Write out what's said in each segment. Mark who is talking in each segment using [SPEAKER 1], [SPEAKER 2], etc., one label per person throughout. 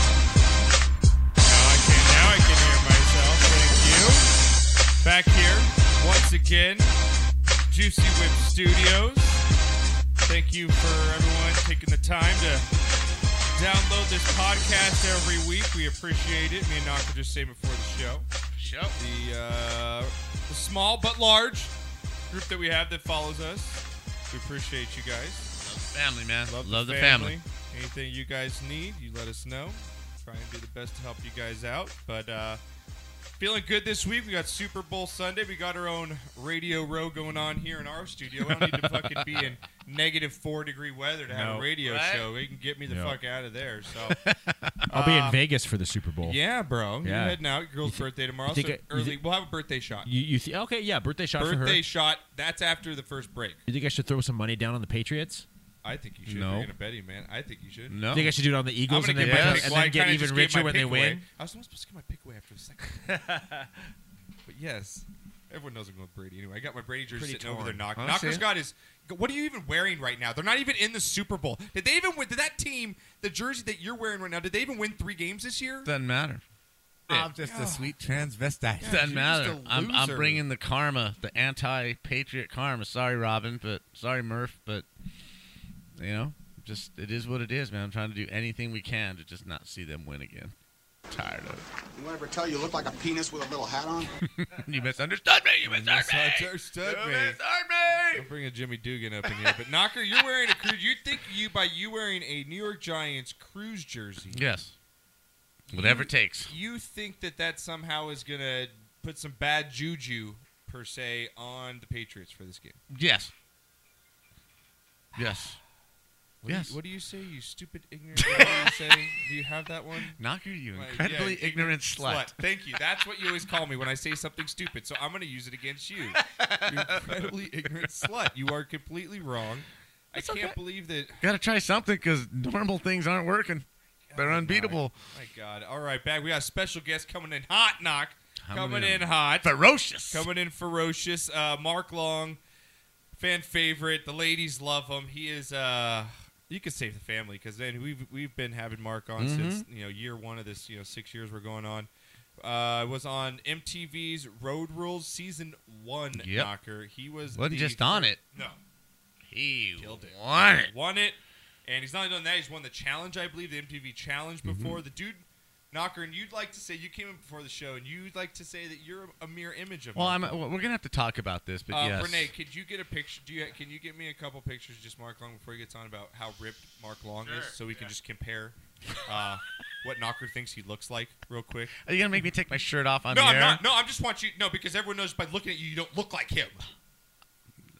[SPEAKER 1] Now I can, now I can hear myself. Thank you. Back here once again, Juicy Whip Studios. Thank you for everyone taking the time to download this podcast every week. We appreciate it. Me and Knock were just saying before the show. Show the, uh, the small but large group that we have that follows us. We appreciate you guys.
[SPEAKER 2] Family, man. Love, the, family.
[SPEAKER 1] Anything you guys need, you let us know. Try and do the best to help you guys out. But uh, feeling good this week. We got Super Bowl Sunday. We got our own radio row going on here in our studio. I don't need to fucking be in negative four degree weather to have
[SPEAKER 3] No.
[SPEAKER 1] a radio
[SPEAKER 2] Right?
[SPEAKER 1] show. They can get me the
[SPEAKER 3] No.
[SPEAKER 1] fuck out of there. So
[SPEAKER 3] I'll be in Vegas for the Super Bowl.
[SPEAKER 1] yeah, bro.
[SPEAKER 3] Um, Yeah.
[SPEAKER 1] You heading out? Your girl's birthday tomorrow.
[SPEAKER 3] you
[SPEAKER 1] So
[SPEAKER 3] think I- you
[SPEAKER 1] early.
[SPEAKER 3] think-
[SPEAKER 1] we'll have a birthday shot.
[SPEAKER 3] You, you th- okay? Yeah, birthday shot for her.
[SPEAKER 1] Birthday shot. That's after the first break.
[SPEAKER 3] you think I should throw some money down on the Patriots?
[SPEAKER 1] I think you should.
[SPEAKER 2] No.
[SPEAKER 1] If you're gonna bet him, man. I think you should.
[SPEAKER 2] No.
[SPEAKER 3] You think I should do it on the
[SPEAKER 1] Oh. I'm
[SPEAKER 3] Eagles
[SPEAKER 1] gonna
[SPEAKER 3] and then,
[SPEAKER 1] get my
[SPEAKER 2] my
[SPEAKER 3] bet-
[SPEAKER 2] pick.
[SPEAKER 1] pick.
[SPEAKER 3] and
[SPEAKER 1] well, I
[SPEAKER 3] then get
[SPEAKER 1] kinda
[SPEAKER 3] even
[SPEAKER 1] just gave
[SPEAKER 3] richer
[SPEAKER 1] my
[SPEAKER 3] when they
[SPEAKER 1] pick away.
[SPEAKER 3] win?
[SPEAKER 1] I was not supposed to get my pick away after the second. but yes, everyone knows I'm going with Brady anyway. I got my Brady jersey
[SPEAKER 2] Pretty
[SPEAKER 1] sitting over there.
[SPEAKER 2] torn.
[SPEAKER 1] Knock.
[SPEAKER 2] I see
[SPEAKER 1] Knocker's
[SPEAKER 2] it.
[SPEAKER 1] got his. What are you even wearing right now? They're not even in the Super Bowl. Did they even win? Did that team, the jersey that you're wearing right now, did they even win three games this year?
[SPEAKER 2] Doesn't matter.
[SPEAKER 4] I'm just a sweet transvestite.
[SPEAKER 1] Yeah.
[SPEAKER 2] Doesn't
[SPEAKER 1] you're
[SPEAKER 2] matter.
[SPEAKER 1] just a
[SPEAKER 2] I'm, I'm
[SPEAKER 1] loser.
[SPEAKER 2] bringing the karma, the anti-patriot karma. Sorry, Robin, but sorry, Murph, but you know, just it is what it is, man. I'm trying to do anything we can to just not see them win again. tired of it.
[SPEAKER 5] Anyone ever tell you you look like a penis with a little hat on?
[SPEAKER 2] You misunderstood me. You misunderstood me.
[SPEAKER 1] Misunderstood
[SPEAKER 2] You
[SPEAKER 1] me.
[SPEAKER 2] misunderstood
[SPEAKER 1] I'm
[SPEAKER 2] me.
[SPEAKER 1] bringing Jimmy Dugan up in here, but Knocker, you're wearing a cruise. You think you by you wearing a New York Giants cruise jersey?
[SPEAKER 2] Yes. Whatever it takes.
[SPEAKER 1] you think that that somehow is going to put some bad juju per se on the Patriots for this game?
[SPEAKER 2] Yes. Yes.
[SPEAKER 1] What do you-
[SPEAKER 2] Yes.
[SPEAKER 1] what do you say, you stupid ignorant? what do you say? Do you have that one?
[SPEAKER 2] Knocker, you
[SPEAKER 1] Like,
[SPEAKER 2] incredibly
[SPEAKER 1] yeah,
[SPEAKER 2] ignorant slut.
[SPEAKER 1] Thank you. That's what you always call me when I say something stupid. So I'm going to use it against you. you incredibly ignorant slut. You are completely wrong.
[SPEAKER 2] That's
[SPEAKER 1] I can't
[SPEAKER 2] okay.
[SPEAKER 1] believe that.
[SPEAKER 2] Got to try something because normal things aren't working. They're unbeatable.
[SPEAKER 1] My God. All right, back. We got a special guest coming in hot, knock.
[SPEAKER 2] Coming
[SPEAKER 1] coming
[SPEAKER 2] in
[SPEAKER 1] in hot.
[SPEAKER 2] Ferocious.
[SPEAKER 1] coming in ferocious. Uh, Mark Long, fan favorite. The ladies love him. He is. Uh, you could save the family because then we've we've been having Mark on
[SPEAKER 2] Mm-hmm.
[SPEAKER 1] since you know year one of this. You know, six years we're going on. Uh, was on MTV's Road Rules season one.
[SPEAKER 2] Yep.
[SPEAKER 1] Knocker. He was
[SPEAKER 2] Wasn't
[SPEAKER 1] the
[SPEAKER 2] just on
[SPEAKER 1] fir-
[SPEAKER 2] it.
[SPEAKER 1] No,
[SPEAKER 2] He
[SPEAKER 1] Killed it.
[SPEAKER 2] won it.
[SPEAKER 1] won it. And he's not only done that; he's won the challenge, I believe, the MTV challenge
[SPEAKER 2] Mm-hmm.
[SPEAKER 1] before. The dude, Knocker, and you'd like to say you came in before the show, and you'd like to say that you're a mere image of.
[SPEAKER 2] Well,
[SPEAKER 1] Mark
[SPEAKER 2] I'm,
[SPEAKER 1] Long.
[SPEAKER 2] well, we're gonna have to talk about this, but
[SPEAKER 1] Uh,
[SPEAKER 2] yes,
[SPEAKER 1] Renee, could you get a picture? Do you can you get me a couple pictures, just Mark Long, before he gets on about how ripped Mark Long is, so we can just compare uh, what Knocker thinks he looks like, real quick.
[SPEAKER 2] are you gonna make me take my shirt off on
[SPEAKER 1] no,
[SPEAKER 2] the
[SPEAKER 1] I'm
[SPEAKER 2] air?
[SPEAKER 1] not. No, I just want you. No, because everyone knows by looking at you, you don't look like him.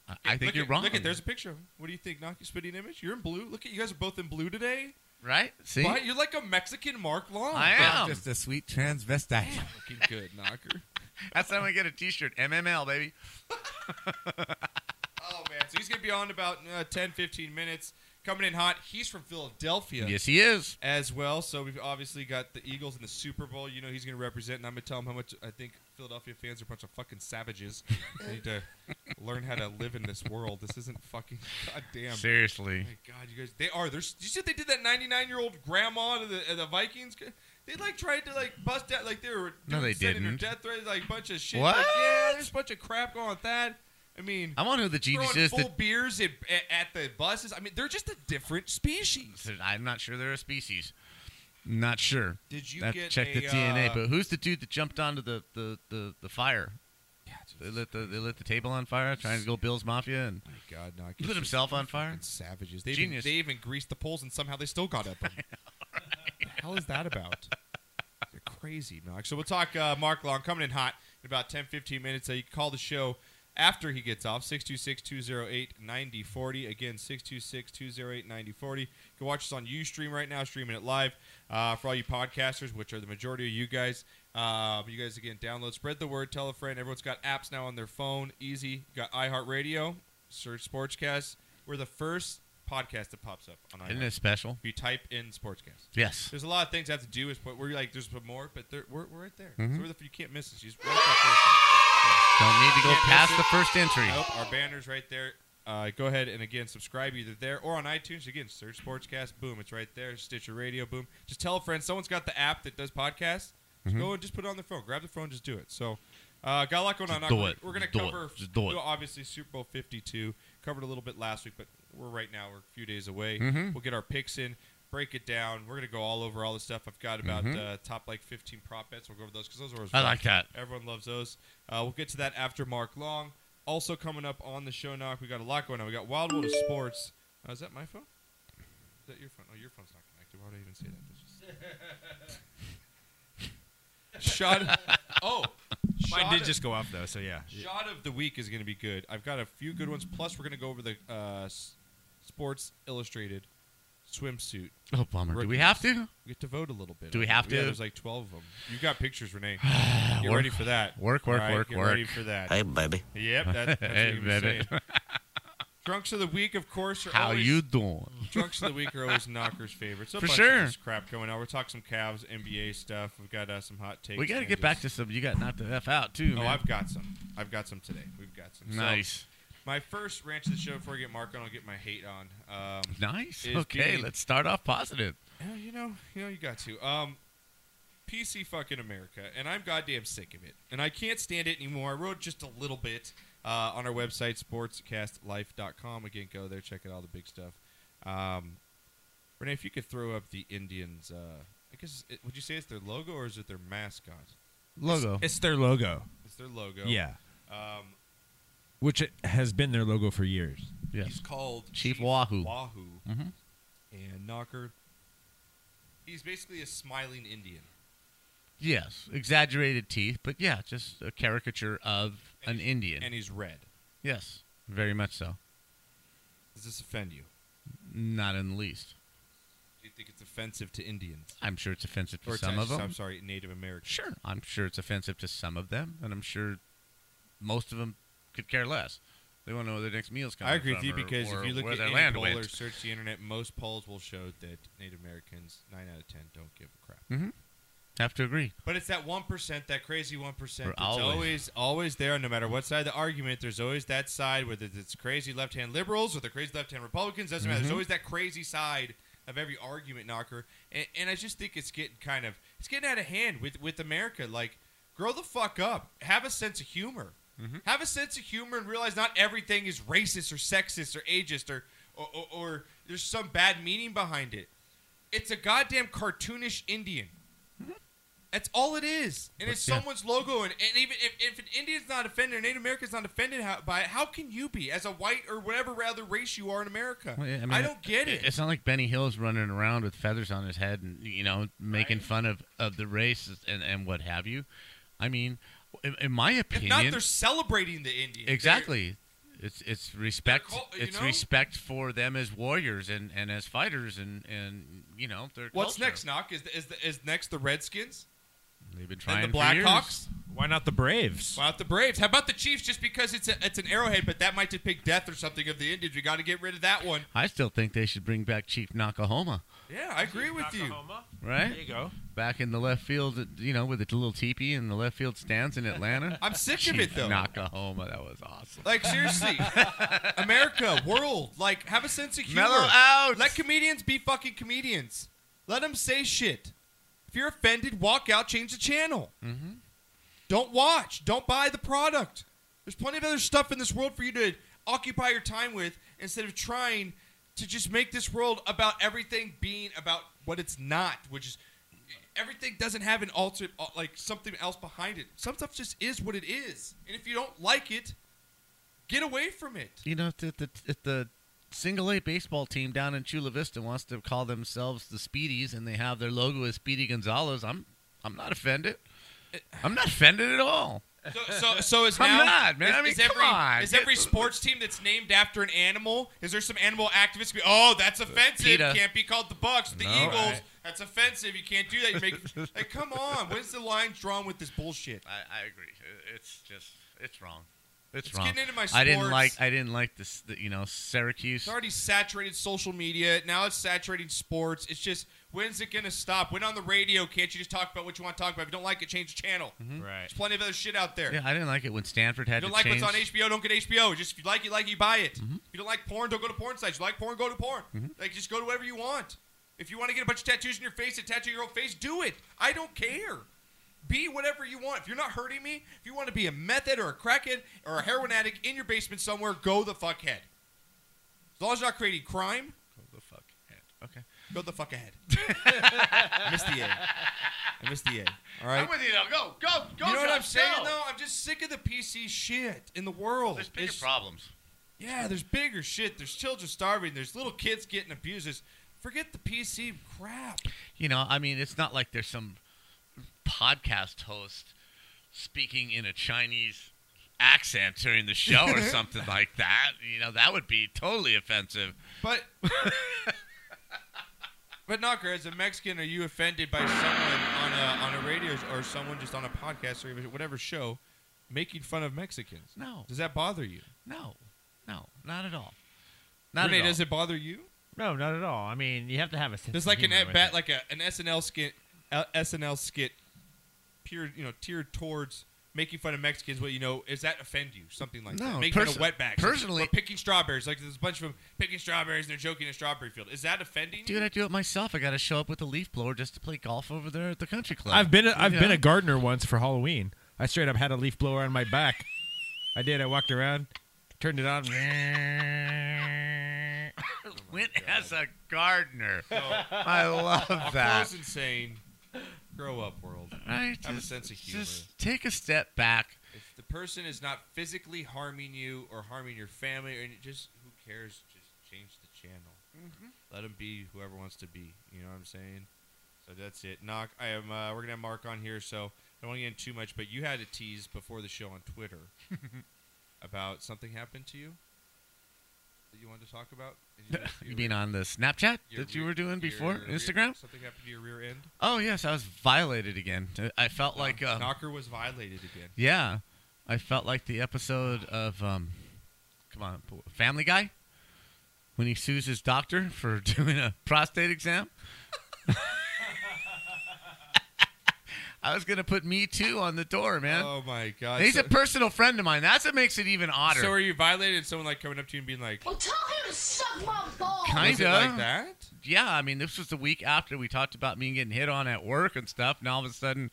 [SPEAKER 2] I- I think
[SPEAKER 1] Look
[SPEAKER 2] you're
[SPEAKER 1] at-
[SPEAKER 2] wrong.
[SPEAKER 1] Look at there's a picture of him. What do you think, Knocker? Spitting image? You're in blue. Look at you guys are both in blue today.
[SPEAKER 2] right. See,
[SPEAKER 1] What? You're like a Mexican Mark Long.
[SPEAKER 2] I
[SPEAKER 4] I'm
[SPEAKER 2] am.
[SPEAKER 4] just a sweet transvestite.
[SPEAKER 1] Looking good, Knocker.
[SPEAKER 2] That's how I get a T-shirt. MML, baby.
[SPEAKER 1] Oh man, so he's gonna be on about uh, 10, 15 minutes. Coming in hot. He's from Philadelphia.
[SPEAKER 2] Yes, he is.
[SPEAKER 1] as well. So we've obviously got the Eagles in the Super Bowl. You know he's going to represent, and I'm going to tell him how much I think Philadelphia fans are a bunch of fucking savages. they need to learn how to live in this world. This isn't fucking goddamn.
[SPEAKER 2] Seriously,
[SPEAKER 1] My God, you guys, they are. There's. You said they did that 99 year old grandma to the, uh, the Vikings. They like tried to like bust out like they were.
[SPEAKER 2] No,
[SPEAKER 1] doing-
[SPEAKER 2] they
[SPEAKER 1] sending her
[SPEAKER 2] didn't.
[SPEAKER 1] Death threats, like bunch of shit.
[SPEAKER 2] What?
[SPEAKER 1] Like, yeah, there's a bunch of crap going on with that. I mean,
[SPEAKER 2] I want who the genius
[SPEAKER 1] throwing
[SPEAKER 2] is.
[SPEAKER 1] full
[SPEAKER 2] That,
[SPEAKER 1] beers at, at, at the buses. I mean, they're just a different species.
[SPEAKER 2] I'm not sure they're a species. Not sure.
[SPEAKER 1] Did you
[SPEAKER 2] I have
[SPEAKER 1] get
[SPEAKER 2] to check
[SPEAKER 1] a,
[SPEAKER 2] the DNA.
[SPEAKER 1] uh,
[SPEAKER 2] But who's the dude that jumped onto the the, the, the fire? They lit the they lit the table on fire, trying to go Bill's Mafia, and
[SPEAKER 1] My God, no! I
[SPEAKER 2] he
[SPEAKER 1] guess
[SPEAKER 2] lit himself on fire.
[SPEAKER 1] fucking Savages. They even,
[SPEAKER 2] Genius.
[SPEAKER 1] they even greased the poles, and somehow they still got up. 'em. What the hell is that about? They're crazy, Mark. So we'll talk uh, Mark Long coming in hot in about 10, 15 minutes. Uh, you can call the show after he gets off 626-208-9040 again 626-208-9040 you can watch us on ustream right now streaming it live uh, for all you podcasters which are the majority of you guys Um, you guys again download, spread the word, tell a friend. Everyone's got apps now on their phone. Easy. You got iHeartRadio, search Sportscast. We're the first podcast that pops up on
[SPEAKER 2] Isn't
[SPEAKER 1] iHeart.
[SPEAKER 2] it
[SPEAKER 1] If
[SPEAKER 2] special?
[SPEAKER 1] you type in Sportscast,
[SPEAKER 2] Yes.
[SPEAKER 1] there's a lot of things I have to do. Is put, we're like there's more, but there, we're, we're right there. So we're the, you can't miss us. You just right there
[SPEAKER 2] Don't need to go
[SPEAKER 1] Can't miss
[SPEAKER 2] past
[SPEAKER 1] it.
[SPEAKER 2] the first entry.
[SPEAKER 1] first. Nope, our banner's right there. Uh, go ahead and again subscribe either there or on iTunes. Again, search Sportscast. Boom, it's right there. Stitcher Radio. Boom. Just tell a friend. Someone's got the app that does podcasts. Just
[SPEAKER 2] Mm-hmm.
[SPEAKER 1] Go and just put it on their phone. Grab the phone. Just do it. So, uh, got a lot going on. Not
[SPEAKER 2] Just do
[SPEAKER 1] gonna-
[SPEAKER 2] it.
[SPEAKER 1] We're gonna
[SPEAKER 2] Just do it.
[SPEAKER 1] cover
[SPEAKER 2] Just do it.
[SPEAKER 1] obviously Super Bowl 52. Covered a little bit last week, but we're right now we're a few days away.
[SPEAKER 2] Mm-hmm.
[SPEAKER 1] We'll get our picks in, break it down. We're gonna go all over all the stuff I've got about uh, top like 15 prop bets. We'll go over those because those are always
[SPEAKER 2] Mm-hmm. I
[SPEAKER 1] fun.
[SPEAKER 2] like that.
[SPEAKER 1] Everyone loves those. Uh, we'll get to that after Mark Long. Also coming up on the show knock, we got a lot going on. We got Wild World of Sports. Uh, is that my phone? Is that your phone? Oh, your phone's not connected. Why would I even say that? That's just- shot. Oh, shot
[SPEAKER 3] Mine did
[SPEAKER 1] of-
[SPEAKER 3] just go up though, so yeah.
[SPEAKER 1] Shot of the week is going to be good. I've got a few good ones. Plus, we're going to go over the uh, S- Sports Illustrated swimsuit.
[SPEAKER 2] Oh, bummer. Do we have to?
[SPEAKER 1] We get to vote a little bit.
[SPEAKER 2] Do we have
[SPEAKER 1] Yeah,
[SPEAKER 2] to?
[SPEAKER 1] there's like 12 of them. You got pictures, Renee. Get ready for that.
[SPEAKER 2] work, work,
[SPEAKER 1] All right,
[SPEAKER 2] work,
[SPEAKER 1] get ready
[SPEAKER 2] work.
[SPEAKER 1] for that.
[SPEAKER 6] Hey, baby.
[SPEAKER 1] Yep, that, that's what
[SPEAKER 2] Hey,
[SPEAKER 1] you were
[SPEAKER 2] baby.
[SPEAKER 1] saying. Drunks of the week, of course, are
[SPEAKER 2] How
[SPEAKER 1] always, Mm.
[SPEAKER 2] you doing?
[SPEAKER 1] Drunks of the week are always knockers' favorites. A
[SPEAKER 2] For
[SPEAKER 1] bunch
[SPEAKER 2] sure.
[SPEAKER 1] of this crap going on. We're talking some Cavs, NBA stuff. We've got uh, some hot takes.
[SPEAKER 2] We got to
[SPEAKER 1] and
[SPEAKER 2] get back
[SPEAKER 1] just-
[SPEAKER 2] to some. You got knocked the f out too.
[SPEAKER 1] Oh,
[SPEAKER 2] man.
[SPEAKER 1] I've got some. I've got some today. We've got some. So,
[SPEAKER 2] nice,
[SPEAKER 1] my first ranch of the show before I get Mark on, I'll get my hate on. Um,
[SPEAKER 2] nice.
[SPEAKER 1] is
[SPEAKER 2] Okay,
[SPEAKER 1] being-
[SPEAKER 2] let's start off positive.
[SPEAKER 1] yeah, you know, you know, you got to. Um, PC fucking America, and I'm goddamn sick of it, and I can't stand it anymore. I wrote just a little bit uh, on our website, sportscastlife.com. Again, go there, check out all the big stuff. Um, Renee, if you could throw up the Indians, uh, I guess it, would you say it's their logo or is it their mascot?
[SPEAKER 2] Logo.
[SPEAKER 3] It's their logo.
[SPEAKER 1] It's their logo.
[SPEAKER 3] Yeah.
[SPEAKER 1] Um,
[SPEAKER 3] Which it has been their logo for years.
[SPEAKER 1] He's
[SPEAKER 2] Yes.
[SPEAKER 1] called
[SPEAKER 2] Chief Wahoo.
[SPEAKER 1] Wahoo.
[SPEAKER 2] Mhm.
[SPEAKER 1] And Knocker. He's basically a smiling Indian.
[SPEAKER 2] Yes. Exaggerated teeth, but yeah, just a caricature of an
[SPEAKER 1] And-
[SPEAKER 2] Indian.
[SPEAKER 1] And he's red.
[SPEAKER 2] yes, very much so.
[SPEAKER 1] Does this offend you?
[SPEAKER 2] Not in the least.
[SPEAKER 1] Do you think it's offensive to Indians?
[SPEAKER 2] I'm sure it's offensive to
[SPEAKER 1] Or
[SPEAKER 2] some
[SPEAKER 1] to,
[SPEAKER 2] of them.
[SPEAKER 1] I'm sorry, Native Americans.
[SPEAKER 2] Sure, I'm sure it's offensive to some of them, and I'm sure most of them could care less. They want to know where their next meal's coming
[SPEAKER 1] I agree with
[SPEAKER 2] from
[SPEAKER 1] you
[SPEAKER 2] or-
[SPEAKER 1] because
[SPEAKER 2] or
[SPEAKER 1] if you look
[SPEAKER 2] where
[SPEAKER 1] at
[SPEAKER 2] their
[SPEAKER 1] any
[SPEAKER 2] land
[SPEAKER 1] poll
[SPEAKER 2] went.
[SPEAKER 1] or search the internet, most polls will show that Native Americans, nine out of ten, don't give a crap.
[SPEAKER 2] Have to agree.
[SPEAKER 1] But it's that one percent, that crazy one percent.
[SPEAKER 2] We're
[SPEAKER 1] It's
[SPEAKER 2] always-
[SPEAKER 1] always, always, there, no matter what side of the argument. There's always that side, whether it's crazy left-hand liberals or the crazy left-hand Republicans. Doesn't matter. There's always that crazy side of every argument knocker, and, and I just think it's getting kind of it's getting out of hand with with America. Like, grow the fuck up. Have a sense of humor. Have a sense of humor and realize not everything is racist or sexist or ageist or or, or, or there's some bad meaning behind it. It's a goddamn cartoonish Indian. That's all it is, and it's
[SPEAKER 2] yeah.
[SPEAKER 1] someone's logo. And, and even if, if an Indian's not offended, or Native American's not offended how, by it, how can you be as a white or whatever other race you are in America?
[SPEAKER 2] Well, yeah,
[SPEAKER 1] I, don't get it.
[SPEAKER 2] It's not like Benny Hill's running around with feathers on his head and you know making fun of, of the race and, and what have you. I mean, in, in my
[SPEAKER 1] if
[SPEAKER 2] opinion,
[SPEAKER 1] not, they're celebrating the Indian. They're-
[SPEAKER 2] exactly. It's it's respect.
[SPEAKER 1] cul- you
[SPEAKER 2] it's
[SPEAKER 1] know?
[SPEAKER 2] respect for them as warriors and, and as fighters and, and you know their
[SPEAKER 1] What's
[SPEAKER 2] culture.
[SPEAKER 1] next, Knock? Is, the, is, the, is next the Redskins
[SPEAKER 2] They've been trying
[SPEAKER 1] and the
[SPEAKER 2] for years.
[SPEAKER 1] Blackhawks?
[SPEAKER 3] Why not the Braves?
[SPEAKER 1] How about the Braves? How about the Chiefs? Just because it's a, it's an arrowhead, but that might depict death or something of the Indians. We got to get rid of that one.
[SPEAKER 2] I still think they should bring back Chief Nakahoma,
[SPEAKER 1] Yeah, I agree with you.
[SPEAKER 2] right?
[SPEAKER 3] go.
[SPEAKER 2] Back in the left field, you know, with the little teepee in the left field stands in Atlanta.
[SPEAKER 1] I'm sick of
[SPEAKER 2] Chief
[SPEAKER 1] it though.
[SPEAKER 2] Nakahoma, that was awesome.
[SPEAKER 1] Like seriously, America, world, like have a sense of humor.
[SPEAKER 2] Mellow out.
[SPEAKER 1] Let comedians be fucking comedians. Let them say shit. If you're offended, walk out, change the channel. Mm-hmm. Don't watch. Don't buy the product. There's plenty of other stuff in this world for you to occupy your time with instead of trying to just make this world about everything being about what it's not, which is everything doesn't have an alternate, like something else behind it. Some stuff just is what it is. And if you don't like it, get away from it.
[SPEAKER 2] You know, if the, the, if the single A baseball team down in Chula Vista wants to call themselves the Speedies and they have their logo as Speedy Gonzalez, I'm I'm not offended. I'm not offended at all.
[SPEAKER 1] So, so, so is
[SPEAKER 2] I'm
[SPEAKER 1] now,
[SPEAKER 2] not, man.
[SPEAKER 1] Is,
[SPEAKER 2] I mean,
[SPEAKER 1] is every,
[SPEAKER 2] come on.
[SPEAKER 1] Is every sports team that's named after an animal? Is there some animal activists? Be, oh, that's offensive.
[SPEAKER 2] Uh, PETA.
[SPEAKER 1] Can't be called the Bucks, the
[SPEAKER 2] No,
[SPEAKER 1] Eagles.
[SPEAKER 2] I-
[SPEAKER 1] That's offensive. You can't do that. You make like, come on. When's the line drawn with this bullshit?
[SPEAKER 2] I, I agree. It- It's just it's wrong. It's,
[SPEAKER 1] It's
[SPEAKER 2] wrong.
[SPEAKER 1] getting into my
[SPEAKER 2] I didn't like
[SPEAKER 1] sports.
[SPEAKER 2] I didn't like this. The, you know, Syracuse.
[SPEAKER 1] It's already saturated social media. Now it's saturating sports. It's just when's it gonna stop? When on the radio can't you just talk about what you want to talk about? If you don't like it, change the channel.
[SPEAKER 3] Right.
[SPEAKER 1] There's plenty of other shit out there.
[SPEAKER 2] Mm-hmm. Yeah, I didn't like it when Stanford
[SPEAKER 1] If
[SPEAKER 2] had
[SPEAKER 1] you don't
[SPEAKER 2] to
[SPEAKER 1] like
[SPEAKER 2] change.
[SPEAKER 1] what's on HBO, don't get HBO. Just if you like it, like it, you buy it. If you don't like porn, don't go to porn sites. If you like porn, go to porn. Like just go to whatever you want. If you want to get a bunch of tattoos in your face and tattoo your own face, do it. I don't care. Be whatever you want. If you're not hurting me, if you want to be a method or a crackhead or a heroin addict in your basement somewhere, go the fuck head. As long as you're not creating crime,
[SPEAKER 2] Go the fuck ahead. Okay.
[SPEAKER 1] go the fuck ahead. I missed the A. I missed the A. All right.
[SPEAKER 2] with you now. Go, go, go.
[SPEAKER 1] you know what I'm saying though? I'm just sick of the PC shit in the world.
[SPEAKER 2] There's bigger
[SPEAKER 1] It's-
[SPEAKER 2] problems.
[SPEAKER 1] yeah, there's bigger shit. There's children starving. There's little kids getting abused. There's- Forget the PC crap.
[SPEAKER 2] You know, I mean, it's not like there's some podcast host speaking in a Chinese accent during the show or something like that. You know, that would be totally offensive.
[SPEAKER 1] But but Knocker, as a Mexican, are you offended by someone on a on a radio sh- or someone just on a podcast or whatever show making fun of Mexicans?
[SPEAKER 2] No,
[SPEAKER 1] Does that bother you?
[SPEAKER 2] no, no, not at all. Not
[SPEAKER 1] Renee,
[SPEAKER 2] at all.
[SPEAKER 1] does it bother you?
[SPEAKER 7] No, not at all. I mean, you have to have a sense.
[SPEAKER 1] There's
[SPEAKER 7] of
[SPEAKER 1] like an
[SPEAKER 7] humor
[SPEAKER 1] at
[SPEAKER 7] with
[SPEAKER 1] bat,
[SPEAKER 7] it.
[SPEAKER 1] like a, an SNL skit, uh, SNL skit, pure you know, tiered towards making fun of Mexicans. What you know, is that offend you? Something like
[SPEAKER 2] No,
[SPEAKER 1] that. Making
[SPEAKER 2] perso-
[SPEAKER 1] fun of wetbacks.
[SPEAKER 2] personally-
[SPEAKER 1] or picking strawberries. Like there's a bunch of them picking strawberries and they're joking in a strawberry field. Is that offending? you?
[SPEAKER 2] Dude, I do it myself. I got to show up with a leaf blower just to play golf over there at the country club.
[SPEAKER 3] I've been a,
[SPEAKER 2] You
[SPEAKER 3] I've been
[SPEAKER 2] know?
[SPEAKER 3] a gardener once for Halloween. I straight up had a leaf blower on my back. I did. I walked around, turned it on.
[SPEAKER 2] went
[SPEAKER 1] Oh
[SPEAKER 2] as a gardener. I love
[SPEAKER 1] I'll
[SPEAKER 2] that.
[SPEAKER 1] close and saying, grow up, world.
[SPEAKER 2] Right?
[SPEAKER 1] Have a
[SPEAKER 2] Just-
[SPEAKER 1] sense of humor.
[SPEAKER 2] Just take a step back.
[SPEAKER 1] If the person is not physically harming you or harming your family, or any- just who cares? Just change the channel. Let them be whoever wants to be. You know what I'm saying? So that's it. Knock. I am. Uh, we're gonna have Mark on here, so I don't want to get in too much. But you had a tease before the show on Twitter about something happened to you that you wanted to talk about. And you-
[SPEAKER 2] You mean on the Snapchat
[SPEAKER 1] your
[SPEAKER 2] that you
[SPEAKER 1] rear-
[SPEAKER 2] were doing before
[SPEAKER 1] your rear-
[SPEAKER 2] Instagram?
[SPEAKER 1] Something happened to your rear end.
[SPEAKER 2] Oh yes, I was violated again. Uh, I felt like um,
[SPEAKER 1] Knocker was violated again.
[SPEAKER 2] yeah, I felt like the episode of um, come on, Family Guy when he sues his doctor for doing a prostate exam. I was gonna put me too on the door, man.
[SPEAKER 1] Oh my god.
[SPEAKER 2] And He's
[SPEAKER 1] So-
[SPEAKER 2] a personal friend of mine. That's what makes it even odder.
[SPEAKER 1] So are you violated? and Someone like coming up to you and being like,
[SPEAKER 8] Well, tell him to suck my balls.
[SPEAKER 1] "Was
[SPEAKER 2] Kinda.
[SPEAKER 1] it like that?"
[SPEAKER 2] yeah, I mean, this was the week after we talked about me getting hit on at work and stuff. And all of a sudden,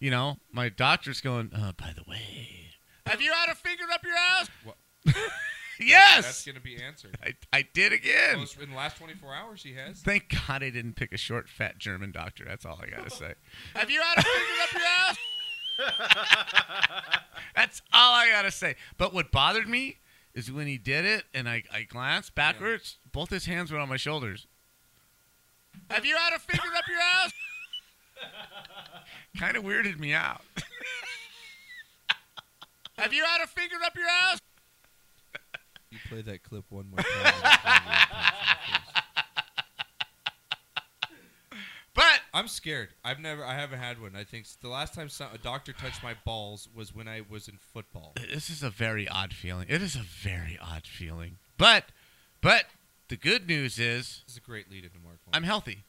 [SPEAKER 2] you know, my doctor's going, uh, by the way, have you had a finger up your ass?
[SPEAKER 1] What? That's
[SPEAKER 2] yes.
[SPEAKER 1] gonna be answered.
[SPEAKER 2] I, I did again.
[SPEAKER 1] Most- in the last 24 hours, he has.
[SPEAKER 2] Thank God I didn't pick a short, fat German doctor. That's all I got to say. have you had a finger up your ass? That's all I got to say. But what bothered me is when he did it and I, I glanced backwards, both his hands were on my shoulders. Have you had a finger up your ass? kind of weirded me out. Have you had a finger up your ass?
[SPEAKER 1] You play that clip one more time.
[SPEAKER 2] But
[SPEAKER 1] I'm scared. I've never. I haven't had one. I think s- the last time some, a doctor touched my balls was when I was in football.
[SPEAKER 2] this is a very odd feeling. It is a very odd feeling. But, but the good news is
[SPEAKER 1] This is a great lead into Mark.
[SPEAKER 2] I'm healthy.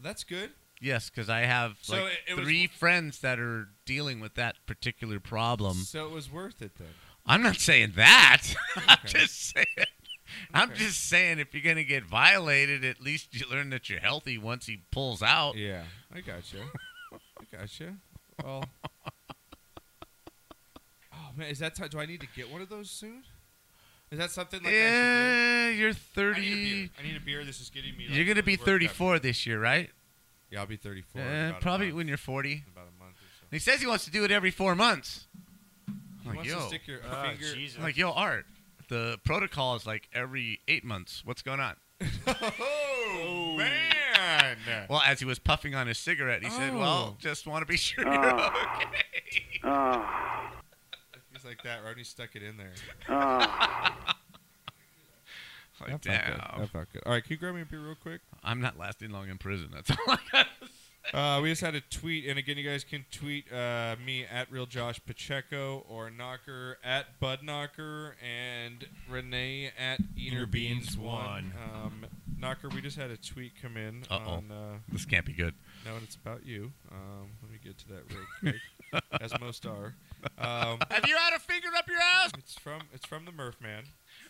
[SPEAKER 1] That's good.
[SPEAKER 2] Yes, because I have
[SPEAKER 1] So
[SPEAKER 2] like
[SPEAKER 1] it- it was-
[SPEAKER 2] three friends that are dealing with that particular problem.
[SPEAKER 1] So it was worth it then.
[SPEAKER 2] I'm not saying that. I'm
[SPEAKER 1] Okay.
[SPEAKER 2] just saying. I'm
[SPEAKER 1] Okay.
[SPEAKER 2] just saying if you're gonna get violated, at least you learn that you're healthy once he pulls out.
[SPEAKER 1] Yeah, I gotcha. I gotcha. Well. Oh man, is that ti- do I need to get one of those soon? Is that something like I should
[SPEAKER 2] Yeah, you're
[SPEAKER 1] do? I need
[SPEAKER 2] 30.
[SPEAKER 1] a beer. I need a beer. This is getting me. like,
[SPEAKER 2] You're gonna be
[SPEAKER 1] really worked up.
[SPEAKER 2] 34 this year, right?
[SPEAKER 1] Yeah, I'll be 34. in
[SPEAKER 2] Uh,
[SPEAKER 1] about a
[SPEAKER 2] probably
[SPEAKER 1] month-
[SPEAKER 2] when you're 40.
[SPEAKER 1] in about a month or so.
[SPEAKER 2] He says he wants to do it every four months. I'm
[SPEAKER 1] He
[SPEAKER 2] like,
[SPEAKER 1] wants to
[SPEAKER 2] yo,
[SPEAKER 1] stick your
[SPEAKER 2] Ah,
[SPEAKER 7] Oh,
[SPEAKER 1] finger.
[SPEAKER 7] Jesus.
[SPEAKER 2] I'm like, yo, Art. The protocol is like every eight months. What's going on?
[SPEAKER 1] Oh man!
[SPEAKER 2] Well, as he was puffing on his cigarette, he said, "Well,
[SPEAKER 1] Oh.
[SPEAKER 2] just want to be sure you're okay."
[SPEAKER 1] like that. Rodney stuck it in there.
[SPEAKER 2] Like,
[SPEAKER 1] That felt good.
[SPEAKER 2] damn.
[SPEAKER 1] That felt good. All right, can you grab me a beer real quick?
[SPEAKER 2] I'm not lasting long in prison. That's all I got.
[SPEAKER 1] Uh, we just had a tweet, and again, you guys can tweet uh, me at real Josh Pacheco or Knocker at Bud Knocker and Renee at Eater Beans One. Um, Knocker, we just had a tweet come in
[SPEAKER 2] Uh-oh.
[SPEAKER 1] on uh,
[SPEAKER 2] This can't be good.
[SPEAKER 1] No, and it's about you. Um, let me get to that real quick, as most are. Um,
[SPEAKER 2] Have you had a finger up your ass?
[SPEAKER 1] it's from it's from the Murph man.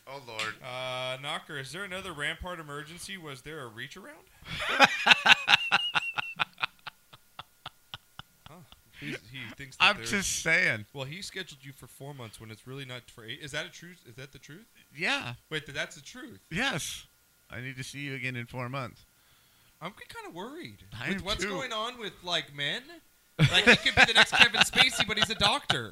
[SPEAKER 2] Oh lord.
[SPEAKER 1] Uh, Knocker, is there another Rampart emergency? Was there a reach around? Huh. He's- he thinks that
[SPEAKER 2] I'm
[SPEAKER 1] there's-
[SPEAKER 2] just saying.
[SPEAKER 1] Well, he scheduled you for four months when it's really not for eight. Is that a truth? Is that the truth?
[SPEAKER 2] Yeah.
[SPEAKER 1] Wait, th- that's the truth.
[SPEAKER 2] Yes. I need to see you again in four months.
[SPEAKER 1] I'm kind of worried.
[SPEAKER 2] I
[SPEAKER 1] with
[SPEAKER 2] am
[SPEAKER 1] what's
[SPEAKER 2] too.
[SPEAKER 1] going on with like men? Like he could be the next Kevin Spacey, but he's a doctor.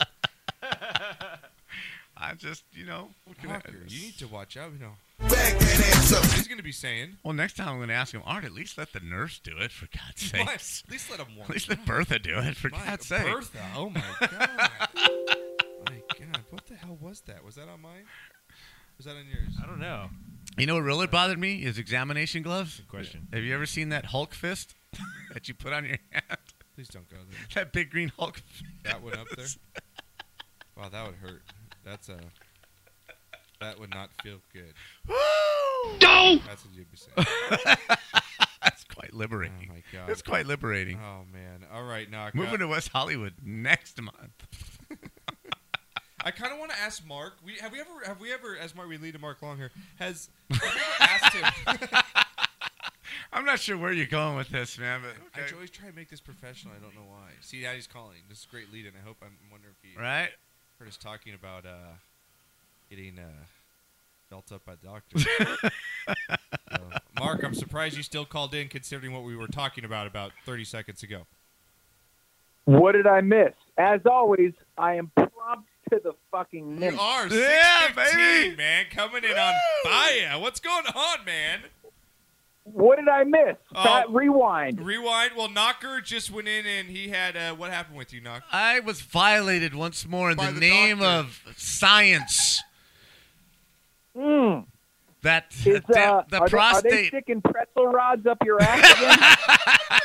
[SPEAKER 2] I just, you know. what can I-
[SPEAKER 1] Knocker, you need to watch out. You know,
[SPEAKER 5] Back that ass up.
[SPEAKER 1] he's gonna be saying.
[SPEAKER 2] Well, next time I'm going to ask him, Art, at least let the nurse do it, for God's sake.
[SPEAKER 1] "Why? At least let him watch.
[SPEAKER 2] At least let Bertha do it, for
[SPEAKER 1] My
[SPEAKER 2] God's sake.
[SPEAKER 1] Bertha. Oh my god. my god. What the hell was that? Was that on mine? Was that on yours?
[SPEAKER 7] I don't know.
[SPEAKER 2] You know what really bothered me is examination gloves. Good
[SPEAKER 7] question.
[SPEAKER 2] Have you ever seen that Hulk fist that you put on your hand?
[SPEAKER 1] Please don't go there.
[SPEAKER 2] That big green Hulk. fist.
[SPEAKER 1] That one up there. Wow, that would hurt. That's a. That would not feel good.
[SPEAKER 2] Woo!
[SPEAKER 1] That's what you'd be saying.
[SPEAKER 2] That's quite liberating.
[SPEAKER 1] Oh my god.
[SPEAKER 2] That's quite liberating.
[SPEAKER 1] Oh man. All right, knock.
[SPEAKER 2] Moving
[SPEAKER 1] Moving
[SPEAKER 2] to West Hollywood next month.
[SPEAKER 1] I kind of want to ask Mark. We have we ever have we ever as Mark we lead to Mark Long here has have we ever asked him.
[SPEAKER 2] I'm not sure where you're going with this, man, but
[SPEAKER 1] I
[SPEAKER 2] okay.
[SPEAKER 1] always try to make this professional. I don't know why. See, now he's calling. This is a great lead, and I hope I'm wonder if he
[SPEAKER 2] right?
[SPEAKER 1] heard us talking about uh, getting uh, felt up by doctors. So, Mark, I'm surprised you still called in considering what we were talking about about 30 seconds ago.
[SPEAKER 9] What did I miss? As always, I am prompt to the
[SPEAKER 2] Mm.
[SPEAKER 9] fucking
[SPEAKER 1] You
[SPEAKER 9] minute.
[SPEAKER 1] are
[SPEAKER 2] Yeah,
[SPEAKER 1] 615,
[SPEAKER 2] baby.
[SPEAKER 1] man, coming in on fire. What's going on, man?
[SPEAKER 9] What did I miss?
[SPEAKER 1] Oh.
[SPEAKER 9] Fat rewind.
[SPEAKER 1] Rewind. Well, Knocker just went in and he had uh, what happened with you, Knocker?
[SPEAKER 2] I was violated once more in
[SPEAKER 1] By
[SPEAKER 2] the,
[SPEAKER 1] the
[SPEAKER 2] name
[SPEAKER 1] doctor.
[SPEAKER 2] of science.
[SPEAKER 9] Mm.
[SPEAKER 2] That
[SPEAKER 9] Is,
[SPEAKER 2] that-
[SPEAKER 9] uh,
[SPEAKER 2] the
[SPEAKER 9] are, they, are
[SPEAKER 2] prostate.
[SPEAKER 9] they sticking pretzel rods up your ass again?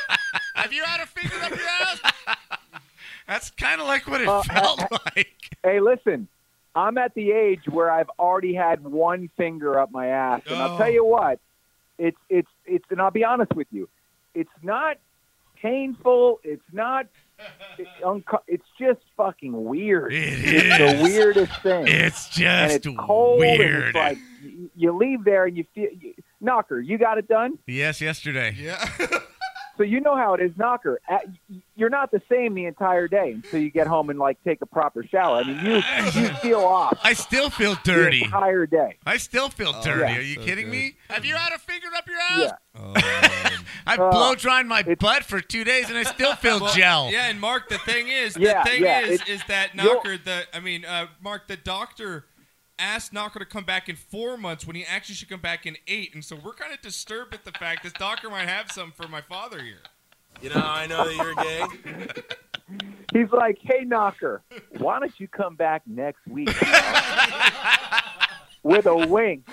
[SPEAKER 2] Have you had a finger up your ass? That's kind of like what it
[SPEAKER 9] Uh,
[SPEAKER 2] felt like.
[SPEAKER 9] hey, listen, I'm at the age where I've already had one finger up my ass, and I'll
[SPEAKER 1] Oh.
[SPEAKER 9] tell you what, it's it's it's, and I'll be honest with you, it's not painful. It's not. It, unco- it's just fucking weird.
[SPEAKER 2] It
[SPEAKER 9] it's the
[SPEAKER 2] is.
[SPEAKER 9] weirdest thing.
[SPEAKER 2] It's
[SPEAKER 9] and
[SPEAKER 2] just
[SPEAKER 9] it's cold. And
[SPEAKER 2] weird.
[SPEAKER 9] it's like y- you leave there and you feel. You, knocker, you got it done.
[SPEAKER 2] yes, yesterday.
[SPEAKER 1] Yeah.
[SPEAKER 9] So you know how it is, Knocker. At, you're not the same the entire day until you get home and like take a proper shower. I mean, you you feel off
[SPEAKER 2] I still feel
[SPEAKER 9] the
[SPEAKER 2] dirty.
[SPEAKER 9] entire day.
[SPEAKER 2] I still feel dirty.
[SPEAKER 9] yeah.
[SPEAKER 2] Are you
[SPEAKER 1] So
[SPEAKER 2] kidding
[SPEAKER 1] good.
[SPEAKER 2] me? Have you had a finger up your ass?
[SPEAKER 9] Yeah.
[SPEAKER 1] Oh,
[SPEAKER 2] I've
[SPEAKER 9] Uh,
[SPEAKER 2] blow dried my
[SPEAKER 9] it's-
[SPEAKER 2] butt for two days and I still feel gel.
[SPEAKER 1] Yeah, and Mark, the thing is, the
[SPEAKER 9] Yeah,
[SPEAKER 1] thing
[SPEAKER 9] yeah,
[SPEAKER 1] is,
[SPEAKER 9] it's-
[SPEAKER 1] is that
[SPEAKER 9] you're-
[SPEAKER 1] Knocker, the I mean, uh, Mark, the doctor asked Knocker to come back in four months when he actually should come back in eight, and so we're kind of disturbed at the fact this doctor might have some for my father here.
[SPEAKER 9] He's like, "Hey, Knocker, why don't you come back next week?" With a wink,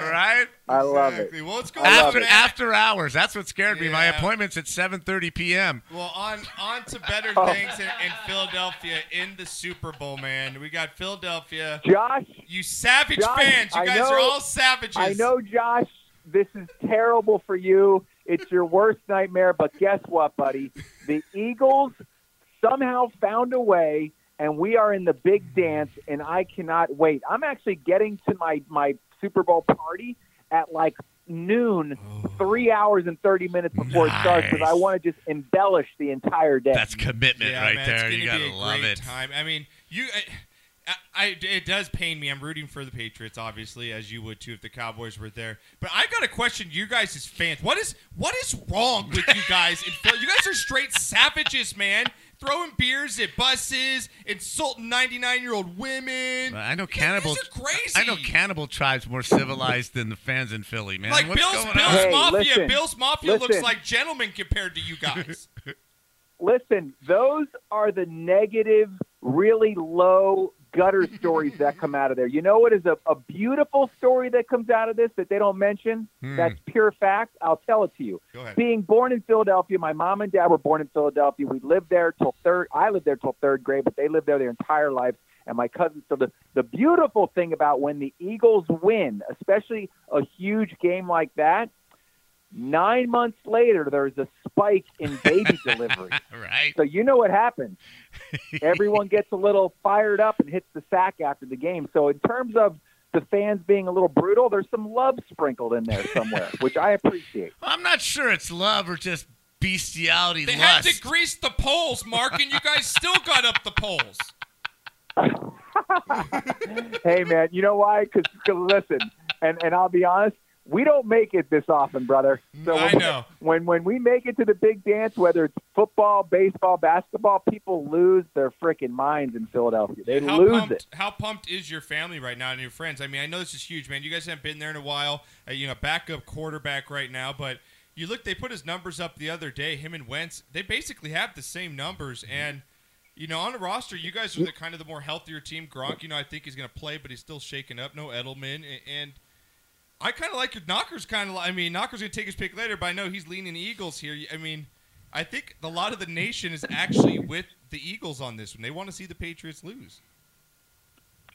[SPEAKER 2] Right?
[SPEAKER 9] I love it.
[SPEAKER 1] Exactly. Well, let's go.
[SPEAKER 9] I love
[SPEAKER 2] After
[SPEAKER 9] it.
[SPEAKER 2] after hours. That's what scared me. My
[SPEAKER 1] Yeah.
[SPEAKER 2] appointment's at 7:30 p.m.
[SPEAKER 1] Well, on on to better
[SPEAKER 9] Oh.
[SPEAKER 1] things in, in Philadelphia in the Super Bowl, man. We got Philadelphia.
[SPEAKER 9] Josh,
[SPEAKER 1] You savage
[SPEAKER 9] Josh,
[SPEAKER 1] fans. You
[SPEAKER 9] I
[SPEAKER 1] guys
[SPEAKER 9] know-
[SPEAKER 1] are all savages.
[SPEAKER 9] I know, Josh, this is terrible for you. It's your worst nightmare. But guess what, buddy? The Eagles somehow found a way, and we are in the big dance, and I cannot wait. I'm actually getting to my, my Super Bowl party at like noon, three hours and 30 minutes before it starts, because
[SPEAKER 2] Oh. Nice.
[SPEAKER 9] I want to just embellish the entire day.
[SPEAKER 2] That's commitment
[SPEAKER 1] Yeah,
[SPEAKER 2] right
[SPEAKER 1] man,
[SPEAKER 2] there.
[SPEAKER 1] It's
[SPEAKER 2] You
[SPEAKER 1] gonna
[SPEAKER 2] gotta
[SPEAKER 1] be a
[SPEAKER 2] love
[SPEAKER 1] great
[SPEAKER 2] it.
[SPEAKER 1] Time. I mean, you. I, I, it does pain me. I'm rooting for the Patriots, obviously, as you would too if the Cowboys were there. But I got a question, you guys as fans. What is what is wrong with you guys? in Philly? you guys are straight savages, man. Throwing beers at buses, insulting 99 year old women.
[SPEAKER 2] I know
[SPEAKER 1] You guys
[SPEAKER 2] cannibal.
[SPEAKER 1] are crazy.
[SPEAKER 2] I know cannibal tribes more civilized than the fans in Philly, man.
[SPEAKER 1] Like
[SPEAKER 2] What's
[SPEAKER 1] Bill's
[SPEAKER 2] going
[SPEAKER 1] Bill's
[SPEAKER 2] on?
[SPEAKER 9] Hey,
[SPEAKER 1] Mafia,
[SPEAKER 9] listen.
[SPEAKER 1] Bill's Mafia looks
[SPEAKER 9] Listen.
[SPEAKER 1] like gentlemen compared to you guys.
[SPEAKER 9] listen, those are the negative, really low gutter stories that come out of there. You know what is a, a beautiful story that comes out of this that they don't mention?
[SPEAKER 10] Hmm.
[SPEAKER 9] That's pure fact. I'll tell it to you.
[SPEAKER 10] Go ahead.
[SPEAKER 9] Being born in Philadelphia, my mom and dad were born in Philadelphia. We lived there till third. I lived there till third grade, but they lived there their entire lives. And my cousins. So the the beautiful thing about when the Eagles win, especially a huge game like that, nine months later there's a spike in baby delivery.
[SPEAKER 2] right.
[SPEAKER 9] So you know what happens. Everyone gets a little fired up and hits the sack after the game. So in terms of the fans being a little brutal, there's some love sprinkled in there somewhere, which I appreciate.
[SPEAKER 2] I'm not sure it's love or just bestiality
[SPEAKER 1] They had
[SPEAKER 2] lust.
[SPEAKER 1] to grease the poles, Mark, and you guys still got up the poles.
[SPEAKER 9] hey man, you know why? Because listen, and and I'll be honest, we don't make it this often, brother. So
[SPEAKER 1] I
[SPEAKER 9] when,
[SPEAKER 1] know.
[SPEAKER 9] when when we make it to the big dance, whether it's football, baseball, basketball, people lose their freaking minds in Philadelphia. They
[SPEAKER 1] how
[SPEAKER 9] lose
[SPEAKER 1] pumped,
[SPEAKER 9] it.
[SPEAKER 1] How pumped is your family right now and your friends? I mean, I know this is huge, man. You guys haven't been there in a while. Uh, you know, backup quarterback right now, but you look. They put his numbers up the other day. Him and Wentz, they basically have the same numbers.
[SPEAKER 9] Mm-hmm.
[SPEAKER 1] And you know, on the roster, you guys are the kind of the more healthier team. Gronk, you know, I think he's going to play, but he's still shaken up. No Edelman, A- and I kind of like your Knocker's kind of. I mean, Knocker's going to take his pick later, but I know he's leaning Eagles here. I mean. I think a lot of the nation is actually with the Eagles on this one. They want to see the Patriots lose.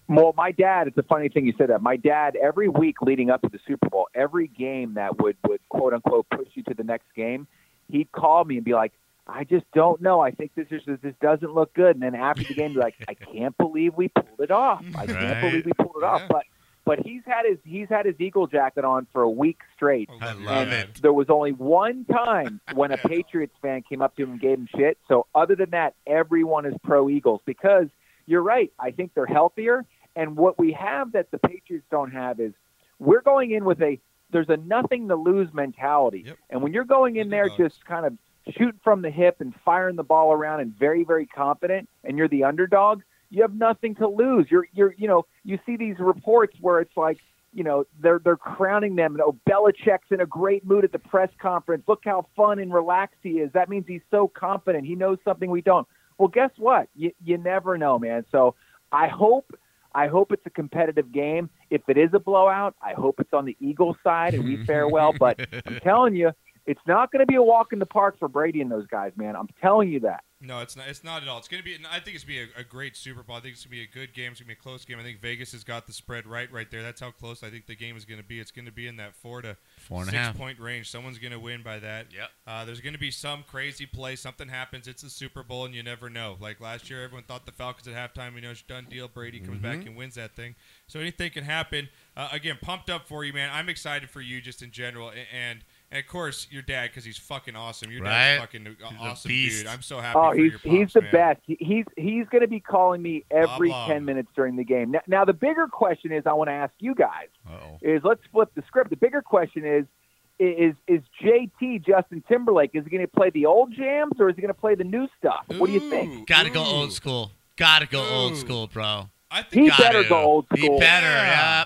[SPEAKER 9] Well, my dad, it's a funny thing you said that. My dad, every week leading up to the Super Bowl, every game that would, would quote unquote push you to the next game, he'd call me and be like, I just don't know. I think this is this doesn't look good. And then after the game, be like, I can't believe we pulled it off. I can't
[SPEAKER 10] Right.
[SPEAKER 9] believe we pulled it off. But but he's had his he's had his Eagle jacket on for a week straight.
[SPEAKER 10] I
[SPEAKER 9] And There was only one time when a Patriots fan came up to him and gave him shit. So other than that, everyone is pro Eagles because you're right. I think they're healthier. And what we have that the Patriots don't have is we're going in with a there's a nothing to lose mentality. And when you're going in there just kind of shooting from the hip and firing the ball around and very very confident and you're the underdog, you have nothing to lose. You're you're you know, you see these reports where it's like you know they're they're crowning them. Oh, Belichick's in a great mood at the press conference. Look how fun and relaxed he is. That means he's so confident. He knows something we don't. Well, guess what? You you never know, man. So I hope I hope it's a competitive game. If it is a blowout, I hope it's on the Eagles side and we fare well. But I'm telling you, it's not going to be a walk in the park for Brady and those guys, man. I'm telling you that.
[SPEAKER 1] No, it's not. It's not at all. It's gonna be. I think it's gonna be a, a great Super Bowl. I think it's gonna be a good game. It's gonna be a close game. I think Vegas has got the spread right, right there. That's how close I think the game is gonna be. It's gonna be in that four to
[SPEAKER 2] Four and a
[SPEAKER 1] six
[SPEAKER 2] half.
[SPEAKER 1] point range. Someone's gonna win by that. Yep. Uh, there's gonna be some crazy play. Something happens. It's the Super Bowl, and you never know. Like last year, everyone thought the Falcons at halftime. You know, it's done deal. Brady comes back
[SPEAKER 2] Mhm.
[SPEAKER 1] and wins that thing. So anything can happen. Uh, again, pumped up for you, man. I'm excited for you just in general, A- and. And of course, your dad, because he's fucking awesome. Your dad's
[SPEAKER 2] Right?
[SPEAKER 1] fucking
[SPEAKER 2] He's a
[SPEAKER 1] awesome,
[SPEAKER 2] beast.
[SPEAKER 1] dude. I'm so happy.
[SPEAKER 9] Oh,
[SPEAKER 1] for
[SPEAKER 9] he's
[SPEAKER 1] your
[SPEAKER 9] he's
[SPEAKER 1] pops,
[SPEAKER 9] the
[SPEAKER 1] man.
[SPEAKER 9] best. He- He's he's going to be calling me every
[SPEAKER 1] Bob.
[SPEAKER 9] ten minutes during the game. Now, now the bigger question is, I want to ask you guys
[SPEAKER 2] Uh-oh.
[SPEAKER 9] is let's flip the script. The bigger question is is is JT Justin Timberlake is he going to play the old jams or is he going to play the new stuff? What do you think?
[SPEAKER 2] Gotta go old school. Gotta go old school, bro.
[SPEAKER 1] I
[SPEAKER 9] He better go old
[SPEAKER 2] He
[SPEAKER 9] school.
[SPEAKER 2] better, yeah.
[SPEAKER 9] Yeah.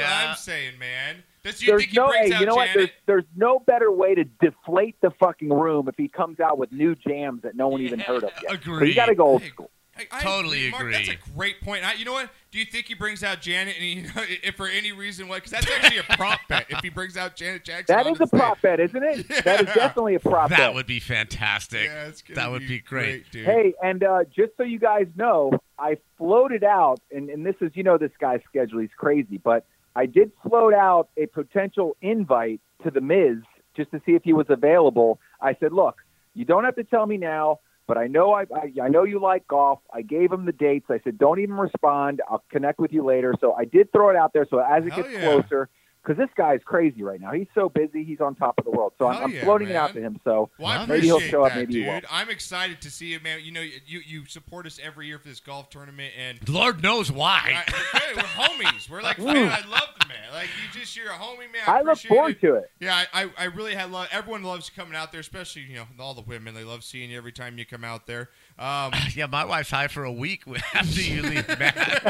[SPEAKER 1] That's what I'm saying, man. Does you
[SPEAKER 9] there's
[SPEAKER 1] think he
[SPEAKER 9] no
[SPEAKER 1] brings
[SPEAKER 9] hey,
[SPEAKER 1] out
[SPEAKER 9] you know what?
[SPEAKER 1] Janet?
[SPEAKER 9] There's, there's no better way to deflate the fucking room if he comes out with new jams that no one even heard of yet. So you
[SPEAKER 2] Agreed.
[SPEAKER 9] got to go old school.
[SPEAKER 1] I
[SPEAKER 2] totally
[SPEAKER 1] Mark,
[SPEAKER 2] agree.
[SPEAKER 1] That's a great point. I, you know what? Do you think he brings out Janet? And you know, if for any reason, what? Because that's actually a prop bet. If he brings out Janet Jackson,
[SPEAKER 9] That
[SPEAKER 1] on
[SPEAKER 9] is a
[SPEAKER 1] his thing.
[SPEAKER 9] prop bet, isn't it? That is definitely a prop
[SPEAKER 2] that
[SPEAKER 9] bet.
[SPEAKER 2] would be fantastic.
[SPEAKER 1] Yeah, it's gonna
[SPEAKER 2] that would
[SPEAKER 1] be
[SPEAKER 2] be, great.
[SPEAKER 1] dude.
[SPEAKER 9] Hey, and uh, just so you guys know, I floated out, and, and this is, you know, this guy's schedule, he's crazy, but I did float out a potential invite to The Miz just to see if he was available. I said, look, you don't have to tell me now, but I know I, I, I know you like golf. I gave him the dates. I said, don't even respond. I'll connect with you later. So I did throw it out there. So as it
[SPEAKER 10] Hell
[SPEAKER 9] gets
[SPEAKER 10] yeah.
[SPEAKER 9] closer, because this guy is crazy right now. He's so busy. He's on top of the world. So I'm,
[SPEAKER 1] Hell
[SPEAKER 9] I'm
[SPEAKER 1] yeah,
[SPEAKER 9] floating it
[SPEAKER 1] man.
[SPEAKER 9] out to him. So
[SPEAKER 1] Well, I
[SPEAKER 9] maybe he'll
[SPEAKER 1] appreciate
[SPEAKER 9] show up.
[SPEAKER 1] that,
[SPEAKER 9] maybe
[SPEAKER 1] dude.
[SPEAKER 9] he won't.
[SPEAKER 1] I'm excited to see you, man. You know, you you support us every year for this golf tournament, and
[SPEAKER 2] Lord knows why.
[SPEAKER 1] I- hey, we're homies. We're like, man, I love the man. Like you just, you're a homie, man.
[SPEAKER 9] I look
[SPEAKER 1] appreciate
[SPEAKER 9] forward
[SPEAKER 1] it.
[SPEAKER 9] to it.
[SPEAKER 1] Yeah, I, I, I really had love. Everyone loves coming out there, especially you know all the women. They love seeing you every time you come out there. Um,
[SPEAKER 2] yeah, my wife's high for a week after you leave.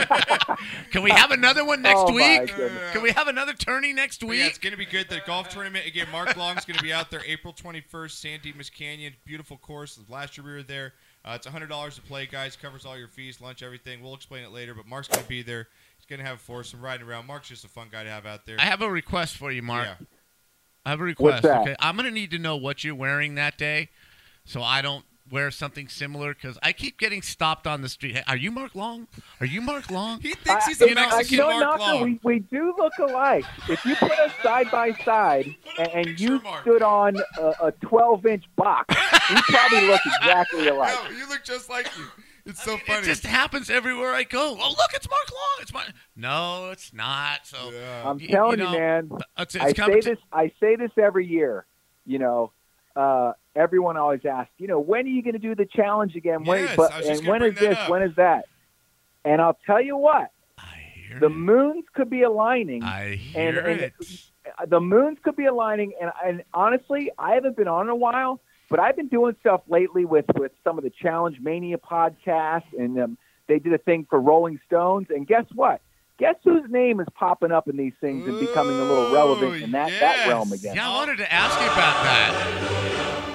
[SPEAKER 2] Can we have another one next
[SPEAKER 1] Oh, my
[SPEAKER 2] week?
[SPEAKER 1] goodness.
[SPEAKER 2] Can we have another tourney next
[SPEAKER 1] But
[SPEAKER 2] week?
[SPEAKER 1] Yeah, it's going to be good. The golf tournament again. Mark Long's going to be out there April 21st, San Dimas Canyon. Beautiful course. Last year we were there. Uh, it's $100 to play, guys. Covers all your fees, lunch, everything. We'll explain it later, but Mark's going to be there. He's going to have a foursome riding around. Mark's just a fun guy to have out there.
[SPEAKER 2] I have a request for you, Mark.
[SPEAKER 1] Yeah.
[SPEAKER 2] I have a
[SPEAKER 1] What's
[SPEAKER 2] request.
[SPEAKER 1] that?
[SPEAKER 2] Okay, I'm gonna need to know what you're wearing that day, so I don't wear something similar because I keep getting stopped on the street. Hey, are you Mark Long? Are you Mark Long? he
[SPEAKER 9] I- I- no, knock it. We, we do look alike. If you put us side by side and, and you stood on a 12 inch box, we probably look exactly alike.
[SPEAKER 1] you look just like you. It's so
[SPEAKER 2] funny. It just happens everywhere I go. Oh, look, it's Mark Long. It's my. No, it's not. So
[SPEAKER 9] I'm telling you,
[SPEAKER 2] know,
[SPEAKER 9] man.
[SPEAKER 2] It's, it's
[SPEAKER 9] I say
[SPEAKER 2] competi-
[SPEAKER 9] this. I say this every year. You know, uh, everyone always asks. You know, when are you going to do the challenge again? When,
[SPEAKER 10] Yes,
[SPEAKER 9] but,
[SPEAKER 10] I was just
[SPEAKER 9] and
[SPEAKER 10] gonna
[SPEAKER 9] when is
[SPEAKER 10] bring that
[SPEAKER 9] this?
[SPEAKER 10] up.
[SPEAKER 9] When is that? And I'll tell you what. The moons could be aligning.
[SPEAKER 2] I
[SPEAKER 9] and,
[SPEAKER 10] hear
[SPEAKER 9] and
[SPEAKER 10] it.
[SPEAKER 9] uh, the moons could be aligning. And, and honestly, I haven't been on in a while, but I've been doing stuff lately with, with some of the Challenge Mania podcasts. And um, they did a thing for Rolling Stones. And guess what? Guess whose name is popping up in these things and becoming a little relevant in that, that realm again?
[SPEAKER 2] Yeah, I wanted to ask you about that.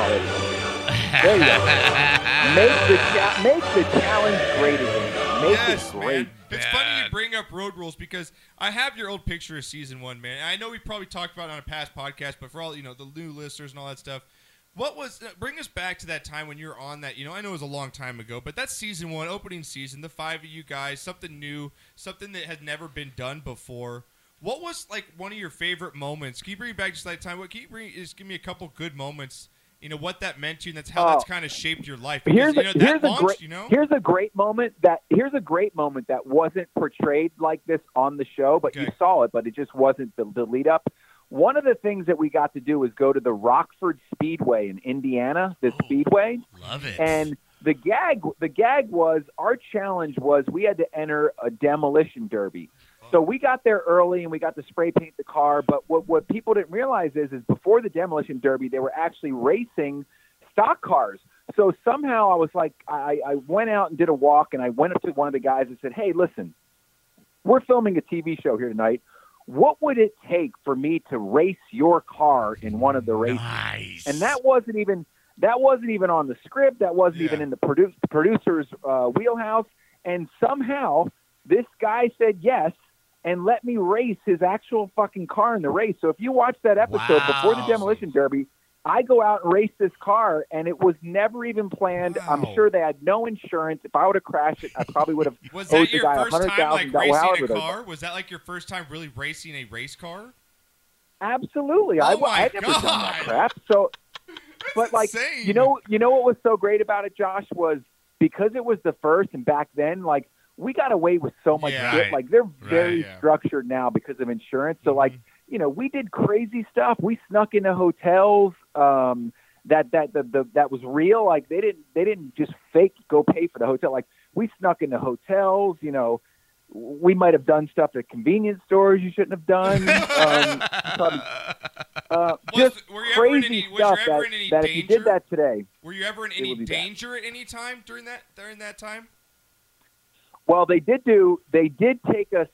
[SPEAKER 9] There you go. make, the cha- make the challenge great again. Make
[SPEAKER 1] Yes,
[SPEAKER 9] it great.
[SPEAKER 1] man. It's funny you bring up road rules because I have your old picture of season one, man. And I know we probably talked about it on a past podcast, but for all you know, the new listeners and all that stuff. What was uh, bring us back to that time when you were on that? You know, I know it was a long time ago, but that's season one, opening season, the five of you guys, something new, something that had never been done before. What was like one of your favorite moments? Can you bring back just that time? What can you bring? Just give me a couple good moments. You know what that meant to you, and that's how
[SPEAKER 9] Oh.
[SPEAKER 1] that's kind of shaped your life.
[SPEAKER 9] Here's
[SPEAKER 1] you
[SPEAKER 9] a,
[SPEAKER 1] know, that
[SPEAKER 9] here's a
[SPEAKER 1] launched,
[SPEAKER 9] great
[SPEAKER 1] you know?
[SPEAKER 9] here's a great moment that here's a great moment that wasn't portrayed like this on the show, but you saw it, but it just wasn't the, the lead up. One of the things that we got to do was go to the Rockford Speedway in Indiana, the
[SPEAKER 1] Oh.
[SPEAKER 9] Speedway,
[SPEAKER 2] Love it.
[SPEAKER 9] and the gag the gag was our challenge was we had to enter a demolition derby. So we got there early and we got to spray paint the car, but what what people didn't realize is is before the demolition derby they were actually racing stock cars. So somehow I was like I, I went out and did a walk and I went up to one of the guys and said, Hey, listen, we're filming a TV show here tonight. What would it take for me to race your car in one of the races? And that wasn't even that wasn't even on the script. That wasn't even in the produ- producer's uh, wheelhouse. And somehow this guy said yes and let me race his actual fucking car in the race. So if you watch that episode before the
[SPEAKER 10] Wow.
[SPEAKER 9] demolition derby, I go out and race this car, and it was never even planned. I'm sure they had no insurance. If I would have crashed it, I probably would have
[SPEAKER 1] Was
[SPEAKER 9] owed
[SPEAKER 1] that
[SPEAKER 9] the
[SPEAKER 1] your
[SPEAKER 9] guy
[SPEAKER 1] first
[SPEAKER 9] hundred
[SPEAKER 1] time like
[SPEAKER 9] thousand dollars.
[SPEAKER 1] racing a car? Was that like your first time really racing a race car?
[SPEAKER 9] Absolutely. I,
[SPEAKER 1] Oh my
[SPEAKER 9] I never done that
[SPEAKER 1] God.
[SPEAKER 9] crap. So, but like, you know, you know what was so great about it, Josh, was because it was the first, and back then, like, we got away with so much
[SPEAKER 10] Yeah.
[SPEAKER 9] shit.
[SPEAKER 10] Right.
[SPEAKER 9] Like, they're
[SPEAKER 10] Right,
[SPEAKER 9] very
[SPEAKER 10] yeah. Mm-hmm.
[SPEAKER 9] structured now because of insurance. So, like, you know, we did crazy stuff. We snuck into hotels. Um, that that the, the that was real. Like they didn't they didn't just fake go pay for the hotel. Like we snuck into hotels. You know, we might have done stuff at convenience stores you shouldn't have done. Um, probably- uh, just crazy stuff that, that if you did that today,
[SPEAKER 1] Were you ever in
[SPEAKER 9] It would
[SPEAKER 1] any
[SPEAKER 9] be bad.
[SPEAKER 1] danger at any time during that during that time?
[SPEAKER 9] Well, they did do. They did take us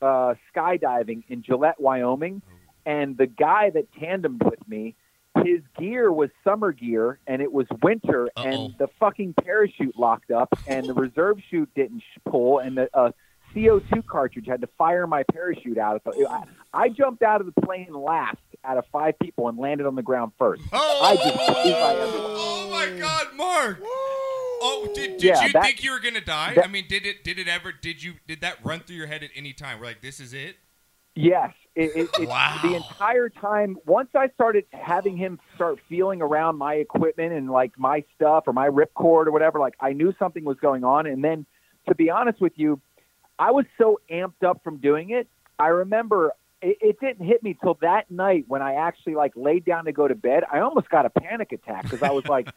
[SPEAKER 9] uh, skydiving in Gillette, Wyoming, and the guy that tandemed with me, his gear was summer gear, and it was winter, and the fucking parachute locked up, and the reserve chute didn't sh- pull, and the uh, CO2 cartridge had to fire my parachute out. So I, I jumped out of the plane last out of five people and landed on the ground first. I just
[SPEAKER 1] Oh my God, Mark! Oh, did, did
[SPEAKER 9] Yeah,
[SPEAKER 1] you
[SPEAKER 9] that-
[SPEAKER 1] think you were gonna die?
[SPEAKER 9] that-
[SPEAKER 1] I mean, did it did it ever did you did that run through your head at any time? We're like, this is it.
[SPEAKER 9] Yes. It, it, it, The entire time, once I started having him start feeling around my equipment and like my stuff or my ripcord or whatever, like I knew something was going on. And then, to be honest with you, I was so amped up from doing it. I remember it, it didn't hit me till that night when I actually like laid down to go to bed. I almost got a panic attack because I was like,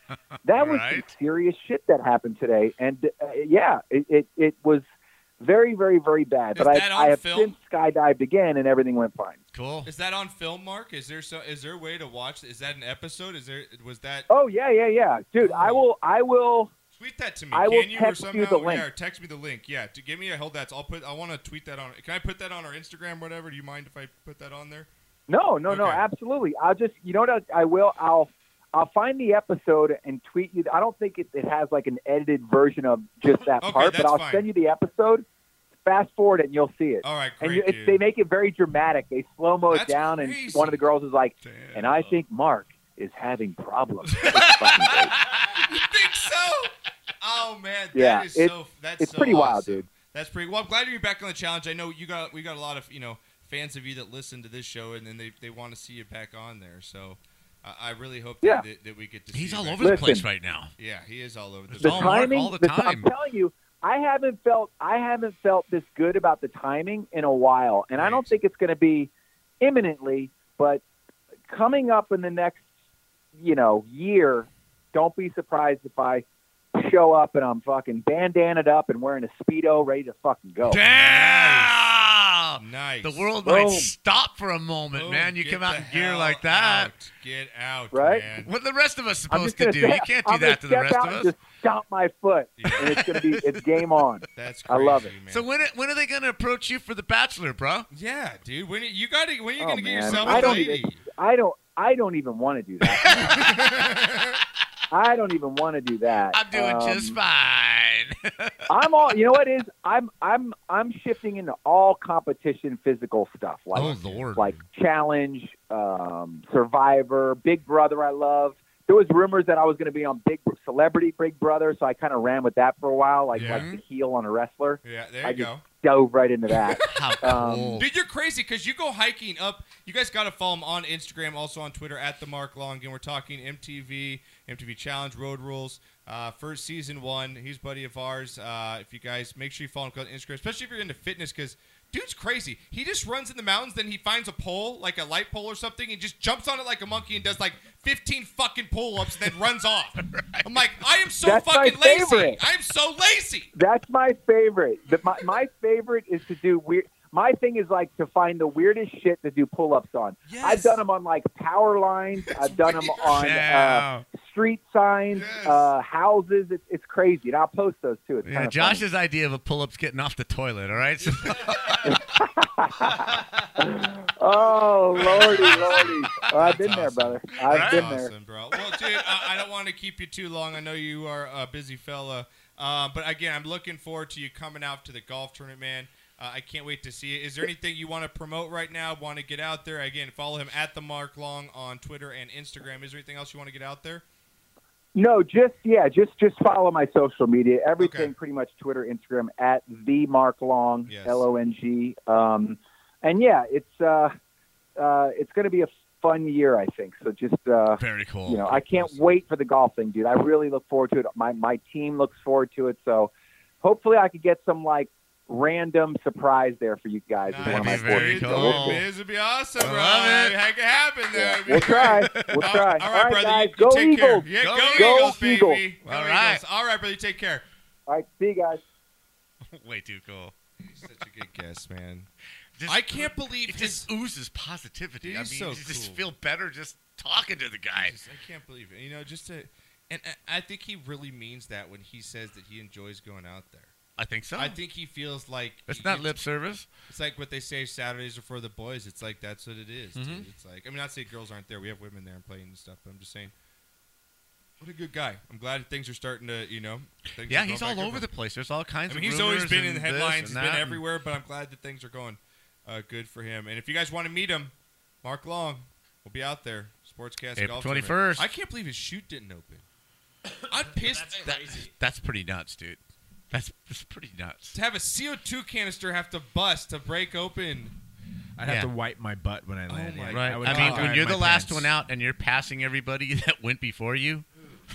[SPEAKER 9] that was some serious shit that happened today. And uh, yeah, it, it, it was very, very, very bad. but
[SPEAKER 1] that
[SPEAKER 9] I,
[SPEAKER 1] on
[SPEAKER 9] I have
[SPEAKER 1] film?
[SPEAKER 9] since skydived again and everything went fine.
[SPEAKER 2] Cool.
[SPEAKER 1] Is that on film, Mark? Is there so is there a way to watch? Is that an episode? Is there was that?
[SPEAKER 9] Oh yeah, yeah, yeah, dude. I will. I will.
[SPEAKER 1] Tweet that to me.
[SPEAKER 9] I
[SPEAKER 1] can
[SPEAKER 9] will
[SPEAKER 1] you
[SPEAKER 9] text
[SPEAKER 1] or
[SPEAKER 9] you
[SPEAKER 1] somehow,
[SPEAKER 9] the link.
[SPEAKER 1] Yeah, or text me the link. Yeah, to give me a hold. That's. I'll put. I want to tweet that on. Can I put that on our Instagram? Whatever. Do you mind if I put that on there?
[SPEAKER 9] No, no, no. Absolutely. I'll just. You know what? I, I will. I'll. I'll find the episode and tweet you. I don't think it, it has like an edited version of just that
[SPEAKER 1] Okay,
[SPEAKER 9] part, but
[SPEAKER 1] that's
[SPEAKER 9] I'll
[SPEAKER 1] fine.
[SPEAKER 9] send you the episode. Fast forward it and you'll see it.
[SPEAKER 1] All right,
[SPEAKER 9] and
[SPEAKER 1] great,
[SPEAKER 9] you- it,
[SPEAKER 1] dude.
[SPEAKER 9] they make it very dramatic. They slow mo it
[SPEAKER 1] That's
[SPEAKER 9] down, and
[SPEAKER 1] crazy.
[SPEAKER 9] one of the girls is like,
[SPEAKER 1] Damn.
[SPEAKER 9] "And I think Mark is having problems." It's fucking great.
[SPEAKER 1] you think so? Oh man,
[SPEAKER 9] Yeah,
[SPEAKER 1] that is
[SPEAKER 9] it's-
[SPEAKER 1] so. That's
[SPEAKER 9] it's
[SPEAKER 1] so
[SPEAKER 9] pretty wild,
[SPEAKER 1] awesome.
[SPEAKER 9] dude.
[SPEAKER 1] That's pretty. Well, I'm glad you're back on the challenge. I know you got we got a lot of you know fans of you that listen to this show, and then they, they want to see you back on there. So I, I really hope that,
[SPEAKER 9] Yeah.
[SPEAKER 1] that, that we get to.
[SPEAKER 2] He's
[SPEAKER 1] see you
[SPEAKER 2] all
[SPEAKER 1] back.
[SPEAKER 2] over the
[SPEAKER 9] Listen.
[SPEAKER 2] place right now.
[SPEAKER 1] Yeah, he is all over the.
[SPEAKER 9] the
[SPEAKER 1] place.
[SPEAKER 2] all Oh, Mark
[SPEAKER 9] timing.
[SPEAKER 2] all the
[SPEAKER 9] ti-
[SPEAKER 2] time.
[SPEAKER 9] I'm telling you, I haven't felt I haven't felt this good about the timing in a while, and I don't
[SPEAKER 1] Right.
[SPEAKER 9] think it's going to be imminently, but coming up in the next, you know, year. Don't be surprised if I show up and I'm fucking bandanaed up and wearing a speedo, ready to fucking go.
[SPEAKER 2] Damn!
[SPEAKER 1] Nice.
[SPEAKER 2] The world
[SPEAKER 9] Boom.
[SPEAKER 2] might stop for a moment,
[SPEAKER 1] Boom,
[SPEAKER 2] man. You
[SPEAKER 1] Oh, get
[SPEAKER 2] come out
[SPEAKER 1] the
[SPEAKER 2] in gear
[SPEAKER 1] hell
[SPEAKER 2] like that.
[SPEAKER 1] out. Get out,
[SPEAKER 9] Right?
[SPEAKER 1] Man.
[SPEAKER 2] What the rest of us
[SPEAKER 9] I'm
[SPEAKER 2] supposed
[SPEAKER 9] just
[SPEAKER 2] to
[SPEAKER 9] gonna
[SPEAKER 2] do?
[SPEAKER 9] say-
[SPEAKER 2] you can't do
[SPEAKER 9] I'm gonna
[SPEAKER 2] that to the
[SPEAKER 9] step
[SPEAKER 2] rest
[SPEAKER 9] out
[SPEAKER 2] of us.
[SPEAKER 9] and Just stomp my foot,
[SPEAKER 1] Yeah.
[SPEAKER 9] and it's gonna be it's game on.
[SPEAKER 1] That's
[SPEAKER 9] I
[SPEAKER 1] crazy,
[SPEAKER 9] love
[SPEAKER 1] man.
[SPEAKER 2] So when when are they gonna approach you for the Bachelor, bro?
[SPEAKER 1] yeah, dude, when you- you got to when are you
[SPEAKER 9] Oh,
[SPEAKER 1] gonna get
[SPEAKER 9] man.
[SPEAKER 1] yourself
[SPEAKER 9] I
[SPEAKER 1] a
[SPEAKER 9] don't
[SPEAKER 1] lady?
[SPEAKER 9] even- I don't. I don't even want to do that. I don't even want to do that.
[SPEAKER 2] I'm doing
[SPEAKER 9] Um,
[SPEAKER 2] just fine.
[SPEAKER 9] I'm all. You know what is? I'm I'm I'm shifting into all competition physical stuff like
[SPEAKER 2] Oh,
[SPEAKER 3] Oh.
[SPEAKER 2] lord!
[SPEAKER 9] like challenge, um, Survivor, Big Brother. I love. There was rumors that I was going to be on Big Celebrity Big Brother, so I kind of ran with that for a while, like
[SPEAKER 1] Yeah.
[SPEAKER 9] like the heel on a wrestler.
[SPEAKER 1] Yeah, there you
[SPEAKER 9] I just
[SPEAKER 1] go.
[SPEAKER 9] dove right into that.
[SPEAKER 2] How
[SPEAKER 9] um,
[SPEAKER 2] cool.
[SPEAKER 1] Dude, you're crazy because you go hiking up. You guys got to follow him on Instagram, also on Twitter at the Mark Long. And we're talking MTV, MTV Challenge, Road Rules, uh, first season one. He's a buddy of ours. Uh, if you guys make sure you follow him on Instagram, especially if you're into fitness, because dude's crazy. He just runs in the mountains, then he finds a pole, like a light pole or something, and just jumps on it like a monkey and does like 15 fucking pull-ups, and then runs off. I'm like, I am so
[SPEAKER 9] That's my
[SPEAKER 1] fucking lazy.
[SPEAKER 9] favorite.
[SPEAKER 1] I'm so lazy.
[SPEAKER 9] That's my favorite. The, my, my favorite is to do weird. My thing is like to find the weirdest shit to do pull-ups on. I've done them on like power lines. I've done them on uh,
[SPEAKER 2] Yeah.
[SPEAKER 9] street signs,
[SPEAKER 1] Yes.
[SPEAKER 9] uh, houses. It's, it's crazy, and I'll post those too. It's
[SPEAKER 2] Yeah,
[SPEAKER 9] kind of
[SPEAKER 2] Josh's idea of a pull-up's getting off the toilet. All right, so
[SPEAKER 9] Oh lordy, lordy! Oh, I've been there,
[SPEAKER 1] awesome.
[SPEAKER 9] brother. I've
[SPEAKER 2] Right?
[SPEAKER 9] been there.
[SPEAKER 1] awesome, bro. Well, dude, I, I don't want to keep you too long. I know you are a busy fella, uh, but again, I'm looking forward to you coming out to the golf tournament, man. Uh, I can't wait to see it. Is there anything you want to promote right now? Want to get out there again? Follow him at the Mark Long on Twitter and Instagram. Is there anything else you want to get out there?
[SPEAKER 9] No, just yeah, just just follow my social media. Everything
[SPEAKER 1] Okay.
[SPEAKER 9] pretty much Twitter, Instagram at the Mark Long
[SPEAKER 1] Yes.
[SPEAKER 9] L O N G. Um, and yeah, it's uh, uh, it's going to be a fun year, I think. So just uh,
[SPEAKER 2] very
[SPEAKER 1] Oh,
[SPEAKER 2] cool.
[SPEAKER 9] you know, I can't wait for the golf thing, dude. I really look forward to it. My my team looks forward to it. So hopefully, I could get some like random surprise there for you guys. with one of
[SPEAKER 2] That'd be
[SPEAKER 9] my
[SPEAKER 1] Nice,
[SPEAKER 2] very
[SPEAKER 9] courses.
[SPEAKER 1] dude.
[SPEAKER 9] So
[SPEAKER 2] cool.
[SPEAKER 9] we'll see.
[SPEAKER 1] This would be awesome,
[SPEAKER 2] I
[SPEAKER 1] bro.
[SPEAKER 2] love it.
[SPEAKER 1] Heck, it happen there. It'd be
[SPEAKER 9] We'll try. We'll
[SPEAKER 1] All-
[SPEAKER 9] try.
[SPEAKER 1] All right, brother.
[SPEAKER 9] guys.
[SPEAKER 1] you- you
[SPEAKER 9] Go
[SPEAKER 1] take
[SPEAKER 9] Eagles.
[SPEAKER 1] Care. Yeah, go,
[SPEAKER 9] Go
[SPEAKER 1] Eagles,
[SPEAKER 9] Eagles.
[SPEAKER 1] baby. Go
[SPEAKER 2] All right.
[SPEAKER 1] Eagles. All right, brother. You take care.
[SPEAKER 9] All right, see you guys.
[SPEAKER 2] Way too cool.
[SPEAKER 1] Such a good guess, man.
[SPEAKER 2] Just-
[SPEAKER 1] I can't believe
[SPEAKER 2] It
[SPEAKER 1] his
[SPEAKER 2] just oozes positivity.
[SPEAKER 1] Dude,
[SPEAKER 2] I mean,
[SPEAKER 1] he's so
[SPEAKER 2] you just
[SPEAKER 1] cool.
[SPEAKER 2] feel better just talking to the guy.
[SPEAKER 1] just- I can't believe it. You know, just to, and I- I think he really means that when he says that he enjoys going out there.
[SPEAKER 2] I think so.
[SPEAKER 1] I think he feels like
[SPEAKER 2] Oh. it's
[SPEAKER 1] he-
[SPEAKER 2] not lip service.
[SPEAKER 1] It's like what they say Saturdays are for the boys. It's like that's what it is,
[SPEAKER 2] Mhm.
[SPEAKER 1] Dude. It's like I mean, not to say girls aren't there. We have women there and playing and stuff. But I'm just saying, what a good guy. I'm glad things are starting to, you know. things
[SPEAKER 2] Yeah,
[SPEAKER 1] are
[SPEAKER 2] he's
[SPEAKER 1] going
[SPEAKER 2] all
[SPEAKER 1] back
[SPEAKER 2] over the place. There's all
[SPEAKER 1] I
[SPEAKER 2] kinds
[SPEAKER 1] mean,
[SPEAKER 2] of.
[SPEAKER 1] he's always
[SPEAKER 2] rumors
[SPEAKER 1] been in
[SPEAKER 2] and
[SPEAKER 1] the
[SPEAKER 2] this
[SPEAKER 1] headlines. He's
[SPEAKER 2] and
[SPEAKER 1] been
[SPEAKER 2] that.
[SPEAKER 1] everywhere. But I'm glad that things are going uh, good for him. And if you guys want to meet him, Mark Long will be out there. Sportscast
[SPEAKER 2] April
[SPEAKER 1] Golf Tournament.
[SPEAKER 2] 21st.
[SPEAKER 1] I can't believe his chute didn't open. I'm pissed.
[SPEAKER 2] That- that's pretty nuts, dude. That's, that's pretty nuts.
[SPEAKER 1] to have a CO2 canister have to bust to break open.
[SPEAKER 3] I'd
[SPEAKER 2] Yeah.
[SPEAKER 3] have to wipe my butt
[SPEAKER 7] Oh
[SPEAKER 3] when I land.
[SPEAKER 1] my
[SPEAKER 3] in.
[SPEAKER 1] Right.
[SPEAKER 3] would
[SPEAKER 2] I mean,
[SPEAKER 3] tie
[SPEAKER 2] when you're
[SPEAKER 3] my
[SPEAKER 2] the last
[SPEAKER 3] pants.
[SPEAKER 2] one out and you're passing everybody that went before you,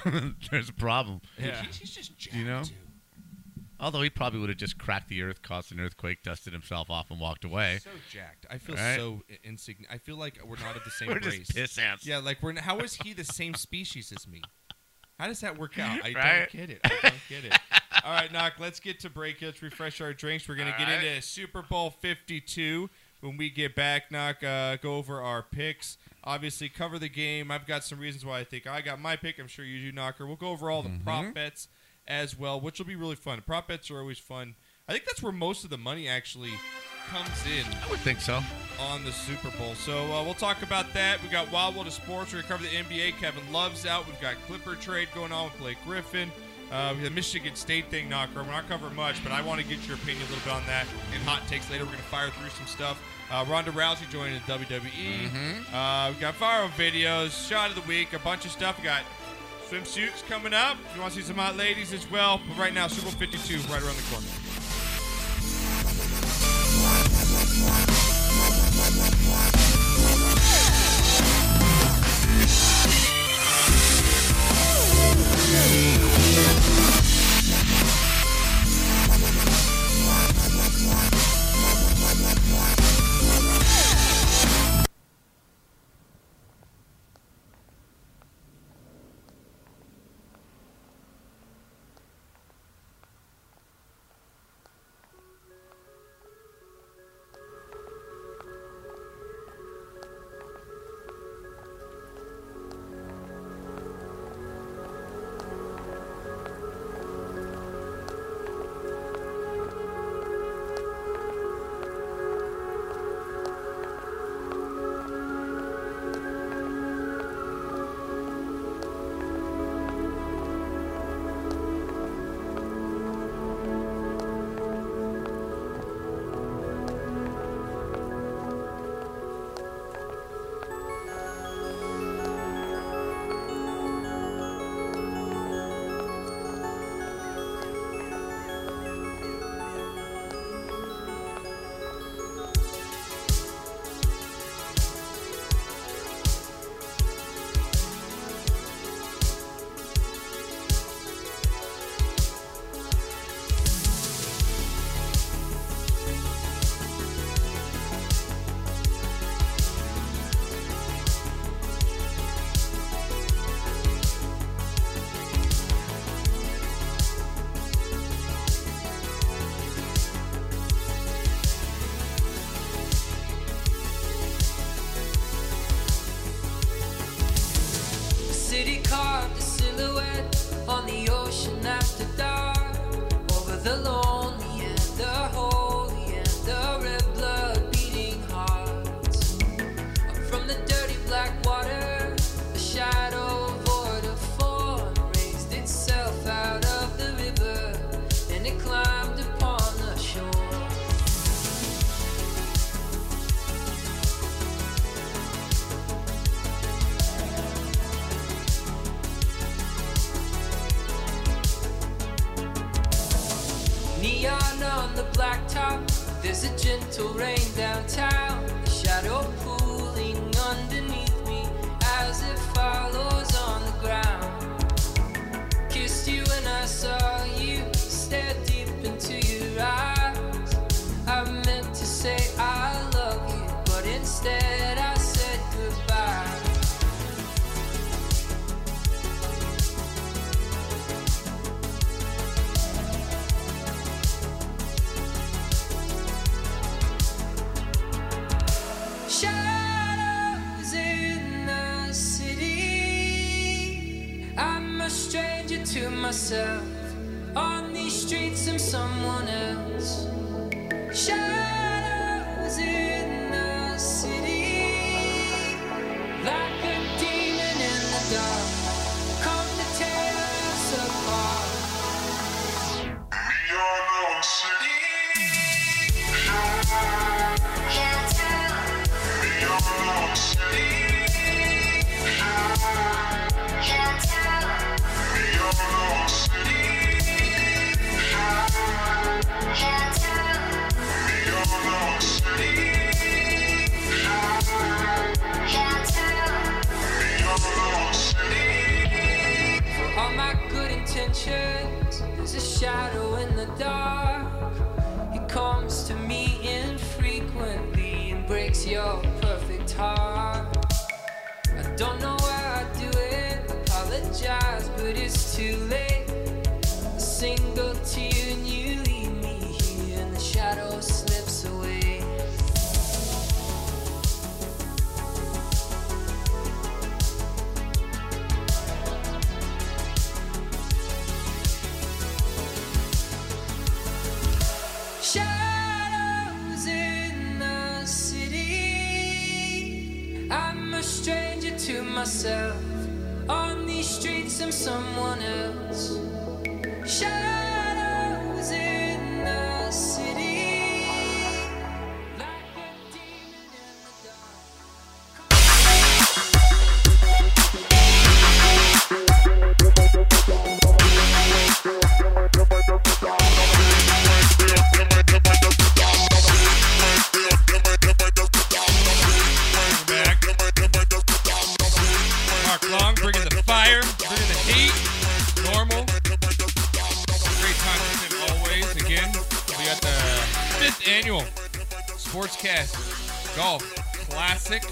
[SPEAKER 2] there's a problem.
[SPEAKER 1] Yeah. He's, he's just jacked,
[SPEAKER 2] You know?
[SPEAKER 1] dude.
[SPEAKER 2] Although he probably would have just cracked the earth, caused an earthquake, dusted himself off, and walked away.
[SPEAKER 1] So jacked. I feel
[SPEAKER 2] Right.
[SPEAKER 1] so insignificant. I feel like we're not of the same
[SPEAKER 2] We're
[SPEAKER 1] race.
[SPEAKER 2] just piss ants.
[SPEAKER 1] Yeah, like we're. n- How is he the same species as me? How does that work out? I
[SPEAKER 2] Right?
[SPEAKER 1] don't get it. I don't get it. All right, knock. Let's get to break. Let's refresh our drinks. We're gonna
[SPEAKER 2] All
[SPEAKER 1] get
[SPEAKER 2] right.
[SPEAKER 1] into Super Bowl Fifty Two when we get back. Knock. Uh, go over our picks. Obviously, cover the game. I've got some reasons why I think I got my pick. I'm sure you do, Knocker. We'll go over all the prop bets as well, which will be really fun. Prop bets are always fun. I think that's where most of the money actually comes in?
[SPEAKER 2] I would think so.
[SPEAKER 1] On the Super Bowl. So uh, we'll talk about that. We've got Wild World of Sports. We're going to cover the NBA. Kevin Love's out. We've got Clipper trade going on with Blake Griffin. Uh, the Michigan State thing, Knocker. We're not covering much, but I want to get your opinion a little bit on that and hot takes later. We're going to fire through some stuff. Uh, Ronda Rousey joining the WWE. Uh, we got viral videos, shot of the week, a bunch of stuff. We got swimsuits coming up. If you want to see some hot ladies as well. But right now, Super Bowl 52 right around the corner.
[SPEAKER 11] City carved a silhouette on the ocean after dark. Over the lonely and the holy and the red blood beating hearts. Up from the dirty black water, the shadow void of form raised itself out of the river and it climbed upon the shore. Neon on the blacktop, there's a gentle rain downtown. The shadow pooling underneath me as it follows on the ground. Kissed you and I saw you, stare deep into your eyes. I meant to say I love you, but instead I said goodbye. Shadows in the city. I'm a stranger to myself. On these streets, I'm someone else. Shadows in the city. Like a demon in the dark. Come to tear us apart. For all my good intentions, there's a shadow in the dark. It comes to me infrequently and breaks your perfect heart. I don't know why I do it, apologize, but it's too late. A single tear and you leave me here, and the shadow slips away. Shadows in myself. On these streets, I'm someone else. Shadows in the city.
[SPEAKER 1] Mark Long bringing the fire, bringing the heat. Normal. Great time with him always. Again, we got the fifth annual Sportscast Golf Classic.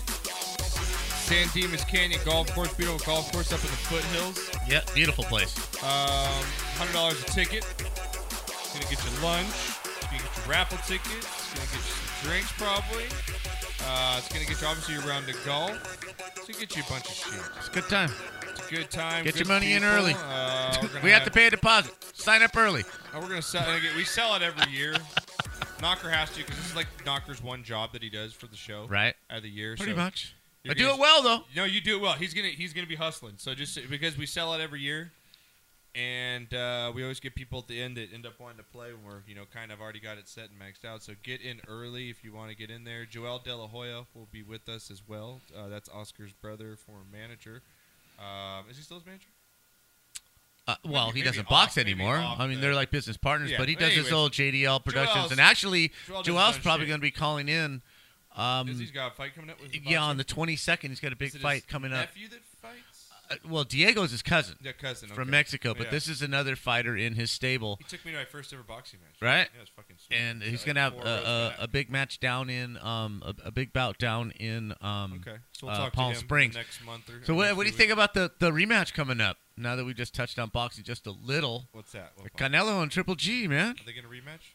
[SPEAKER 1] San Dimas Canyon Golf Course, beautiful golf course up in the foothills.
[SPEAKER 2] Yeah, beautiful place.
[SPEAKER 1] Um, hundred dollars a ticket. It's gonna get you lunch. It's gonna get you raffle tickets. It's gonna get you some drinks probably. Uh, it's gonna get you obviously a round of golf. It's gonna get you a bunch of shit.
[SPEAKER 2] It's a good time.
[SPEAKER 1] It's a good time.
[SPEAKER 2] Get
[SPEAKER 1] good
[SPEAKER 2] your money in
[SPEAKER 1] people.
[SPEAKER 2] early.
[SPEAKER 1] Uh, we're gonna
[SPEAKER 2] we have to pay a deposit. Sign up early.
[SPEAKER 1] Oh, we're gonna sell. again, We sell it every year. Knocker has to because this is like Knocker's one job that he does for the show,
[SPEAKER 2] Right.
[SPEAKER 1] Of the year,
[SPEAKER 2] Pretty
[SPEAKER 1] so
[SPEAKER 2] much.
[SPEAKER 1] you're
[SPEAKER 2] I do
[SPEAKER 1] gonna-
[SPEAKER 2] it well, though.
[SPEAKER 1] No, you do it well. He's gonna he's gonna be hustling. So just because we sell it every year, and uh, we always get people at the end that end up wanting to play when we're you know kind of already got it set and maxed out. So get in early if you want to get in there. Joel De La Hoya will be with us as well. Uh, that's Oscar's brother, former manager. Um, is he still his manager?
[SPEAKER 2] Uh, well,
[SPEAKER 1] Maybe-
[SPEAKER 2] he
[SPEAKER 1] maybe
[SPEAKER 2] doesn't box
[SPEAKER 1] off- maybe
[SPEAKER 2] anymore.
[SPEAKER 1] off
[SPEAKER 2] I mean,
[SPEAKER 1] the-
[SPEAKER 2] they're like business partners,
[SPEAKER 1] Yeah,
[SPEAKER 2] but he
[SPEAKER 1] but
[SPEAKER 2] does
[SPEAKER 1] anyways,
[SPEAKER 2] his old JDL Productions,
[SPEAKER 1] Joel's-
[SPEAKER 2] and actually,
[SPEAKER 1] Joel doesn't
[SPEAKER 2] Joel's
[SPEAKER 1] know
[SPEAKER 2] probably
[SPEAKER 1] shit.
[SPEAKER 2] going to be calling in. Um,
[SPEAKER 1] Is he's got a fight coming up with his
[SPEAKER 2] yeah,
[SPEAKER 1] boxer?
[SPEAKER 2] on the 22nd, he's got a big
[SPEAKER 1] Is it his
[SPEAKER 2] fight coming up.
[SPEAKER 1] Nephew that fights.
[SPEAKER 2] Uh, well, Diego's his cousin.
[SPEAKER 1] Yeah, cousin,
[SPEAKER 2] From
[SPEAKER 1] okay.
[SPEAKER 2] Mexico, but
[SPEAKER 1] Yeah.
[SPEAKER 2] this is another fighter in his stable.
[SPEAKER 1] He took me to my first ever boxing match.
[SPEAKER 2] Right,
[SPEAKER 1] Yeah, it was fucking sweet.
[SPEAKER 2] and
[SPEAKER 1] Yeah,
[SPEAKER 2] he's
[SPEAKER 1] like
[SPEAKER 2] gonna have
[SPEAKER 1] four rows
[SPEAKER 2] a,
[SPEAKER 1] back.
[SPEAKER 2] a, a big match down in um a, a big bout down in um
[SPEAKER 1] Okay, so we'll
[SPEAKER 2] uh,
[SPEAKER 1] talk to
[SPEAKER 2] Palm
[SPEAKER 1] him
[SPEAKER 2] Springs
[SPEAKER 1] next month or-
[SPEAKER 2] so
[SPEAKER 1] or
[SPEAKER 2] what,
[SPEAKER 1] next
[SPEAKER 2] what do you
[SPEAKER 1] few
[SPEAKER 2] think about the the rematch coming up? Now that we've just touched on boxing just a little,
[SPEAKER 1] What's that? What boxing?
[SPEAKER 2] Canelo and Triple G, man.
[SPEAKER 1] Are they gonna rematch?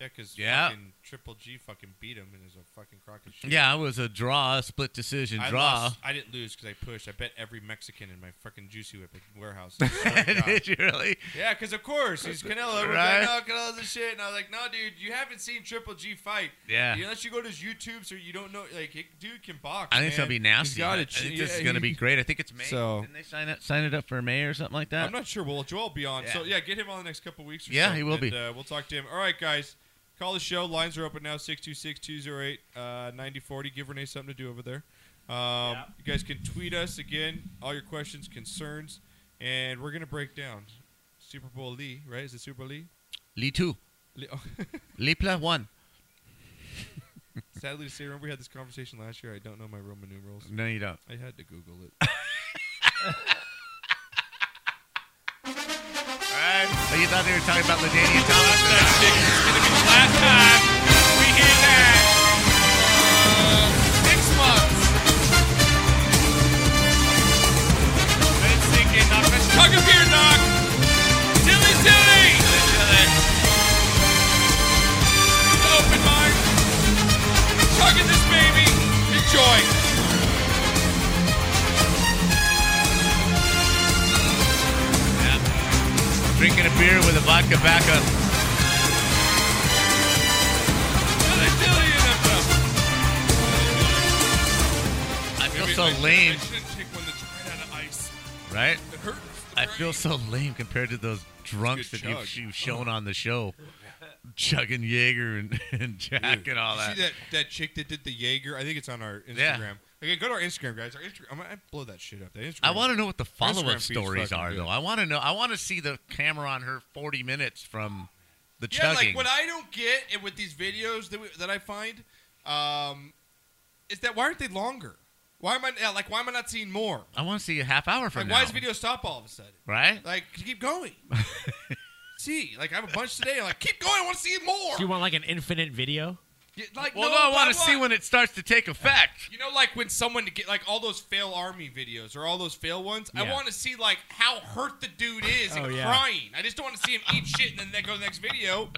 [SPEAKER 1] Yeah, because
[SPEAKER 2] Yeah.
[SPEAKER 1] fucking Triple G fucking beat him, and it was a fucking crock of shit.
[SPEAKER 2] Yeah, it was a draw, a split decision
[SPEAKER 1] I
[SPEAKER 2] draw.
[SPEAKER 1] lost- I didn't lose because I pushed. I bet every Mexican in my fucking juicy whip warehouse. I swear to Oh God.
[SPEAKER 2] Did you really?
[SPEAKER 1] Yeah, because of course he's Canelo. Everyone's
[SPEAKER 2] Right.
[SPEAKER 1] like, no, Canelo's the shit. And I was like, no, dude, you haven't seen Triple G fight.
[SPEAKER 2] Yeah.
[SPEAKER 1] Unless you go to his YouTube, so you don't know. Like, he- dude can box.
[SPEAKER 2] I think it's
[SPEAKER 1] man.
[SPEAKER 2] gonna be
[SPEAKER 1] He's
[SPEAKER 2] nasty.
[SPEAKER 1] got
[SPEAKER 2] I
[SPEAKER 1] it.
[SPEAKER 2] think
[SPEAKER 1] Yeah,
[SPEAKER 2] this is gonna
[SPEAKER 1] he-
[SPEAKER 2] be great. I think it's May.
[SPEAKER 1] So-
[SPEAKER 2] Didn't they sign it sign it up for May or something like that?
[SPEAKER 1] I'm not sure. Well, Joel will be on. So, yeah, get him on the next couple weeks or
[SPEAKER 2] Yeah,
[SPEAKER 1] so,
[SPEAKER 2] he will
[SPEAKER 1] and,
[SPEAKER 2] be.
[SPEAKER 1] Uh, we'll talk to him. All right, guys. Call the show. Lines are open now 626 208 9040. uh, Give Renee something to do over there. Um, You guys can tweet us again, all your questions, concerns, and we're going to break down Super Bowl Lee, right? Is it Super Bowl Lee?
[SPEAKER 2] Lee two.
[SPEAKER 1] Lee- oh.
[SPEAKER 2] Lipla one.
[SPEAKER 1] Sadly to say, remember we had this conversation last year. I don't know my Roman numerals.
[SPEAKER 2] No, you don't.
[SPEAKER 1] I had to Google it.
[SPEAKER 2] Oh, you thought they were talking about Ladanian Thomas?
[SPEAKER 1] Next month. Let it sink in, Doc. Let's tug of beer, Doc. Dilly dilly. Open mind. Tug at this baby. Enjoy.
[SPEAKER 2] Drinking a beer with a vodka backup.
[SPEAKER 1] Dilly dilly in the
[SPEAKER 2] I feel so lame, right?
[SPEAKER 1] It hurts.
[SPEAKER 2] I feel so lame compared to those drunks
[SPEAKER 1] good
[SPEAKER 2] that you've,
[SPEAKER 1] chug.
[SPEAKER 2] you've shown on the show, chugging Jaeger and, and Jack and all
[SPEAKER 1] You
[SPEAKER 2] that.
[SPEAKER 1] See that that chick that did the Jaeger? I think it's on our Instagram.
[SPEAKER 2] Yeah.
[SPEAKER 1] Okay, go to our Instagram, guys. Our Instagram. I'm gonna blow that shit up. That Instagram.
[SPEAKER 2] I want to know what the
[SPEAKER 1] Our
[SPEAKER 2] follow-up
[SPEAKER 1] Instagram feed's
[SPEAKER 2] stories
[SPEAKER 1] fucking
[SPEAKER 2] are,
[SPEAKER 1] good.
[SPEAKER 2] though. I want to know. I want to see the camera on her 40 minutes from the
[SPEAKER 1] Yeah,
[SPEAKER 2] chugging.
[SPEAKER 1] like what I don't get and with these videos that, we, that I find, um, is that why aren't they longer? Why am I yeah, like why am I not seeing more?
[SPEAKER 2] I, want to see a half hour from
[SPEAKER 1] Like
[SPEAKER 2] now.
[SPEAKER 1] why does video stop all of a sudden?
[SPEAKER 2] right?
[SPEAKER 1] Like could you keep going. see, like I have a bunch today. I'm like keep going. I want to see more.
[SPEAKER 3] Do you want like an infinite video?
[SPEAKER 1] Yeah, like
[SPEAKER 2] Well,
[SPEAKER 1] no,
[SPEAKER 2] no, I
[SPEAKER 1] but
[SPEAKER 2] want to see when it starts to take effect.
[SPEAKER 1] You know, like when someone get like all those fail army videos or all those fail ones. I
[SPEAKER 3] Yeah.
[SPEAKER 1] want to see like how hurt the dude is
[SPEAKER 3] Oh,
[SPEAKER 1] and
[SPEAKER 3] yeah.
[SPEAKER 1] crying. I just don't want to see him eat shit and then that go to the next video.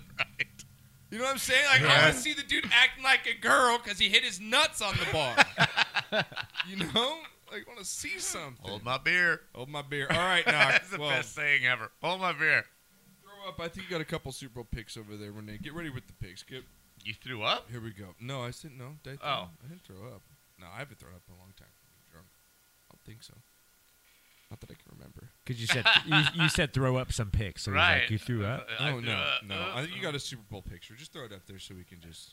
[SPEAKER 1] You know what I'm saying? Like I
[SPEAKER 2] Yeah.
[SPEAKER 1] want to see the dude acting like a girl because he hit his nuts on the bar. you know, like I want to see something.
[SPEAKER 2] Hold my beer.
[SPEAKER 1] Hold my beer. All right, now
[SPEAKER 2] That's the
[SPEAKER 1] well,
[SPEAKER 2] best saying ever. Hold my beer.
[SPEAKER 1] throw up. I think you got a couple Super Bowl picks over there, Renee. Get ready with the picks. Get
[SPEAKER 2] You threw up?
[SPEAKER 1] here we go. No, I said no. Did I throw
[SPEAKER 2] Oh.
[SPEAKER 1] up? I didn't throw up. No, I haven't thrown up in a long time. I'm drunk. don't think so. Not that I can remember.
[SPEAKER 7] Because you said you, you said throw up some pics. So right. Like, you threw
[SPEAKER 2] Uh,
[SPEAKER 7] up.
[SPEAKER 12] Uh,
[SPEAKER 1] oh no, no! I think you got a Super Bowl picture. Just throw it up there so we can just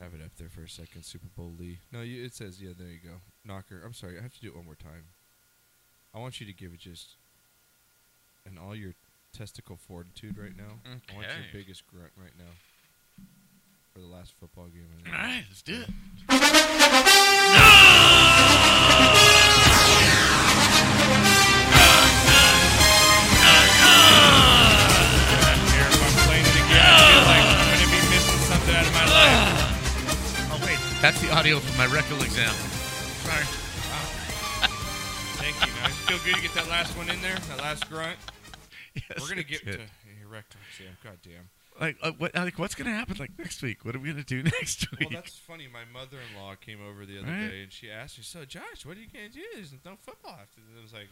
[SPEAKER 1] have it up there for a second. Super Bowl Lee. No, you, it says yeah. There you go, Knocker. I'm sorry. I have to do it one more time. I want you to give it just and all your testicle fortitude right now. I want
[SPEAKER 2] Okay.
[SPEAKER 1] your biggest grunt right now for the last football game. I think.
[SPEAKER 2] All right, let's do it.
[SPEAKER 12] Here, if I'm playing it again, I feel like I'm going to be missing something out of my life.
[SPEAKER 2] Oh wait, that's the audio from my rectal exam.
[SPEAKER 12] Sorry. Thank you. Now, I feel good to get that last one in there, that last grunt. We're going to get to your rectum exam. God damn.
[SPEAKER 2] Like, uh, what, like, what's gonna happen like next week? What are we gonna do next week?
[SPEAKER 1] Well, that's funny. My mother-in-law came over the other
[SPEAKER 2] Right.
[SPEAKER 1] day, and she asked me, "So, Josh, what are you gonna do? There's no football after." This. I was like,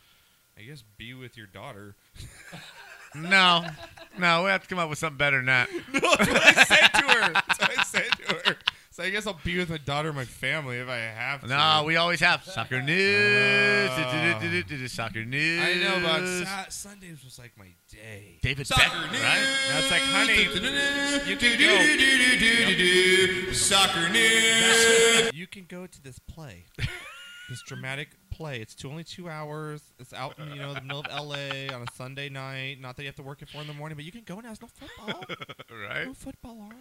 [SPEAKER 1] "I guess be with your daughter."
[SPEAKER 2] no, no, we have to come up with something better than that.
[SPEAKER 1] no, that's what I said to her. That's what I said to her. So I guess I'll be with my daughter, and my family, if I have. to.
[SPEAKER 2] No, we always have soccer news. Du-du-du-du-du-du, Soccer news.
[SPEAKER 1] I know, but so- Sundays was like my day.
[SPEAKER 2] David
[SPEAKER 1] soccer
[SPEAKER 2] Beckham,
[SPEAKER 1] news.
[SPEAKER 2] right?
[SPEAKER 12] That's like, honey,
[SPEAKER 1] you
[SPEAKER 12] can go.
[SPEAKER 1] Soccer news. You can go to this play, this dramatic play. It's two, only two hours. It's out in you know the middle of L.A. on a Sunday night. Not that you have to work at four in the morning, but you can go and there's no football.
[SPEAKER 2] Right.
[SPEAKER 1] No football on.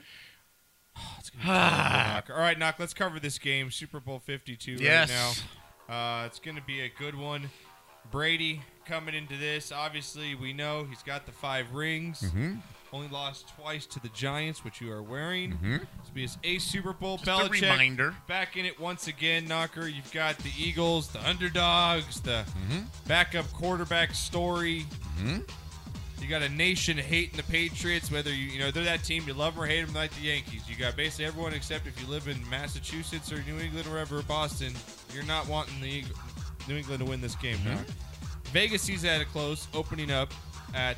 [SPEAKER 1] Oh, it's gonna be terrible, Knock. All right, knock. Let's cover this game, Super Bowl Fifty Two.
[SPEAKER 2] Yes.
[SPEAKER 1] Right now, uh, it's gonna be a good one. Brady coming into this, obviously we know he's got the five rings.
[SPEAKER 2] Mhm.
[SPEAKER 1] Only lost twice to the Giants, which you are wearing.
[SPEAKER 2] Mhm.
[SPEAKER 1] This will be his eighth Super Bowl.
[SPEAKER 2] a
[SPEAKER 1] Belichick
[SPEAKER 2] reminder.
[SPEAKER 1] back in it once again, Knocker. You've got the Eagles, the underdogs, the
[SPEAKER 2] Mm-hmm.
[SPEAKER 1] backup quarterback story. You got a nation hating the Patriots, whether you you know they're that team you love 'em or hate them, like the Yankees. You got basically everyone except if you live in Massachusetts or New England or wherever, Boston, you're not wanting the Eag- New England to win this game.
[SPEAKER 2] Mm-hmm.
[SPEAKER 1] No. Vegas sees that at close, opening up at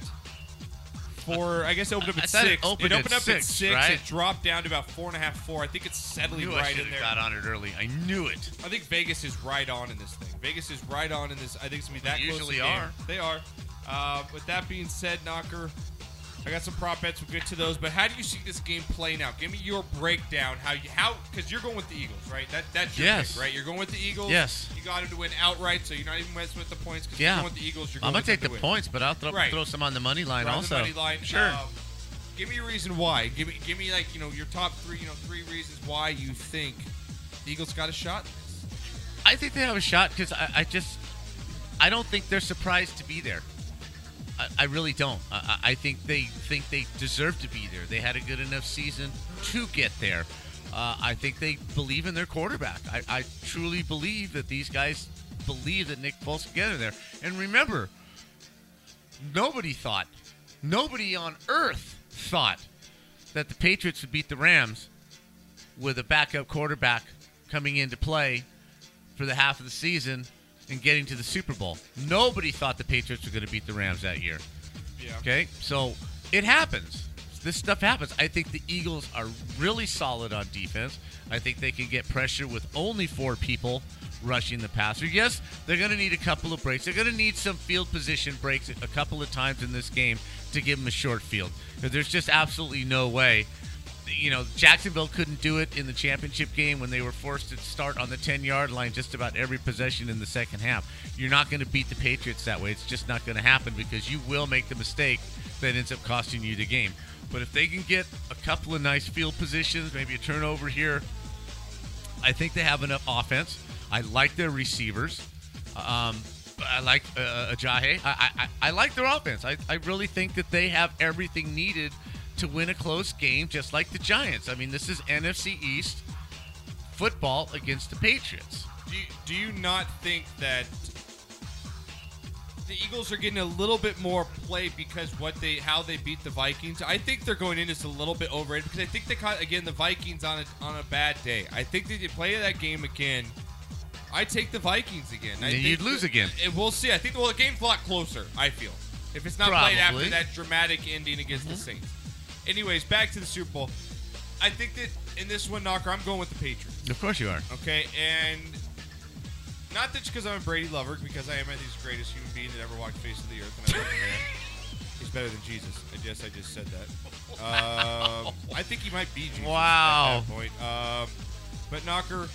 [SPEAKER 1] four. I guess it opened up
[SPEAKER 2] I
[SPEAKER 1] at
[SPEAKER 2] thought it
[SPEAKER 1] six.
[SPEAKER 2] opened at
[SPEAKER 1] opened up
[SPEAKER 2] six,
[SPEAKER 1] at six.
[SPEAKER 2] right?
[SPEAKER 1] It dropped down to about four and a half, four. I think it's
[SPEAKER 2] I
[SPEAKER 1] settling
[SPEAKER 2] knew I
[SPEAKER 1] right
[SPEAKER 2] should
[SPEAKER 1] in there.
[SPEAKER 2] have got on it early. I knew it.
[SPEAKER 1] I think Vegas is right on in this thing. Vegas is right on in this. I think it's gonna be that.
[SPEAKER 2] They
[SPEAKER 1] close
[SPEAKER 2] usually
[SPEAKER 1] a game.
[SPEAKER 2] are.
[SPEAKER 1] They are. Uh, with that being said, Knocker, I got some prop bets. We'll get to those. But how do you see this game playing out? Give me your breakdown. How you how because you're going with the Eagles, right? That that's your
[SPEAKER 2] Yes.
[SPEAKER 1] pick, right? You're going with the Eagles.
[SPEAKER 2] Yes.
[SPEAKER 1] You got him to win outright, so you're not even messing with the points because
[SPEAKER 2] Yeah.
[SPEAKER 1] you're going with the Eagles. You're
[SPEAKER 2] I'm
[SPEAKER 1] going
[SPEAKER 2] gonna
[SPEAKER 1] with them
[SPEAKER 2] take the
[SPEAKER 1] to win.
[SPEAKER 2] points, but I'll throw,
[SPEAKER 1] Right.
[SPEAKER 2] throw some on the money line
[SPEAKER 1] Right on the
[SPEAKER 2] also.
[SPEAKER 1] money line.
[SPEAKER 2] Sure.
[SPEAKER 1] Um, give me a reason why. Give me give me like you know your top three. You know three reasons why you think the Eagles got a shot.
[SPEAKER 2] I think they have a shot because I, I just I don't think they're surprised to be there. I, I really don't. I, I I think they think they deserve to be there. They had a good enough season to get there. Uh, I think they believe in their quarterback. I, I truly believe that these guys believe that Nick Foles can get in there. And remember, nobody thought, nobody on earth thought that the Patriots would beat the Rams with a backup quarterback coming into play for the half of the season and getting to the Super Bowl. Nobody thought the Patriots were going to beat the Rams that year.
[SPEAKER 1] Yeah.
[SPEAKER 2] Okay, so it happens. This stuff happens. I think the Eagles are really solid on defense. I think they can get pressure with only four people rushing the passer. Yes, they're going to need a couple of breaks. They're going to need some field position breaks a couple of times in this game to give them a short field. 'Cause There's just absolutely no way you know, Jacksonville couldn't do it in the championship game when they were forced to start on the 10 yard line just about every possession in the second half. You're not going to beat the Patriots that way. It's just not going to happen because you will make the mistake that ends up costing you the game. But if they can get a couple of nice field positions, maybe a turnover here, I think they have enough offense. I like their receivers. Um, I like uh, Ajahe. I, I, I like their offense. I, I really think that they have everything needed to win a close game, just like the Giants. I mean, this is NFC East football against the Patriots.
[SPEAKER 1] Do you, do you not think that the Eagles are getting a little bit more play because what they how they beat the Vikings? I think they're going in just a little bit overrated because I think they caught again the Vikings on a, on a bad day. I think that you play that game again. I take the Vikings again. I
[SPEAKER 2] And
[SPEAKER 1] think
[SPEAKER 2] you'd lose
[SPEAKER 1] that-
[SPEAKER 2] again.
[SPEAKER 1] And we'll see. I think well the game's a lot closer. I feel if it's not played
[SPEAKER 2] Probably. Mm-hmm.
[SPEAKER 1] after that dramatic ending against the Saints. Anyways, back to the Super Bowl. I think that in this one, Knocker, I'm going with the Patriots.
[SPEAKER 2] Of course you are.
[SPEAKER 1] Okay, and Not that because I'm a Brady lover, because I am. I think he's the greatest human being that ever walked the face of the earth, and I love the man. He's better than Jesus. I guess I just said that. Um, I think he might be Jesus
[SPEAKER 2] Wow.
[SPEAKER 1] at that point. Um, but Knocker.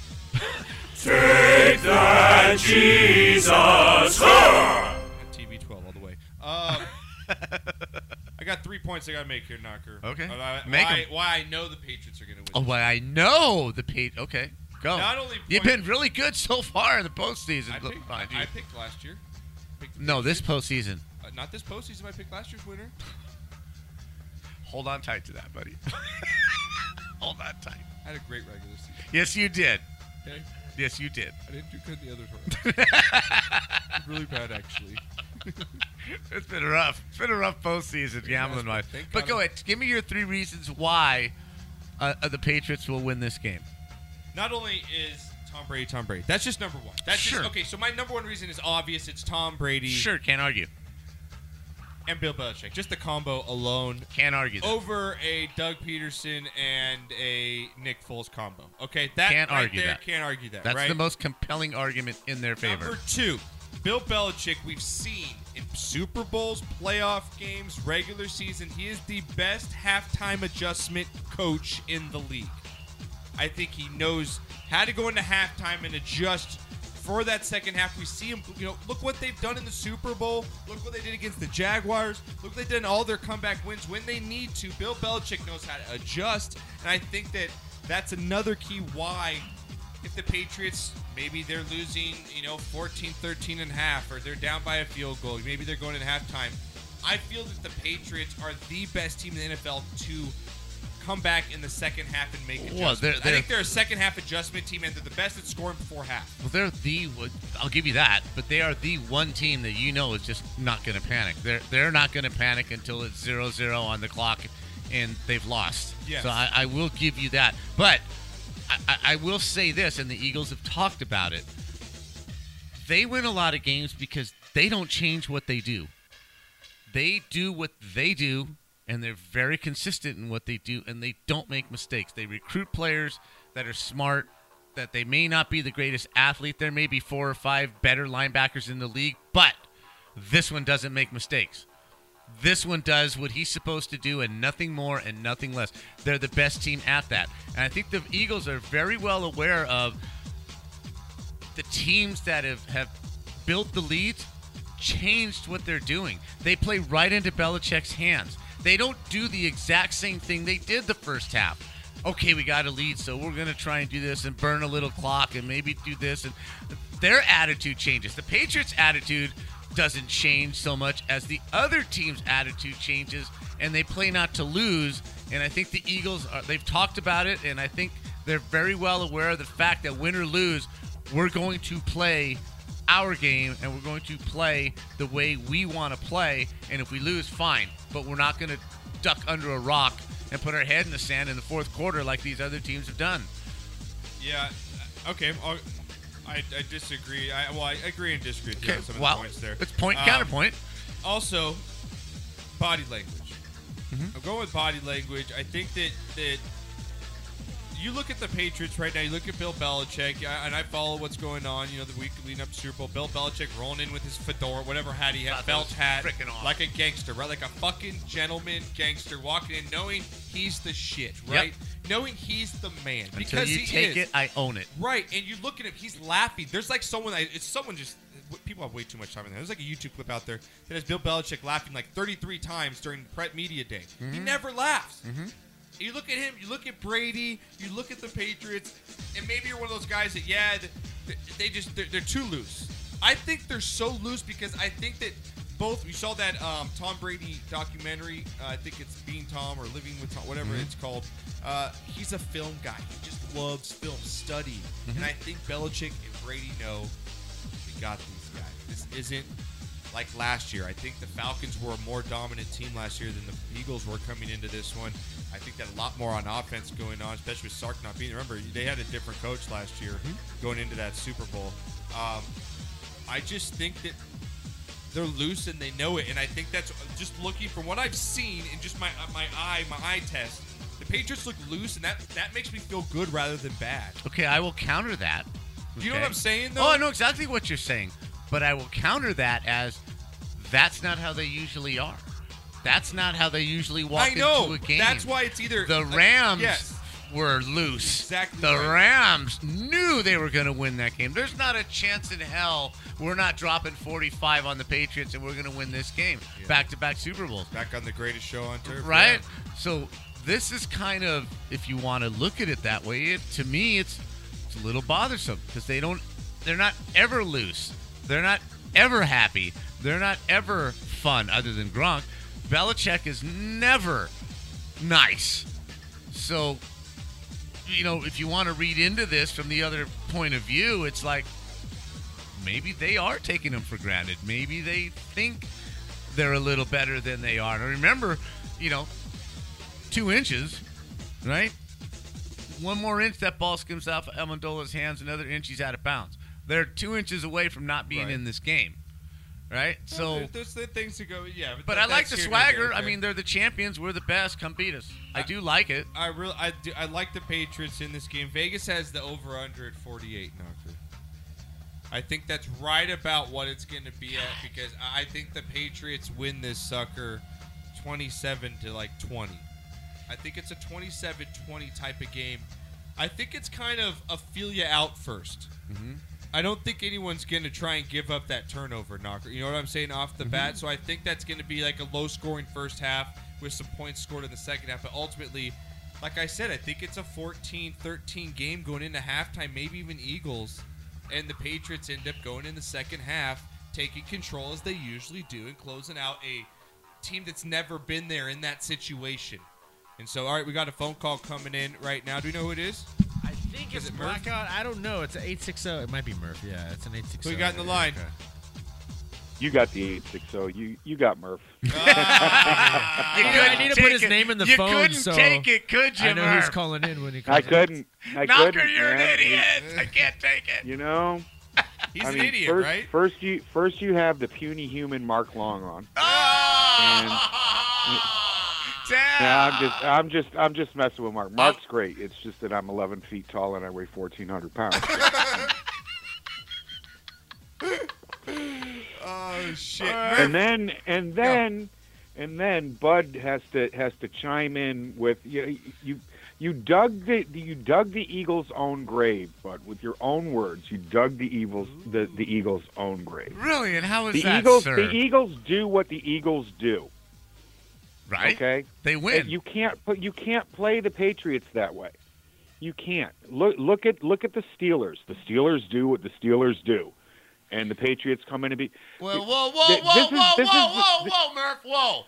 [SPEAKER 2] Take that, Jesus.
[SPEAKER 1] TV 12 all the way. Um, I got three points I got to make here, Knocker.
[SPEAKER 2] Okay.
[SPEAKER 1] But I-
[SPEAKER 2] Make
[SPEAKER 1] why,
[SPEAKER 2] 'em.
[SPEAKER 1] why I know the Patriots are going to win.
[SPEAKER 2] Oh, well, I know the Pete. Okay, go.
[SPEAKER 1] Not only
[SPEAKER 2] You've
[SPEAKER 1] point-
[SPEAKER 2] been really good so far in the postseason.
[SPEAKER 1] I
[SPEAKER 2] Look,
[SPEAKER 1] picked,
[SPEAKER 2] mind
[SPEAKER 1] I
[SPEAKER 2] you.
[SPEAKER 1] picked last year. Picked the
[SPEAKER 2] No, this
[SPEAKER 1] Patriots.
[SPEAKER 2] postseason.
[SPEAKER 1] Uh, not this postseason. I picked last year's winner.
[SPEAKER 2] Hold on tight to that, buddy. Hold on tight.
[SPEAKER 1] I had a great regular season.
[SPEAKER 2] Yes, you did.
[SPEAKER 1] Okay.
[SPEAKER 2] Yes, you did.
[SPEAKER 1] I didn't do good in the other tournament. really bad, actually.
[SPEAKER 2] It's been rough. It's been a rough postseason gambling wise.
[SPEAKER 1] thank
[SPEAKER 2] But
[SPEAKER 1] God
[SPEAKER 2] go ahead. Give me your three reasons why uh, uh, the Patriots will win this game.
[SPEAKER 1] Not only is Tom Brady Tom Brady. That's just number one. That's
[SPEAKER 2] Sure.
[SPEAKER 1] just okay. So my number one reason is obvious. It's Tom Brady.
[SPEAKER 2] Sure, can't argue.
[SPEAKER 1] And Bill Belichick. Just the combo alone.
[SPEAKER 2] Can't argue. that.
[SPEAKER 1] Over a Doug Peterson and a Nick Foles combo. Okay, that
[SPEAKER 2] can't
[SPEAKER 1] right
[SPEAKER 2] argue
[SPEAKER 1] there,
[SPEAKER 2] that.
[SPEAKER 1] Can't argue that.
[SPEAKER 2] That's
[SPEAKER 1] right?
[SPEAKER 2] the most compelling argument in their favor.
[SPEAKER 1] Number two, Bill Belichick, we've seen in Super Bowls, playoff games, regular season, he is the best halftime adjustment coach in the league. I think he knows how to go into halftime and adjust for that second half. We see him, you know, look what they've done in the Super Bowl. Look what they did against the Jaguars. Look what they did in all their comeback wins when they need to. Bill Belichick knows how to adjust. And I think that that's another key why if the Patriots maybe they're losing, you know, 14 13 and a half, or they're down by a field goal, maybe they're going in halftime. I feel that the Patriots are the best team in the NFL to come back in the second half and make adjustments.
[SPEAKER 2] Well, they're-
[SPEAKER 1] I
[SPEAKER 2] they're-
[SPEAKER 1] think they're a second half adjustment team, and they're the best at scoring before half.
[SPEAKER 2] Well, they're the. I'll give you that, but they are the one team that you know is just not going to panic. They're they're not going to panic until it's zero zero on the clock, and they've lost.
[SPEAKER 1] Yes.
[SPEAKER 2] So I, I will give you that, but I, I, I will say this, and the Eagles have talked about it. They win a lot of games because they don't change what they do. They do what they do, and they're very consistent in what they do, and they don't make mistakes. They recruit players that are smart, that they may not be the greatest athlete. There may be four or five better linebackers in the league, but this one doesn't make mistakes. This one does what he's supposed to do and nothing more and nothing less. They're the best team at that. And I think the Eagles are very well aware of the teams that have, have built the leads changed what they're doing. They play right into Belichick's hands. They don't do the exact same thing they did the first half. Okay, we got a lead, so we're going to try and do this and burn a little clock and maybe do this. And their attitude changes. The Patriots' attitude doesn't change so much as the other team's attitude changes, and they play not to lose. And I think the Eagles are, they've talked about it, and I think they're very well aware of the fact that win or lose, we're going to play our game and we're going to play the way we want to play. And if we lose, fine. But we're not going to duck under a rock and put our head in the sand in the fourth quarter like these other teams have done.
[SPEAKER 1] Yeah. Okay. I'll, I, I disagree. I, well, I agree and disagree with you
[SPEAKER 2] Okay,
[SPEAKER 1] on some
[SPEAKER 2] well,
[SPEAKER 1] of the points there.
[SPEAKER 2] it's point
[SPEAKER 1] Um,
[SPEAKER 2] counterpoint.
[SPEAKER 1] Also, body language.
[SPEAKER 2] Mhm.
[SPEAKER 1] I'm going with body language. I think that that you look at the Patriots right now. You look at Bill Belichick, I- and I follow what's going on. You know, the week leading up to Super Bowl, Bill Belichick rolling in with his fedora, whatever hat he had,
[SPEAKER 2] Thought that
[SPEAKER 1] felt
[SPEAKER 2] was
[SPEAKER 1] hat,
[SPEAKER 2] frickin' awesome.
[SPEAKER 1] like a gangster, right? Like a fucking gentleman gangster walking in, knowing he's the shit,
[SPEAKER 2] Yep.
[SPEAKER 1] right? Knowing he's the man
[SPEAKER 2] Until
[SPEAKER 1] because
[SPEAKER 2] you
[SPEAKER 1] he
[SPEAKER 2] take
[SPEAKER 1] is.
[SPEAKER 2] it, I own it.
[SPEAKER 1] Right, and you look at him; he's laughing. There's like someone. I- It's someone just. People have way too much time in there. There's like a YouTube clip out there that has Bill Belichick laughing like 33 times during Prep Media Day. He
[SPEAKER 2] Mhm.
[SPEAKER 1] never laughs.
[SPEAKER 2] Mm-hmm.
[SPEAKER 1] You look at him. You look at Brady. You look at the Patriots, and maybe you're one of those guys that yeah, they, they just they're, they're too loose. I think they're so loose because I think that both. You saw that um, Tom Brady documentary. Uh, I think it's Being Tom or Living with Tom, whatever
[SPEAKER 2] Mhm.
[SPEAKER 1] it's called. Uh, he's a film guy. He just loves film study, and I think Belichick and Brady know we got these guys. This isn't like last year. I think the Falcons were a more dominant team last year than the Eagles were coming into this one. I think that a lot more on offense going on, especially with Sark not being. Remember, they had a different coach last year
[SPEAKER 2] Mm-hmm.
[SPEAKER 1] going into that Super Bowl. Um, I just think that they're loose and they know it, and I think that's just looking from what I've seen and just my my eye my eye test. The Patriots look loose, and that that makes me feel good rather than bad.
[SPEAKER 2] Okay, I will counter that
[SPEAKER 1] Do you know
[SPEAKER 2] Okay.
[SPEAKER 1] what I'm saying? Though?
[SPEAKER 2] Oh, I know exactly what you're saying, but I will counter that as that's not how they usually are. That's not how they usually
[SPEAKER 1] I
[SPEAKER 2] walk
[SPEAKER 1] know.
[SPEAKER 2] into a game.
[SPEAKER 1] That's why it's either
[SPEAKER 2] the
[SPEAKER 1] like,
[SPEAKER 2] Rams
[SPEAKER 1] yes.
[SPEAKER 2] were loose.
[SPEAKER 1] Exactly
[SPEAKER 2] The
[SPEAKER 1] right.
[SPEAKER 2] Rams knew they were going to win that game. There's not a chance in hell we're not dropping 45 on the Patriots and we're going to win this game. Back to back Super Bowls.
[SPEAKER 1] Back on the greatest show on turf.
[SPEAKER 2] Right?
[SPEAKER 1] yeah.
[SPEAKER 2] So this is kind of, if you want to look at it that way, it, to me, it's, it's a little bothersome because they don't, they're not ever loose. They're not ever happy. They're not ever fun other than Gronk. Belichick is never nice. So, you know, if you want to read into this from the other point of view, it's like maybe they are taking them for granted. Maybe they think they're a little better than they are. And remember, you know, two inches, right? One more inch, that ball skims off of Amendola's hands. Another inch, he's out of bounds. They're two inches away from not being
[SPEAKER 1] Right.
[SPEAKER 2] in this game, right? So.
[SPEAKER 1] There- there's the things to go. Yeah,
[SPEAKER 2] But
[SPEAKER 1] that-
[SPEAKER 2] I like
[SPEAKER 1] that's
[SPEAKER 2] the
[SPEAKER 1] here nor there,
[SPEAKER 2] swagger. I
[SPEAKER 1] okay.
[SPEAKER 2] mean, they're the champions. We're the best. Come beat us. I do like it.
[SPEAKER 1] I really, I do, I like the Patriots in this game. Vegas has the over under at 48 knocker. I think that's right about what it's going to be at because I I think the Patriots win this sucker 27 to like 20. I think it's a 27-20 type of game. I think it's kind of a feel you out 1st
[SPEAKER 2] Mhm.
[SPEAKER 1] I don't think anyone's going to try and give up that turnover knocker. You know what I'm saying off the
[SPEAKER 2] Mhm.
[SPEAKER 1] bat. So I think that's going to be like a low scoring first half with some points scored in the second half. But ultimately, like I said, I think it's a 14-13 game going into halftime, maybe even Eagles, and the Patriots end up going in the second half, taking control as they usually do and closing out a team that's never been there in that situation. And so, all right, we got a phone call coming in right now. Do we know who it is? I
[SPEAKER 7] think it's blackout. I don't know. It's an eight six
[SPEAKER 3] oh.
[SPEAKER 7] zero. It might be Murph. Yeah, it's an eight six
[SPEAKER 1] Who
[SPEAKER 7] zero.
[SPEAKER 1] we got in the line?
[SPEAKER 11] You got the eight six zero. You you got Murph.
[SPEAKER 7] You know, Uh, I need to put his name in the
[SPEAKER 2] you
[SPEAKER 7] phone.
[SPEAKER 2] couldn't
[SPEAKER 7] so
[SPEAKER 2] take it, could you,
[SPEAKER 7] I know who's
[SPEAKER 2] Murph?
[SPEAKER 7] calling in when he calls.
[SPEAKER 11] I couldn't. I
[SPEAKER 2] Knocker,
[SPEAKER 11] couldn't,
[SPEAKER 2] you're an
[SPEAKER 11] man.
[SPEAKER 2] idiot. I can't take it.
[SPEAKER 11] You know.
[SPEAKER 1] He's
[SPEAKER 11] I
[SPEAKER 1] an
[SPEAKER 11] mean,
[SPEAKER 1] idiot,
[SPEAKER 11] first,
[SPEAKER 1] right?
[SPEAKER 11] First you first you have the puny human Mark Long on.
[SPEAKER 2] Ah!
[SPEAKER 11] And- Yeah, I'm just, I'm just, I'm just messing with Mark. Mark's great. It's just that I'm 11 feet tall and I weigh 1,400 pounds.
[SPEAKER 1] Oh shit!
[SPEAKER 11] and then, and then, and then, Bud has to has to chime in with you. You, you dug the you dug the Eagles' own grave, Bud, with your own words. You dug the Eagles the, the Eagles' own grave.
[SPEAKER 2] Really? And how is
[SPEAKER 11] the
[SPEAKER 2] that,
[SPEAKER 11] Eagles,
[SPEAKER 2] sir?
[SPEAKER 11] the Eagles do what the Eagles do.
[SPEAKER 2] Right.
[SPEAKER 11] Okay.
[SPEAKER 2] They win.
[SPEAKER 11] And you can't put you can't play the Patriots that way. You can't. Look look at look at the Steelers. The Steelers do what the Steelers do. And the Patriots come in and be
[SPEAKER 2] Well, whoa, whoa,
[SPEAKER 11] Th-
[SPEAKER 2] whoa,
[SPEAKER 11] this is-
[SPEAKER 2] whoa,
[SPEAKER 11] this is-
[SPEAKER 2] whoa, whoa, whoa, Murph, whoa.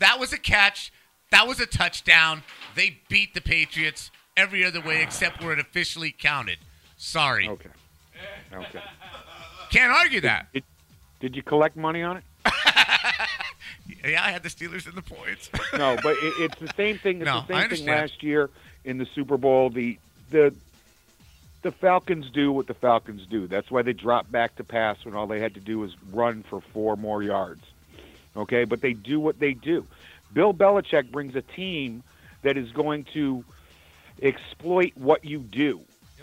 [SPEAKER 2] That was a catch. That was a touchdown. They beat the Patriots every other way except where it officially counted. Sorry.
[SPEAKER 11] Okay. Okay.
[SPEAKER 2] Can't argue that.
[SPEAKER 11] Did, did you collect money on it?
[SPEAKER 2] Yeah, I had the Steelers in the points.
[SPEAKER 11] No, but it, it's the same thing. It's
[SPEAKER 2] No,
[SPEAKER 11] the same
[SPEAKER 2] I
[SPEAKER 11] thing
[SPEAKER 2] understand.
[SPEAKER 11] last year in the Super Bowl. The the the Falcons do what the Falcons do. That's why they dropped back to pass when all they had to do was run for four more yards. Okay, but they do what they do. Bill Belichick brings a team that is going to exploit what you do.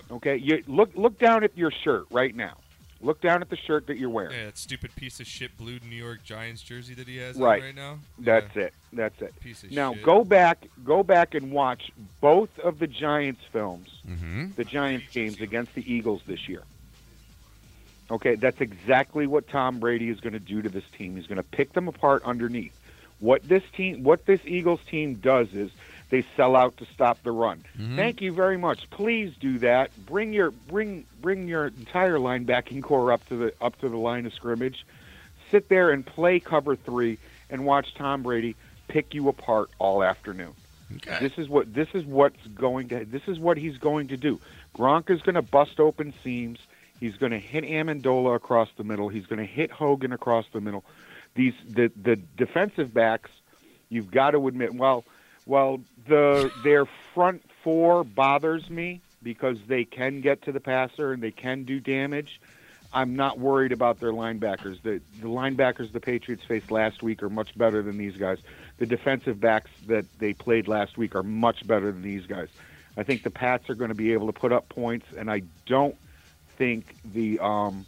[SPEAKER 11] Okay, you look look down at your shirt right now. Look down at the shirt that you're wearing.
[SPEAKER 1] Yeah, that stupid piece of shit blue New York Giants jersey that he has on
[SPEAKER 11] Right.
[SPEAKER 1] right now.
[SPEAKER 11] That's it. That's it.
[SPEAKER 1] Piece of
[SPEAKER 11] now
[SPEAKER 1] shit.
[SPEAKER 11] go back, go back and watch both of the Giants films,
[SPEAKER 1] Mm-hmm.
[SPEAKER 11] the Giants games against the Eagles this year. Okay, that's exactly what Tom Brady is going to do to this team. He's going to pick them apart underneath. What this team, what this Eagles team does is they sell out to stop the run. Thank you very much. Please do that. Bring your bring bring your entire linebacking core up to the up to the line of scrimmage. Sit there and play cover three and watch Tom Brady pick you apart all afternoon. This is what this is what's going to this is what he's going to do. Gronk is going to bust open seams. He's going to hit Amendola across the middle. He's going to hit Hogan across the middle. These the the defensive backs. You've got to admit. Well, well, the their front four bothers me because they can get to the passer and they can do damage. I'm not worried about their linebackers. The, the linebackers the Patriots faced last week are much better than these guys. The defensive backs that they played last week are much better than these guys. I think the Pats are going to be able to put up points, and I don't think the um,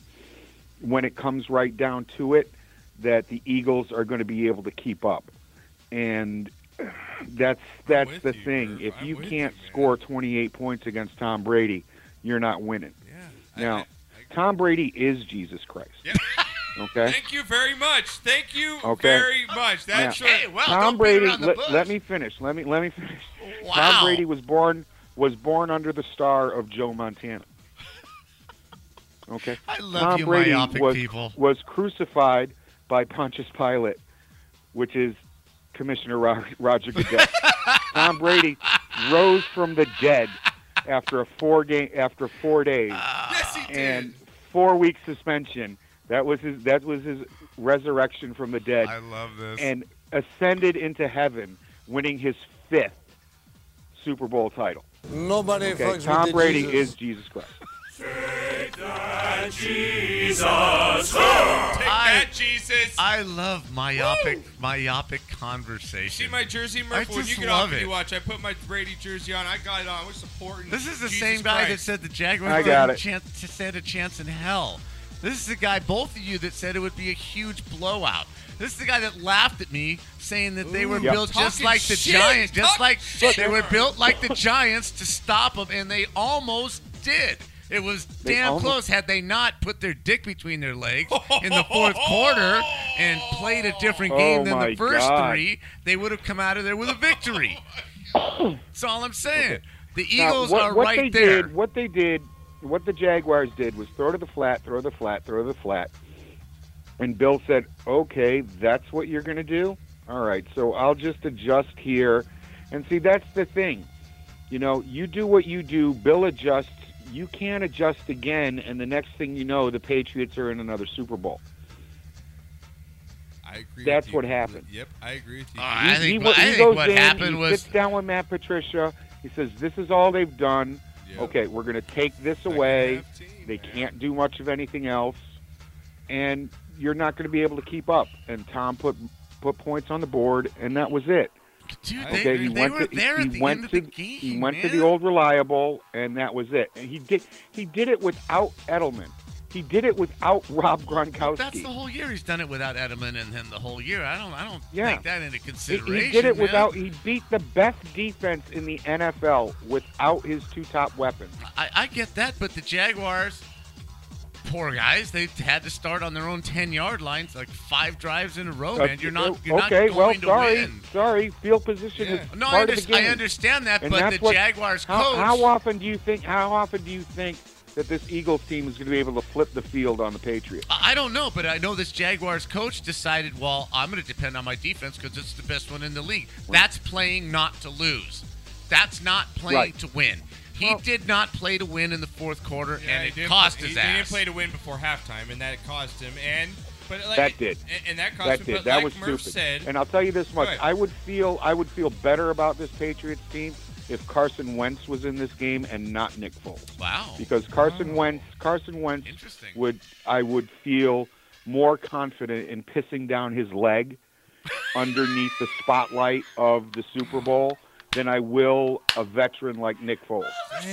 [SPEAKER 11] when it comes right down to it, that the Eagles are going to be able to keep up, and that's that's the thing. If you can't score 28 points against Tom Brady, you're not winning. Yeah. Now, Tom Brady is Jesus Christ. okay.
[SPEAKER 1] Thank you very much. Thank you
[SPEAKER 11] Okay.
[SPEAKER 1] very much.
[SPEAKER 11] Now,
[SPEAKER 1] That's your-
[SPEAKER 11] Tom Brady. Let, let me finish. Let me let me finish.
[SPEAKER 1] Wow.
[SPEAKER 11] Tom Brady was born was born under the star of Joe Montana. Okay. I
[SPEAKER 2] love
[SPEAKER 11] Tom
[SPEAKER 2] you
[SPEAKER 11] Brady
[SPEAKER 2] myopic
[SPEAKER 11] was,
[SPEAKER 2] people.
[SPEAKER 11] Was crucified by Pontius Pilate, which is Commissioner Ro- Roger Goodell. Tom Brady rose from the dead after a four game after four days
[SPEAKER 1] Oh,
[SPEAKER 11] and four week suspension. That was his. That was his resurrection from the dead.
[SPEAKER 13] I love this.
[SPEAKER 11] And ascended into heaven, winning his fifth Super Bowl title.
[SPEAKER 13] Nobody fucks
[SPEAKER 11] okay,
[SPEAKER 13] with
[SPEAKER 11] Tom
[SPEAKER 13] the
[SPEAKER 11] Brady
[SPEAKER 13] Jesus.
[SPEAKER 11] is Jesus Christ.
[SPEAKER 1] Jesus.
[SPEAKER 2] I,
[SPEAKER 1] Jesus.
[SPEAKER 2] I love myopic myopic conversation.
[SPEAKER 1] See my jersey,
[SPEAKER 2] I
[SPEAKER 1] Murph. When you
[SPEAKER 2] just
[SPEAKER 1] get
[SPEAKER 2] love
[SPEAKER 1] off,
[SPEAKER 2] it.
[SPEAKER 1] you watch. I put my Brady jersey on. I got it on. We're supporting.
[SPEAKER 2] This is the
[SPEAKER 1] Jesus
[SPEAKER 2] same guy that
[SPEAKER 1] Christ.
[SPEAKER 2] said the Jaguars
[SPEAKER 11] I got
[SPEAKER 2] didn't
[SPEAKER 11] it.
[SPEAKER 2] chance to stand a chance in hell. This is the guy, both of you, that said it would be a huge blowout. This is the guy that laughed at me saying that they
[SPEAKER 13] Ooh.
[SPEAKER 2] were
[SPEAKER 13] Yep.
[SPEAKER 2] built just
[SPEAKER 13] Talking
[SPEAKER 2] like the
[SPEAKER 13] shit.
[SPEAKER 2] Giants, just
[SPEAKER 13] Talk
[SPEAKER 2] like
[SPEAKER 13] shit.
[SPEAKER 2] they were built like the Giants to stop them, and they almost did. It was
[SPEAKER 13] They
[SPEAKER 2] damn
[SPEAKER 13] almost-
[SPEAKER 2] close had they not put their dick between their legs in the fourth quarter and played a different
[SPEAKER 13] Oh
[SPEAKER 2] game than
[SPEAKER 13] my
[SPEAKER 2] the first
[SPEAKER 13] God.
[SPEAKER 2] three. They would have come out of there with a victory. That's all I'm saying. The
[SPEAKER 11] Now,
[SPEAKER 2] Eagles
[SPEAKER 11] what,
[SPEAKER 2] are
[SPEAKER 11] what
[SPEAKER 2] right
[SPEAKER 11] they
[SPEAKER 2] there.
[SPEAKER 11] Did, what they did, what the Jaguars did was throw to the flat, throw to the flat, throw to the flat. And Bill said, okay, that's what you're going to do? All right, so I'll just adjust here. And see, that's the thing. You know, you do what you do, Bill adjusts, you can't adjust again, and the next thing you know, the Patriots are in another Super Bowl.
[SPEAKER 1] I agree
[SPEAKER 11] That's
[SPEAKER 1] with you.
[SPEAKER 11] what happened.
[SPEAKER 1] Yep, I agree with you.
[SPEAKER 11] He-
[SPEAKER 2] Oh, I think
[SPEAKER 11] he,
[SPEAKER 2] what-
[SPEAKER 11] he
[SPEAKER 2] I think
[SPEAKER 11] goes
[SPEAKER 2] what
[SPEAKER 11] in,
[SPEAKER 2] happened
[SPEAKER 11] he
[SPEAKER 2] was-
[SPEAKER 11] sits down with Matt Patricia. He says, "This is all they've done. Okay, we're going to take this away. they can't do much of anything else, and you're not going to be able to keep up." And Tom put put points on the board, and that was it.
[SPEAKER 2] Dude,
[SPEAKER 11] okay,
[SPEAKER 2] they-
[SPEAKER 11] he
[SPEAKER 2] they
[SPEAKER 11] went
[SPEAKER 2] were
[SPEAKER 11] to,
[SPEAKER 2] there
[SPEAKER 11] he
[SPEAKER 2] at the
[SPEAKER 11] went
[SPEAKER 2] end of
[SPEAKER 11] to,
[SPEAKER 2] the game,
[SPEAKER 11] He went to
[SPEAKER 2] man.
[SPEAKER 11] the old reliable, and that was it. And he did he did it without Edelman. He did it without Rob Gronkowski.
[SPEAKER 2] That's the whole year. He's done it without Edelman, and then the whole year. I don't. I don't
[SPEAKER 11] Yeah.
[SPEAKER 2] take that into
[SPEAKER 11] He-
[SPEAKER 2] consideration.
[SPEAKER 11] He did it
[SPEAKER 2] man.
[SPEAKER 11] without. E- He beat the best defense in the NFL without his two top weapons.
[SPEAKER 2] I, I get that, but the Jaguars, poor guys, they had to start on their own ten yard lines like five drives in a row, Oh, man. You're not. You're not
[SPEAKER 11] okay,
[SPEAKER 2] going
[SPEAKER 11] well,
[SPEAKER 2] to
[SPEAKER 11] sorry,
[SPEAKER 2] win.
[SPEAKER 11] sorry. Field position is
[SPEAKER 2] No, I,
[SPEAKER 11] part
[SPEAKER 2] under-
[SPEAKER 11] of the
[SPEAKER 2] I
[SPEAKER 11] game.
[SPEAKER 2] understand that,
[SPEAKER 11] And
[SPEAKER 2] but
[SPEAKER 11] that's
[SPEAKER 2] the
[SPEAKER 11] what-
[SPEAKER 2] Jaguars
[SPEAKER 11] how,
[SPEAKER 2] coach.
[SPEAKER 11] How often do you think? How often do you think that this Eagles team is going to be able to flip the field on the Patriots?
[SPEAKER 2] I I don't know, but I know this Jaguars coach decided, well, I'm going to depend on my defense because it's the best one in the league. That's playing not to lose. That's not playing
[SPEAKER 1] Right.
[SPEAKER 2] to win. He did not play to win in the fourth quarter,
[SPEAKER 1] Yeah, he
[SPEAKER 2] and it
[SPEAKER 1] didn't
[SPEAKER 2] cost
[SPEAKER 1] play-
[SPEAKER 2] his
[SPEAKER 1] he,
[SPEAKER 2] ass.
[SPEAKER 1] He didn't play to win before halftime, and that cost him. And but like,
[SPEAKER 11] that did.
[SPEAKER 1] And, and that cost
[SPEAKER 11] that
[SPEAKER 1] him.
[SPEAKER 11] did.
[SPEAKER 1] But
[SPEAKER 11] that
[SPEAKER 1] like
[SPEAKER 11] was
[SPEAKER 1] Murph
[SPEAKER 11] stupid.
[SPEAKER 1] said,
[SPEAKER 11] and I'll tell you this much:
[SPEAKER 1] Go ahead.
[SPEAKER 11] I would feel I would feel better about this Patriots team if Carson Wentz was in this game and not Nick Foles.
[SPEAKER 2] Wow.
[SPEAKER 11] Because Carson Wentz, Carson Wentz would I would feel more confident in pissing down his leg underneath the spotlight of the Super Bowl than I will a veteran like Nick Foles.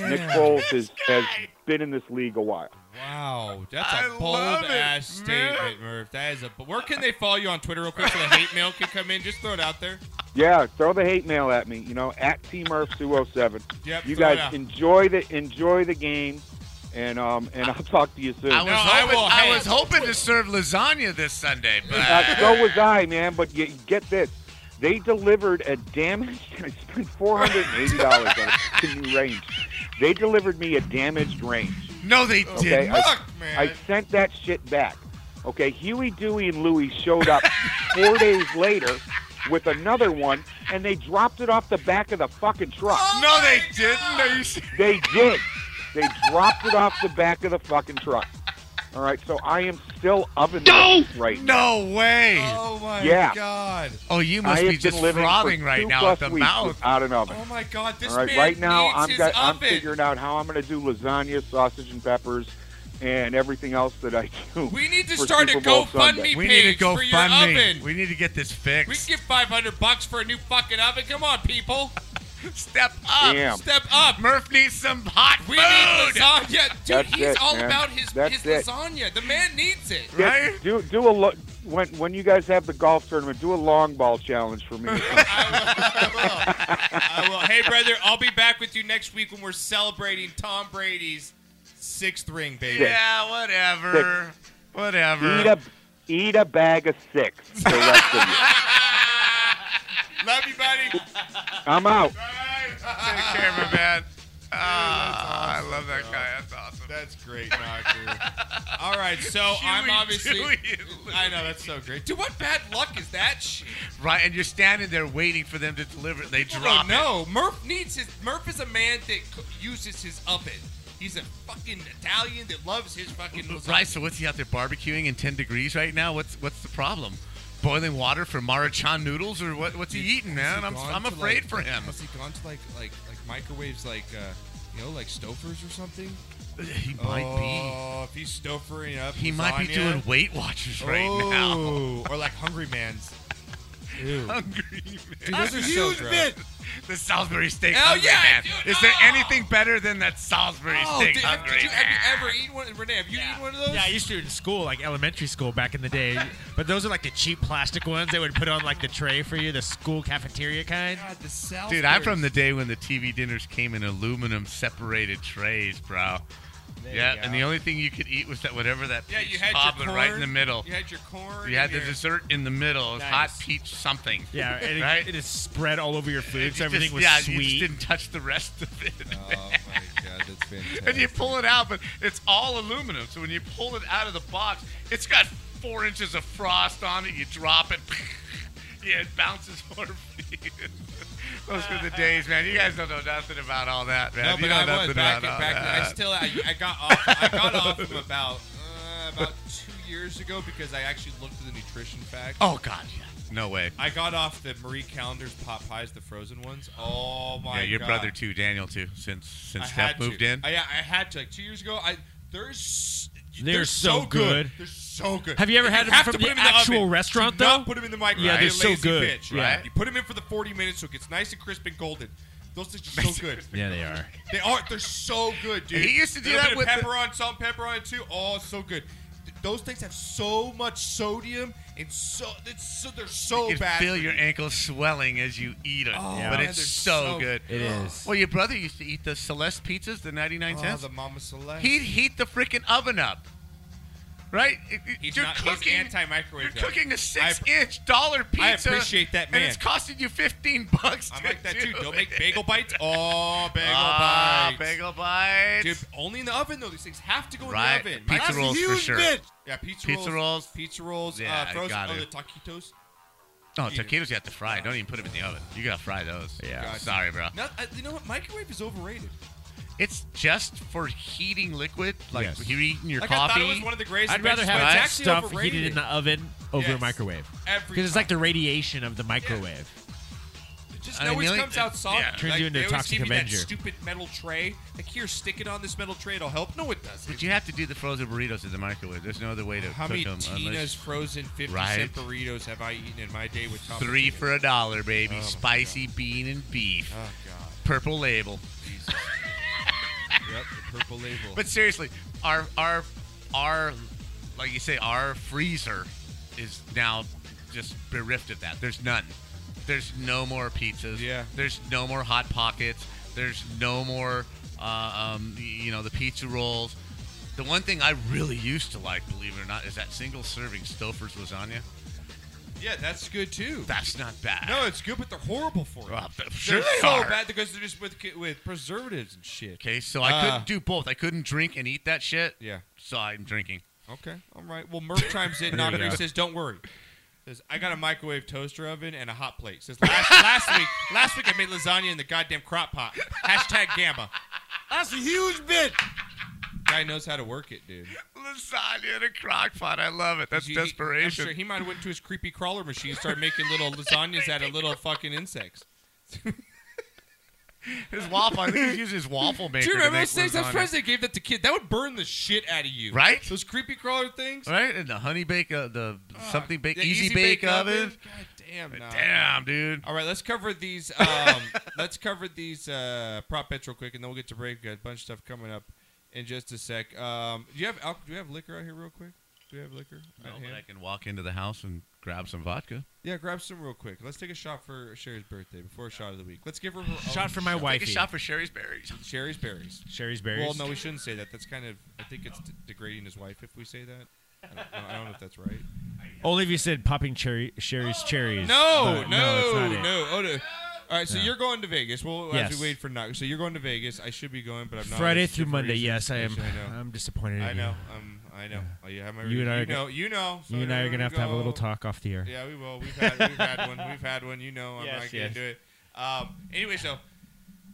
[SPEAKER 11] Nick Foles is, has been in this league a while.
[SPEAKER 1] wow, that's a bold ass statement, Murph. That is a. but Where can they follow you on Twitter real quick so the hate mail can come in? Just throw it out there.
[SPEAKER 11] Yeah, throw the hate mail at me. You know, at tmurph207.
[SPEAKER 1] Yep,
[SPEAKER 11] you
[SPEAKER 1] throw it
[SPEAKER 11] guys
[SPEAKER 1] out.
[SPEAKER 11] enjoy the enjoy the game, and um and I'll talk to you soon.
[SPEAKER 2] I was, hoping, I, was hoping to serve lasagna this Sunday, but
[SPEAKER 11] Uh, so was I, man. But you, get this. They delivered a damaged. I spent four hundred and eighty dollars on a new range. They delivered me a damaged range.
[SPEAKER 2] No, they
[SPEAKER 11] Okay, I, I sent that shit back. Okay, Huey, Dewey, and Louie showed up four days later with another one, and they dropped it off the back of the fucking truck.
[SPEAKER 1] "Oh
[SPEAKER 2] no, they didn't. Are you serious?
[SPEAKER 11] They did. They dropped it off the back of the fucking truck. All right, so I am still oven no! right now.
[SPEAKER 2] No way.
[SPEAKER 1] Oh my
[SPEAKER 11] Yeah.
[SPEAKER 1] god.
[SPEAKER 2] Oh, you must
[SPEAKER 11] I have
[SPEAKER 2] be just
[SPEAKER 11] been living for
[SPEAKER 2] frothing right
[SPEAKER 11] two
[SPEAKER 2] now
[SPEAKER 11] plus
[SPEAKER 2] at the
[SPEAKER 11] weeks
[SPEAKER 2] mouth.
[SPEAKER 11] without an oven.
[SPEAKER 1] Oh my god, this
[SPEAKER 11] All right,
[SPEAKER 1] man
[SPEAKER 11] right now
[SPEAKER 1] needs
[SPEAKER 11] I'm
[SPEAKER 1] his
[SPEAKER 11] got- I'm
[SPEAKER 1] oven.
[SPEAKER 11] figuring out how I'm going to do lasagna, sausage and peppers, and everything else that I do.
[SPEAKER 1] We need to
[SPEAKER 11] for
[SPEAKER 1] start
[SPEAKER 11] Super
[SPEAKER 1] a
[SPEAKER 11] Bowl
[SPEAKER 1] GoFundMe
[SPEAKER 11] Sunday.
[SPEAKER 1] We need to page go for your fund me. oven.
[SPEAKER 2] We need to get this fixed.
[SPEAKER 1] We can get 500 bucks for a new fucking oven. Come on, people.
[SPEAKER 2] Step up.
[SPEAKER 1] Um,
[SPEAKER 11] Damn.
[SPEAKER 2] Step up. Murph needs some hot
[SPEAKER 1] We
[SPEAKER 2] food.
[SPEAKER 1] need lasagna, dude.
[SPEAKER 11] That's
[SPEAKER 1] he's
[SPEAKER 11] it,
[SPEAKER 1] all
[SPEAKER 11] man.
[SPEAKER 1] about his
[SPEAKER 11] That's
[SPEAKER 1] his
[SPEAKER 11] it.
[SPEAKER 1] lasagna. The man needs it,
[SPEAKER 11] Yeah,
[SPEAKER 1] right?
[SPEAKER 11] Do do a lo- when when you guys have the golf tournament, do a long ball challenge for me. or something.
[SPEAKER 1] I will. Hey, brother, I'll be back with you next week when we're celebrating Tom Brady's sixth ring, baby.
[SPEAKER 11] Six.
[SPEAKER 2] Yeah, whatever. Whatever.
[SPEAKER 11] eat a eat a bag of six. The rest of you.
[SPEAKER 1] Love you, buddy.
[SPEAKER 11] I'm out.
[SPEAKER 2] Take care, my man. Ah, I love that guy. That's awesome.
[SPEAKER 1] That's great, Knocker. All right, so I'm
[SPEAKER 2] Huey,
[SPEAKER 1] obviously.
[SPEAKER 2] Dewey,
[SPEAKER 1] I know that's so great. Dude, what bad luck is that shit?
[SPEAKER 2] Right, and you're standing there waiting for them to deliver it. They
[SPEAKER 1] No,
[SPEAKER 2] drop it.
[SPEAKER 1] no. Murph needs his. Murph is a man that c- uses his oven. He's a fucking Italian that loves his fucking. lasagna.
[SPEAKER 2] Right, so what's he out there barbecuing in 10 degrees right now? What's what's the problem? Boiling water for Marachan noodles or what? What's he eating,
[SPEAKER 1] Has
[SPEAKER 2] man?
[SPEAKER 1] he
[SPEAKER 2] I'm,
[SPEAKER 1] gone
[SPEAKER 2] I'm
[SPEAKER 1] to,
[SPEAKER 2] afraid
[SPEAKER 1] like-
[SPEAKER 2] for him.
[SPEAKER 1] Has he gone to like like like microwaves like uh, you know like Stofers or something?
[SPEAKER 2] He might be.
[SPEAKER 1] Oh, if he's Stofering up,
[SPEAKER 2] He might be
[SPEAKER 1] Oh, lasagna.
[SPEAKER 2] doing Weight Watchers right
[SPEAKER 1] oh, or like Hungry Man's. Ew.
[SPEAKER 2] now. Hungry man.
[SPEAKER 1] Dude, those are so gross.
[SPEAKER 2] The Salisbury steak.
[SPEAKER 1] Hell
[SPEAKER 2] Hungry
[SPEAKER 1] yeah,
[SPEAKER 2] man.
[SPEAKER 1] dude,
[SPEAKER 2] Is there
[SPEAKER 1] oh!
[SPEAKER 2] anything better than that Salisbury
[SPEAKER 1] Oh,
[SPEAKER 2] steak?
[SPEAKER 1] dude, have,
[SPEAKER 2] hungry
[SPEAKER 1] did you,
[SPEAKER 2] man?
[SPEAKER 1] have you ever eaten one? Renee, have you eaten one of those?
[SPEAKER 7] Yeah, I used to in school, like elementary school back in the day. But those are like the cheap plastic ones they would put on like the tray for you, the school cafeteria kind.
[SPEAKER 1] God, the Salisbury.
[SPEAKER 2] Dude, I'm from the day when the TV dinners came in aluminum separated trays, bro.
[SPEAKER 1] There
[SPEAKER 2] yeah,
[SPEAKER 1] you
[SPEAKER 2] and
[SPEAKER 1] go.
[SPEAKER 2] the only thing you could eat was that whatever that
[SPEAKER 1] Yeah,
[SPEAKER 2] peach
[SPEAKER 1] you had your
[SPEAKER 2] cobbler
[SPEAKER 1] corn
[SPEAKER 2] right in the middle.
[SPEAKER 1] You had your corn.
[SPEAKER 2] You had
[SPEAKER 1] and
[SPEAKER 2] the
[SPEAKER 1] your-
[SPEAKER 2] dessert in the middle. It was hot
[SPEAKER 1] Nice.
[SPEAKER 2] peach something.
[SPEAKER 7] Yeah, and it,
[SPEAKER 2] right.
[SPEAKER 7] it is spread all over your
[SPEAKER 2] You
[SPEAKER 7] food,
[SPEAKER 2] just-
[SPEAKER 7] so everything was
[SPEAKER 2] yeah, you just
[SPEAKER 7] sweet.
[SPEAKER 2] didn't touch the rest of it.
[SPEAKER 1] Oh my god, that's fantastic.
[SPEAKER 2] and you pull it out, but it's all aluminum. So when you pull it out of the box, it's got four inches of frost on it. You drop it, yeah, it bounces four feet. Those were the days, man. You guys don't know nothing about all that, man.
[SPEAKER 1] No,
[SPEAKER 2] you
[SPEAKER 1] Oh, but
[SPEAKER 2] know
[SPEAKER 1] I
[SPEAKER 2] nothing
[SPEAKER 1] was back,
[SPEAKER 2] about all
[SPEAKER 1] back.
[SPEAKER 2] that.
[SPEAKER 1] I still, I, I got off. I got off from about uh, about two years ago because I actually looked at the nutrition facts.
[SPEAKER 2] Oh God, yeah. No way.
[SPEAKER 1] I got off the Marie Callender's pot pies, the frozen ones. Oh my!
[SPEAKER 2] yeah, your
[SPEAKER 1] God.
[SPEAKER 2] brother too, Daniel too. Since since
[SPEAKER 1] I
[SPEAKER 2] Steph
[SPEAKER 1] had
[SPEAKER 2] moved
[SPEAKER 1] to.
[SPEAKER 2] in,
[SPEAKER 1] I, I had to like two years ago. I there's.
[SPEAKER 7] They're
[SPEAKER 1] so,
[SPEAKER 7] so
[SPEAKER 1] good.
[SPEAKER 7] good.
[SPEAKER 1] They're so good.
[SPEAKER 7] Have you ever had them
[SPEAKER 1] have
[SPEAKER 7] from
[SPEAKER 1] to put
[SPEAKER 7] the
[SPEAKER 1] in
[SPEAKER 7] actual
[SPEAKER 1] oven.
[SPEAKER 7] restaurant,
[SPEAKER 1] Do not
[SPEAKER 7] though?
[SPEAKER 1] put them in the microwave.
[SPEAKER 7] Yeah,
[SPEAKER 1] you
[SPEAKER 7] they're so
[SPEAKER 1] lazy
[SPEAKER 7] good.
[SPEAKER 1] Bitch,
[SPEAKER 7] Yeah.
[SPEAKER 1] right? You put them in for the 40 minutes, so it gets nice and crisp and golden. Those things are so good.
[SPEAKER 7] Yeah, they are.
[SPEAKER 1] They are. They're so good, dude.
[SPEAKER 2] He used to do
[SPEAKER 1] Little
[SPEAKER 2] that
[SPEAKER 1] bit of
[SPEAKER 2] with
[SPEAKER 1] pepper
[SPEAKER 2] the-
[SPEAKER 1] on, salt, and pepper on it too. Oh, so good. Th- Those things have so much sodium and so it's so they're so
[SPEAKER 2] you
[SPEAKER 1] bad.
[SPEAKER 2] feel
[SPEAKER 1] for
[SPEAKER 2] your
[SPEAKER 1] you.
[SPEAKER 2] ankles swelling as you eat it.
[SPEAKER 1] Oh,
[SPEAKER 2] But
[SPEAKER 1] man,
[SPEAKER 2] it's
[SPEAKER 1] they're
[SPEAKER 2] so,
[SPEAKER 1] so-
[SPEAKER 2] good.
[SPEAKER 7] It is.
[SPEAKER 2] Well, your brother used to eat the Celeste pizzas, the 99
[SPEAKER 1] Oh,
[SPEAKER 2] cents.
[SPEAKER 1] the Mama Celeste.
[SPEAKER 2] He'd heat the freaking oven up. Right? It- it-
[SPEAKER 1] He's
[SPEAKER 2] you're
[SPEAKER 1] not- he's
[SPEAKER 2] cooking,
[SPEAKER 1] anti-microwave,
[SPEAKER 2] You're
[SPEAKER 1] though.
[SPEAKER 2] cooking a six-inch dollar pizza.
[SPEAKER 1] I appreciate that man.
[SPEAKER 2] And it's costing you fifteen bucks.
[SPEAKER 1] I'm
[SPEAKER 2] to
[SPEAKER 1] like that
[SPEAKER 2] do
[SPEAKER 1] too. Don't
[SPEAKER 2] it.
[SPEAKER 1] make bagel bites. Oh, bagel
[SPEAKER 2] ah,
[SPEAKER 1] bites.
[SPEAKER 2] bagel bites.
[SPEAKER 1] Dude, only in the oven though. These things have to go
[SPEAKER 2] Right.
[SPEAKER 1] in the oven.
[SPEAKER 2] Pizza
[SPEAKER 1] That's a
[SPEAKER 2] rolls for
[SPEAKER 1] huge
[SPEAKER 2] sure.
[SPEAKER 1] bit. Yeah, pizza,
[SPEAKER 2] Pizza rolls.
[SPEAKER 1] Pizza rolls.
[SPEAKER 2] Yeah,
[SPEAKER 1] uh, frozen.
[SPEAKER 2] gotta.
[SPEAKER 1] Oh, the taquitos.
[SPEAKER 2] oh, taquitos you have to fry. Don't even put them in the oven. You gotta fry those.
[SPEAKER 7] Yeah.
[SPEAKER 1] Gotcha.
[SPEAKER 2] Sorry, bro.
[SPEAKER 1] No, I, uh, you know what? Microwave is overrated.
[SPEAKER 2] It's just for heating liquid, like
[SPEAKER 7] Yes.
[SPEAKER 2] you're eating your
[SPEAKER 1] Like I
[SPEAKER 2] coffee.
[SPEAKER 1] thought it was one of the greatest.
[SPEAKER 7] I'd rather
[SPEAKER 1] inventions, but
[SPEAKER 7] have
[SPEAKER 1] it's
[SPEAKER 7] that
[SPEAKER 1] actually
[SPEAKER 7] stuff
[SPEAKER 1] overrated.
[SPEAKER 7] heated in the oven over
[SPEAKER 1] Yes.
[SPEAKER 7] a microwave.
[SPEAKER 1] Every
[SPEAKER 7] Because it's like the radiation of the microwave.
[SPEAKER 1] Just it
[SPEAKER 2] I mean,
[SPEAKER 1] always
[SPEAKER 2] the only-
[SPEAKER 1] comes out soft.
[SPEAKER 2] yeah.
[SPEAKER 7] Turns
[SPEAKER 1] Like,
[SPEAKER 7] you into
[SPEAKER 1] they
[SPEAKER 7] a
[SPEAKER 1] always
[SPEAKER 7] toxic
[SPEAKER 1] give you that
[SPEAKER 7] Avenger.
[SPEAKER 1] stupid metal tray. Like here, stick it on this metal tray. It'll help. No, it doesn't.
[SPEAKER 2] But you have to do the frozen burritos in the microwave. There's no other way to
[SPEAKER 1] How
[SPEAKER 2] cook
[SPEAKER 1] many
[SPEAKER 2] them
[SPEAKER 1] Tina's
[SPEAKER 2] unless
[SPEAKER 1] frozen 50
[SPEAKER 2] Right.
[SPEAKER 1] cent burritos have I eaten in my day with Taco
[SPEAKER 2] three
[SPEAKER 1] Tinas?
[SPEAKER 2] for a dollar, baby.
[SPEAKER 1] Oh, my
[SPEAKER 2] Spicy bean and beef,
[SPEAKER 1] Oh God.
[SPEAKER 2] purple label.
[SPEAKER 1] Jesus. yep, the purple label.
[SPEAKER 2] But seriously, our our our like you say, our freezer is now just bereft of that. There's none. There's no more pizzas.
[SPEAKER 1] Yeah.
[SPEAKER 2] There's no more hot pockets. There's no more, uh, um, y- you know, the pizza rolls. The one thing I really used to like, believe it or not, is that single serving Stouffer's lasagna.
[SPEAKER 1] yeah, that's good too.
[SPEAKER 2] That's not bad.
[SPEAKER 1] no, it's good, but they're horrible for you.
[SPEAKER 2] Well, I'm
[SPEAKER 1] they're
[SPEAKER 2] sure they
[SPEAKER 1] so
[SPEAKER 2] are.
[SPEAKER 1] bad because they're just with with preservatives and shit.
[SPEAKER 2] Okay, so I
[SPEAKER 1] Uh.
[SPEAKER 2] couldn't do both. I couldn't drink and eat that shit.
[SPEAKER 1] Yeah.
[SPEAKER 2] So I'm drinking.
[SPEAKER 1] Okay. All right. Well, Murph chimes in.
[SPEAKER 7] There you
[SPEAKER 1] Knocker he
[SPEAKER 7] go.
[SPEAKER 1] says, "Don't worry." Says, "I got a microwave toaster oven and a hot plate." Says, "Last, last week, last week I made lasagna in the goddamn crock pot." Hashtag gamma.
[SPEAKER 7] That's a huge bit.
[SPEAKER 1] Guy knows how to work it, dude.
[SPEAKER 2] Lasagna in a crock pot. I love it. That's
[SPEAKER 1] He- he- I'm
[SPEAKER 2] desperation.
[SPEAKER 1] sure he might have went to his creepy crawler machine and started making little lasagnas out of little fucking insects.
[SPEAKER 2] His waffle. I think he's using his waffle maker.
[SPEAKER 1] Do you
[SPEAKER 2] to
[SPEAKER 1] remember
[SPEAKER 2] make
[SPEAKER 1] those things? I'm
[SPEAKER 2] lasagna.
[SPEAKER 1] surprised they gave that to kids. That would burn the shit out of you.
[SPEAKER 2] Right?
[SPEAKER 1] Those creepy crawler things.
[SPEAKER 2] Right, and the honey bake, uh, the something bake,
[SPEAKER 1] The
[SPEAKER 2] easy, bake, oven.
[SPEAKER 1] God Damn, nah.
[SPEAKER 2] Damn, dude.
[SPEAKER 1] All right, let's cover these. Um, let's cover these uh, prop bets real quick, and then we'll get to break. We've Got a bunch of stuff coming up in just a sec. Um, do you have alc- do you have liquor out here real quick? Do you have liquor?
[SPEAKER 2] No,
[SPEAKER 1] at
[SPEAKER 2] but
[SPEAKER 1] hand?
[SPEAKER 2] I can walk into the house and grab some vodka.
[SPEAKER 1] Yeah, grab some real quick. Let's take a shot for Sherry's birthday before a shot of the week. Let's give her her
[SPEAKER 2] Shot
[SPEAKER 1] own
[SPEAKER 2] for my
[SPEAKER 1] shot.
[SPEAKER 2] wifey. Take a shot for Sherry's berries.
[SPEAKER 1] Sherry's berries.
[SPEAKER 3] Sherry's berries.
[SPEAKER 1] Well, no, we shouldn't say that. That's kind of. I think it's d- degrading his wife if we say that. I don't, I don't know if that's right.
[SPEAKER 3] Only if you said popping cherry, Sherry's cherries.
[SPEAKER 1] No,
[SPEAKER 3] but that's
[SPEAKER 1] no,
[SPEAKER 3] not
[SPEAKER 1] no,
[SPEAKER 3] it.
[SPEAKER 1] Oh, no. All right, so
[SPEAKER 3] No.
[SPEAKER 1] you're going to Vegas. Well, as
[SPEAKER 3] Yes.
[SPEAKER 1] we wait for knock, so you're going to Vegas. I should be going, but I'm not.
[SPEAKER 3] Friday
[SPEAKER 1] It's
[SPEAKER 3] through
[SPEAKER 1] different
[SPEAKER 3] Monday.
[SPEAKER 1] reasons.
[SPEAKER 3] Yes, I
[SPEAKER 1] Yes,
[SPEAKER 3] am. I'm disappointed.
[SPEAKER 1] I
[SPEAKER 3] in you.
[SPEAKER 1] know. Um, I know. Oh, you have my.
[SPEAKER 3] You and I are
[SPEAKER 1] know.
[SPEAKER 3] go-
[SPEAKER 1] You know.
[SPEAKER 3] you and I are gonna have to have a little talk off the air.
[SPEAKER 1] Yeah, we will. We've had, we've had one. We've had one. You know, I'm
[SPEAKER 3] Yes,
[SPEAKER 1] not
[SPEAKER 3] yes.
[SPEAKER 1] gonna do it. Um, anyway, so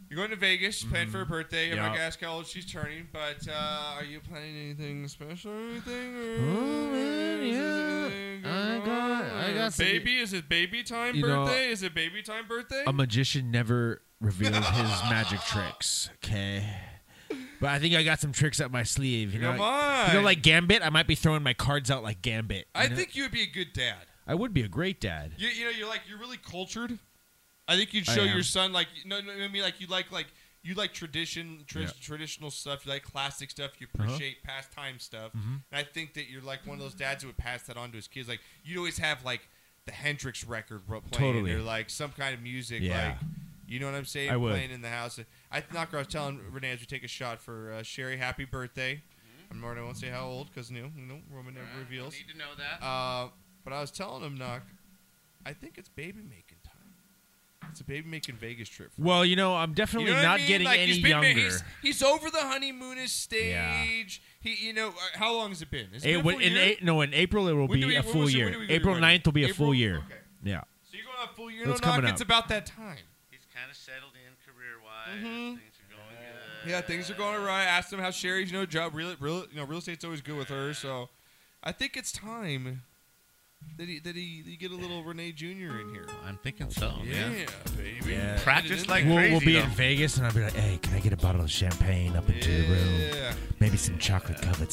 [SPEAKER 1] you're going to Vegas. Plan for her
[SPEAKER 3] Mm-hmm.
[SPEAKER 1] birthday. I'm
[SPEAKER 3] Yeah.
[SPEAKER 1] not gonna ask how old she's turning, but uh, are you planning anything special or anything? Or is it-
[SPEAKER 3] I got- I got some-
[SPEAKER 1] baby. Is it baby time
[SPEAKER 3] You know,
[SPEAKER 1] birthday? is it baby time birthday?
[SPEAKER 3] A magician never reveals his magic tricks. Okay. But I think I got some tricks up my sleeve. You know,
[SPEAKER 1] Come
[SPEAKER 3] like, you know,
[SPEAKER 1] on.
[SPEAKER 3] like Gambit. I might be throwing my cards out like Gambit.
[SPEAKER 1] I
[SPEAKER 3] you know?
[SPEAKER 1] think you would be a good dad.
[SPEAKER 3] I would be a great dad.
[SPEAKER 1] You, you know, you're like you're really cultured. I think you'd
[SPEAKER 3] I
[SPEAKER 1] show
[SPEAKER 3] am.
[SPEAKER 1] your son like no, no, I mean like you like like you like tradition, tra-
[SPEAKER 3] Yeah.
[SPEAKER 1] traditional stuff. You like classic stuff. You
[SPEAKER 3] Uh-huh.
[SPEAKER 1] appreciate pastime stuff.
[SPEAKER 3] Mhm.
[SPEAKER 1] And I think that you're like one of those dads who would pass that on to his kids. Like you'd always have like the Hendrix record ro- playing,
[SPEAKER 3] Totally.
[SPEAKER 1] or like some kind of music.
[SPEAKER 3] Yeah.
[SPEAKER 1] Like you know what I'm saying?
[SPEAKER 3] I would.
[SPEAKER 1] Playing in the house. I knocker. I was telling Renee as we take a shot for uh, Sherry, happy birthday. I'm not. I won't say how old because no, you know, Roman never
[SPEAKER 2] Alright,
[SPEAKER 1] reveals.
[SPEAKER 2] Mm-hmm. need to know that.
[SPEAKER 1] Uh, but I was telling him, knock. I think it's baby making time. It's a baby making Vegas trip. for
[SPEAKER 3] Well, you know, I'm
[SPEAKER 1] you
[SPEAKER 3] definitely
[SPEAKER 1] know what I
[SPEAKER 3] not
[SPEAKER 1] mean?
[SPEAKER 3] getting
[SPEAKER 1] Like,
[SPEAKER 3] any
[SPEAKER 1] he's been-
[SPEAKER 3] younger.
[SPEAKER 1] He's, he's over the honeymoonist
[SPEAKER 3] Yeah.
[SPEAKER 1] stage. He, you know, uh, how long has it been? Is it
[SPEAKER 3] It
[SPEAKER 1] been a
[SPEAKER 3] would-
[SPEAKER 1] full
[SPEAKER 3] in
[SPEAKER 1] year?
[SPEAKER 3] a- no, in April it will
[SPEAKER 1] When do
[SPEAKER 3] be
[SPEAKER 1] we-
[SPEAKER 3] a
[SPEAKER 1] when
[SPEAKER 3] full
[SPEAKER 1] was it-
[SPEAKER 3] year.
[SPEAKER 1] when do we get
[SPEAKER 3] April
[SPEAKER 1] ready?
[SPEAKER 3] 9th will be a full
[SPEAKER 1] April?
[SPEAKER 3] year.
[SPEAKER 1] Okay.
[SPEAKER 3] Yeah.
[SPEAKER 1] So you're going on a full year.
[SPEAKER 3] That's
[SPEAKER 1] no, knock,
[SPEAKER 3] coming
[SPEAKER 1] It's
[SPEAKER 3] up.
[SPEAKER 1] about that time.
[SPEAKER 2] He's kind of settled in career wise. Things are going good.
[SPEAKER 1] Yeah, things are going all right. I asked him how Sherry's, you know, job real, real, you know, real estate's always good with her. So, I think it's time that he that he, that you get a little Renee Junior in here.
[SPEAKER 2] I'm thinking so.
[SPEAKER 1] Yeah,
[SPEAKER 2] Yeah.
[SPEAKER 1] baby.
[SPEAKER 3] Yeah.
[SPEAKER 2] Practice
[SPEAKER 1] Get it
[SPEAKER 2] like
[SPEAKER 1] in
[SPEAKER 3] we'll,
[SPEAKER 1] there.
[SPEAKER 3] we'll be in
[SPEAKER 2] though.
[SPEAKER 3] Vegas, and I'll be like, "Hey, can I get a bottle of champagne up into the
[SPEAKER 1] Yeah.
[SPEAKER 3] room? Maybe some chocolate covered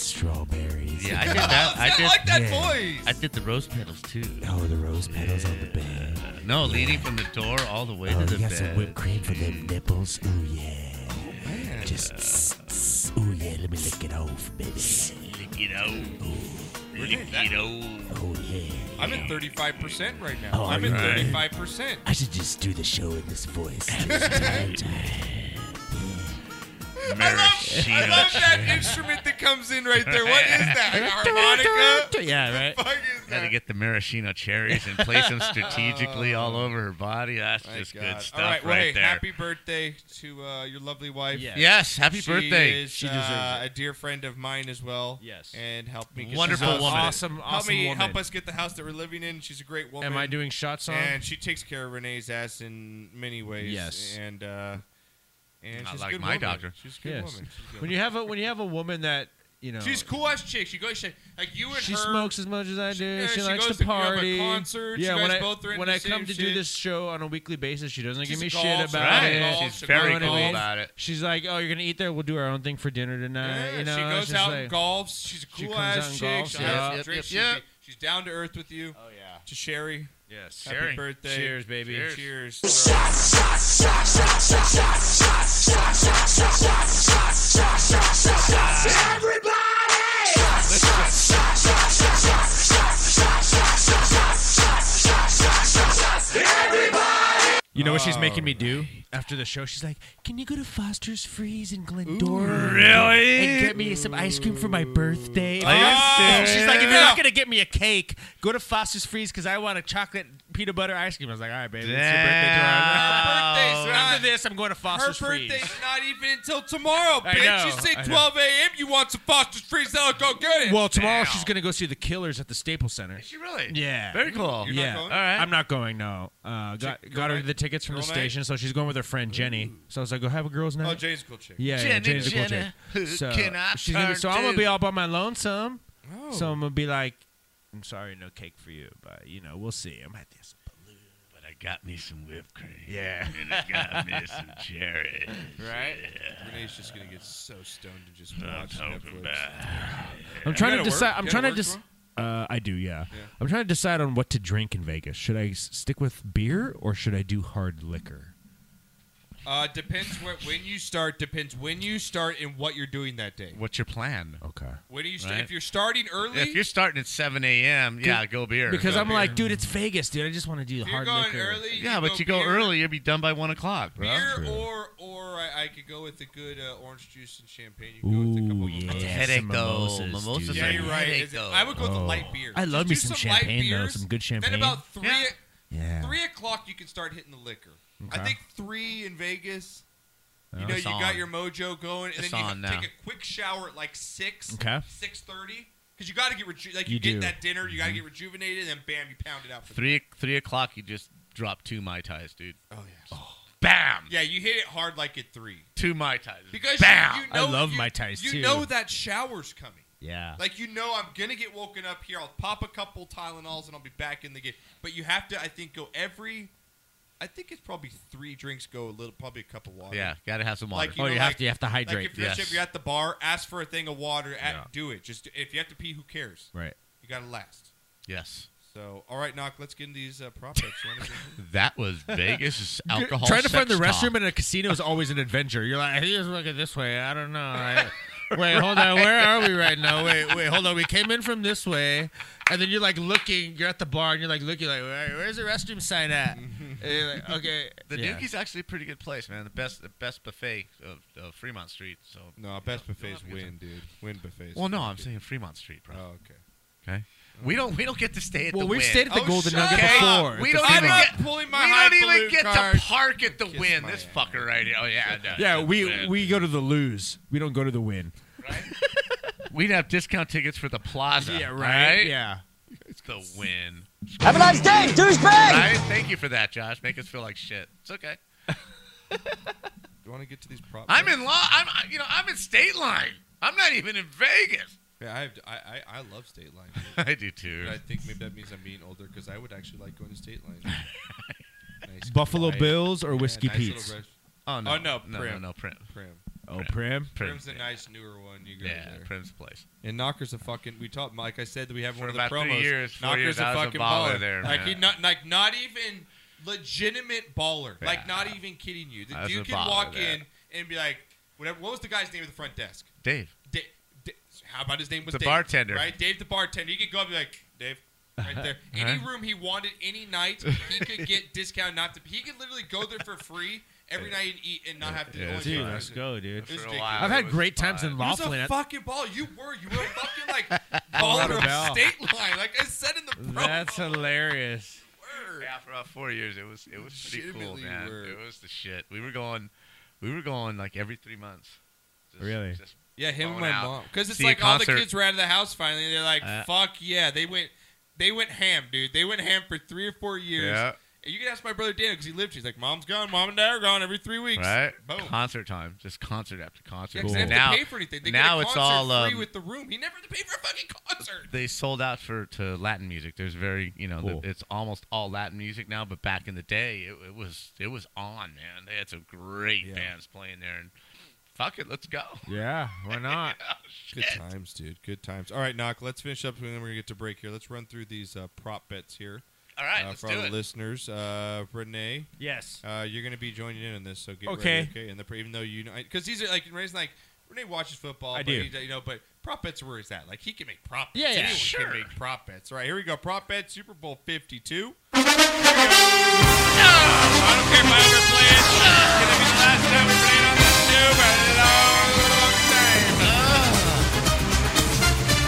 [SPEAKER 3] strawberries."
[SPEAKER 2] Yeah, I did that. I,
[SPEAKER 1] I
[SPEAKER 2] did,
[SPEAKER 1] like that
[SPEAKER 3] Yeah.
[SPEAKER 1] voice.
[SPEAKER 2] I did the rose petals too.
[SPEAKER 3] Oh, the rose petals on the bed.
[SPEAKER 2] No, leading from the door all the way
[SPEAKER 3] Oh,
[SPEAKER 2] to
[SPEAKER 3] you
[SPEAKER 2] the
[SPEAKER 3] got
[SPEAKER 2] bed.
[SPEAKER 3] some whipped cream for them nipples. Ooh yeah.
[SPEAKER 1] Man.
[SPEAKER 3] Just. tss, tss. Ooh yeah. Let me lick it off, baby.
[SPEAKER 2] Lick it off. Lick it off.
[SPEAKER 3] Oh yeah.
[SPEAKER 1] I'm at 35% right now.
[SPEAKER 3] Oh,
[SPEAKER 1] I'm at
[SPEAKER 3] you're right.
[SPEAKER 1] 35%.
[SPEAKER 3] I should just do the show in this voice. That's
[SPEAKER 1] I love, I love that instrument that comes in right there. What is that? An harmonica?
[SPEAKER 3] yeah, right.
[SPEAKER 1] Fuck is
[SPEAKER 2] Got to
[SPEAKER 1] that?
[SPEAKER 2] get the maraschino cherries and place them strategically all over her body. That's
[SPEAKER 1] Thank
[SPEAKER 2] just
[SPEAKER 1] Oh. God.
[SPEAKER 2] good stuff
[SPEAKER 1] All right,
[SPEAKER 2] right,
[SPEAKER 1] well, hey,
[SPEAKER 2] there.
[SPEAKER 1] happy birthday to uh, your lovely wife.
[SPEAKER 3] Yeah.
[SPEAKER 2] yes, happy
[SPEAKER 1] She
[SPEAKER 2] birthday.
[SPEAKER 1] Is,
[SPEAKER 3] She deserves
[SPEAKER 1] uh,
[SPEAKER 3] it.
[SPEAKER 1] a dear friend of mine as well.
[SPEAKER 3] Yes.
[SPEAKER 1] and helped me. Get
[SPEAKER 2] Wonderful
[SPEAKER 1] the house.
[SPEAKER 2] woman.
[SPEAKER 3] Awesome,
[SPEAKER 1] help
[SPEAKER 3] awesome
[SPEAKER 1] me
[SPEAKER 3] woman.
[SPEAKER 1] help us get the house that we're living in. She's a great woman.
[SPEAKER 3] Am I doing shots on?
[SPEAKER 1] And she takes care of Renee's ass in many ways.
[SPEAKER 3] Yes.
[SPEAKER 1] and uh, and
[SPEAKER 2] Not
[SPEAKER 1] she's
[SPEAKER 2] like
[SPEAKER 1] a good
[SPEAKER 2] my
[SPEAKER 1] woman.
[SPEAKER 2] doctor.
[SPEAKER 1] She's a good
[SPEAKER 3] Yes.
[SPEAKER 1] woman. She's a good
[SPEAKER 3] when you have a when you have a woman that you know
[SPEAKER 1] She's cool ass chick. She goes, she, like you and
[SPEAKER 3] she
[SPEAKER 1] her.
[SPEAKER 3] smokes as much as I do. She,
[SPEAKER 1] yeah, she
[SPEAKER 3] likes
[SPEAKER 1] goes to-
[SPEAKER 3] to
[SPEAKER 1] you have a
[SPEAKER 3] party.
[SPEAKER 1] concert. You
[SPEAKER 3] Yeah,
[SPEAKER 1] guys
[SPEAKER 3] when I
[SPEAKER 1] both are into
[SPEAKER 3] when
[SPEAKER 1] the
[SPEAKER 3] I come
[SPEAKER 1] same
[SPEAKER 3] to
[SPEAKER 1] shit.
[SPEAKER 3] do this show on a weekly basis, she doesn't
[SPEAKER 1] She's
[SPEAKER 3] give me
[SPEAKER 1] a
[SPEAKER 3] shit
[SPEAKER 1] golf-
[SPEAKER 3] about
[SPEAKER 2] right.
[SPEAKER 3] it.
[SPEAKER 1] golf-
[SPEAKER 2] She's
[SPEAKER 1] she
[SPEAKER 2] very
[SPEAKER 3] You know
[SPEAKER 2] cool
[SPEAKER 3] what I mean?
[SPEAKER 2] about it.
[SPEAKER 3] She's like, "Oh, you're gonna eat there. We'll do our own thing for dinner tonight."
[SPEAKER 1] Yeah,
[SPEAKER 3] uh, you know,
[SPEAKER 1] she
[SPEAKER 3] it's
[SPEAKER 1] goes
[SPEAKER 3] just
[SPEAKER 1] out
[SPEAKER 3] like,
[SPEAKER 1] and golfs. She's a
[SPEAKER 3] she
[SPEAKER 1] cool
[SPEAKER 3] comes
[SPEAKER 1] ass
[SPEAKER 3] out and
[SPEAKER 1] chick.
[SPEAKER 3] golfs,
[SPEAKER 1] she
[SPEAKER 3] yeah.
[SPEAKER 1] has
[SPEAKER 2] Yep,
[SPEAKER 1] drinks.
[SPEAKER 2] yep, yep.
[SPEAKER 1] She's- She's down to earth with you. Oh yeah. To Sherry.
[SPEAKER 3] Yes.
[SPEAKER 1] Happy
[SPEAKER 2] Sherry.
[SPEAKER 1] birthday.
[SPEAKER 3] Cheers, baby.
[SPEAKER 1] Cheers.
[SPEAKER 3] You know what
[SPEAKER 1] Oh,
[SPEAKER 3] she's making me do after the show? She's like, "Can you go to Foster's Freeze in Glendora
[SPEAKER 2] really?
[SPEAKER 3] and get me some ice cream for my birthday?"
[SPEAKER 2] Are you
[SPEAKER 3] Oh, she's like, "If you're
[SPEAKER 1] serious?
[SPEAKER 3] not gonna get me a cake, go to Foster's Freeze because I want a chocolate peanut butter ice cream." I was like, "All right, baby, it's your birthday tomorrow."
[SPEAKER 1] Her birthday's not-
[SPEAKER 3] After this, I'm going to
[SPEAKER 1] Her
[SPEAKER 3] Foster's
[SPEAKER 1] birthday's
[SPEAKER 3] Freeze.
[SPEAKER 1] not even until tomorrow,
[SPEAKER 3] I
[SPEAKER 1] bitch. You
[SPEAKER 3] know,
[SPEAKER 1] say
[SPEAKER 3] I know.
[SPEAKER 1] 12 a.m. You want some Foster's Freeze? I'll go get it.
[SPEAKER 3] Well, tomorrow
[SPEAKER 2] Damn.
[SPEAKER 3] she's gonna go see the Killers at the Staples Center.
[SPEAKER 2] She really?
[SPEAKER 3] Yeah.
[SPEAKER 2] Very cool.
[SPEAKER 1] You're not
[SPEAKER 3] yeah,
[SPEAKER 1] going?
[SPEAKER 2] All right.
[SPEAKER 3] I'm not going. No, uh, got
[SPEAKER 1] Chick-
[SPEAKER 3] got
[SPEAKER 1] girl
[SPEAKER 3] her
[SPEAKER 1] night?
[SPEAKER 3] the tickets from the
[SPEAKER 1] Girl night?
[SPEAKER 3] station, so she's going with her friend Jenny. So I was like, "Go have a girls' night."
[SPEAKER 1] oh, Jay's a cool chick.
[SPEAKER 3] Yeah, yeah,
[SPEAKER 2] Jenny,
[SPEAKER 3] Jenny's a cool
[SPEAKER 2] Jenny,
[SPEAKER 3] chick.
[SPEAKER 2] who
[SPEAKER 3] So,
[SPEAKER 2] can I
[SPEAKER 3] she's gonna, be- so
[SPEAKER 2] turn
[SPEAKER 3] I'm gonna be
[SPEAKER 2] to?
[SPEAKER 3] all by my lonesome.
[SPEAKER 1] Oh.
[SPEAKER 3] So I'm gonna be like, I'm sorry, no cake for you, but you know, we'll see. I'm at this.
[SPEAKER 2] But I got me some whipped cream.
[SPEAKER 3] Yeah.
[SPEAKER 2] And I got me some cherries.
[SPEAKER 3] Right.
[SPEAKER 1] Renee's just gonna get so stoned and just
[SPEAKER 2] I'm
[SPEAKER 1] watch
[SPEAKER 2] talking
[SPEAKER 1] Netflix.
[SPEAKER 2] about.
[SPEAKER 3] I'm
[SPEAKER 1] gotta
[SPEAKER 3] trying to
[SPEAKER 1] work?
[SPEAKER 3] decide. I'm
[SPEAKER 1] You
[SPEAKER 3] trying
[SPEAKER 1] gotta
[SPEAKER 3] to
[SPEAKER 1] work
[SPEAKER 3] just.
[SPEAKER 1] tomorrow?
[SPEAKER 3] Uh, I do, yeah. I'm trying to decide on what to drink in Vegas. Should I s- stick with beer or should I do hard liquor?
[SPEAKER 1] Uh, depends what, when you start. Depends when you start and what you're doing that day.
[SPEAKER 2] What's your plan?
[SPEAKER 3] Okay.
[SPEAKER 1] When do you start? If you're starting early,
[SPEAKER 2] If you're starting at 7 a.m., yeah, go beer.
[SPEAKER 3] because
[SPEAKER 2] Go
[SPEAKER 3] I'm
[SPEAKER 2] beer.
[SPEAKER 3] like, dude, it's Vegas, dude. I just want to do hard liquor.
[SPEAKER 2] yeah, but you go early, you'll be done by 1 o'clock, bro.
[SPEAKER 1] beer or or I, I could go with the good uh, orange juice and champagne. You
[SPEAKER 3] Ooh, yeah.
[SPEAKER 2] It's a headache, though.
[SPEAKER 3] mimosas,
[SPEAKER 2] Mimosas
[SPEAKER 3] dude.
[SPEAKER 2] are
[SPEAKER 1] Yeah, you're right.
[SPEAKER 2] headache,
[SPEAKER 1] Is it-
[SPEAKER 2] though.
[SPEAKER 1] I would go with the light beer.
[SPEAKER 3] I love
[SPEAKER 1] Just
[SPEAKER 3] me
[SPEAKER 1] do
[SPEAKER 3] some
[SPEAKER 1] light
[SPEAKER 3] champagne, though,
[SPEAKER 1] beers.
[SPEAKER 3] some good
[SPEAKER 1] Then about three,
[SPEAKER 2] champagne.
[SPEAKER 3] Yeah.
[SPEAKER 1] three o'clock, you can start hitting the liquor. I
[SPEAKER 2] Okay.
[SPEAKER 1] think three in Vegas. You
[SPEAKER 2] Yeah.
[SPEAKER 1] know,
[SPEAKER 2] It's
[SPEAKER 1] you got
[SPEAKER 2] on.
[SPEAKER 1] your mojo going, and
[SPEAKER 2] It's
[SPEAKER 1] then you
[SPEAKER 2] on
[SPEAKER 1] have to
[SPEAKER 2] now.
[SPEAKER 1] take a quick shower at like six,
[SPEAKER 2] Okay.
[SPEAKER 1] six thirty, because you got to get reju- like you,
[SPEAKER 2] You
[SPEAKER 1] get
[SPEAKER 2] do.
[SPEAKER 1] that dinner, you got to
[SPEAKER 2] Mhm.
[SPEAKER 1] get rejuvenated, and then bam, you pound it out for the
[SPEAKER 2] Three three o'clock, you just drop two mai tais, dude.
[SPEAKER 1] Oh yeah.
[SPEAKER 2] Bam.
[SPEAKER 1] Yeah, you hit it hard like at three.
[SPEAKER 2] Two mai tais.
[SPEAKER 1] Because
[SPEAKER 2] Bam!
[SPEAKER 1] you know,
[SPEAKER 2] I love
[SPEAKER 1] you,
[SPEAKER 2] Mai Tais,
[SPEAKER 1] You
[SPEAKER 2] too.
[SPEAKER 1] know that shower's coming.
[SPEAKER 2] Yeah.
[SPEAKER 1] Like you know, I'm gonna get woken up here. I'll pop a couple Tylenols and I'll be back in the game. But you have to, I think, go every. I think it's probably three drinks. Go a little, probably a cup of water.
[SPEAKER 2] Yeah, gotta have some water.
[SPEAKER 1] Like, you
[SPEAKER 2] Oh,
[SPEAKER 1] know,
[SPEAKER 2] you have
[SPEAKER 1] like-
[SPEAKER 2] to- you have to
[SPEAKER 1] like,
[SPEAKER 2] hydrate,
[SPEAKER 1] if, you're,
[SPEAKER 2] yes.
[SPEAKER 1] if you're at the bar, ask for a thing of water. At,
[SPEAKER 2] Yeah.
[SPEAKER 1] Do it. Just if you have to pee, who cares?
[SPEAKER 2] Right.
[SPEAKER 1] You gotta last.
[SPEAKER 2] Yes.
[SPEAKER 1] So, all right, knock. Let's get into these uh, prop bets. You wanna do-
[SPEAKER 2] That was Vegas alcohol.
[SPEAKER 7] Trying to find the
[SPEAKER 2] sex talk.
[SPEAKER 7] restroom in a casino is always an adventure. You're like, here's look at this way. I don't know. I- wait, hold on. Where are we right now? Wait, wait, hold on. We came in from this way, and then you're like looking. You're at the bar, and you're like looking, like, Where, where's the restroom sign at? And you're like, okay,
[SPEAKER 2] The
[SPEAKER 7] yeah.
[SPEAKER 2] Dookie's actually a pretty good place, man. The best, the best buffet of, of Fremont Street. So
[SPEAKER 1] no, best buffets win, dude. Win buffets.
[SPEAKER 2] Well, no, I'm saying Fremont Street, bro.
[SPEAKER 1] Oh, okay.
[SPEAKER 2] Okay. We don't we don't get to stay at
[SPEAKER 1] Well,
[SPEAKER 2] the
[SPEAKER 1] we've
[SPEAKER 2] Wynn.
[SPEAKER 1] stayed at the Oh, Golden shut Nugget
[SPEAKER 2] Okay?
[SPEAKER 1] up. before,
[SPEAKER 2] We
[SPEAKER 1] at
[SPEAKER 2] don't
[SPEAKER 1] the
[SPEAKER 2] even
[SPEAKER 1] Fremont.
[SPEAKER 2] get,
[SPEAKER 1] I'm not pulling my
[SPEAKER 2] we don't even
[SPEAKER 1] highfalutin
[SPEAKER 2] get
[SPEAKER 1] card.
[SPEAKER 2] to park at the
[SPEAKER 1] Kiss
[SPEAKER 2] Wynn.
[SPEAKER 1] my
[SPEAKER 2] This fucker right here. Oh yeah, no,
[SPEAKER 3] Yeah,
[SPEAKER 2] it's
[SPEAKER 3] we
[SPEAKER 2] Wynn.
[SPEAKER 3] we go to the lose. We don't go to the win.
[SPEAKER 2] We'd have discount tickets for the plaza.
[SPEAKER 3] Yeah,
[SPEAKER 2] all
[SPEAKER 3] right, yeah.
[SPEAKER 2] It's the win.
[SPEAKER 3] Have a nice day, douchebag!
[SPEAKER 2] Right? Thank you for that, Josh. Make us feel like shit. It's okay.
[SPEAKER 1] you want to get to these prop?
[SPEAKER 2] I'm
[SPEAKER 1] bets?
[SPEAKER 2] in law. I'm I- you know I'm in state line. I'm not even in Vegas.
[SPEAKER 1] Yeah, I, have, I, I I love state line.
[SPEAKER 2] I do too.
[SPEAKER 1] But I think maybe that means I'm being older because I would actually like going to state line. nice
[SPEAKER 3] Buffalo
[SPEAKER 1] quiet-
[SPEAKER 3] Bills or
[SPEAKER 1] yeah,
[SPEAKER 3] Whiskey
[SPEAKER 1] nice little
[SPEAKER 3] Pete's?
[SPEAKER 1] res-
[SPEAKER 2] Oh no,
[SPEAKER 1] oh no,
[SPEAKER 2] no,
[SPEAKER 1] prim.
[SPEAKER 2] no, no, Prim.
[SPEAKER 1] prim.
[SPEAKER 3] Oh, Prim?
[SPEAKER 1] Prim's a nice newer one. You guys
[SPEAKER 2] Yeah,
[SPEAKER 1] there.
[SPEAKER 2] Prim's place.
[SPEAKER 1] And Knocker's a fucking. We talked. Like I said, we have one of the
[SPEAKER 2] about
[SPEAKER 1] promos.
[SPEAKER 2] three years, four
[SPEAKER 1] Knocker's
[SPEAKER 2] years,
[SPEAKER 1] a
[SPEAKER 2] I was a
[SPEAKER 1] fucking
[SPEAKER 2] baller
[SPEAKER 1] baller.
[SPEAKER 2] there,
[SPEAKER 1] like
[SPEAKER 2] man.
[SPEAKER 1] he not like not even legitimate baller.
[SPEAKER 2] Yeah.
[SPEAKER 1] Like not even kidding you.
[SPEAKER 2] I
[SPEAKER 1] The
[SPEAKER 2] was
[SPEAKER 1] dude
[SPEAKER 2] a
[SPEAKER 1] can
[SPEAKER 2] baller
[SPEAKER 1] walk
[SPEAKER 2] there.
[SPEAKER 1] in and be like, whatever. What was the guy's name at the front desk?
[SPEAKER 2] Dave.
[SPEAKER 1] Da- Da- how about his name was
[SPEAKER 2] The
[SPEAKER 1] Dave,
[SPEAKER 2] bartender.
[SPEAKER 1] right? Dave the bartender. He could go up and be like Dave. Right there. Any
[SPEAKER 2] Huh?
[SPEAKER 1] room he wanted, any night, he could get discount. Not to. He could literally go there for free every night and eat and not have to.
[SPEAKER 7] Yeah,
[SPEAKER 1] only
[SPEAKER 7] dude,
[SPEAKER 1] pay for
[SPEAKER 7] let's
[SPEAKER 1] it.
[SPEAKER 7] go, dude.
[SPEAKER 1] It was
[SPEAKER 7] For a
[SPEAKER 1] ridiculous.
[SPEAKER 7] while, I've had it was great times in fun.
[SPEAKER 1] It was a
[SPEAKER 7] Laughlin.
[SPEAKER 1] fucking ball. You were. You were a fucking like baller of
[SPEAKER 7] Bell.
[SPEAKER 1] state line. Like I said in the promo.
[SPEAKER 7] That's hilarious.
[SPEAKER 2] Yeah, for about four years, it was it was pretty cool,
[SPEAKER 1] Legitimately
[SPEAKER 2] man.
[SPEAKER 1] were.
[SPEAKER 2] It was the shit. We were going, we were going like every three months. Just,
[SPEAKER 7] Really?
[SPEAKER 2] Just
[SPEAKER 1] Yeah, him and
[SPEAKER 2] going
[SPEAKER 1] my
[SPEAKER 2] out,
[SPEAKER 1] mom. Because it's
[SPEAKER 2] see a
[SPEAKER 1] like all the
[SPEAKER 2] concert.
[SPEAKER 1] kids were out of the house finally. And they're like,
[SPEAKER 2] Uh,
[SPEAKER 1] "Fuck yeah!" They went, they went ham, dude. They went ham for three or four years.
[SPEAKER 2] Yeah.
[SPEAKER 1] And you can ask my brother Daniel because he lived. He's like, "Mom's gone. Mom and Dad are gone every three weeks."
[SPEAKER 2] Right?
[SPEAKER 1] Boom.
[SPEAKER 2] Concert time, just concert after concert.
[SPEAKER 1] Yeah, 'cause they
[SPEAKER 2] And
[SPEAKER 1] have
[SPEAKER 2] now,
[SPEAKER 1] to pay for anything. They
[SPEAKER 2] now
[SPEAKER 1] get a
[SPEAKER 2] it's
[SPEAKER 1] concert
[SPEAKER 2] all um,
[SPEAKER 1] free with the room. He never had to pay for a fucking concert.
[SPEAKER 2] they sold out for to Latin music. There's very you know
[SPEAKER 1] Cool.
[SPEAKER 2] the, it's almost all Latin music now, but back in the day it, it was it was on man. They had some great bands playing there, and fuck it, let's go. Oh,
[SPEAKER 1] Yeah,
[SPEAKER 2] why not?
[SPEAKER 1] Good times, dude. Good times. All right, Knock. Let's finish up, and then we're gonna get to break here. Let's run through these uh, prop bets here.
[SPEAKER 2] All right,
[SPEAKER 1] uh,
[SPEAKER 2] let's
[SPEAKER 1] for
[SPEAKER 2] do
[SPEAKER 1] all
[SPEAKER 2] it.
[SPEAKER 1] the listeners. Uh, Renee,
[SPEAKER 7] Yes.
[SPEAKER 1] uh, you're gonna be joining in on this, so get
[SPEAKER 7] Okay.
[SPEAKER 1] ready. Okay, and the, even though you know, because these are like Renee's like Renee watches football.
[SPEAKER 7] I
[SPEAKER 1] but
[SPEAKER 7] do.
[SPEAKER 1] He, you know, but prop bets are where he's at. Like he can make prop bets.
[SPEAKER 7] Yeah, yeah,
[SPEAKER 1] Anyone
[SPEAKER 7] sure.
[SPEAKER 1] Can make prop bets. All right, here we go. Prop bet Super Bowl 52. Here we go. I don't care if I ever play it. It's gonna be the last time we play it on this tube. and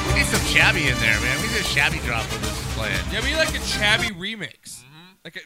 [SPEAKER 2] We need some shabby in there, man. We need a shabby drop when this is playing.
[SPEAKER 1] Yeah, we like a chabby remix. Like a,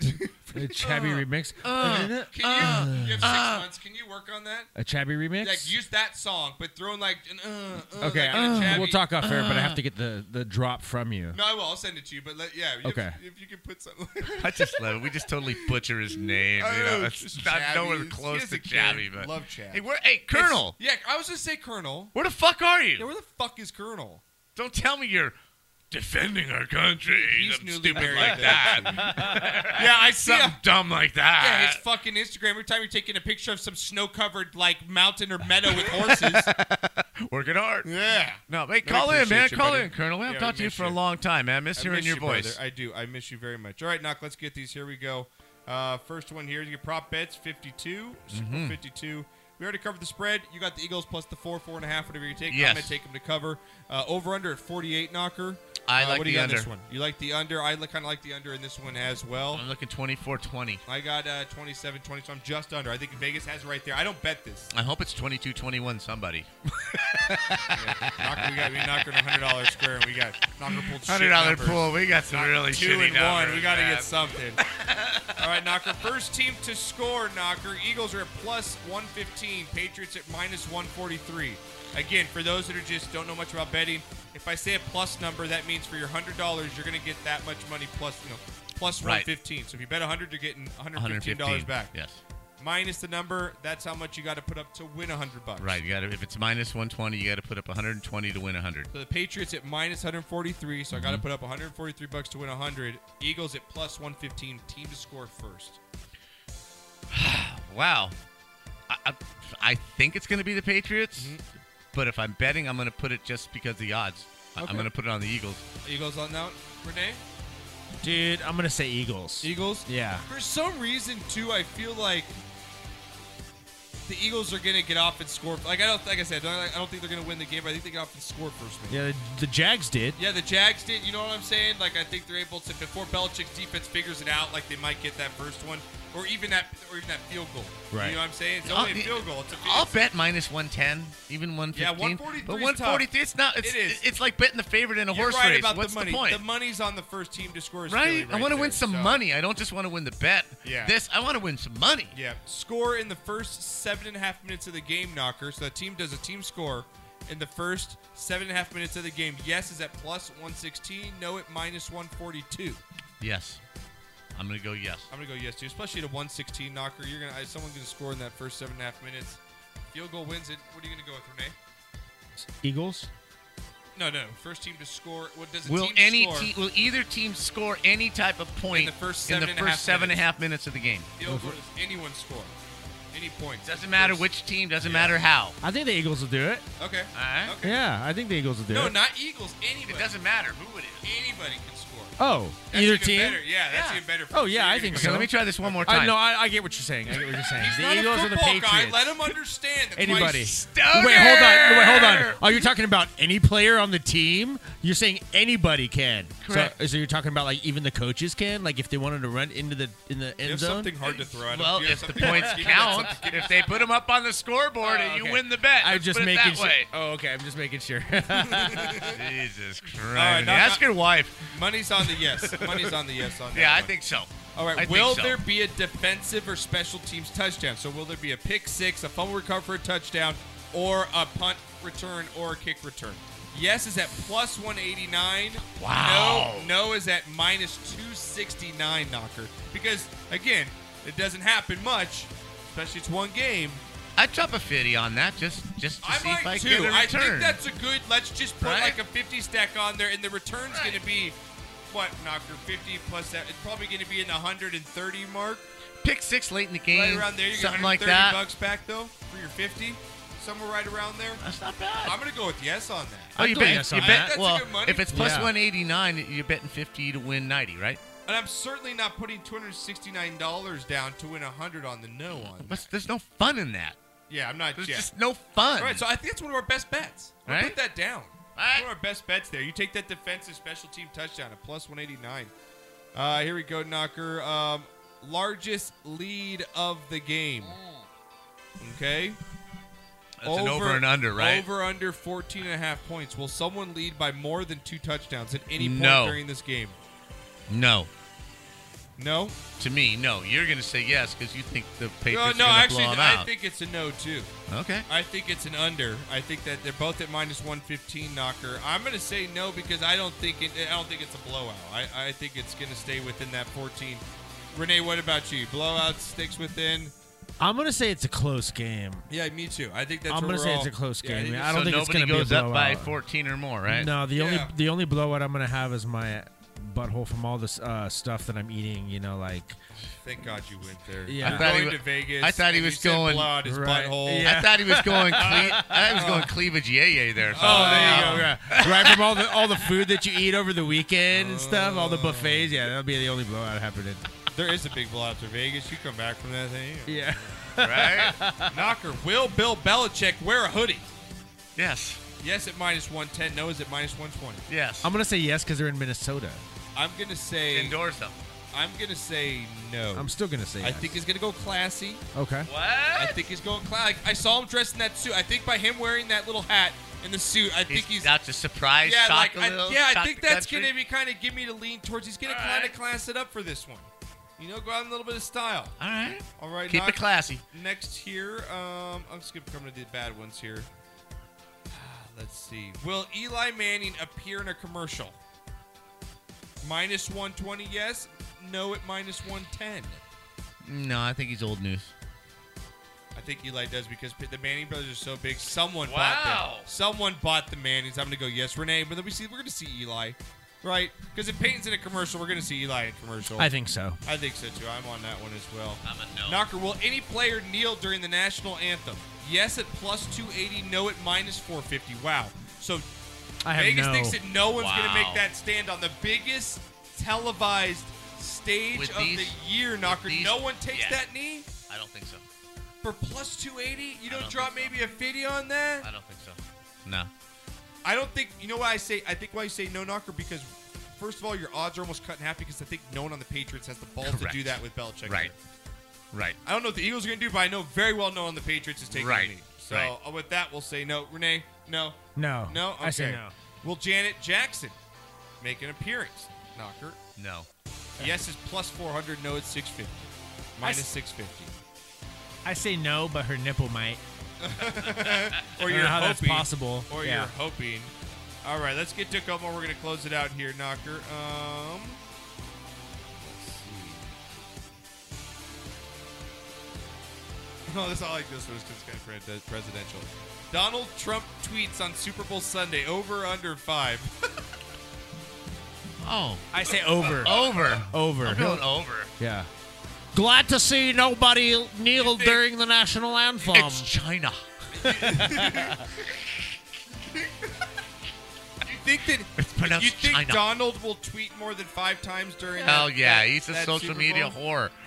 [SPEAKER 7] A chabby remix.
[SPEAKER 1] Uh, can
[SPEAKER 7] Uh,
[SPEAKER 1] you, you have six
[SPEAKER 7] uh.
[SPEAKER 1] months. Can you work on that?
[SPEAKER 7] A chabby remix?
[SPEAKER 1] Like use that song, but throw in like an uh, uh
[SPEAKER 7] Okay,
[SPEAKER 1] like in a chabby-
[SPEAKER 7] we'll talk off air, but I have to get the, the drop from you.
[SPEAKER 1] No, I will. I'll send it to you. But let, yeah, if-
[SPEAKER 7] Okay.
[SPEAKER 1] If, you can put something.
[SPEAKER 2] I just love it. We just totally butcher his name.
[SPEAKER 1] I
[SPEAKER 2] You know,
[SPEAKER 1] know,
[SPEAKER 2] it's
[SPEAKER 1] just
[SPEAKER 2] not nowhere
[SPEAKER 1] Chabby. Oh, He
[SPEAKER 2] close to
[SPEAKER 1] doesn't
[SPEAKER 2] Chabby,
[SPEAKER 1] care.
[SPEAKER 2] but
[SPEAKER 1] Love Chabby.
[SPEAKER 2] Hey, where? Hey, Colonel,
[SPEAKER 1] yeah, I was gonna say Colonel.
[SPEAKER 2] where the fuck are you?
[SPEAKER 1] Yeah, where the fuck is Colonel?
[SPEAKER 2] Don't tell me you're defending our country.
[SPEAKER 1] He's
[SPEAKER 2] Something
[SPEAKER 1] newly
[SPEAKER 2] stupid
[SPEAKER 1] married,
[SPEAKER 2] like that.
[SPEAKER 1] yeah, I see.
[SPEAKER 2] something
[SPEAKER 1] a-
[SPEAKER 2] dumb like that.
[SPEAKER 1] Yeah, his fucking Instagram. Every time you're taking a picture of some snow-covered like mountain or meadow with horses,
[SPEAKER 2] Working hard.
[SPEAKER 1] Yeah.
[SPEAKER 2] No,
[SPEAKER 1] No,
[SPEAKER 2] hey, call
[SPEAKER 1] I
[SPEAKER 2] in, man.
[SPEAKER 1] appreciate you,
[SPEAKER 2] Call
[SPEAKER 1] buddy.
[SPEAKER 2] in, Colonel. We haven't
[SPEAKER 1] Yeah,
[SPEAKER 2] talked to you
[SPEAKER 1] miss
[SPEAKER 2] for a long time, man. I miss hearing
[SPEAKER 1] miss
[SPEAKER 2] your
[SPEAKER 1] you,
[SPEAKER 2] voice.
[SPEAKER 1] brother. I do. I miss you very much. All right, Knock, let's get these. Here we go. Uh, first one here. You get prop bets 52, Super
[SPEAKER 2] Mhm.
[SPEAKER 1] 52. We already covered the spread. You got the Eagles plus the four, four and a half, whatever you take.
[SPEAKER 2] Yes.
[SPEAKER 1] I'm gonna take them to cover. Uh, over under at 48, Knocker.
[SPEAKER 2] I
[SPEAKER 1] Uh,
[SPEAKER 2] like
[SPEAKER 1] what do
[SPEAKER 2] the
[SPEAKER 1] you got
[SPEAKER 2] under.
[SPEAKER 1] in this one? You like the under? I kind of like the under in this one as well.
[SPEAKER 2] I'm looking 24-20.
[SPEAKER 1] I got uh, 27, 20, so I'm just under. I think Vegas has it right there. I don't bet this.
[SPEAKER 2] I hope it's 22-21 somebody.
[SPEAKER 1] Knocker, we got we knocked on a hundred dollar square, and we got knocker pulled shit
[SPEAKER 2] $100
[SPEAKER 1] numbers.
[SPEAKER 2] pool, we got some
[SPEAKER 1] Knock-
[SPEAKER 2] really
[SPEAKER 1] two
[SPEAKER 2] shitty
[SPEAKER 1] and
[SPEAKER 2] numbers,
[SPEAKER 1] one. We got to
[SPEAKER 2] man.
[SPEAKER 1] get something. All right, knocker. First team to score, knocker. Eagles are at plus one fifteen. Patriots at minus one forty three. Again, for those that are just don't know much about betting, if I say a plus number, that means for your hundred dollars, you're going to get that much money plus you know plus
[SPEAKER 2] Right.
[SPEAKER 1] one fifteen. So if you bet hundred, you're getting one hundred fifteen dollars
[SPEAKER 2] $115,
[SPEAKER 1] back.
[SPEAKER 2] yes.
[SPEAKER 1] Minus the number, that's how much you got to put up to win hundred bucks.
[SPEAKER 2] Right. You got to if it's minus 120, you got to put up 120 to win 100.
[SPEAKER 1] So the Patriots at minus 143, so I
[SPEAKER 2] Mm-hmm.
[SPEAKER 1] got to put up 143 bucks to win 100. Eagles at plus 115, team to score first.
[SPEAKER 2] Wow. I, I, I think it's going to be the Patriots,
[SPEAKER 1] Mm-hmm.
[SPEAKER 2] but if I'm betting, I'm going to put it just because of the odds. I-
[SPEAKER 1] Okay.
[SPEAKER 2] I'm going to put it on the Eagles.
[SPEAKER 1] Eagles on now, Renee.
[SPEAKER 3] Dude, I'm gonna say Eagles.
[SPEAKER 1] Eagles?
[SPEAKER 3] Yeah.
[SPEAKER 1] For some reason too, I feel like the Eagles are gonna get off and score. Like I don't, like I said, I don't- I don't think they're gonna win the game. But I think they get off and score first. man.
[SPEAKER 3] Yeah, the, the Jags did.
[SPEAKER 1] Yeah, the Jags did. You know what I'm saying? Like I think they're able to before Belichick's defense figures it out. Like they might get that first one, or even that, or even that field goal.
[SPEAKER 2] Right.
[SPEAKER 1] You know what I'm saying? It's
[SPEAKER 2] I'll-
[SPEAKER 1] only a field goal. It's a field.
[SPEAKER 2] I'll bet minus 110, even 115.
[SPEAKER 1] Yeah, 143
[SPEAKER 2] But
[SPEAKER 1] is
[SPEAKER 2] 143, it's not.
[SPEAKER 1] tough.
[SPEAKER 2] It's,
[SPEAKER 1] It is.
[SPEAKER 2] It's like betting the favorite in a
[SPEAKER 1] You're
[SPEAKER 2] horse
[SPEAKER 1] right
[SPEAKER 2] race.
[SPEAKER 1] about
[SPEAKER 2] What's
[SPEAKER 1] the money.
[SPEAKER 2] point?
[SPEAKER 1] money's on the first team to score. is
[SPEAKER 2] right?
[SPEAKER 1] Philly
[SPEAKER 2] I want to
[SPEAKER 1] there,
[SPEAKER 2] win some
[SPEAKER 1] so-
[SPEAKER 2] money. I don't just want to win the bet.
[SPEAKER 1] Yeah.
[SPEAKER 2] This I want to win some money.
[SPEAKER 1] Yeah. Score in the first seven and a half minutes of the game, knocker. So the team does a team score in the first seven and a half minutes of the game. Yes is at plus 116. No at minus 142.
[SPEAKER 2] Yes. I'm gonna go yes.
[SPEAKER 1] I'm gonna go yes too, especially at a 116 knocker. You're gonna someone's gonna score in that first seven and a half minutes. Field goal wins it. What are you gonna go with, Renee?
[SPEAKER 3] Eagles.
[SPEAKER 1] No, no. First team to score. What does the
[SPEAKER 2] Will
[SPEAKER 1] team
[SPEAKER 2] any
[SPEAKER 1] score?
[SPEAKER 2] te- will either team score any type of point in the
[SPEAKER 1] first
[SPEAKER 2] in
[SPEAKER 1] seven
[SPEAKER 2] the
[SPEAKER 1] and a
[SPEAKER 2] first
[SPEAKER 1] half
[SPEAKER 2] seven and a
[SPEAKER 1] minutes?
[SPEAKER 2] half minutes of the game?
[SPEAKER 1] Field goal. Does anyone score? Any points?
[SPEAKER 2] Doesn't matter which team. Doesn't matter how.
[SPEAKER 3] I think the Eagles will do it.
[SPEAKER 1] Okay.
[SPEAKER 2] All right.
[SPEAKER 3] Yeah, I think the Eagles will do
[SPEAKER 1] No,
[SPEAKER 3] it.
[SPEAKER 1] not Eagles. Anybody. It
[SPEAKER 2] doesn't matter who it
[SPEAKER 1] is. Anybody can score.
[SPEAKER 3] Oh,
[SPEAKER 1] That's
[SPEAKER 3] either
[SPEAKER 1] even
[SPEAKER 3] team.
[SPEAKER 1] better. Yeah, that's even better.
[SPEAKER 3] Oh yeah, I think
[SPEAKER 2] Okay,
[SPEAKER 3] so.
[SPEAKER 2] let me try this one more
[SPEAKER 3] I,
[SPEAKER 2] time.
[SPEAKER 3] no, I, I get what you're saying. I get what you're saying.
[SPEAKER 1] He's
[SPEAKER 3] the
[SPEAKER 1] not a
[SPEAKER 3] Eagles or the
[SPEAKER 1] football
[SPEAKER 3] Patriots.
[SPEAKER 1] guy. Let him understand. That's why
[SPEAKER 3] Anybody.
[SPEAKER 1] he's-
[SPEAKER 3] Wait, hold on. Wait, hold on. Are you talking about any player on the team? You're saying anybody can.
[SPEAKER 2] Correct.
[SPEAKER 3] So, so you're talking about like even the coaches can, like if they wanted to run into the in the end
[SPEAKER 1] You have
[SPEAKER 3] zone.
[SPEAKER 1] something hard to throw at
[SPEAKER 2] Well,
[SPEAKER 1] him. You have
[SPEAKER 2] if the
[SPEAKER 1] something hard to
[SPEAKER 2] points
[SPEAKER 1] give him.
[SPEAKER 2] count,
[SPEAKER 1] That's
[SPEAKER 2] if they put them up on the scoreboard, and you win the bet.
[SPEAKER 3] I'm
[SPEAKER 2] Let's
[SPEAKER 3] just
[SPEAKER 2] put it
[SPEAKER 3] making
[SPEAKER 2] that
[SPEAKER 3] sure.
[SPEAKER 2] way.
[SPEAKER 3] Oh, okay. I'm just making sure.
[SPEAKER 2] Jesus Christ!
[SPEAKER 1] All right, knock-
[SPEAKER 2] Ask your wife.
[SPEAKER 1] Money's on the yes. Money's on the yes on that.
[SPEAKER 2] Yeah, I
[SPEAKER 1] one.
[SPEAKER 2] think so.
[SPEAKER 1] All right.
[SPEAKER 2] I think
[SPEAKER 1] will
[SPEAKER 2] so.
[SPEAKER 1] there be a defensive or special teams touchdown? So will there be a pick six, a fumble recovery for a touchdown, or a punt return or a kick return? Yes is at plus 189.
[SPEAKER 2] Wow.
[SPEAKER 1] No, no is at minus 269 knocker. Because again, it doesn't happen much, especially it's one game.
[SPEAKER 2] I'd drop a fifty on that just just to
[SPEAKER 1] I
[SPEAKER 2] see if I
[SPEAKER 1] might
[SPEAKER 2] get a
[SPEAKER 1] too.
[SPEAKER 2] return.
[SPEAKER 1] I think that's a good. Let's just put
[SPEAKER 2] Right?
[SPEAKER 1] like a 50 stack on there, and the return's going to be what knocker 50 plus that. It's probably going to be in the 130 mark.
[SPEAKER 2] pick six late in the game.
[SPEAKER 1] Right around there, you get
[SPEAKER 2] something like
[SPEAKER 1] 130
[SPEAKER 2] that.
[SPEAKER 1] bucks back though for your 50, somewhere right around there.
[SPEAKER 2] That's not bad.
[SPEAKER 1] I'm gonna go with yes on that.
[SPEAKER 2] Oh, you bet. you
[SPEAKER 1] I
[SPEAKER 2] bet.
[SPEAKER 1] think that's
[SPEAKER 2] well,
[SPEAKER 1] a good money.
[SPEAKER 2] if it's plus 189, you're betting 50 to win 90, right?
[SPEAKER 1] and I'm certainly not putting 269 dollars down to win 100 on the no on.
[SPEAKER 2] What's, there's no fun in that.
[SPEAKER 1] Yeah, I'm not.
[SPEAKER 2] There's
[SPEAKER 1] yet.
[SPEAKER 2] just no fun.
[SPEAKER 1] All right, so I think it's one of our best bets. I'm gonna
[SPEAKER 2] Right?
[SPEAKER 1] Put that down. One of our best bets there. You take that defensive special team touchdown at plus 189. Uh, here we go, Knocker. Um, largest lead of the game. Okay.
[SPEAKER 2] Mm. That's an over and under, right?
[SPEAKER 1] Over under 14 and a half points. Will someone lead by more than two touchdowns at any point
[SPEAKER 2] No.
[SPEAKER 1] during this game?
[SPEAKER 2] No.
[SPEAKER 1] No.
[SPEAKER 2] To me, no. You're going to say yes because you think the
[SPEAKER 1] No,
[SPEAKER 2] Patriots
[SPEAKER 1] Uh, no,
[SPEAKER 2] are going to
[SPEAKER 1] actually,
[SPEAKER 2] blow 'em
[SPEAKER 1] I
[SPEAKER 2] out.
[SPEAKER 1] think it's a no too.
[SPEAKER 2] Okay.
[SPEAKER 1] I think it's an under. I think that they're both at minus one fifteen knocker. I'm gonna say no because I don't think it. I don't think it's a blowout. I, I think it's gonna stay within that fourteen. Renee, what about you? Blowout sticks within.
[SPEAKER 3] I'm gonna say it's a close game.
[SPEAKER 1] Yeah, me too. I think that's.
[SPEAKER 3] I'm
[SPEAKER 1] where
[SPEAKER 3] gonna
[SPEAKER 1] we're
[SPEAKER 3] say
[SPEAKER 1] all-
[SPEAKER 3] it's a close
[SPEAKER 1] Yeah, I
[SPEAKER 3] game.
[SPEAKER 1] think
[SPEAKER 3] I don't
[SPEAKER 2] so
[SPEAKER 3] think it's
[SPEAKER 2] nobody
[SPEAKER 3] gonna be a
[SPEAKER 2] goes up by
[SPEAKER 3] blowout.
[SPEAKER 2] 14 or more, right?
[SPEAKER 3] No, the only
[SPEAKER 1] Yeah.
[SPEAKER 3] the only blowout I'm gonna have is my butthole from all this uh, stuff that I'm eating. You know, like
[SPEAKER 1] Thank God you went there.
[SPEAKER 3] Yeah.
[SPEAKER 1] I'm
[SPEAKER 3] I thought
[SPEAKER 1] going
[SPEAKER 3] he
[SPEAKER 1] to
[SPEAKER 3] wa-
[SPEAKER 1] Vegas.
[SPEAKER 3] I thought he
[SPEAKER 1] and
[SPEAKER 3] was
[SPEAKER 1] said
[SPEAKER 3] going-
[SPEAKER 1] blood, his
[SPEAKER 3] Right.
[SPEAKER 1] butthole.
[SPEAKER 3] Yeah.
[SPEAKER 2] I thought he was going. Cle- I thought he was going cleavage yay yay there. So
[SPEAKER 3] Oh, there you go. Right. right from all the all the food that you eat over the weekend and stuff, all the buffets. Yeah, that'll be the only blowout happening.
[SPEAKER 1] There is a big blowout after Vegas. You come back from that thing.
[SPEAKER 3] Yeah.
[SPEAKER 1] Right? Knocker, will Bill Belichick wear a hoodie?
[SPEAKER 2] Yes.
[SPEAKER 1] Yes at minus 110. No is at minus 120.
[SPEAKER 2] Yes.
[SPEAKER 3] I'm gonna say yes because they're in Minnesota.
[SPEAKER 1] I'm going to say.
[SPEAKER 2] Endorse them.
[SPEAKER 1] I'm going to say no.
[SPEAKER 3] I'm still gonna say
[SPEAKER 1] I
[SPEAKER 3] yes.
[SPEAKER 1] think he's going to go classy.
[SPEAKER 3] Okay.
[SPEAKER 1] What? I think he's going classy. I saw him dressed in that suit. I think by him wearing that little hat and the suit, I think he's.
[SPEAKER 2] That's a surprise.
[SPEAKER 1] yeah,
[SPEAKER 2] shock
[SPEAKER 1] like,
[SPEAKER 2] a little,
[SPEAKER 1] I, yeah, I
[SPEAKER 2] shock
[SPEAKER 1] think
[SPEAKER 2] the
[SPEAKER 1] that's
[SPEAKER 2] country.
[SPEAKER 1] going to be kind of give me to lean towards. He's going to kind of class it up for this one. You know, go out in a little bit of style.
[SPEAKER 2] All right.
[SPEAKER 1] All right.
[SPEAKER 2] Keep it
[SPEAKER 1] knock-
[SPEAKER 2] classy.
[SPEAKER 1] Next here, um, I'm just gonna come to the bad ones here. Ah, Let's see. Will Eli Manning appear in a commercial? Minus 120, yes. No at minus 110.
[SPEAKER 2] No, I think he's old news.
[SPEAKER 1] I think Eli does because p- the Manning brothers are so big. Someone bought them. Someone bought the Mannings. I'm gonna go yes, Renee. But then we see we're gonna see Eli, right? Because if Peyton's in a commercial, we're gonna see Eli in a commercial.
[SPEAKER 3] I think so.
[SPEAKER 1] I think so too. I'm on that one as well. I'm a no. Knocker, will any player kneel during the national anthem? Yes at plus 280. No at minus 450. Wow. So
[SPEAKER 3] I have
[SPEAKER 1] Vegas
[SPEAKER 3] no.
[SPEAKER 1] thinks that no one's gonna
[SPEAKER 2] Wow.
[SPEAKER 1] make that stand on the biggest televised stage
[SPEAKER 2] With
[SPEAKER 1] of
[SPEAKER 2] these-
[SPEAKER 1] the year. Knocker,
[SPEAKER 2] these-
[SPEAKER 1] no one takes
[SPEAKER 2] yeah.
[SPEAKER 1] that knee
[SPEAKER 2] I don't think so.
[SPEAKER 1] for plus 280. You
[SPEAKER 2] I
[SPEAKER 1] don't,
[SPEAKER 2] don't
[SPEAKER 1] drop maybe a 50 on that.
[SPEAKER 2] I don't think so. No.
[SPEAKER 1] I don't think you know why I say I think why you say no knocker because first of all your odds are almost cut in half because I think no one on the Patriots has the balls
[SPEAKER 2] Correct.
[SPEAKER 1] to do that with Belichick.
[SPEAKER 2] Right. Right.
[SPEAKER 1] I don't know what the Eagles are going to do, but I know very well no one on the Patriots is taking
[SPEAKER 2] Right.
[SPEAKER 1] the lead. So
[SPEAKER 2] Right.
[SPEAKER 1] uh, with that, we'll say no. Renee, no.
[SPEAKER 3] No.
[SPEAKER 1] No. Okay.
[SPEAKER 3] I say no.
[SPEAKER 1] Will Janet Jackson make an appearance? Knocker.
[SPEAKER 2] No.
[SPEAKER 1] Yes is plus 400. No, it's 650.
[SPEAKER 3] I
[SPEAKER 1] Minus
[SPEAKER 3] s-
[SPEAKER 1] 650.
[SPEAKER 3] I say no, but her nipple might.
[SPEAKER 1] or
[SPEAKER 3] I don't
[SPEAKER 1] you're
[SPEAKER 3] know how
[SPEAKER 1] hoping,
[SPEAKER 3] that's possible.
[SPEAKER 1] Or
[SPEAKER 3] Yeah.
[SPEAKER 1] you're hoping. All right, let's get to a couple. more. We're gonna close it out here, Knocker. Um, let's see. No, this I like this one because it's kind of pres- presidential. Donald Trump tweets on Super Bowl Sunday over or under five.
[SPEAKER 2] Oh.
[SPEAKER 3] I say over.
[SPEAKER 2] Over.
[SPEAKER 3] Over.
[SPEAKER 2] I'm going over.
[SPEAKER 3] Yeah.
[SPEAKER 7] Glad to see nobody kneel during the national anthem.
[SPEAKER 2] It's China.
[SPEAKER 1] you think that
[SPEAKER 2] it's pronounced
[SPEAKER 1] you think
[SPEAKER 2] China.
[SPEAKER 1] Donald will tweet more than five times during?
[SPEAKER 2] Hell
[SPEAKER 1] that-
[SPEAKER 2] yeah,
[SPEAKER 1] that-
[SPEAKER 2] he's a
[SPEAKER 1] that
[SPEAKER 2] social
[SPEAKER 1] Super
[SPEAKER 2] media
[SPEAKER 1] Bowl?
[SPEAKER 2] whore. Oh,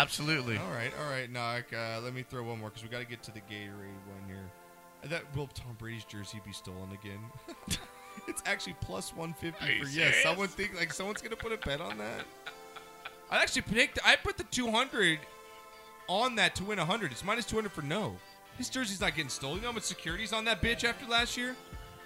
[SPEAKER 2] Absolutely.
[SPEAKER 1] All right, all right, Knock. Uh, let me throw one more because we got to get to the Gatorade one here. Uh, That will Tom Brady's jersey be stolen again? it's actually plus one
[SPEAKER 2] Are
[SPEAKER 1] fifty
[SPEAKER 2] you
[SPEAKER 1] for yes.
[SPEAKER 2] serious?
[SPEAKER 1] Someone think like someone's gonna put a bet on that. I actually picked. I put the two hundred on that to win hundred. It's minus two hundred for no. His jersey's not getting stolen. You know how much security's on that bitch after last year?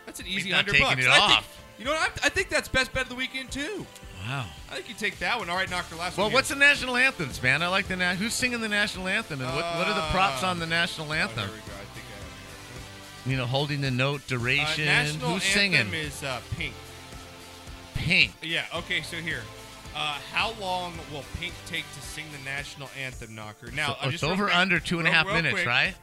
[SPEAKER 1] That's an easy
[SPEAKER 2] not
[SPEAKER 1] hundred
[SPEAKER 2] taking
[SPEAKER 1] bucks.
[SPEAKER 2] it
[SPEAKER 1] I think-
[SPEAKER 2] off.
[SPEAKER 1] you know what? I, I think that's best bet of the weekend too.
[SPEAKER 2] Wow.
[SPEAKER 1] I think you take that one. All right, knocker. Last
[SPEAKER 2] Well,
[SPEAKER 1] one.
[SPEAKER 2] what's the national anthems, man? I like the na- who's singing the national anthem, and what, what are the props
[SPEAKER 1] Uh,
[SPEAKER 2] on the national
[SPEAKER 1] Oh,
[SPEAKER 2] anthem?
[SPEAKER 1] here we go. I think I have it.
[SPEAKER 2] You know, holding the note,
[SPEAKER 1] Uh,
[SPEAKER 2] duration.
[SPEAKER 1] national
[SPEAKER 2] who's singing?
[SPEAKER 1] anthem is uh, Pink.
[SPEAKER 2] Pink.
[SPEAKER 1] Yeah. Okay. So here, uh, how long will Pink take to sing the national anthem, Knocker? Now
[SPEAKER 2] So
[SPEAKER 1] uh,
[SPEAKER 2] it's
[SPEAKER 1] just real
[SPEAKER 2] over
[SPEAKER 1] quick-
[SPEAKER 2] under two and a
[SPEAKER 1] real-
[SPEAKER 2] half
[SPEAKER 1] real
[SPEAKER 2] minutes,
[SPEAKER 1] quick,
[SPEAKER 2] right?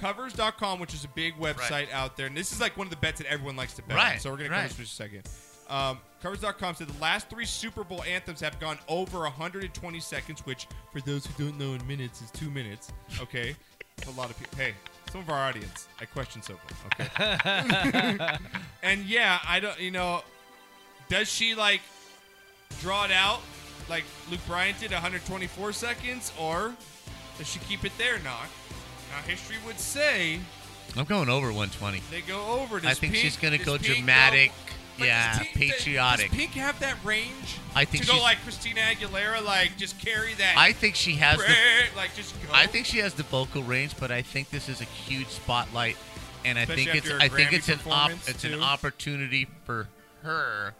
[SPEAKER 1] Covers.com, which is a big website out there, and this is like one of the bets that everyone likes to bet. on,
[SPEAKER 2] Right,
[SPEAKER 1] so we're gonna
[SPEAKER 2] right.
[SPEAKER 1] cover this for just a second. Um, covers.com said the last three Super Bowl anthems have gone over 120 seconds, which for those who don't know in minutes is two minutes. Okay, That's a lot of people. Hey, some of our audience, I question so far. Okay, and yeah, I don't. You know, does she like draw it out like Luke Bryant did 124 seconds, or does she keep it there, Knock? Now, history would say
[SPEAKER 2] I'm going over 120.
[SPEAKER 1] they go over.
[SPEAKER 2] I
[SPEAKER 1] Does
[SPEAKER 2] think
[SPEAKER 1] Pink-
[SPEAKER 2] she's going to
[SPEAKER 1] does
[SPEAKER 2] go
[SPEAKER 1] Pink
[SPEAKER 2] dramatic.
[SPEAKER 1] But does
[SPEAKER 2] yeah,
[SPEAKER 1] Pink- does-
[SPEAKER 2] patriotic.
[SPEAKER 1] Does Pink have that range?
[SPEAKER 2] I think
[SPEAKER 1] to go
[SPEAKER 2] she's-
[SPEAKER 1] like Christina Aguilera, like just carry that.
[SPEAKER 2] I think she has the-
[SPEAKER 1] prayer, like just go.
[SPEAKER 2] I think she has the vocal range, but I think this is a huge spotlight, and I
[SPEAKER 1] Especially
[SPEAKER 2] think it's
[SPEAKER 1] after
[SPEAKER 2] I
[SPEAKER 1] a
[SPEAKER 2] think
[SPEAKER 1] Grammy
[SPEAKER 2] it's an op-
[SPEAKER 1] performance,
[SPEAKER 2] it's
[SPEAKER 1] too.
[SPEAKER 2] an opportunity for her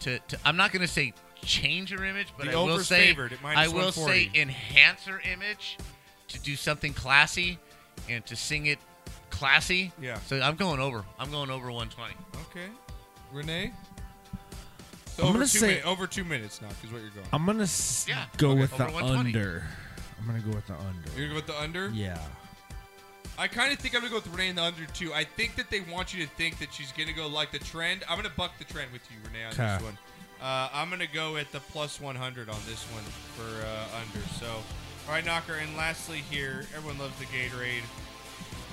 [SPEAKER 2] to, to I'm not going to say change her image, but
[SPEAKER 1] The
[SPEAKER 2] I will
[SPEAKER 1] over's
[SPEAKER 2] say
[SPEAKER 1] favored at minus
[SPEAKER 2] I will say
[SPEAKER 1] 140.
[SPEAKER 2] enhance her image to do something classy and to sing it classy.
[SPEAKER 1] Yeah.
[SPEAKER 2] So I'm going over. I'm going over 120.
[SPEAKER 1] Okay, Renee. So
[SPEAKER 3] I'm
[SPEAKER 1] over
[SPEAKER 3] gonna
[SPEAKER 1] two
[SPEAKER 3] say-
[SPEAKER 1] minute- over two minutes, Knock is what you're going.
[SPEAKER 3] I'm gonna s-
[SPEAKER 1] Yeah,
[SPEAKER 3] go
[SPEAKER 1] okay,
[SPEAKER 3] with
[SPEAKER 1] over
[SPEAKER 3] the
[SPEAKER 1] 120.
[SPEAKER 3] under. I'm gonna go with the under.
[SPEAKER 1] You're Oh. gonna go with the under?
[SPEAKER 3] Yeah.
[SPEAKER 1] I kind of think I'm gonna go with Renee in the under too. I think that they want you to think that she's gonna go like the trend. I'm gonna buck the trend with you, Renee, on
[SPEAKER 3] 'Kay.
[SPEAKER 1] this one. Uh, I'm gonna go at the plus 100 on this one for uh, under. So, all right, Knocker, and lastly here, everyone loves the Gatorade.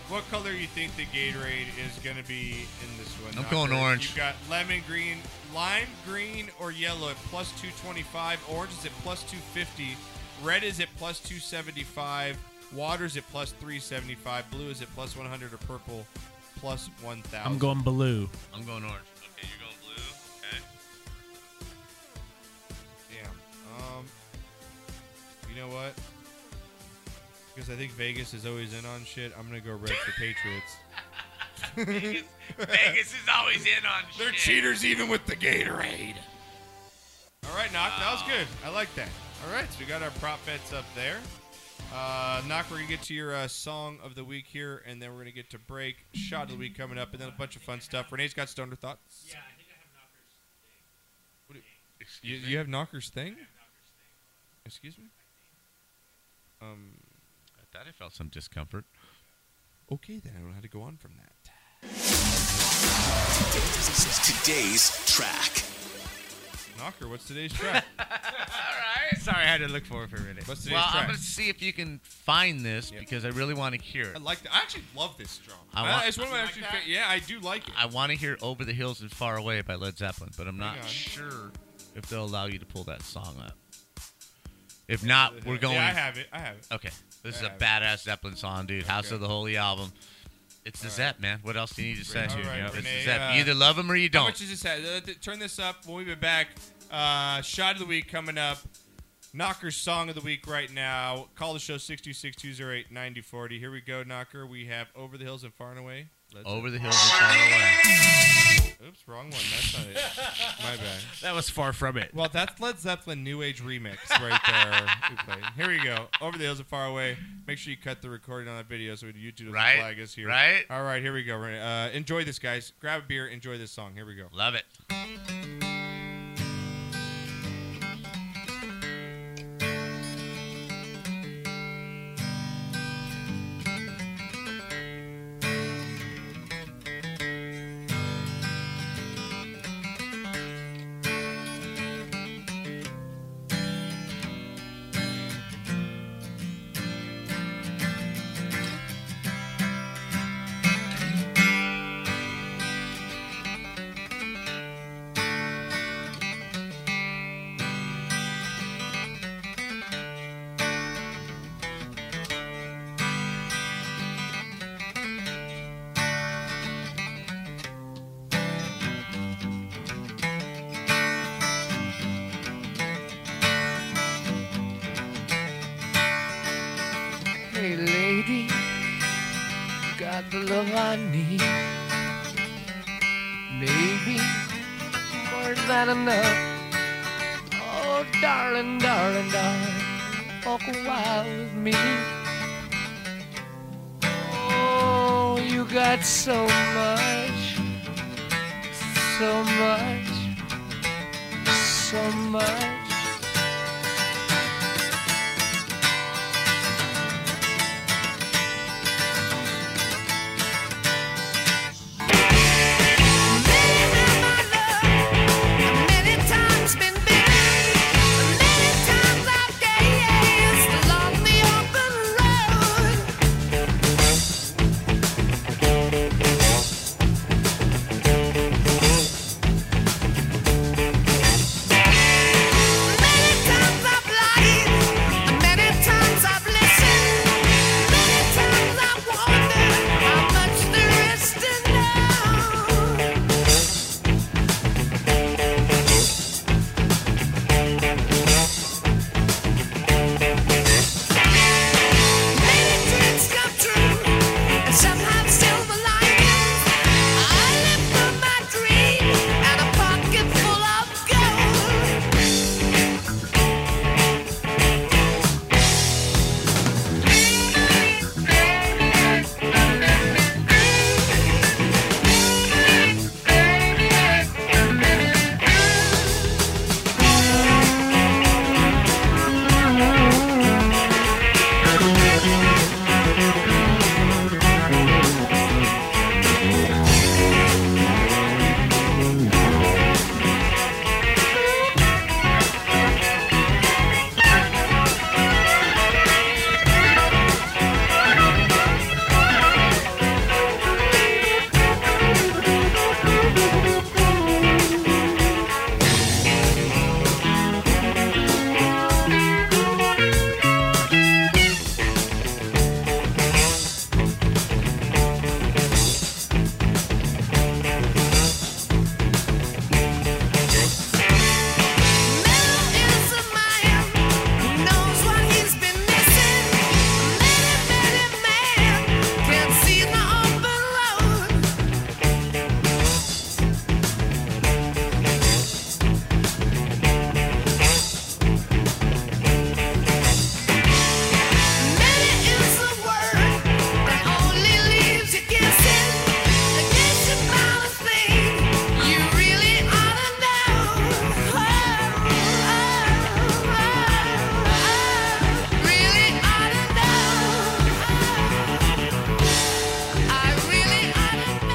[SPEAKER 1] What color you think the Gatorade is gonna be in this one?
[SPEAKER 2] I'm going
[SPEAKER 1] Knocker?
[SPEAKER 2] orange.
[SPEAKER 1] You've got lemon green, lime green, or yellow at plus 225. Orange is at plus 250. Red is at plus 275. Water's at plus 375. Blue is at plus 100. Or purple, plus 1,000.
[SPEAKER 3] I'm going blue.
[SPEAKER 2] I'm going orange. Okay, you're going blue. Okay.
[SPEAKER 1] Damn. Um, you know what? Because I think Vegas is always in on shit. I'm gonna go red for Patriots.
[SPEAKER 2] Vegas, Vegas is always in on shit.
[SPEAKER 1] They're cheaters even with the Gatorade. All right, knock. That was good. I like that. All right, so we got our prop bets up there. Uh, knock. We're gonna get to your uh, song of the week here, and then we're gonna get to break shot of the week coming up, and then a bunch of fun stuff. Renee's got stoner thoughts. Yeah, I think I have knockers. You, you have knockers thing? Excuse me. Um,
[SPEAKER 2] I thought I felt some discomfort.
[SPEAKER 1] Okay, then I don't know how to go on from that.
[SPEAKER 6] Today's track.
[SPEAKER 1] Knocker, what's today's track?
[SPEAKER 7] Sorry, I had to look for it for a minute.
[SPEAKER 1] What's
[SPEAKER 2] Well, I'm gonna see if you can find this because I really want to hear it.
[SPEAKER 1] I like that. I actually love this drum.
[SPEAKER 2] I
[SPEAKER 1] I
[SPEAKER 2] want-
[SPEAKER 1] it's one of my
[SPEAKER 2] You like
[SPEAKER 1] actually
[SPEAKER 2] that?
[SPEAKER 1] fa- Yeah, I do like it.
[SPEAKER 2] I want to hear "Over the Hills and Far Away" by Led Zeppelin, but I'm
[SPEAKER 1] Hang
[SPEAKER 2] not
[SPEAKER 1] on.
[SPEAKER 2] sure if they'll allow you to pull that song up. If not, we're
[SPEAKER 1] Yeah,
[SPEAKER 2] going.
[SPEAKER 1] I have it. I have it.
[SPEAKER 2] Okay, this
[SPEAKER 1] I
[SPEAKER 2] is a
[SPEAKER 1] have it.
[SPEAKER 2] badass Zeppelin song, dude. House
[SPEAKER 1] Okay.
[SPEAKER 2] of the Holy album. It's
[SPEAKER 1] All
[SPEAKER 2] the
[SPEAKER 1] right.
[SPEAKER 2] Zepp, man. What else do you need to say?
[SPEAKER 1] All right,
[SPEAKER 2] You know, it's the
[SPEAKER 1] Renee,
[SPEAKER 2] Zepp.
[SPEAKER 1] uh,
[SPEAKER 2] You either love them or you
[SPEAKER 1] How
[SPEAKER 2] don't.
[SPEAKER 1] much is this at? Uh, th- Turn this up. When we get back, uh, shot of the week coming up. Knocker's song of the week right now. Call the show 626-208-9040. Here we go, Knocker. We have Over the Hills and Far and Away. Let's
[SPEAKER 2] Over the Hills and Far and
[SPEAKER 1] Away. Oops, wrong one. That's not it. My bad.
[SPEAKER 3] That was far from it.
[SPEAKER 1] Well, that's Led Zeppelin New Age remix right there. we played. Here we go. Over the hills and far away. Make sure you cut the recording on that video so YouTube doesn't
[SPEAKER 2] Right,
[SPEAKER 1] flag us here.
[SPEAKER 2] right.
[SPEAKER 1] All right. Here we go. Uh, enjoy this, guys. Grab a beer. Enjoy this song. Here we go.
[SPEAKER 2] Love it.
[SPEAKER 13] Hey, lady, got the love I need. Maybe more than enough. Oh, darling, darling, darling, walk a while with me. Oh, you got so much, so much, so much.
[SPEAKER 8] Many times been bitten. Many times I gazed along the open road. Oh, oh. Oh,
[SPEAKER 1] uh,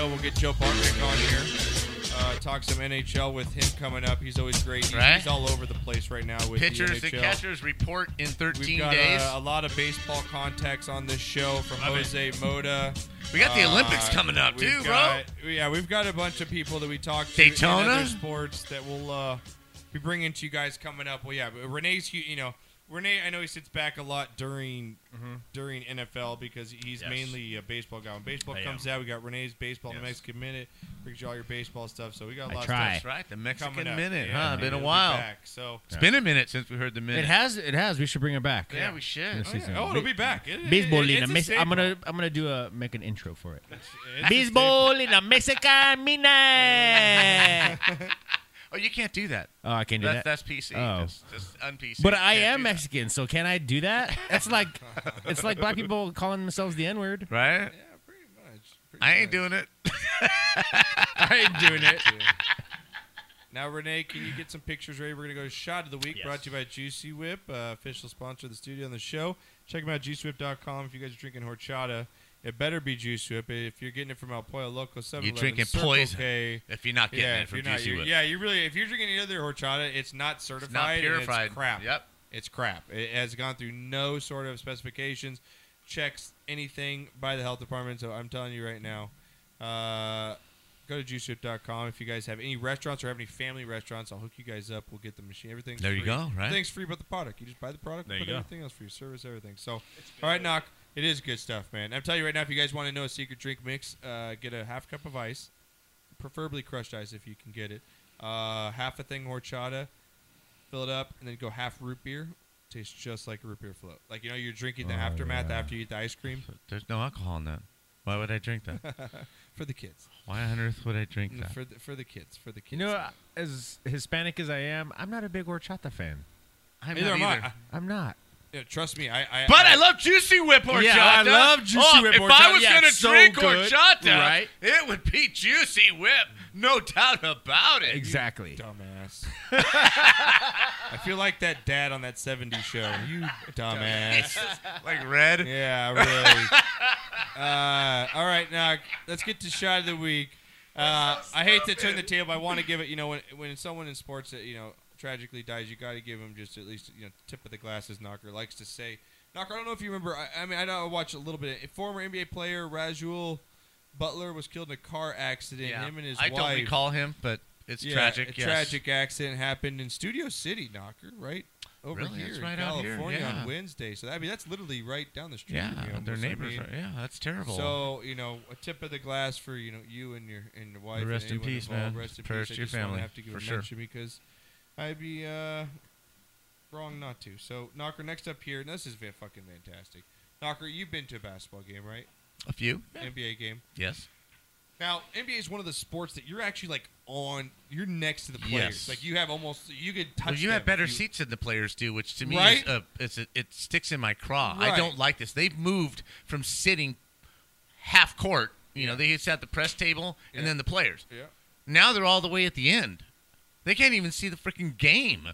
[SPEAKER 1] Um, get Joe Bartnick on here. Uh, talk some NHL with him coming up. He's always great. He's,
[SPEAKER 2] Right.
[SPEAKER 1] he's all over the place right now with
[SPEAKER 2] Pitchers
[SPEAKER 1] the
[SPEAKER 2] and
[SPEAKER 1] NHL.
[SPEAKER 2] catchers report in 13
[SPEAKER 1] We've got
[SPEAKER 2] days.
[SPEAKER 1] uh, a lot of baseball contacts on this show from Jose Moda. Uh,
[SPEAKER 2] We got the Olympics coming up,
[SPEAKER 1] we've
[SPEAKER 2] too, bro.
[SPEAKER 1] got- Yeah, we've got a bunch of people that we talked to in
[SPEAKER 2] Daytona?
[SPEAKER 1] other sports that we'll uh, be bringing to you guys coming up. Well, yeah, but Renee's, hu- you know, Renee, I know he sits back a lot during
[SPEAKER 2] Mm-hmm.
[SPEAKER 1] during NFL because he's
[SPEAKER 7] Yes.
[SPEAKER 1] mainly a baseball guy. When baseball
[SPEAKER 7] I
[SPEAKER 1] comes
[SPEAKER 7] am.
[SPEAKER 1] out, we got Renee's baseball in the
[SPEAKER 7] Yes.
[SPEAKER 1] Mexican minute. Brings you all your baseball stuff, so we got a
[SPEAKER 2] I
[SPEAKER 1] lot.
[SPEAKER 2] try.
[SPEAKER 1] Of
[SPEAKER 2] That's
[SPEAKER 1] stuff
[SPEAKER 2] right, the Mexican
[SPEAKER 1] coming up.
[SPEAKER 2] minute,
[SPEAKER 1] Yeah,
[SPEAKER 2] huh? Been a
[SPEAKER 1] it'll
[SPEAKER 2] while.
[SPEAKER 1] Back, so
[SPEAKER 2] It's been a minute since we heard the minute.
[SPEAKER 3] It has. It has. We should bring it back.
[SPEAKER 1] Yeah, we should.
[SPEAKER 3] This
[SPEAKER 1] Oh, yeah.
[SPEAKER 3] season.
[SPEAKER 1] Oh, it'll be back. It- it-
[SPEAKER 3] baseball
[SPEAKER 1] it-
[SPEAKER 3] in a
[SPEAKER 1] it's a
[SPEAKER 3] Mex- I'm
[SPEAKER 1] staple.
[SPEAKER 3] gonna. I'm gonna do a make an intro for it.
[SPEAKER 1] it's a
[SPEAKER 3] baseball in a Mexican minute.
[SPEAKER 2] Oh, you can't do that.
[SPEAKER 3] Oh, I can't do
[SPEAKER 2] that's,
[SPEAKER 3] that.
[SPEAKER 2] That's PC.
[SPEAKER 3] Oh.
[SPEAKER 2] That's, that's un-PC.
[SPEAKER 3] But
[SPEAKER 2] You
[SPEAKER 3] I
[SPEAKER 2] can't
[SPEAKER 3] am
[SPEAKER 2] do that.
[SPEAKER 3] Mexican, so can I do that? It's like it's like black people calling themselves the N word,
[SPEAKER 2] right? I ain't doing it.
[SPEAKER 1] I ain't doing it. Now, Renee, can you get some pictures ready? We're going to go to Shot of the Week, brought to you by Juicy Whip, uh, official sponsor of the studio and the show. Check them out, juicywhip.com. If you guys are drinking horchata, it better be Juice Whip. If you're getting it from El Pollo Loco 7
[SPEAKER 2] drinking poison if you're not getting
[SPEAKER 1] yeah,
[SPEAKER 2] it
[SPEAKER 1] if
[SPEAKER 2] from
[SPEAKER 1] you're not-
[SPEAKER 2] Juicy
[SPEAKER 1] you're-
[SPEAKER 2] Whip.
[SPEAKER 1] Yeah, you really, if you're drinking any other horchata, it's not certified. and
[SPEAKER 2] purified.
[SPEAKER 1] It's crap.
[SPEAKER 2] Yep.
[SPEAKER 1] It's crap. It has gone through no sort of specifications, checks, anything by the health department. So I'm telling you right now, uh, go to juicewhip.com if you guys have any restaurants or have any family restaurants. I'll hook you guys up. We'll get the machine. Everything's
[SPEAKER 2] There you
[SPEAKER 1] free.
[SPEAKER 2] go, right?
[SPEAKER 1] Everything's free, but the product. You just buy the product.
[SPEAKER 2] There
[SPEAKER 1] put
[SPEAKER 2] you go.
[SPEAKER 1] Everything else for your service, everything. So, all right, knock. It is good stuff, man. I'm telling you right now, if you guys want to know a secret drink mix, uh, get a half cup of ice, preferably crushed ice if you can get it. Uh, half a thing horchata, fill it up, and then go half root beer. Tastes just like a root beer float. Like you know, you're drinking the
[SPEAKER 2] Oh,
[SPEAKER 1] aftermath
[SPEAKER 2] yeah.
[SPEAKER 1] after you eat the ice cream
[SPEAKER 2] There's no alcohol in that. Why would I drink that?
[SPEAKER 1] for the kids.
[SPEAKER 2] Why on earth would I drink that?
[SPEAKER 1] For the, for the kids, for the kids.
[SPEAKER 3] You know, as Hispanic as I am, I'm not a big horchata fan.
[SPEAKER 1] I'm Neither not am I. either.
[SPEAKER 3] I'm not.
[SPEAKER 1] Yeah, trust me, I. I
[SPEAKER 2] But I love Juicy Whip horchata.
[SPEAKER 3] Yeah, I love Juicy
[SPEAKER 2] oh,
[SPEAKER 3] Whip
[SPEAKER 2] If I
[SPEAKER 3] horchata.
[SPEAKER 2] was
[SPEAKER 3] Yeah,
[SPEAKER 2] gonna
[SPEAKER 3] it's so
[SPEAKER 2] drink
[SPEAKER 3] good,
[SPEAKER 2] horchata,
[SPEAKER 3] right?
[SPEAKER 2] it would be Juicy Whip, no doubt about it.
[SPEAKER 3] Exactly.
[SPEAKER 1] Dumbass. I feel like that dad on that '70s show. You dumbass.
[SPEAKER 2] like red.
[SPEAKER 1] Yeah, really. uh, all right, now let's get to shot of the week. Uh, I hate to turn the table. I want to give it. You know, when when someone in sports that you know tragically dies, you got to give them just at least you know tip of the glasses. Knocker likes to say. Knocker, I don't know if you remember. I, I mean, I know I watched a little bit. A former NBA player Rajul Butler was killed in a car accident.
[SPEAKER 2] Yeah.
[SPEAKER 1] Him and his
[SPEAKER 2] I
[SPEAKER 1] wife.
[SPEAKER 2] don't recall him, but it's
[SPEAKER 1] Yeah,
[SPEAKER 2] tragic,
[SPEAKER 1] A
[SPEAKER 2] yes.
[SPEAKER 1] tragic accident happened in Studio City, Knocker, right? Over
[SPEAKER 2] Really?
[SPEAKER 1] here
[SPEAKER 2] That's
[SPEAKER 1] in
[SPEAKER 2] right out here,
[SPEAKER 1] California
[SPEAKER 2] yeah.
[SPEAKER 1] on Wednesday. So that, I mean, that's literally right down the street.
[SPEAKER 2] Yeah,
[SPEAKER 1] from you
[SPEAKER 2] their
[SPEAKER 1] almost.
[SPEAKER 2] neighbors are- yeah, that's terrible.
[SPEAKER 1] So you know, a tip of the glass for you know you and your and your wife.
[SPEAKER 2] Rest
[SPEAKER 1] and
[SPEAKER 2] in
[SPEAKER 1] anyone
[SPEAKER 2] peace,
[SPEAKER 1] involved.
[SPEAKER 2] man.
[SPEAKER 1] Rest in
[SPEAKER 2] Prayers
[SPEAKER 1] peace. I
[SPEAKER 2] to your
[SPEAKER 1] just wanna
[SPEAKER 2] family,
[SPEAKER 1] Have to give
[SPEAKER 2] for
[SPEAKER 1] a
[SPEAKER 2] sure.
[SPEAKER 1] mention because I'd be uh, wrong not to. So Knocker, next up here, and this is fa- fucking fantastic. Knocker, you've been to a basketball game, right?
[SPEAKER 2] A few.
[SPEAKER 1] NBA game.
[SPEAKER 2] Yes.
[SPEAKER 1] Now, NBA is one of the sports that you're actually like on. You're next to the players.
[SPEAKER 2] Yes.
[SPEAKER 1] Like you have almost you could touch.
[SPEAKER 2] Well, you
[SPEAKER 1] them
[SPEAKER 2] have
[SPEAKER 1] if
[SPEAKER 2] better seats than the players do, which to me
[SPEAKER 1] Right?
[SPEAKER 2] is a, it's a, it sticks in my craw. I
[SPEAKER 1] Right.
[SPEAKER 2] don't like this. They've moved from sitting half court. You know, they used to have the press table and
[SPEAKER 1] Yeah.
[SPEAKER 2] then the players.
[SPEAKER 1] Yeah.
[SPEAKER 2] Now they're all the way at the end. They can't even see the freaking game.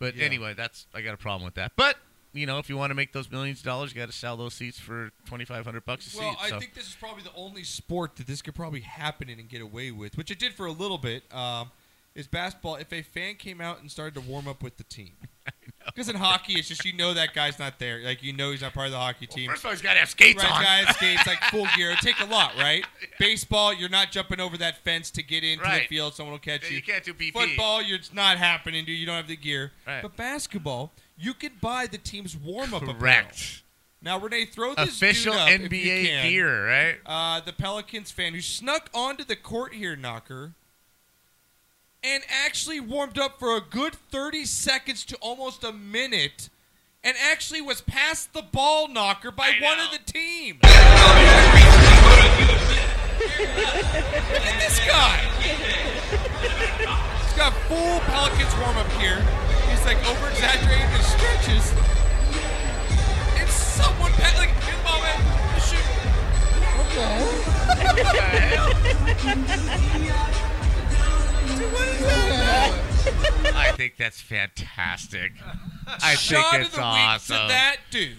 [SPEAKER 2] But
[SPEAKER 1] Yeah.
[SPEAKER 2] anyway, that's I got a problem with that. But you know, if you want to make those millions of dollars, you got to sell those seats for twenty five hundred bucks a
[SPEAKER 1] Well,
[SPEAKER 2] seat.
[SPEAKER 1] I
[SPEAKER 2] so.
[SPEAKER 1] think this is probably the only sport that this could probably happen in and get away with, which it did for a little bit. Um, is basketball if a fan came out and started to warm up with the team? Because in hockey, it's just you know that guy's not there. Like you know he's not part of the hockey team.
[SPEAKER 2] first of all, he's gotta have skates
[SPEAKER 1] right,
[SPEAKER 2] on.
[SPEAKER 1] Guy has skates like full gear. It take a lot, right? Baseball, you're not jumping over that fence to get into the
[SPEAKER 2] Right.
[SPEAKER 1] field. Someone will catch
[SPEAKER 2] Yeah,
[SPEAKER 1] you.
[SPEAKER 2] you can't do BP.
[SPEAKER 1] Football, you're, it's not happening, dude. You don't have the gear.
[SPEAKER 2] Right.
[SPEAKER 1] But basketball, you can buy the team's warm up apparel.
[SPEAKER 2] Correct.
[SPEAKER 1] Now, Renee, throw this
[SPEAKER 2] Official
[SPEAKER 1] dude up if you
[SPEAKER 2] NBA
[SPEAKER 1] can.
[SPEAKER 2] gear, right?
[SPEAKER 1] Uh, the Pelicans fan who snuck onto the court here, Knocker, and actually warmed up for a good 30 seconds to almost a minute, and actually was past the ball, Knocker, by one of the team. Look at this guy. He's got full Pelicans warm up here. He's like over exaggerating his stretches. And someone, pa- like, his mom had to shoot.
[SPEAKER 2] I think that's fantastic. I
[SPEAKER 1] Shot
[SPEAKER 2] think
[SPEAKER 1] of
[SPEAKER 2] it's
[SPEAKER 1] the week
[SPEAKER 2] awesome.
[SPEAKER 1] to that dude.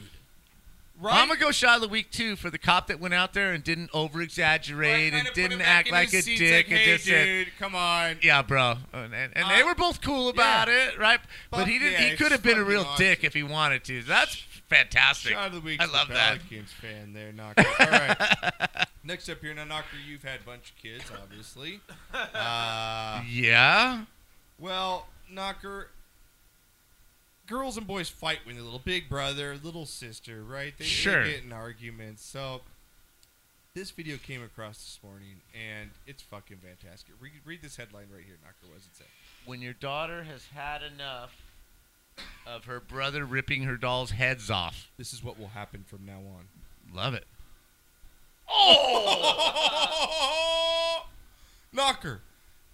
[SPEAKER 2] I'm gonna go shot of the week too for the cop that went out there and didn't over exaggerate and didn't act
[SPEAKER 1] in
[SPEAKER 2] like a
[SPEAKER 1] his seats,
[SPEAKER 2] dick
[SPEAKER 1] like,
[SPEAKER 2] and
[SPEAKER 1] "Hey,
[SPEAKER 2] just said,
[SPEAKER 1] dude, come on."
[SPEAKER 2] yeah, bro." And, and, and they were both cool about it, right? But
[SPEAKER 1] Fuck
[SPEAKER 2] he didn't.
[SPEAKER 1] yeah,
[SPEAKER 2] he could have been a real
[SPEAKER 1] fucking
[SPEAKER 2] dick if he wanted to. That's fantastic.
[SPEAKER 1] Shot of the week.
[SPEAKER 2] I love
[SPEAKER 1] the
[SPEAKER 2] that.
[SPEAKER 1] Pelicans fan there, Knocker. All right. Next up here, now Knocker, you've had a bunch of kids, obviously. Uh,
[SPEAKER 2] Yeah.
[SPEAKER 1] Well, Knocker, girls and boys fight when they're little. Big brother, little sister, right? They,
[SPEAKER 2] Sure.
[SPEAKER 1] they get in arguments. So this video came across this morning, and it's fucking fantastic. Read, read this headline right here, Knocker. What does it say?
[SPEAKER 2] When your daughter has had enough of her brother ripping her doll's heads off.
[SPEAKER 1] This is what will happen from now on.
[SPEAKER 2] Love it.
[SPEAKER 1] Oh! Knocker.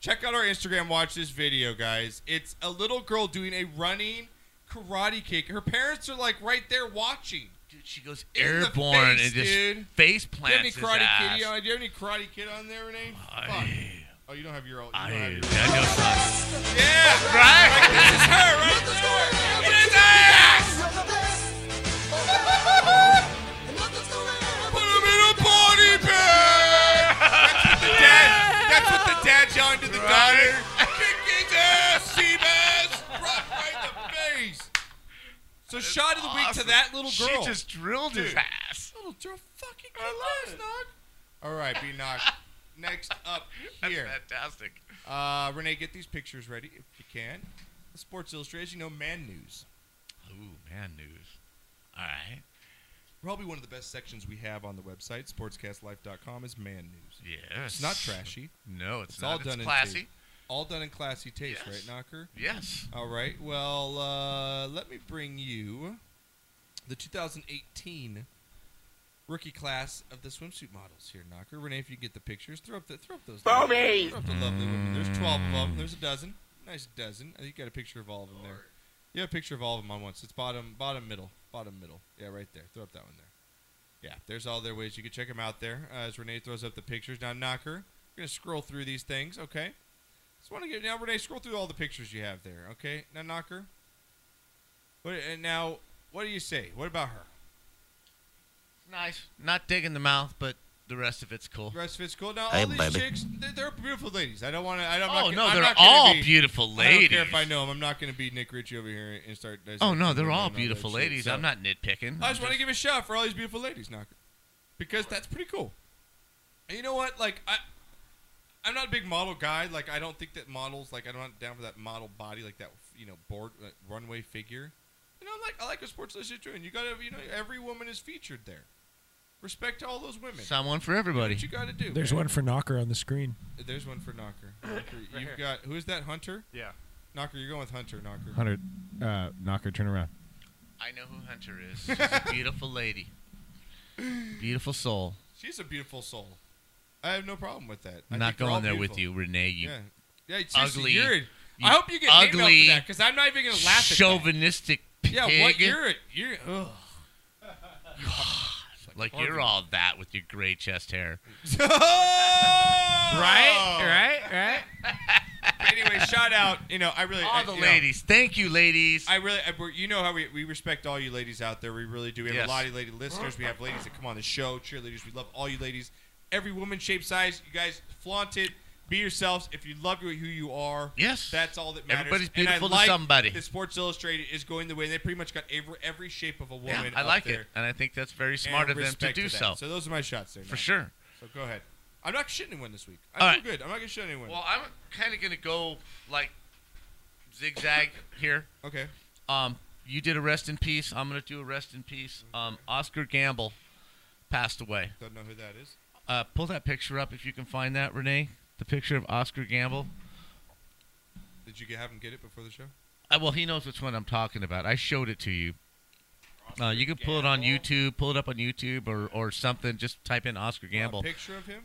[SPEAKER 1] Check out our Instagram. Watch this video, guys. It's a little girl doing a running karate kick. Her parents are like right there watching.
[SPEAKER 2] Dude, she goes
[SPEAKER 1] in
[SPEAKER 2] airborne
[SPEAKER 1] the face,
[SPEAKER 2] and just
[SPEAKER 1] dude.
[SPEAKER 2] face
[SPEAKER 1] Do you have any
[SPEAKER 2] plants
[SPEAKER 1] karate
[SPEAKER 2] his ass.
[SPEAKER 1] kid? on- Do you have any karate kid on there, Renee? Fuck. Oh, you don't have your own. You don't have your
[SPEAKER 2] own.
[SPEAKER 1] Yeah, right. Like, this is her, right? This is her. It is her. Put him in a body bag. That's what the dad. That's what the dad John did the daughter. Kick his ass, Seabass. Right right in the face. So shot of the week to
[SPEAKER 2] awesome.
[SPEAKER 1] that little
[SPEAKER 2] She
[SPEAKER 1] girl.
[SPEAKER 2] just drilled his
[SPEAKER 1] Dude.
[SPEAKER 2] ass.
[SPEAKER 1] Little girl, fucking good ass, dog. All right, be knocked. Next up here.
[SPEAKER 2] fantastic.
[SPEAKER 1] Uh, Renee, get these pictures ready if you can. Sports Illustrated, you know, man news.
[SPEAKER 2] Ooh, man news. All right.
[SPEAKER 1] Probably one of the best sections we have on the website, sportscastlife.com, is man news.
[SPEAKER 2] Yes.
[SPEAKER 1] It's not trashy.
[SPEAKER 2] No, it's
[SPEAKER 1] all
[SPEAKER 2] not. It's
[SPEAKER 1] done in
[SPEAKER 2] classy.
[SPEAKER 1] taste. All done in classy taste, right, Knocker?
[SPEAKER 2] Yes.
[SPEAKER 1] All right. Well, uh, let me bring you the 2018 rookie class of the swimsuit models here, Knocker. Renee, if you get the pictures, throw up the throw up those.
[SPEAKER 8] Bobby!
[SPEAKER 1] Throw up the lovely women. There's 12 of them. There's a dozen. Nice dozen. I think you got a picture of all of them there. You have a picture of all of them on once. It's bottom, bottom, middle, bottom, middle. Yeah, right there. Throw up that one there. Yeah, there's all their ways. You can check them out there uh, as Renee throws up the pictures. Now, Knocker, we're gonna scroll through these things. Okay. Just want to get now, Renee. Scroll through all the pictures you have there. Okay. Now, Knocker. What and now? What do you say? What about her?
[SPEAKER 2] Nice. Not digging the mouth, but the rest of it's cool.
[SPEAKER 1] The rest of it's cool. Now all
[SPEAKER 2] Hey,
[SPEAKER 1] these
[SPEAKER 2] baby.
[SPEAKER 1] chicks, they're, they're beautiful ladies. I don't want to. I don't. I'm
[SPEAKER 2] Oh,
[SPEAKER 1] not,
[SPEAKER 2] no,
[SPEAKER 1] I'm
[SPEAKER 2] they're
[SPEAKER 1] not gonna
[SPEAKER 2] all
[SPEAKER 1] be-
[SPEAKER 2] beautiful
[SPEAKER 1] I don't care
[SPEAKER 2] ladies.
[SPEAKER 1] if I know them. I'm not going to be Nick Ritchie over here and start. I
[SPEAKER 2] Oh
[SPEAKER 1] start
[SPEAKER 2] no, they're
[SPEAKER 1] doing
[SPEAKER 2] all
[SPEAKER 1] that
[SPEAKER 2] beautiful
[SPEAKER 1] shit,
[SPEAKER 2] ladies.
[SPEAKER 1] so-
[SPEAKER 2] I'm not nitpicking.
[SPEAKER 1] I just want to give a shout for all these beautiful ladies, Knocker, because that's pretty cool. And you know what? Like I, I'm not a big model guy. Like I don't think that models. Like I'm not down for that model body. Like that you know board like, runway figure. You know, I'm like I like what Sports Illustrated doing. You got to you know every woman is featured there. Respect to all those women.
[SPEAKER 2] Someone for everybody.
[SPEAKER 1] What you got to do?
[SPEAKER 3] There's
[SPEAKER 1] man.
[SPEAKER 3] one for knocker on the screen.
[SPEAKER 1] There's one for Knocker. Knocker,
[SPEAKER 3] Right
[SPEAKER 1] You've
[SPEAKER 3] here.
[SPEAKER 1] got who is that? Hunter.
[SPEAKER 2] Yeah.
[SPEAKER 1] Knocker, you're going with Hunter. Knocker.
[SPEAKER 3] Hunter, uh, knocker, turn around.
[SPEAKER 2] I know who Hunter is. She's a beautiful lady. Beautiful soul.
[SPEAKER 1] She's a beautiful soul. I have no problem with that. I
[SPEAKER 2] I'm not
[SPEAKER 1] think they're all
[SPEAKER 2] going there
[SPEAKER 1] beautiful.
[SPEAKER 2] with you, Renee. You
[SPEAKER 1] Yeah. Yeah, seriously,
[SPEAKER 2] ugly.
[SPEAKER 1] you're a- I hope you get hate mail for
[SPEAKER 2] ugly,
[SPEAKER 1] that, 'cause I'm not even gonna laugh at that.
[SPEAKER 2] Chauvinistic.
[SPEAKER 1] Yeah, what
[SPEAKER 2] pig.
[SPEAKER 1] you're you're ugh.
[SPEAKER 2] Like
[SPEAKER 1] horrible.
[SPEAKER 2] you're all that with your gray chest hair. Oh.
[SPEAKER 1] right,
[SPEAKER 3] right,
[SPEAKER 1] right. anyway, shout out. You know, I really
[SPEAKER 2] All
[SPEAKER 1] I-
[SPEAKER 2] the
[SPEAKER 1] you know,
[SPEAKER 2] ladies. Thank you, ladies.
[SPEAKER 1] Uh, I really, I, we're- you know how we, we respect all you ladies out there. We really do. We have
[SPEAKER 2] Yes.
[SPEAKER 1] a lot of lady listeners. We have ladies that come on the show, cheerleaders. We love all you ladies. Every woman, shape, size. You guys flaunt it. Be yourselves. If you love who you are,
[SPEAKER 2] yes,
[SPEAKER 1] that's all that matters.
[SPEAKER 2] Everybody's
[SPEAKER 1] And I
[SPEAKER 2] beautiful to
[SPEAKER 1] like
[SPEAKER 2] somebody.
[SPEAKER 1] That Sports Illustrated is going the way they pretty much got every every shape of a
[SPEAKER 2] Yeah,
[SPEAKER 1] woman.
[SPEAKER 2] I
[SPEAKER 1] up
[SPEAKER 2] like
[SPEAKER 1] there.
[SPEAKER 2] it, and I think that's very smart of
[SPEAKER 1] And
[SPEAKER 2] them to
[SPEAKER 1] respect
[SPEAKER 2] do
[SPEAKER 1] that.
[SPEAKER 2] so.
[SPEAKER 1] So those are my shots there.
[SPEAKER 2] For
[SPEAKER 1] Matt.
[SPEAKER 2] sure.
[SPEAKER 1] So go ahead. I'm not shitting anyone this week. I
[SPEAKER 2] All
[SPEAKER 1] feel
[SPEAKER 2] right.
[SPEAKER 1] good. I'm not gonna shit anyone.
[SPEAKER 2] Well, I'm kind of going to go like zigzag here.
[SPEAKER 1] Okay.
[SPEAKER 2] Um, you did a rest in peace. I'm going to do a rest in peace. Um, Oscar Gamble passed away.
[SPEAKER 1] Don't know who that is.
[SPEAKER 2] Uh, pull that picture up if you can find that, Renee. The picture of Oscar Gamble.
[SPEAKER 1] Did you get, have him get it before the show?
[SPEAKER 2] Uh, well, he knows which one I'm talking about. I showed it to you. Uh, you can pull it on YouTube. Pull it up on YouTube or, or something. Just type in Oscar Gamble.
[SPEAKER 1] A picture of him?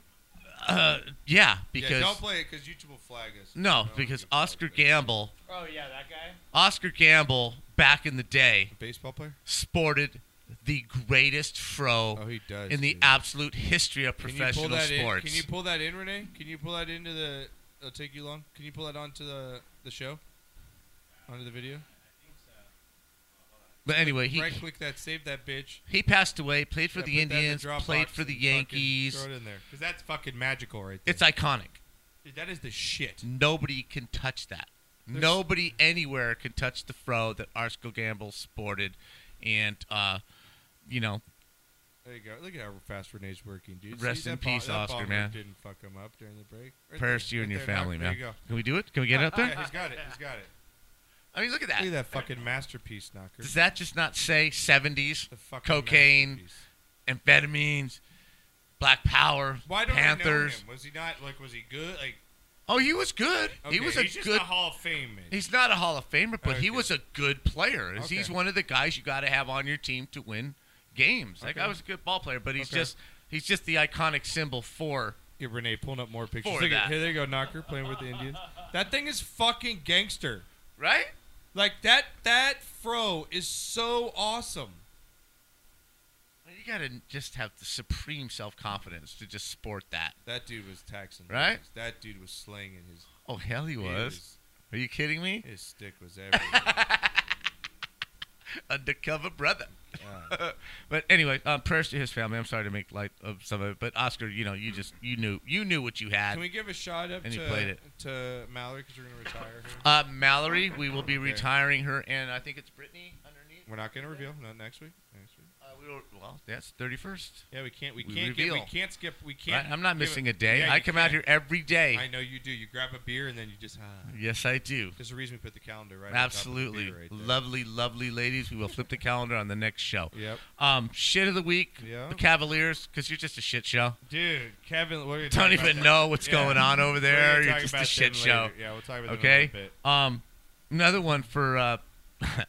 [SPEAKER 2] Uh, yeah, because Mm.
[SPEAKER 1] yeah, don't play it because YouTube will flag us.
[SPEAKER 2] no, because Oscar Gamble.
[SPEAKER 1] Oh yeah, that guy.
[SPEAKER 2] Oscar Gamble back in the day,
[SPEAKER 1] baseball player, Oh,
[SPEAKER 2] sported the greatest fro in the absolute history of professional
[SPEAKER 1] that in?
[SPEAKER 2] sports.
[SPEAKER 1] Can you pull that in, Renee? Can you pull that into the? It'll take you long. Can you pull that onto the the show? Onto the video.
[SPEAKER 2] But anyway, he
[SPEAKER 1] right click that, save that bitch.
[SPEAKER 2] he passed away. Played for
[SPEAKER 1] Yeah,
[SPEAKER 2] the
[SPEAKER 1] put that in
[SPEAKER 2] Indians.
[SPEAKER 1] Dropbox
[SPEAKER 2] played for
[SPEAKER 1] and
[SPEAKER 2] the
[SPEAKER 1] fucking
[SPEAKER 2] Yankees.
[SPEAKER 1] Throw it in there because that's fucking magical, right there.
[SPEAKER 2] It's iconic.
[SPEAKER 1] Dude, that is the shit.
[SPEAKER 2] Nobody can touch that.
[SPEAKER 1] There's-
[SPEAKER 2] Nobody anywhere can touch the fro that Arsco Gamble sported, and uh, you know,
[SPEAKER 1] There you go. Look at how fast Renee's working, dude.
[SPEAKER 2] Rest
[SPEAKER 1] that
[SPEAKER 2] in
[SPEAKER 1] bong-
[SPEAKER 2] peace,
[SPEAKER 1] that
[SPEAKER 2] Oscar,
[SPEAKER 1] bong
[SPEAKER 2] man.
[SPEAKER 1] Didn't fuck him up during the break. Right
[SPEAKER 2] prayers
[SPEAKER 1] there,
[SPEAKER 2] to you and
[SPEAKER 1] right there,
[SPEAKER 2] your
[SPEAKER 1] Doc.
[SPEAKER 2] family,
[SPEAKER 1] There
[SPEAKER 2] man.
[SPEAKER 1] you go.
[SPEAKER 2] Can we do it? Can we get it up there?
[SPEAKER 1] Yeah, he's got it. He's got it.
[SPEAKER 2] I mean, look at that.
[SPEAKER 1] Look at that fucking masterpiece, knocker.
[SPEAKER 2] Does that just not say 70s,
[SPEAKER 1] fucking
[SPEAKER 2] cocaine, amphetamines, black power,
[SPEAKER 1] Why don't
[SPEAKER 2] Panthers?
[SPEAKER 1] we know him? Was he not like? Was he good? Like
[SPEAKER 2] Oh, he was good.
[SPEAKER 1] Okay,
[SPEAKER 2] he was a
[SPEAKER 1] he's just
[SPEAKER 2] good
[SPEAKER 1] a Hall of Fame man.
[SPEAKER 2] He's not a Hall of Famer, but
[SPEAKER 1] Okay.
[SPEAKER 2] he was a good player. Is He's
[SPEAKER 1] Okay.
[SPEAKER 2] one of the guys you got to have on your team to win games. That
[SPEAKER 1] Okay.
[SPEAKER 2] guy was a good ball player, but he's
[SPEAKER 1] Okay.
[SPEAKER 2] just he's just the iconic symbol for.
[SPEAKER 1] Get Renee pulling up more pictures.
[SPEAKER 2] For
[SPEAKER 1] Look at-
[SPEAKER 2] that.
[SPEAKER 1] Here there you go, knocker playing with the Indians. That thing is fucking gangster,
[SPEAKER 2] right?
[SPEAKER 1] Like that. That fro is so awesome.
[SPEAKER 2] You got to just have the supreme self confidence to just sport that.
[SPEAKER 1] That dude was taxing.
[SPEAKER 2] Right?
[SPEAKER 1] dudes. That dude was slinging his.
[SPEAKER 2] Oh hell, he
[SPEAKER 1] He
[SPEAKER 2] was. Are you kidding me?
[SPEAKER 1] His stick was everywhere.
[SPEAKER 2] Undercover brother. but anyway, um, prayers to his family. I'm sorry to make light of some of it, but Oscar, you know, you just you knew you knew what you had.
[SPEAKER 1] Can we give a shot up
[SPEAKER 2] And he
[SPEAKER 1] to
[SPEAKER 2] played it.
[SPEAKER 1] to Mallory because we're gonna retire her?
[SPEAKER 2] Uh, Mallory, we will be
[SPEAKER 1] Okay.
[SPEAKER 2] retiring her, and I think it's Brittany underneath.
[SPEAKER 1] We're not gonna reveal. Not next week. Next week.
[SPEAKER 2] Uh, we don't, well, that's thirty first.
[SPEAKER 1] Yeah, we can't. We can't. Get,
[SPEAKER 2] reveal.
[SPEAKER 1] we can't skip. We can't.
[SPEAKER 2] Right? I'm not
[SPEAKER 1] give
[SPEAKER 2] missing a day.
[SPEAKER 1] Yeah,
[SPEAKER 2] I
[SPEAKER 1] you
[SPEAKER 2] come out
[SPEAKER 1] can't.
[SPEAKER 2] here every day.
[SPEAKER 1] I know you do. You grab a beer and then you just. Ah.
[SPEAKER 2] Yes, I do.
[SPEAKER 1] There's a reason we put the calendar right. on top of the
[SPEAKER 2] Absolutely,
[SPEAKER 1] beer right there.
[SPEAKER 2] lovely, lovely ladies. We will flip the calendar on the next show.
[SPEAKER 1] Yep.
[SPEAKER 2] Um, shit of the week,
[SPEAKER 1] Yeah.
[SPEAKER 2] the Cavaliers, because you're just a shit show.
[SPEAKER 1] Dude, Kevin, we're gonna
[SPEAKER 2] Don't
[SPEAKER 1] talk about
[SPEAKER 2] even
[SPEAKER 1] that.
[SPEAKER 2] know what's
[SPEAKER 1] Yeah.
[SPEAKER 2] going on over
[SPEAKER 1] We're
[SPEAKER 2] there.
[SPEAKER 1] gonna
[SPEAKER 2] You're
[SPEAKER 1] talk
[SPEAKER 2] just a
[SPEAKER 1] about
[SPEAKER 2] shit
[SPEAKER 1] them
[SPEAKER 2] show.
[SPEAKER 1] later. Yeah, we'll talk about them
[SPEAKER 2] okay?
[SPEAKER 1] in a little
[SPEAKER 2] Um, another one for uh,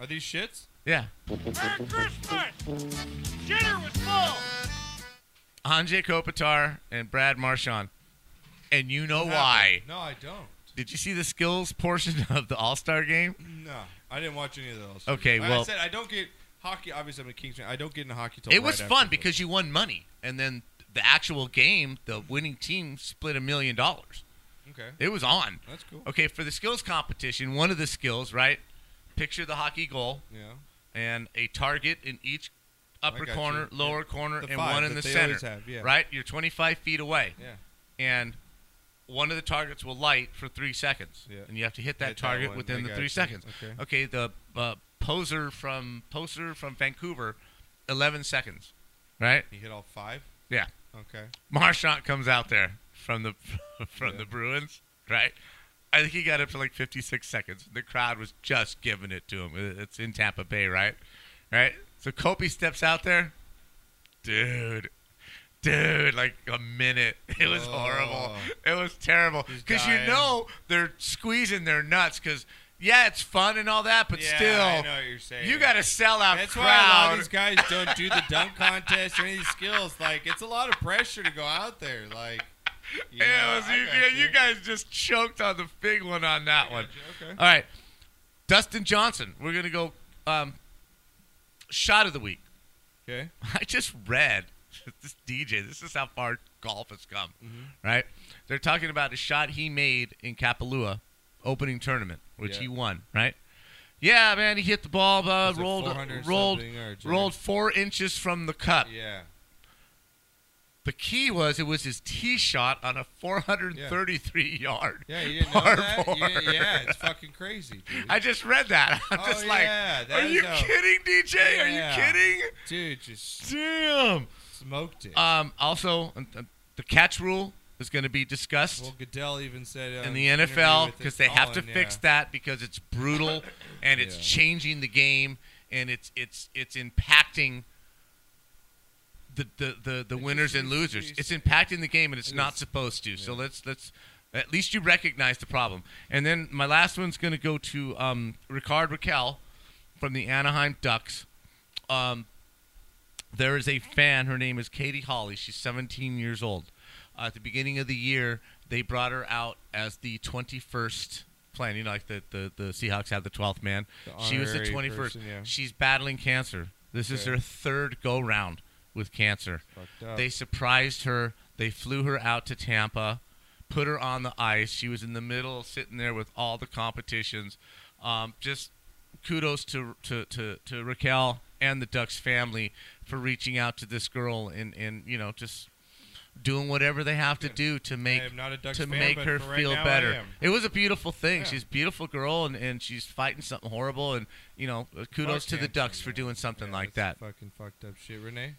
[SPEAKER 1] Are these shits?
[SPEAKER 2] yeah,
[SPEAKER 8] Merry Christmas! Dinner was full!
[SPEAKER 2] Anje Kopitar and Brad Marchand, and you know
[SPEAKER 1] What
[SPEAKER 2] why?
[SPEAKER 1] happened? No, I don't.
[SPEAKER 2] Did you see the skills portion of the All Star game?
[SPEAKER 1] No, I didn't watch any of those.
[SPEAKER 2] Okay,
[SPEAKER 1] Like I
[SPEAKER 2] well-
[SPEAKER 1] said I don't get hockey. Obviously, I'm a Kings fan. I don't get into hockey till
[SPEAKER 2] It was
[SPEAKER 1] right
[SPEAKER 2] fun
[SPEAKER 1] after.
[SPEAKER 2] because you won money, and then the actual game, the winning team split a million dollars.
[SPEAKER 1] Okay.
[SPEAKER 2] It was on.
[SPEAKER 1] That's cool.
[SPEAKER 2] Okay, for the skills competition, one of the skills, right? Picture the hockey goal.
[SPEAKER 1] Yeah.
[SPEAKER 2] And a target in each upper
[SPEAKER 1] got
[SPEAKER 2] corner,
[SPEAKER 1] you.
[SPEAKER 2] lower
[SPEAKER 1] Yeah.
[SPEAKER 2] corner,
[SPEAKER 1] The
[SPEAKER 2] and
[SPEAKER 1] five
[SPEAKER 2] one
[SPEAKER 1] that
[SPEAKER 2] in the
[SPEAKER 1] they
[SPEAKER 2] center.
[SPEAKER 1] always have, yeah.
[SPEAKER 2] Right? You're 25 feet away.
[SPEAKER 1] Yeah.
[SPEAKER 2] And one of the targets will light for three seconds.
[SPEAKER 1] Yeah.
[SPEAKER 2] And you have to hit that
[SPEAKER 1] Hit that
[SPEAKER 2] target
[SPEAKER 1] one. I
[SPEAKER 2] within the
[SPEAKER 1] got
[SPEAKER 2] three
[SPEAKER 1] you.
[SPEAKER 2] seconds.
[SPEAKER 1] Okay.
[SPEAKER 2] Okay, the uh, poser from poser from Vancouver, 11 seconds. Right?
[SPEAKER 1] He hit all five.
[SPEAKER 2] Yeah.
[SPEAKER 1] Okay.
[SPEAKER 2] Marchant comes out there from the from
[SPEAKER 1] Yeah.
[SPEAKER 2] the Bruins, right? I think he got up to like 56 seconds. The crowd was just giving it to him. It- It's in Tampa Bay, right? Right. So Kopi steps out there, dude, dude, like a minute. It was horrible. It was terrible because you
[SPEAKER 1] Oh. dying.
[SPEAKER 2] know they're squeezing their nuts because. Yeah, it's fun and all that, but
[SPEAKER 1] Yeah,
[SPEAKER 2] still,
[SPEAKER 1] I know what you're saying.
[SPEAKER 2] you got a sellout
[SPEAKER 1] That's
[SPEAKER 2] crowd.
[SPEAKER 1] why a lot of these guys don't do the dunk contest or any of these skills. Like, it's a lot of pressure to go out there. Like, you
[SPEAKER 2] Yeah,
[SPEAKER 1] know,
[SPEAKER 2] it was-
[SPEAKER 1] I
[SPEAKER 2] you,
[SPEAKER 1] got
[SPEAKER 2] yeah,
[SPEAKER 1] you.
[SPEAKER 2] you guys just choked on the big one on that one.
[SPEAKER 1] okay.
[SPEAKER 2] All right, Dustin Johnson. We're gonna go um, shot of the week.
[SPEAKER 1] Okay.
[SPEAKER 2] I just read this DJ. This is how far golf has come,
[SPEAKER 1] Mhm.
[SPEAKER 2] right? They're talking about a shot he made in Kapalua, opening tournament, which
[SPEAKER 1] Yeah.
[SPEAKER 2] he won, right? Yeah, man, he hit the ball, blah,
[SPEAKER 1] Was it
[SPEAKER 2] rolled,
[SPEAKER 1] 400
[SPEAKER 2] rolled,
[SPEAKER 1] something or just-
[SPEAKER 2] rolled four inches from the cup.
[SPEAKER 1] Yeah.
[SPEAKER 2] The key was it was his tee shot on a 433 yard.
[SPEAKER 1] Yeah, you didn't know
[SPEAKER 2] par
[SPEAKER 1] that? You didn't-
[SPEAKER 2] four.
[SPEAKER 1] yeah, it's fucking crazy, dude.
[SPEAKER 2] I just read that. I'm
[SPEAKER 1] Oh,
[SPEAKER 2] just
[SPEAKER 1] yeah,
[SPEAKER 2] like,
[SPEAKER 1] that
[SPEAKER 2] are
[SPEAKER 1] is
[SPEAKER 2] you
[SPEAKER 1] a-
[SPEAKER 2] kidding, DJ?
[SPEAKER 1] Yeah.
[SPEAKER 2] Are you kidding?
[SPEAKER 1] Dude, just
[SPEAKER 2] Damn.
[SPEAKER 1] smoked it.
[SPEAKER 2] Um, also, um, um, the catch rule is going to be discussed
[SPEAKER 1] well, Goodell even said uh,
[SPEAKER 2] in the
[SPEAKER 1] an interview
[SPEAKER 2] NFL
[SPEAKER 1] with
[SPEAKER 2] because they have to
[SPEAKER 1] Colin,
[SPEAKER 2] fix
[SPEAKER 1] yeah.
[SPEAKER 2] that because it's brutal and it's
[SPEAKER 1] Yeah.
[SPEAKER 2] changing the game and it's it's it's impacting the the the, the winners and losers. It's impacting the game and it's not supposed to. So let's let's at least you recognize the problem. And then my last one's going to go to um, Ricard Raquel from the Anaheim Ducks. Um, there is a fan. Her name is Katie Holly. She's 17 years old. Uh, at the beginning of the year, they brought her out as the 21st plan. You know, like the, the, the Seahawks have the 12th man.
[SPEAKER 1] The
[SPEAKER 2] she was the
[SPEAKER 1] honorary
[SPEAKER 2] 21st.
[SPEAKER 1] person, yeah.
[SPEAKER 2] She's battling cancer. This is
[SPEAKER 1] Okay.
[SPEAKER 2] her third go round with cancer.
[SPEAKER 1] Fucked up.
[SPEAKER 2] They surprised her. They flew her out to Tampa, put her on the ice. She was in the middle, sitting there with all the competitions. Um, just kudos to, to to to Raquel and the Ducks family for reaching out to this girl and and you know just doing whatever they have to do to make
[SPEAKER 1] am not a Ducks
[SPEAKER 2] to
[SPEAKER 1] fan,
[SPEAKER 2] make
[SPEAKER 1] but
[SPEAKER 2] her
[SPEAKER 1] for right
[SPEAKER 2] feel
[SPEAKER 1] now, I
[SPEAKER 2] better.
[SPEAKER 1] am.
[SPEAKER 2] It was a beautiful thing. She's a beautiful girl and, and she's fighting something horrible and you know kudos
[SPEAKER 1] Mark
[SPEAKER 2] to the
[SPEAKER 1] Sampson,
[SPEAKER 2] Ducks for doing something like that.
[SPEAKER 1] Fucking fucked up shit, Renee.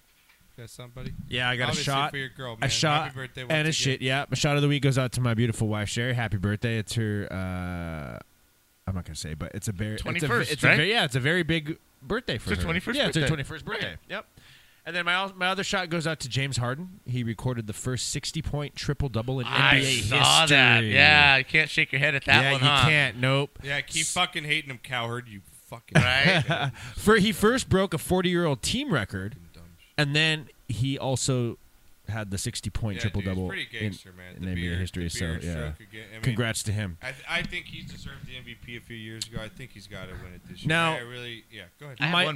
[SPEAKER 1] Got somebody?
[SPEAKER 3] Yeah, I got
[SPEAKER 1] Obviously
[SPEAKER 3] a shot.
[SPEAKER 1] for your girl. Man.
[SPEAKER 3] A shot
[SPEAKER 1] Happy birthday once
[SPEAKER 3] and a
[SPEAKER 1] again.
[SPEAKER 3] shit. Yeah, a shot of the week goes out to my beautiful wife Sherry. Happy birthday! It's her. uh I'm not gonna say, but it's a very it's a-
[SPEAKER 7] 21st,
[SPEAKER 3] It's a,
[SPEAKER 7] right?
[SPEAKER 3] very, yeah, it's a very big birthday for
[SPEAKER 7] It's her
[SPEAKER 3] her.
[SPEAKER 7] 21st
[SPEAKER 3] Yeah, it's her
[SPEAKER 7] birthday.
[SPEAKER 3] 21st birthday. Yep. And then my al- my other shot goes out to James Harden. He recorded the first 60 point triple double in
[SPEAKER 2] I
[SPEAKER 3] NBA
[SPEAKER 2] saw
[SPEAKER 3] history.
[SPEAKER 2] that. Yeah, you can't shake your head at that
[SPEAKER 3] Yeah,
[SPEAKER 2] one.
[SPEAKER 3] you
[SPEAKER 2] huh?
[SPEAKER 3] can't. Nope.
[SPEAKER 1] Yeah, keep fucking hating him, cowherd. You fucking
[SPEAKER 2] right.
[SPEAKER 3] For he first broke a 40 year old team record, and then he also had the 60 point
[SPEAKER 1] Yeah,
[SPEAKER 3] triple
[SPEAKER 1] dude, he's
[SPEAKER 3] double
[SPEAKER 1] pretty
[SPEAKER 3] in,
[SPEAKER 1] gangster, man.
[SPEAKER 3] in
[SPEAKER 1] The
[SPEAKER 3] NBA
[SPEAKER 1] beard-
[SPEAKER 3] history.
[SPEAKER 1] the
[SPEAKER 3] So
[SPEAKER 1] beard
[SPEAKER 3] yeah,
[SPEAKER 1] stroke again. I mean,
[SPEAKER 3] congrats to him.
[SPEAKER 1] I, I think he deserved the MVP a few years ago. I think he's got to win it this year.
[SPEAKER 3] Now-
[SPEAKER 1] I really, yeah. Go ahead.
[SPEAKER 3] My-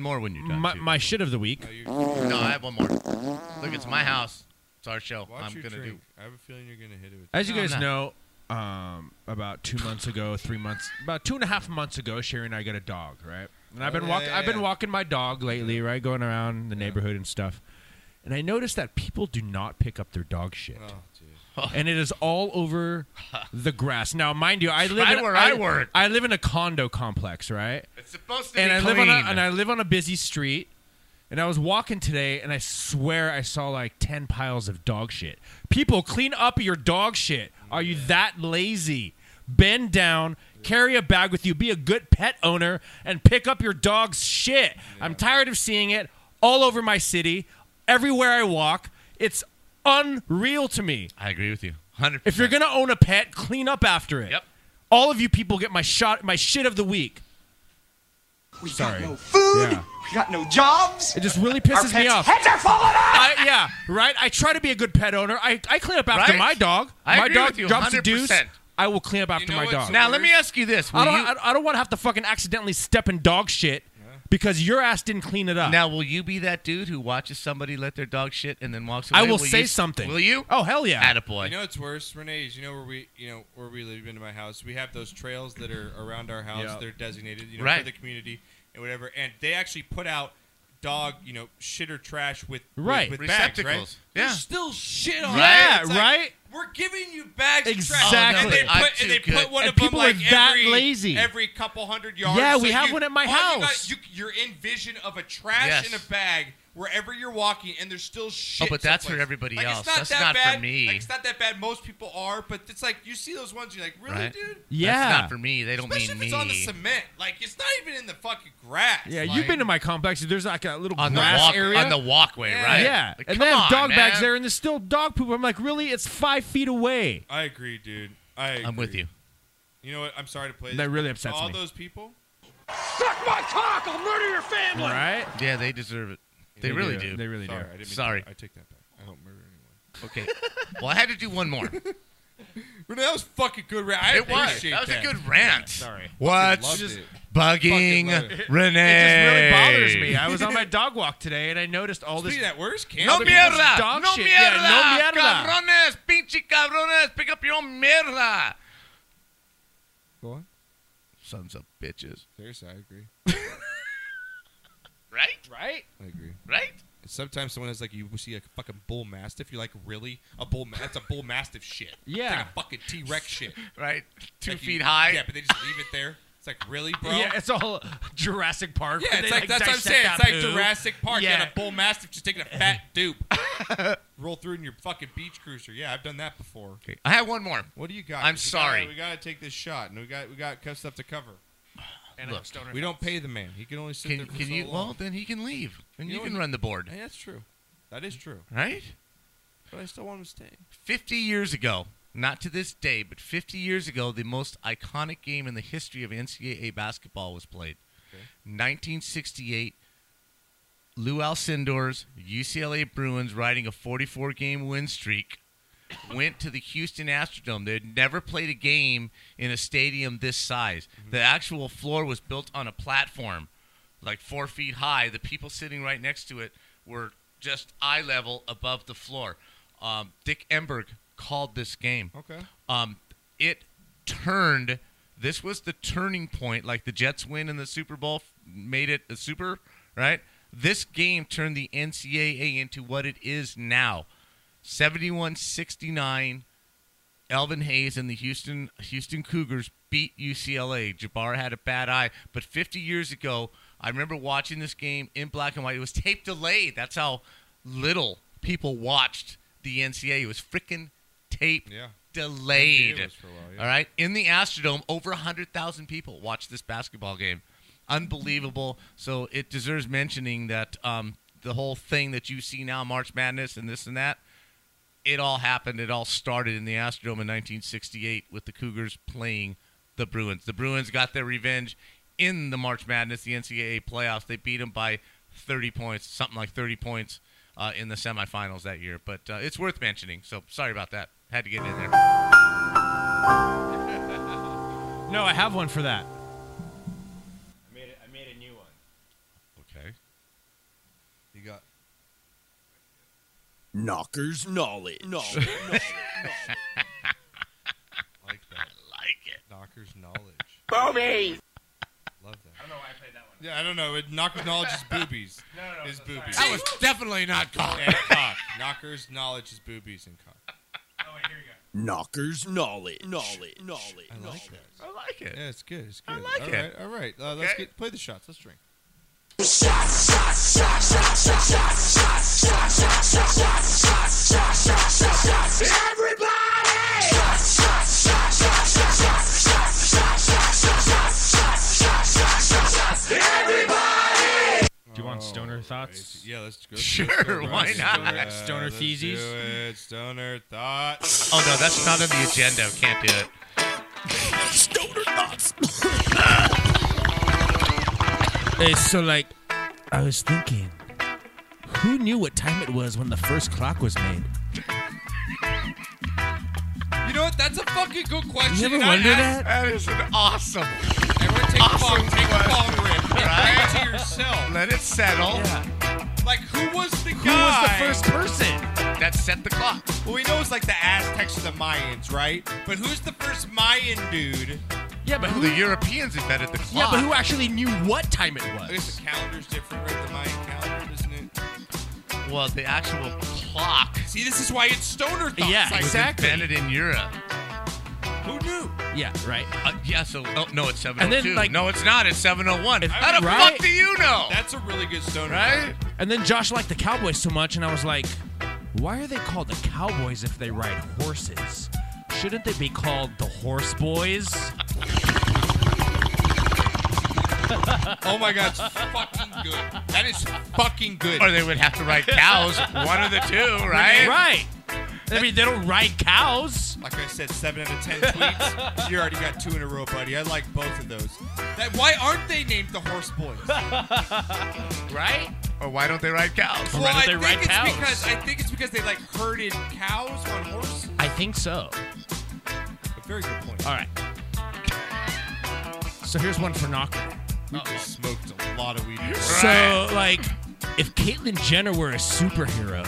[SPEAKER 3] My, my shit of the week.
[SPEAKER 2] No, I have one more. Look, it's my house. It's our show.
[SPEAKER 1] Watch
[SPEAKER 2] I'm
[SPEAKER 1] your
[SPEAKER 2] gonna
[SPEAKER 1] drink. I have a feeling you're gonna hit it with.
[SPEAKER 3] As you
[SPEAKER 1] No,
[SPEAKER 3] guys
[SPEAKER 1] I'm not.
[SPEAKER 3] know, um, about two months ago, three months, about two and a half months ago, Sherry and I got a dog, right? And I've
[SPEAKER 7] Oh,
[SPEAKER 3] been
[SPEAKER 7] yeah,
[SPEAKER 3] walking,
[SPEAKER 7] yeah,
[SPEAKER 3] I've been
[SPEAKER 7] yeah.
[SPEAKER 3] walking my dog lately, right, going around the neighborhood and stuff. And I noticed that people do not pick up their dog shit, and it is all over the grass. Now, mind you, I live
[SPEAKER 2] Right
[SPEAKER 3] in,
[SPEAKER 2] where I work.
[SPEAKER 3] I live in a condo complex, right?
[SPEAKER 2] It's supposed to
[SPEAKER 3] and
[SPEAKER 2] be
[SPEAKER 3] I live on
[SPEAKER 2] clean.
[SPEAKER 3] a, and I live on a busy street. And I was walking today, and I swear I saw like ten piles of dog shit. People, clean up your dog shit. Are you that lazy? Bend down, carry a bag with you, be a good pet owner, and pick up your dog's shit. I'm tired of seeing it all over my city, everywhere I walk. It's unreal to me.
[SPEAKER 2] I agree with you, hundred.
[SPEAKER 3] If you're gonna own a pet, clean up after it. Yep. All of you people get my shot, my shit of the week.
[SPEAKER 5] We
[SPEAKER 3] Sorry.
[SPEAKER 5] got no food.
[SPEAKER 3] Yeah.
[SPEAKER 5] We got no jobs.
[SPEAKER 3] It just really pisses
[SPEAKER 5] Our
[SPEAKER 3] me
[SPEAKER 5] pets'
[SPEAKER 3] off.
[SPEAKER 5] Heads are falling off.
[SPEAKER 3] I, yeah, right. I try to be a good pet owner. I, I clean up after
[SPEAKER 2] Right?
[SPEAKER 3] my dog.
[SPEAKER 2] I
[SPEAKER 3] my
[SPEAKER 2] agree
[SPEAKER 3] dog
[SPEAKER 2] with you,
[SPEAKER 3] drops a deuce.
[SPEAKER 2] 100%.
[SPEAKER 3] I will clean up after
[SPEAKER 2] know
[SPEAKER 3] my
[SPEAKER 2] what's
[SPEAKER 3] dog.
[SPEAKER 2] the Now, let worst? me ask you this.
[SPEAKER 3] I
[SPEAKER 2] Will
[SPEAKER 3] don't,
[SPEAKER 2] you-
[SPEAKER 3] I, I don't want to have to fucking accidentally step in dog shit because your ass didn't clean it up.
[SPEAKER 2] Now, will you be that dude who watches somebody let their dog shit and then walks away?
[SPEAKER 3] I will say
[SPEAKER 2] you-
[SPEAKER 3] something.
[SPEAKER 2] Will you?
[SPEAKER 3] Oh, hell yeah.
[SPEAKER 2] Attaboy.
[SPEAKER 1] You know it's worse, Renee. Is you know where we, you know where we live into my house. We have those trails that are around our house.
[SPEAKER 2] Yeah.
[SPEAKER 1] They're designated, you know,
[SPEAKER 2] Right.
[SPEAKER 1] for the community and whatever. And they actually put out dog, you know, shit or trash with with-
[SPEAKER 3] Right.
[SPEAKER 1] with, bags,
[SPEAKER 2] Receptacles.
[SPEAKER 1] right?
[SPEAKER 2] Yeah.
[SPEAKER 1] There's still shit on.
[SPEAKER 3] Right,
[SPEAKER 1] there. It's like,
[SPEAKER 3] right?
[SPEAKER 1] We're giving you bags
[SPEAKER 3] Exactly.
[SPEAKER 1] of trash, and
[SPEAKER 2] Oh,
[SPEAKER 1] they
[SPEAKER 3] I'm
[SPEAKER 1] put,
[SPEAKER 3] too
[SPEAKER 1] and they
[SPEAKER 3] good.
[SPEAKER 1] put one
[SPEAKER 3] And
[SPEAKER 1] of them
[SPEAKER 3] people
[SPEAKER 1] like
[SPEAKER 3] are that
[SPEAKER 1] every
[SPEAKER 3] lazy.
[SPEAKER 1] every couple hundred yards.
[SPEAKER 3] Yeah,
[SPEAKER 1] So
[SPEAKER 3] we have
[SPEAKER 1] you-
[SPEAKER 3] one at my
[SPEAKER 1] all you got-
[SPEAKER 3] house.
[SPEAKER 1] You you're in vision of a trash
[SPEAKER 2] Yes. Oh,
[SPEAKER 1] in a bag wherever you're walking, and there's still shit.
[SPEAKER 2] but that's for
[SPEAKER 1] someplace.
[SPEAKER 2] everybody
[SPEAKER 1] Like,
[SPEAKER 2] else.
[SPEAKER 1] It's not
[SPEAKER 2] That's
[SPEAKER 1] that
[SPEAKER 2] not for
[SPEAKER 1] bad.
[SPEAKER 2] me.
[SPEAKER 1] Like, it's not that bad. Most people are, but it's like you see those ones. You're like, really,
[SPEAKER 2] Right?
[SPEAKER 1] dude?
[SPEAKER 3] Yeah.
[SPEAKER 2] That's not for me. They don't
[SPEAKER 1] Especially
[SPEAKER 2] mean
[SPEAKER 1] if it's on the
[SPEAKER 2] me.
[SPEAKER 1] cement. Like it's not even in the fucking grass.
[SPEAKER 3] yeah,
[SPEAKER 1] Like,
[SPEAKER 3] you've been to my complex. There's like a little
[SPEAKER 2] On the
[SPEAKER 3] grass
[SPEAKER 2] walk-
[SPEAKER 3] area
[SPEAKER 2] on the walkway, right?
[SPEAKER 3] Yeah,
[SPEAKER 2] Like,
[SPEAKER 3] and they
[SPEAKER 2] come
[SPEAKER 3] have
[SPEAKER 2] on,
[SPEAKER 3] dog bags
[SPEAKER 2] man.
[SPEAKER 3] there, and there's still dog poop. I'm like, really? It's five feet away.
[SPEAKER 1] I agree, dude. I agree.
[SPEAKER 2] I'm with you.
[SPEAKER 1] You know what? I'm sorry to play.
[SPEAKER 3] That
[SPEAKER 1] this,
[SPEAKER 3] really
[SPEAKER 1] but
[SPEAKER 3] upsets
[SPEAKER 1] all
[SPEAKER 3] me.
[SPEAKER 1] those people.
[SPEAKER 8] Suck my cock! I'll murder your family!
[SPEAKER 3] Right?
[SPEAKER 2] Yeah, they deserve it. They,
[SPEAKER 3] They
[SPEAKER 2] really
[SPEAKER 3] do.
[SPEAKER 2] do.
[SPEAKER 3] They really do.
[SPEAKER 1] Sorry, I didn't mean to-
[SPEAKER 2] Sorry.
[SPEAKER 1] I take that back. I don't murder anyone.
[SPEAKER 2] Okay. well, I had to do one more.
[SPEAKER 1] Renee, that was fucking good rant. I
[SPEAKER 2] It was.
[SPEAKER 1] appreciate
[SPEAKER 2] That was a
[SPEAKER 1] that.
[SPEAKER 2] good rant.
[SPEAKER 1] Yeah, sorry.
[SPEAKER 2] What's
[SPEAKER 1] Fucking loved it.
[SPEAKER 2] bugging
[SPEAKER 1] Fucking loved it.
[SPEAKER 2] Renee?
[SPEAKER 3] It bothers me. I was on my dog walk today, and I noticed all this.
[SPEAKER 1] Speaking of that, where's Cam?
[SPEAKER 2] No
[SPEAKER 3] other people's
[SPEAKER 2] mierda!
[SPEAKER 3] Dog
[SPEAKER 2] no
[SPEAKER 3] shit.
[SPEAKER 2] mierda!
[SPEAKER 3] Yeah, no mierda!
[SPEAKER 2] Cabrones! Pinche cabrones! Pick up your own mierda!
[SPEAKER 1] Go on.
[SPEAKER 2] Sons of bitches.
[SPEAKER 1] Seriously, I agree.
[SPEAKER 2] Right?
[SPEAKER 3] Right?
[SPEAKER 1] I agree.
[SPEAKER 2] Right?
[SPEAKER 1] Sometimes someone has like you see a fucking bull mastiff, you're like, really? A bull? Ma- that's a bull mastiff shit.
[SPEAKER 3] Yeah.
[SPEAKER 1] it's like a fucking T Rex shit.
[SPEAKER 2] Right? Two
[SPEAKER 1] Like you-
[SPEAKER 2] feet high.
[SPEAKER 1] Yeah, but they just leave it there. It's like, really, bro?
[SPEAKER 3] Yeah, it's all Jurassic Park.
[SPEAKER 1] Yeah,
[SPEAKER 3] where
[SPEAKER 1] it's
[SPEAKER 3] they,
[SPEAKER 1] like, that's what I'm
[SPEAKER 3] dissect
[SPEAKER 1] saying.
[SPEAKER 3] that
[SPEAKER 1] It's like
[SPEAKER 3] poo.
[SPEAKER 1] Jurassic Park. Yeah,
[SPEAKER 3] Yeah.
[SPEAKER 1] and a bull mastiff just taking a fat dupe. Roll through in your fucking beach cruiser. Yeah, I've done that before.
[SPEAKER 2] I have one more.
[SPEAKER 1] What do you got?
[SPEAKER 2] I'm
[SPEAKER 1] 'Cause we
[SPEAKER 2] sorry.
[SPEAKER 1] gotta- we gotta take this shot, and we got we got cuff stuff to cover.
[SPEAKER 3] And
[SPEAKER 2] Look,
[SPEAKER 3] I'm stoner.
[SPEAKER 1] We don't pay the man. He can only sit
[SPEAKER 2] Can,
[SPEAKER 1] there for
[SPEAKER 2] can
[SPEAKER 1] so
[SPEAKER 2] you?
[SPEAKER 1] long.
[SPEAKER 2] Well, then he can leave, and
[SPEAKER 1] You
[SPEAKER 2] you,
[SPEAKER 1] know
[SPEAKER 2] can
[SPEAKER 1] what-
[SPEAKER 2] run the board,
[SPEAKER 1] Hey, that's true. That is true.
[SPEAKER 2] right?
[SPEAKER 1] But I still want him to stay.
[SPEAKER 2] Fifty years ago, not to this day, but fifty years ago, the most iconic game in the history of NCAA basketball was played. 1968, Lou Alcindor's UCLA Bruins, riding a 44-game win streak, went to the Houston Astrodome. They'd never played a game in a stadium this size. The actual floor was built on a platform, like four feet high. The people sitting right next to it were just eye level above the floor. Um, Dick Emberg called this game.
[SPEAKER 1] Okay.
[SPEAKER 2] Um, it turned This was the turning point. Like the Jets win in the Super Bowl f- made it a super, right? This game turned the NCAA into what it is now. 71 69. Elvin Hayes and the Houston Houston Cougars beat UCLA. Jabbar had a bad eye, but 50 years ago, I remember watching this game in black and white. It was tape delayed. That's how little people watched the NCAA. It was freaking tape
[SPEAKER 1] Yeah.
[SPEAKER 2] delayed.
[SPEAKER 1] NBA was for a while, yeah.
[SPEAKER 2] All right, in the Astrodome, over 100,000 people watched this basketball game. Unbelievable. So it deserves mentioning that um, the whole thing that you see now, March Madness and this and that, it all happened. It all started in the Astrodome in 1968 with the Cougars playing the Bruins. The Bruins got their revenge in the March Madness, the NCAA playoffs. They beat them by 30 points, something like 30 points uh, in the semifinals that year. But uh, it's worth mentioning. So sorry about that. Had to get in there.
[SPEAKER 3] No, I have one for that.
[SPEAKER 1] I made, a, I made a new one.
[SPEAKER 2] Okay.
[SPEAKER 1] You got
[SPEAKER 14] Knocker's knowledge.
[SPEAKER 1] like that. I
[SPEAKER 2] like it.
[SPEAKER 1] Knocker's knowledge.
[SPEAKER 14] Boobies.
[SPEAKER 1] Love that. I don't know why I played that one. Yeah, I don't know. It- Knocker's knowledge is boobies. no, no, is boobies.
[SPEAKER 4] That was definitely not cock.
[SPEAKER 1] And cock. Knocker's knowledge is boobies and cock.
[SPEAKER 14] Knocker's knowledge. Knowledge. Knowledge.
[SPEAKER 1] I like that.
[SPEAKER 2] I like it.
[SPEAKER 1] Yeah, it's good. It's good. I
[SPEAKER 14] like it.
[SPEAKER 1] All right. Uh, let's get play the shots. Let's drink.
[SPEAKER 3] Do you want stoner thoughts?
[SPEAKER 1] Oh, Yeah, let's go.
[SPEAKER 3] Sure,
[SPEAKER 1] Let's go, bro.
[SPEAKER 3] why
[SPEAKER 1] Let's
[SPEAKER 3] not?
[SPEAKER 1] do it.
[SPEAKER 3] Stoner
[SPEAKER 1] Let's
[SPEAKER 3] theses?
[SPEAKER 1] do it. Stoner thoughts.
[SPEAKER 2] Oh no, that's not on the agenda. Can't do it.
[SPEAKER 14] Stoner thoughts.
[SPEAKER 3] Hey, so like, I was thinking, who knew what time it was when the first clock was made?
[SPEAKER 1] You know what? That's a fucking good question.
[SPEAKER 3] You ever
[SPEAKER 1] and I
[SPEAKER 3] wonder
[SPEAKER 1] asked-
[SPEAKER 3] that?
[SPEAKER 2] That is an awesome,
[SPEAKER 1] Everyone take a
[SPEAKER 2] awesome
[SPEAKER 1] bong, take a bong rip.
[SPEAKER 2] Right?
[SPEAKER 1] Right? to yourself.
[SPEAKER 2] Let it settle.
[SPEAKER 1] Like, who was the
[SPEAKER 3] Who was
[SPEAKER 1] guy?
[SPEAKER 3] the first person?
[SPEAKER 2] That set the clock.
[SPEAKER 1] Well, we know it's like the Aztecs or the Mayans, right? But who's the first Mayan dude?
[SPEAKER 3] Yeah, but
[SPEAKER 2] The Europeans invented the
[SPEAKER 3] Yeah,
[SPEAKER 2] clock.
[SPEAKER 3] but who actually knew what time it
[SPEAKER 1] I guess
[SPEAKER 3] was?
[SPEAKER 1] the calendar's different, right? The Mayan calendar, isn't it?
[SPEAKER 2] Well, the actual clock.
[SPEAKER 1] See, this is why it's stoner thoughts.
[SPEAKER 3] Yeah,
[SPEAKER 1] like,
[SPEAKER 3] exactly.
[SPEAKER 2] Was invented in Europe.
[SPEAKER 1] Who knew?
[SPEAKER 3] Yeah, right.
[SPEAKER 2] Uh, yeah, so oh, no, it's seven
[SPEAKER 3] And
[SPEAKER 2] oh
[SPEAKER 3] then,
[SPEAKER 2] two.
[SPEAKER 3] like-
[SPEAKER 2] No, it's not. It's seven oh one.
[SPEAKER 3] If-
[SPEAKER 2] How the
[SPEAKER 3] right?
[SPEAKER 2] fuck do you know?
[SPEAKER 1] That's a really good stoner
[SPEAKER 2] right?
[SPEAKER 3] And then Josh liked the Cowboys so much, and I was like, why are they called the Cowboys if they ride horses? Shouldn't they be called the Horse Boys?
[SPEAKER 1] thought. Oh my god, it's fucking good. That is fucking good.
[SPEAKER 2] Or they would have to ride cows. one of the two,
[SPEAKER 1] Eh.
[SPEAKER 2] right?
[SPEAKER 3] Right. I mean, they don't ride cows.
[SPEAKER 1] Like I said, seven out of ten tweets. You already got two in a row, buddy. I like both of those. That, why aren't they named the Horse Boys?
[SPEAKER 3] Right?
[SPEAKER 2] Or why don't they ride cows?
[SPEAKER 1] Well,
[SPEAKER 3] don't
[SPEAKER 1] I
[SPEAKER 3] they
[SPEAKER 1] think
[SPEAKER 3] ride
[SPEAKER 1] it's
[SPEAKER 3] cows?
[SPEAKER 1] because I think it's because they like herded cows on horses.
[SPEAKER 3] I think so.
[SPEAKER 1] A very good point.
[SPEAKER 3] All right. So here's one for Knocker.
[SPEAKER 1] We just smoked a lot of weed.
[SPEAKER 3] So, like, if Caitlyn Jenner were a superhero,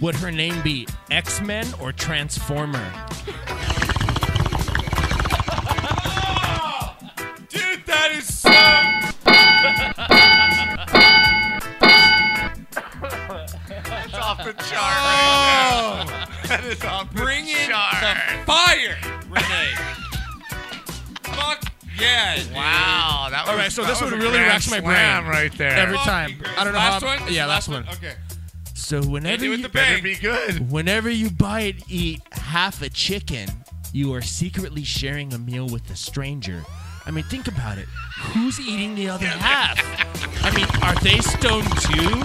[SPEAKER 3] would her name be X Men or Transformer?
[SPEAKER 1] Dude, that is so.
[SPEAKER 2] That's off the chart right
[SPEAKER 3] Oh.
[SPEAKER 2] there. That is off the
[SPEAKER 1] Bring in the
[SPEAKER 2] chart.
[SPEAKER 1] fire, Renee. Fuck yeah. dude.
[SPEAKER 2] Wow, that was
[SPEAKER 3] All right, so
[SPEAKER 2] that
[SPEAKER 3] this
[SPEAKER 2] was
[SPEAKER 3] one
[SPEAKER 2] a
[SPEAKER 3] really
[SPEAKER 2] grand
[SPEAKER 3] racks my brain.
[SPEAKER 2] slam right there.
[SPEAKER 3] Every
[SPEAKER 1] Fucking
[SPEAKER 3] time.
[SPEAKER 1] great.
[SPEAKER 3] I don't know
[SPEAKER 1] last
[SPEAKER 3] how-
[SPEAKER 1] One? This
[SPEAKER 3] yeah,
[SPEAKER 1] is
[SPEAKER 3] last one.
[SPEAKER 1] Okay.
[SPEAKER 3] So whenever
[SPEAKER 1] Do it
[SPEAKER 3] you,
[SPEAKER 1] with the
[SPEAKER 2] Better
[SPEAKER 1] bang.
[SPEAKER 2] be good.
[SPEAKER 3] whenever you buy and eat half a chicken, you are secretly sharing a meal with a stranger. I mean, think about it. Who's eating the other half? I mean, are they stoned too?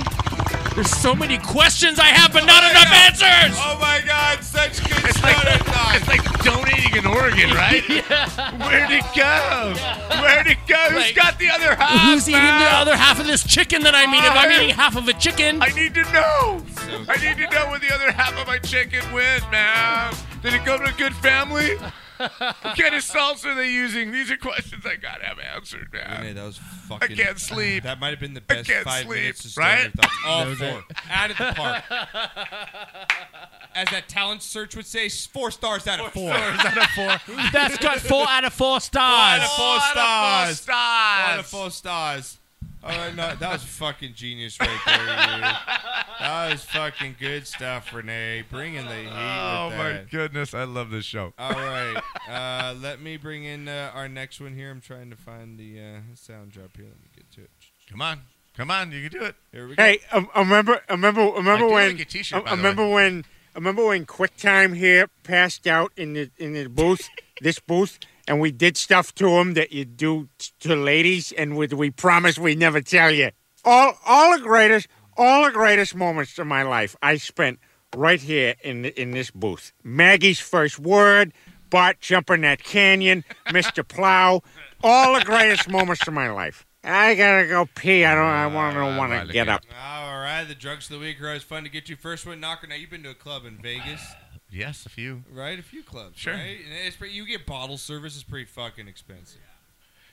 [SPEAKER 3] There's so many questions I have, but not enough answers.
[SPEAKER 1] Oh my god, such good
[SPEAKER 2] It's like,
[SPEAKER 1] stutter
[SPEAKER 2] it's like donating an organ, right? Where'd it go? Where'd it go? Who's
[SPEAKER 3] Like,
[SPEAKER 2] got the other half?
[SPEAKER 3] Who's eating the
[SPEAKER 2] man?
[SPEAKER 3] other half of this chicken that I'm eating? If I'm
[SPEAKER 2] Fire.
[SPEAKER 3] eating half of a chicken,
[SPEAKER 2] I need to know.
[SPEAKER 1] So
[SPEAKER 15] I need to know where the other half of my chicken went, man. Did it go to a good family? what kind of salsa are they using? These are questions I gotta have answered, man.
[SPEAKER 1] Renee, that was fucking.
[SPEAKER 15] I can't sleep.
[SPEAKER 1] That might have been the
[SPEAKER 15] I
[SPEAKER 1] best
[SPEAKER 15] can't
[SPEAKER 1] five
[SPEAKER 15] sleep,
[SPEAKER 1] minutes to
[SPEAKER 15] right?
[SPEAKER 1] start your thoughts. All
[SPEAKER 15] That was
[SPEAKER 1] four.
[SPEAKER 15] it.
[SPEAKER 1] Out of the park. As that talent search would say, four stars out of four.
[SPEAKER 15] stars out of four.
[SPEAKER 3] That's got four out of four
[SPEAKER 1] Four
[SPEAKER 3] stars.
[SPEAKER 1] out of four
[SPEAKER 15] Four out of four
[SPEAKER 1] stars.
[SPEAKER 15] stars.
[SPEAKER 1] Four out of four stars. All right, no, that was fucking genius right there. dude. That was fucking good stuff, Renee. Bring in the heat.
[SPEAKER 15] Oh
[SPEAKER 1] with
[SPEAKER 15] my
[SPEAKER 1] that.
[SPEAKER 15] goodness, I love this show.
[SPEAKER 1] All right. Uh, let me bring in uh, our next one here. I'm trying to find the uh, sound drop here. Let me get to it.
[SPEAKER 15] Come on. Come on, you can do it.
[SPEAKER 1] Here we go.
[SPEAKER 11] Hey, um, I, I remember, I remember, I remember
[SPEAKER 15] I do
[SPEAKER 11] when,
[SPEAKER 15] like your t-shirt,
[SPEAKER 11] I,
[SPEAKER 15] by
[SPEAKER 11] I
[SPEAKER 15] the
[SPEAKER 11] remember when, I remember when QuickTime here passed out in the in the booth, this booth, and we did stuff to him that you do t- to ladies, and we, we promise we never tell you. All, all the greatest, all the greatest moments of my life I spent right here in the, in this booth. Maggie's first word, Bart jumping that canyon, Mister Plow, all the greatest moments of my life. I gotta go pee. I don't. I want
[SPEAKER 2] Ah,
[SPEAKER 11] to want to get up.
[SPEAKER 1] All right. The drugs of the week are always fun to get you. First one, Knocker. Now, you've been to a club in Vegas,
[SPEAKER 2] Yes, a few.
[SPEAKER 1] right? A few clubs.
[SPEAKER 2] Sure.
[SPEAKER 1] Right? And it's pretty, you get bottle service is pretty fucking expensive.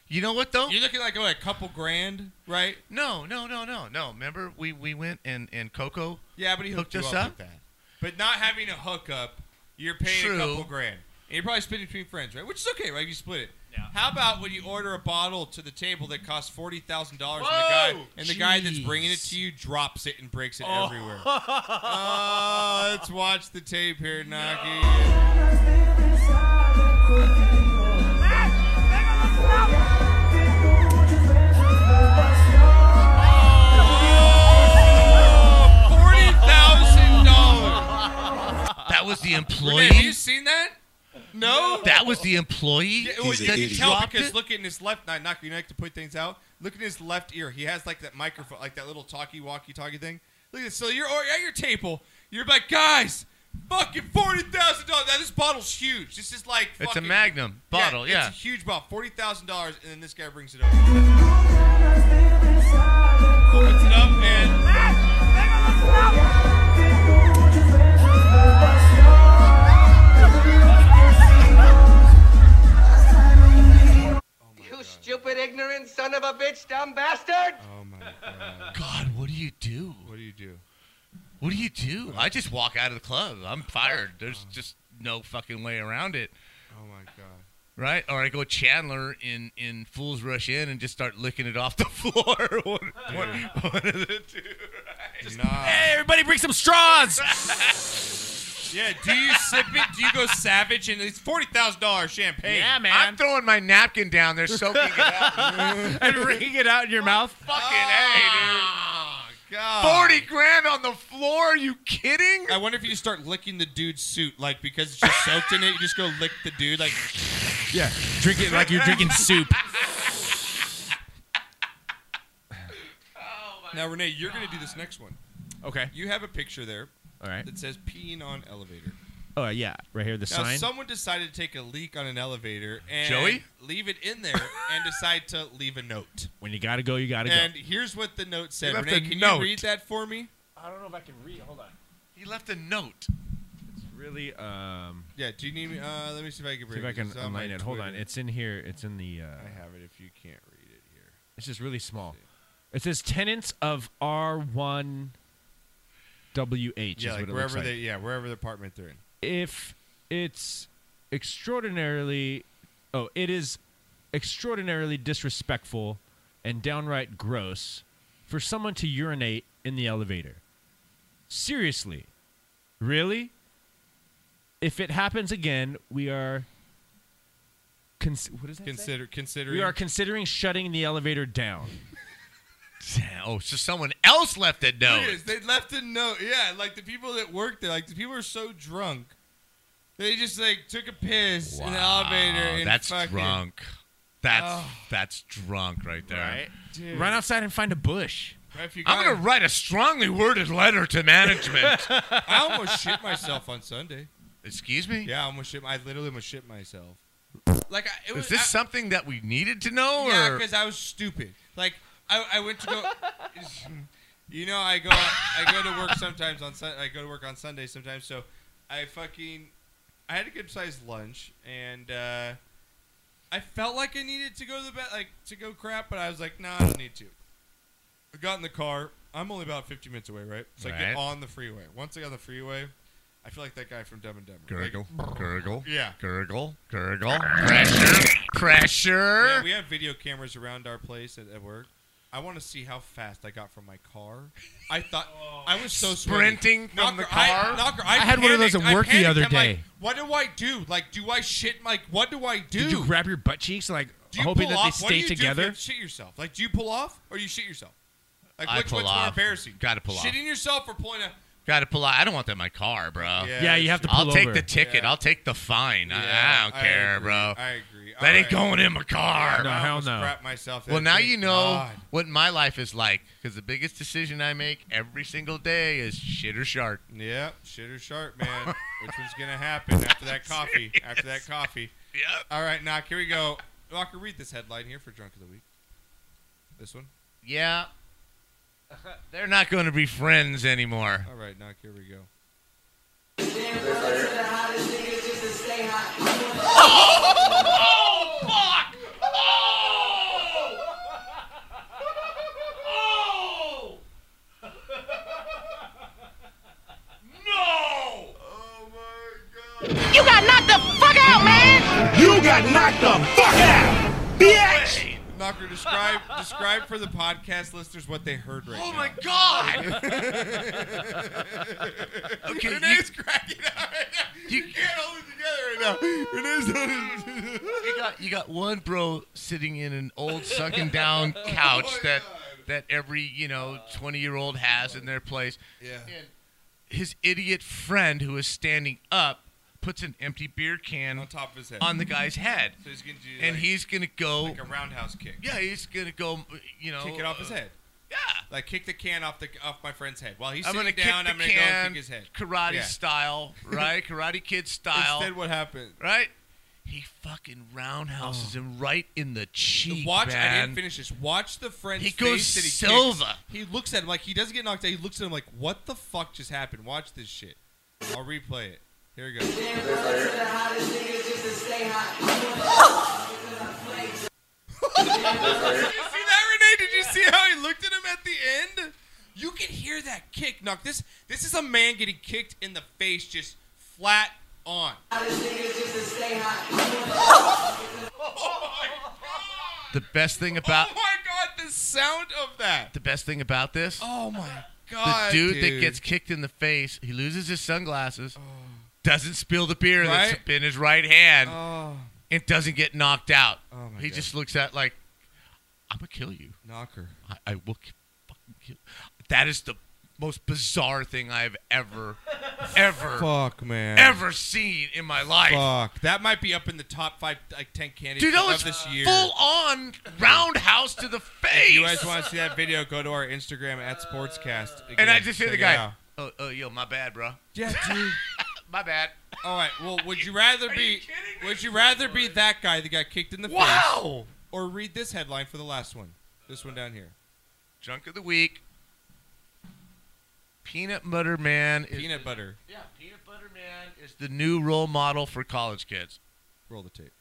[SPEAKER 2] You know what though?
[SPEAKER 1] You're looking like what, a couple grand, right?
[SPEAKER 2] No, no, no, no, no. Remember we we went and and Coco.
[SPEAKER 1] Yeah, but he hooked,
[SPEAKER 2] hooked
[SPEAKER 1] you
[SPEAKER 2] us
[SPEAKER 1] up,
[SPEAKER 2] up.
[SPEAKER 1] with that. But not having a hookup, you're paying
[SPEAKER 2] True.
[SPEAKER 1] a couple grand. And you're probably splitting between friends, right? Which is okay, right? You split it. How about when you order a bottle to the table that costs forty thousand dollars, and the guy
[SPEAKER 15] Whoa!
[SPEAKER 1] and the guy that's
[SPEAKER 15] Jeez.
[SPEAKER 1] bringing it to you drops it and breaks it
[SPEAKER 15] Oh.
[SPEAKER 1] everywhere? Oh, let's watch the tape here, Naki. Forty thousand dollars.
[SPEAKER 2] That was the employee.
[SPEAKER 1] Renee, have you seen that? No.
[SPEAKER 2] That was the employee.
[SPEAKER 1] Yeah, well,
[SPEAKER 2] that
[SPEAKER 1] you can tell
[SPEAKER 2] dropped
[SPEAKER 1] because
[SPEAKER 2] it?
[SPEAKER 1] look in his left. Not knock. You like to put things out. Look in his left ear. He has like that microphone, like that little talkie-walkie-talkie thing. Look at this. So you're or- at your table. You're like, guys, fucking forty thousand dollars. Now this bottle's huge. This is like
[SPEAKER 2] It's a
[SPEAKER 1] fucking-
[SPEAKER 2] Magnum bottle, yeah.
[SPEAKER 1] it's a huge bottle. Forty thousand dollars, and then this guy brings it up. Opens it up and.
[SPEAKER 10] You stupid, ignorant son of a bitch, dumb bastard!
[SPEAKER 2] God, what do you do?
[SPEAKER 1] What do you do?
[SPEAKER 2] What do you do? I just walk out of the club. I'm fired. There's just no fucking way around it,
[SPEAKER 1] Uh-huh. Oh my god.
[SPEAKER 2] right? Or I go Chandler in in Fools Rush In and just start licking it off the floor. what, what, what is it?
[SPEAKER 3] Hey, everybody, bring some straws.
[SPEAKER 1] Yeah, do you sip it? Do you go savage? And it's forty thousand dollars champagne.
[SPEAKER 2] Yeah, man. I'm
[SPEAKER 15] throwing my napkin down there, soaking it up.
[SPEAKER 3] and wringing it out in your mouth.
[SPEAKER 15] Fucking hey,
[SPEAKER 1] dude. Ah, God.
[SPEAKER 15] Forty grand on the floor? Are you kidding?
[SPEAKER 1] I wonder if you just start licking the dude's suit, like because it's just soaked in it. You just go lick the dude, like
[SPEAKER 3] Yeah, drink it like you're drinking soup.
[SPEAKER 1] Now, Renee, you're going to do this next one.
[SPEAKER 3] Okay.
[SPEAKER 1] You have a picture there.
[SPEAKER 3] All right.
[SPEAKER 1] That says peeing on elevator.
[SPEAKER 3] Oh yeah, right here the
[SPEAKER 1] now,
[SPEAKER 3] sign.
[SPEAKER 1] someone decided to take a leak on an elevator and
[SPEAKER 3] Joey?
[SPEAKER 1] leave it in there and decide to leave a note.
[SPEAKER 3] when you gotta go, you gotta
[SPEAKER 1] and
[SPEAKER 3] go.
[SPEAKER 1] here's what the note said.
[SPEAKER 3] You left
[SPEAKER 1] Renee,
[SPEAKER 3] a
[SPEAKER 1] can
[SPEAKER 3] note.
[SPEAKER 1] you read that for me?
[SPEAKER 3] I don't know if I can read. Hold on.
[SPEAKER 2] He left a note.
[SPEAKER 3] It's really um.
[SPEAKER 1] Yeah, do you need me? Uh, let me see if I can
[SPEAKER 3] See
[SPEAKER 1] read
[SPEAKER 3] if I
[SPEAKER 1] it.
[SPEAKER 3] can
[SPEAKER 1] It's on my
[SPEAKER 3] unline it. Hold on,
[SPEAKER 1] Twitter.
[SPEAKER 3] it's in here. It's in the. Uh,
[SPEAKER 1] I have it if you can't read it here.
[SPEAKER 3] It's just really small. It says tenants of R1WH.
[SPEAKER 1] Yeah,
[SPEAKER 3] is
[SPEAKER 1] like
[SPEAKER 3] what it looks
[SPEAKER 1] wherever
[SPEAKER 3] like.
[SPEAKER 1] they, yeah, wherever the apartment they're in.
[SPEAKER 3] if it's extraordinarily oh it is extraordinarily disrespectful and downright gross for someone to urinate in the elevator seriously really if it happens again we are cons- what is that say?
[SPEAKER 1] Consider considering.
[SPEAKER 3] we are considering shutting the elevator down
[SPEAKER 2] oh so someone else left a
[SPEAKER 1] Look at this. They left a note. Yeah, like the people that work there, like the people are so drunk. They just like took a piss in the elevator
[SPEAKER 2] Oh,
[SPEAKER 1] and
[SPEAKER 2] that's
[SPEAKER 1] fucking,
[SPEAKER 2] drunk. That's
[SPEAKER 1] Oh.
[SPEAKER 2] that's drunk right there.
[SPEAKER 1] Right? Dude.
[SPEAKER 3] run outside and find a bush
[SPEAKER 1] Right, if you
[SPEAKER 2] I'm
[SPEAKER 1] gotta-
[SPEAKER 2] gonna write a strongly worded letter to management.
[SPEAKER 1] I almost shit myself on Sunday.
[SPEAKER 2] Excuse me?
[SPEAKER 1] Yeah, I almost shit. I literally almost shit myself. Like I, it
[SPEAKER 2] Is
[SPEAKER 1] was.
[SPEAKER 2] this
[SPEAKER 1] I-
[SPEAKER 2] something that we needed to know?
[SPEAKER 1] yeah,
[SPEAKER 2] or?
[SPEAKER 1] because I was stupid. Like I, I went to go. You know, I go I go to work sometimes on Sun- I go to work on Sunday sometimes. So I fucking I had a good sized lunch and uh, I felt like I needed to go to the bed like to go crap, but I was like, nah, I don't need to. I got in the car. I'm only about 50 minutes away, right? So I
[SPEAKER 2] Right.
[SPEAKER 1] get on the freeway. Once I get on the freeway, I feel like that guy from Dumb and Dumber.
[SPEAKER 2] Gurgle,
[SPEAKER 1] Like,
[SPEAKER 2] gurgle,
[SPEAKER 1] Yeah.
[SPEAKER 2] gurgle, gurgle. Pressure, pressure.
[SPEAKER 1] Yeah, we have video cameras around our place at, at work. I want to see how fast I got from my car. I thought
[SPEAKER 2] Oh.
[SPEAKER 1] I was so sweaty.
[SPEAKER 16] Sprinting from the
[SPEAKER 1] Knocker, I-
[SPEAKER 16] car?
[SPEAKER 1] Knocker,
[SPEAKER 3] I had one of those
[SPEAKER 1] panicked.
[SPEAKER 3] at
[SPEAKER 1] I
[SPEAKER 3] work the other
[SPEAKER 1] panicked. I'm like,
[SPEAKER 3] day.
[SPEAKER 1] what do I do? Like, do I shit? Like, what do I do?
[SPEAKER 3] Did you grab your butt cheeks and, like
[SPEAKER 1] Do you
[SPEAKER 3] hoping
[SPEAKER 1] pull
[SPEAKER 3] that
[SPEAKER 1] off?
[SPEAKER 3] they
[SPEAKER 1] what do
[SPEAKER 3] stay
[SPEAKER 1] you do if
[SPEAKER 3] together?
[SPEAKER 1] you shit yourself. Like, do you pull off or you shit yourself? Like,
[SPEAKER 2] I
[SPEAKER 1] which,
[SPEAKER 2] pull
[SPEAKER 1] what's more
[SPEAKER 2] off.
[SPEAKER 1] embarrassing?
[SPEAKER 2] Gotta pull off.
[SPEAKER 1] Shitting yourself or pulling a?
[SPEAKER 2] Got to pull out. I don't want that in my car, bro.
[SPEAKER 1] Yeah, Yeah, you have to
[SPEAKER 2] I'll
[SPEAKER 1] pull
[SPEAKER 2] take
[SPEAKER 1] over.
[SPEAKER 2] the ticket. I'll take the fine. I- I,
[SPEAKER 1] Yeah,
[SPEAKER 2] don't
[SPEAKER 1] I
[SPEAKER 2] care,
[SPEAKER 1] agree.
[SPEAKER 2] bro.
[SPEAKER 1] I agree.
[SPEAKER 2] That
[SPEAKER 1] All
[SPEAKER 2] ain't
[SPEAKER 1] right.
[SPEAKER 2] going in my car.
[SPEAKER 1] No, I hell almost no. crapped myself.
[SPEAKER 2] Well, now
[SPEAKER 1] Thank
[SPEAKER 2] you know
[SPEAKER 1] God.
[SPEAKER 2] what my life is like because the biggest decision I make every single day is shit or shark.
[SPEAKER 1] Yep, shit or shark, man. Which was gonna happen after that coffee? After that coffee.
[SPEAKER 2] Yep.
[SPEAKER 1] All right, knock. Here we go. Knocker, read this headline here for drunk of the week. This one.
[SPEAKER 2] Yeah. They're not going to be friends anymore.
[SPEAKER 1] All right, knock. Here we go.
[SPEAKER 14] Oh, fuck! Oh! No!
[SPEAKER 13] You got knocked the fuck out, man!
[SPEAKER 14] You got knocked the fuck out, bitch!
[SPEAKER 1] Knocker, describe describe for the podcast listeners what they heard right
[SPEAKER 14] Oh
[SPEAKER 1] now.
[SPEAKER 14] my god!
[SPEAKER 1] okay,
[SPEAKER 14] Okay,
[SPEAKER 1] Renee's
[SPEAKER 14] you-
[SPEAKER 1] cracking up right now. You, can't hold it together right now. Renee's
[SPEAKER 2] you got you got one bro sitting in an old sucking down
[SPEAKER 1] Oh
[SPEAKER 2] couch that that every you know twenty year old has in their place.
[SPEAKER 1] Yeah.
[SPEAKER 2] His idiot friend who is standing up puts an empty beer can on
[SPEAKER 1] top of his head
[SPEAKER 2] on the guy's head,
[SPEAKER 1] So he's gonna do
[SPEAKER 2] and
[SPEAKER 1] like-
[SPEAKER 2] he's gonna go
[SPEAKER 1] like a roundhouse kick.
[SPEAKER 2] Yeah, he's gonna go. You know, uh,
[SPEAKER 1] kick it off his head.
[SPEAKER 2] Yeah.
[SPEAKER 1] Like kick the can off the off my friend's head while he's
[SPEAKER 2] I'm
[SPEAKER 1] sitting
[SPEAKER 2] gonna
[SPEAKER 1] down.
[SPEAKER 2] kick
[SPEAKER 1] I'm
[SPEAKER 2] the
[SPEAKER 1] gonna go
[SPEAKER 2] can,
[SPEAKER 1] and kick his head.
[SPEAKER 2] karate
[SPEAKER 1] Yeah.
[SPEAKER 2] style, right? karate kid style.
[SPEAKER 1] Instead, what happened?
[SPEAKER 2] Right? He fucking roundhouses him right in the cheek.
[SPEAKER 1] Oh. Watch. I
[SPEAKER 2] man.
[SPEAKER 1] didn't finish this. Watch the friend's
[SPEAKER 2] He goes
[SPEAKER 1] face that he kicks.
[SPEAKER 2] Silva.
[SPEAKER 1] He looks at him like he doesn't get knocked out. He looks at him like, "What the fuck just happened?" Watch this shit. I'll replay it. Here we go. you see that, Renee? Did you see how he looked at him at the end? You can hear that kick. Knock. This this is a man getting kicked in the face, just flat on.
[SPEAKER 2] Uh. The best thing about
[SPEAKER 1] Oh my god, the sound of that.
[SPEAKER 2] the best thing about this.
[SPEAKER 1] Oh my god.
[SPEAKER 2] The dude, that
[SPEAKER 1] dude. Oh.
[SPEAKER 2] gets kicked in the face, he loses his sunglasses, doesn't spill the beer
[SPEAKER 1] Right?
[SPEAKER 2] that's in his right hand,
[SPEAKER 1] Oh.
[SPEAKER 2] and doesn't get knocked out.
[SPEAKER 1] Oh my
[SPEAKER 2] he
[SPEAKER 1] God.
[SPEAKER 2] just looks at like, I'm gonna kill you,
[SPEAKER 1] knocker.
[SPEAKER 2] I, I will ki- fucking kill. That is the most bizarre thing I've ever, ever,
[SPEAKER 1] Fuck, man.
[SPEAKER 2] ever seen in my life.
[SPEAKER 1] Fuck. That might be up in the top five, like ten candidates
[SPEAKER 2] Dude, that
[SPEAKER 1] of
[SPEAKER 2] was
[SPEAKER 1] this year.
[SPEAKER 2] full on roundhouse to the face.
[SPEAKER 1] If you guys want to see that video, go to our Instagram at Sportscast.
[SPEAKER 2] and I just hear
[SPEAKER 1] Check
[SPEAKER 2] the
[SPEAKER 1] it
[SPEAKER 2] guy.
[SPEAKER 1] out.
[SPEAKER 2] Oh, oh, yo, my bad, bro.
[SPEAKER 1] Yeah, dude.
[SPEAKER 2] my bad.
[SPEAKER 1] All right. Well, would you rather be? would you rather be that guy that got kicked in the face?
[SPEAKER 2] Wow.
[SPEAKER 1] Or read this headline for the last one. This one down here.
[SPEAKER 2] Junk of the week. Peanut butter man. Is
[SPEAKER 1] Peanut butter.
[SPEAKER 2] Yeah, peanut butter man is the new role model for college kids.
[SPEAKER 1] Roll the tape.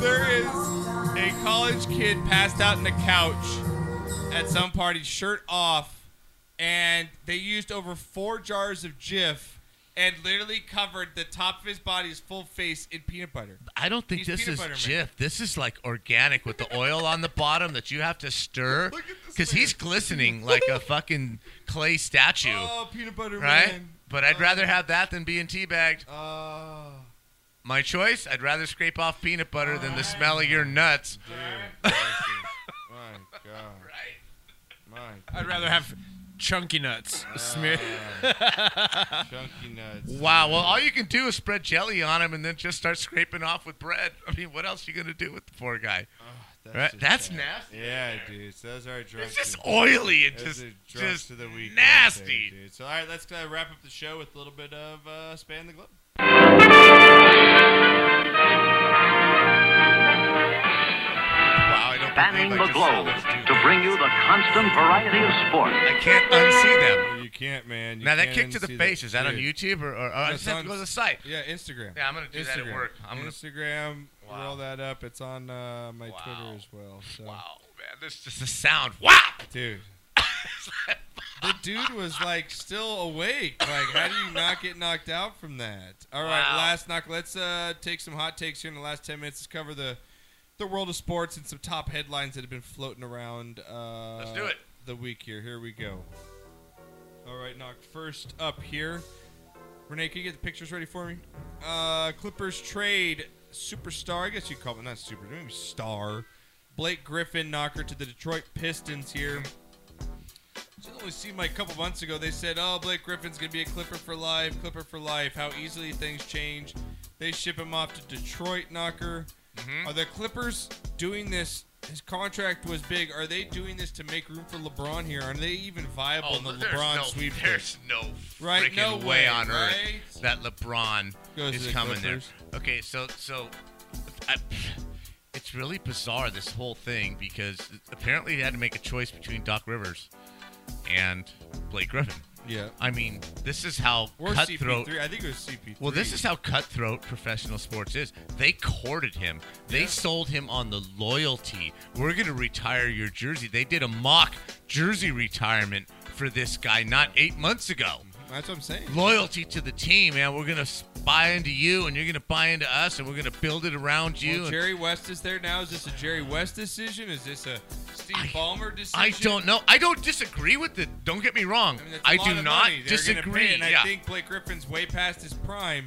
[SPEAKER 1] There is a college kid passed out on the couch at some party, shirt off, and they used over four jars of Jif and literally covered the top of his body, his full face, in peanut butter.
[SPEAKER 2] I don't think
[SPEAKER 1] He's
[SPEAKER 2] this
[SPEAKER 1] peanut
[SPEAKER 2] is
[SPEAKER 1] butter man.
[SPEAKER 2] Jif. This is like organic with the oil on the bottom that you have to stir because he's glistening like a fucking clay statue.
[SPEAKER 1] Oh, peanut butter
[SPEAKER 2] right?
[SPEAKER 1] man.
[SPEAKER 2] But I'd rather have that than being teabagged.
[SPEAKER 1] Oh.
[SPEAKER 2] My choice. I'd rather scrape off peanut butter than the smell of your nuts.
[SPEAKER 1] Dude, bless you. My God. Right. My
[SPEAKER 3] I'd rather have chunky nuts.
[SPEAKER 1] Ah,
[SPEAKER 3] Smith.
[SPEAKER 1] chunky nuts.
[SPEAKER 2] Wow. Well, all you can do is spread jelly on him and then just start scraping off with bread. I mean, what else are you gonna do with the poor guy?
[SPEAKER 1] Ah, That's,
[SPEAKER 2] Right?
[SPEAKER 1] just
[SPEAKER 2] That's
[SPEAKER 1] bad.
[SPEAKER 2] nasty.
[SPEAKER 1] Yeah, dude. So those are our drunks.
[SPEAKER 2] just
[SPEAKER 1] of-
[SPEAKER 2] oily and
[SPEAKER 1] those
[SPEAKER 2] just-
[SPEAKER 1] are drunks
[SPEAKER 2] just
[SPEAKER 1] of the week right
[SPEAKER 2] nasty.
[SPEAKER 1] there, dude. So all right, let's uh, wrap up the show with a little bit of uh, span the globe.
[SPEAKER 2] Wow. I don't
[SPEAKER 17] Spanning
[SPEAKER 2] believe I
[SPEAKER 17] the
[SPEAKER 2] just saw
[SPEAKER 17] globe
[SPEAKER 2] those two
[SPEAKER 17] to bring you the constant variety of sports.
[SPEAKER 2] I can't unsee them.
[SPEAKER 1] You can't, man. You
[SPEAKER 2] now that
[SPEAKER 1] can't
[SPEAKER 2] kick to the
[SPEAKER 1] unsee
[SPEAKER 2] face is that on
[SPEAKER 1] Dude.
[SPEAKER 2] YouTube or, or, or I
[SPEAKER 1] No,
[SPEAKER 2] just
[SPEAKER 1] it's
[SPEAKER 2] have
[SPEAKER 1] on-
[SPEAKER 2] to go to the site?
[SPEAKER 1] Yeah, Instagram.
[SPEAKER 2] Yeah, I'm gonna do that at
[SPEAKER 1] Instagram.
[SPEAKER 2] work. I'm gonna.
[SPEAKER 1] Instagram. Roll that up. It's on uh, my Twitter as well. So. Wow,
[SPEAKER 2] man, this just a sound. Wow,
[SPEAKER 1] dude. the dude was like still awake. Like, how do you not get knocked out from that? All right,
[SPEAKER 2] Wow.
[SPEAKER 1] last knock. Let's uh, take some hot takes here in the last ten minutes. Let's cover the the world of sports and some top headlines that have been floating around. Uh,
[SPEAKER 2] Let's do it.
[SPEAKER 1] The week here. Here we go. All right, knock. First up here, Renee. Can you get the pictures ready for me? Uh, Clippers trade superstar. I guess you call it not super, maybe star. Blake Griffin knocker to the Detroit Pistons here. It only seemed like a couple months ago they said, "Oh, Blake Griffin's gonna be a Clipper for life, Clipper for life." How easily things change. They ship him off to Detroit. Knocker.
[SPEAKER 2] Mm-hmm.
[SPEAKER 1] Are the Clippers doing this? His contract was big. Are they doing this to make room for LeBron here? Are they even viable in Oh, the
[SPEAKER 2] Oh, there's
[SPEAKER 1] LeBron
[SPEAKER 2] no,
[SPEAKER 1] sweep?
[SPEAKER 2] There's no
[SPEAKER 1] Right,
[SPEAKER 2] freaking
[SPEAKER 1] no
[SPEAKER 2] way,
[SPEAKER 1] way,
[SPEAKER 2] on
[SPEAKER 1] right?
[SPEAKER 2] earth that LeBron
[SPEAKER 1] Goes to
[SPEAKER 2] is
[SPEAKER 1] the
[SPEAKER 2] coming
[SPEAKER 1] Clippers.
[SPEAKER 2] there. Okay, so so I, it's really bizarre this whole thing because apparently he had to make a choice between Doc Rivers and Blake Griffin.
[SPEAKER 1] Yeah.
[SPEAKER 2] I mean, this is how
[SPEAKER 1] Or
[SPEAKER 2] cutthroat.
[SPEAKER 1] CP3. I think it was CP3.
[SPEAKER 2] Well, this is how cutthroat professional sports is. They courted him. They sold him on the loyalty. We're going to retire your jersey. They did a mock jersey retirement for this guy not 8 months ago.
[SPEAKER 1] That's what I'm saying.
[SPEAKER 2] Loyalty to the team, man. We're going to buy into you and you're going to buy into us and we're going to build it around you.
[SPEAKER 1] Well,
[SPEAKER 2] and-
[SPEAKER 1] Jerry West is there now. Is this a Jerry West decision? Is this a Steve Ballmer decision?
[SPEAKER 2] I don't know. I don't disagree with it. Don't get me wrong. I,
[SPEAKER 1] mean, that's a lot
[SPEAKER 2] do
[SPEAKER 1] of
[SPEAKER 2] not
[SPEAKER 1] money they're gonna
[SPEAKER 2] disagree.
[SPEAKER 1] pay, and
[SPEAKER 2] yeah.
[SPEAKER 1] I think Blake Griffin's way past his prime.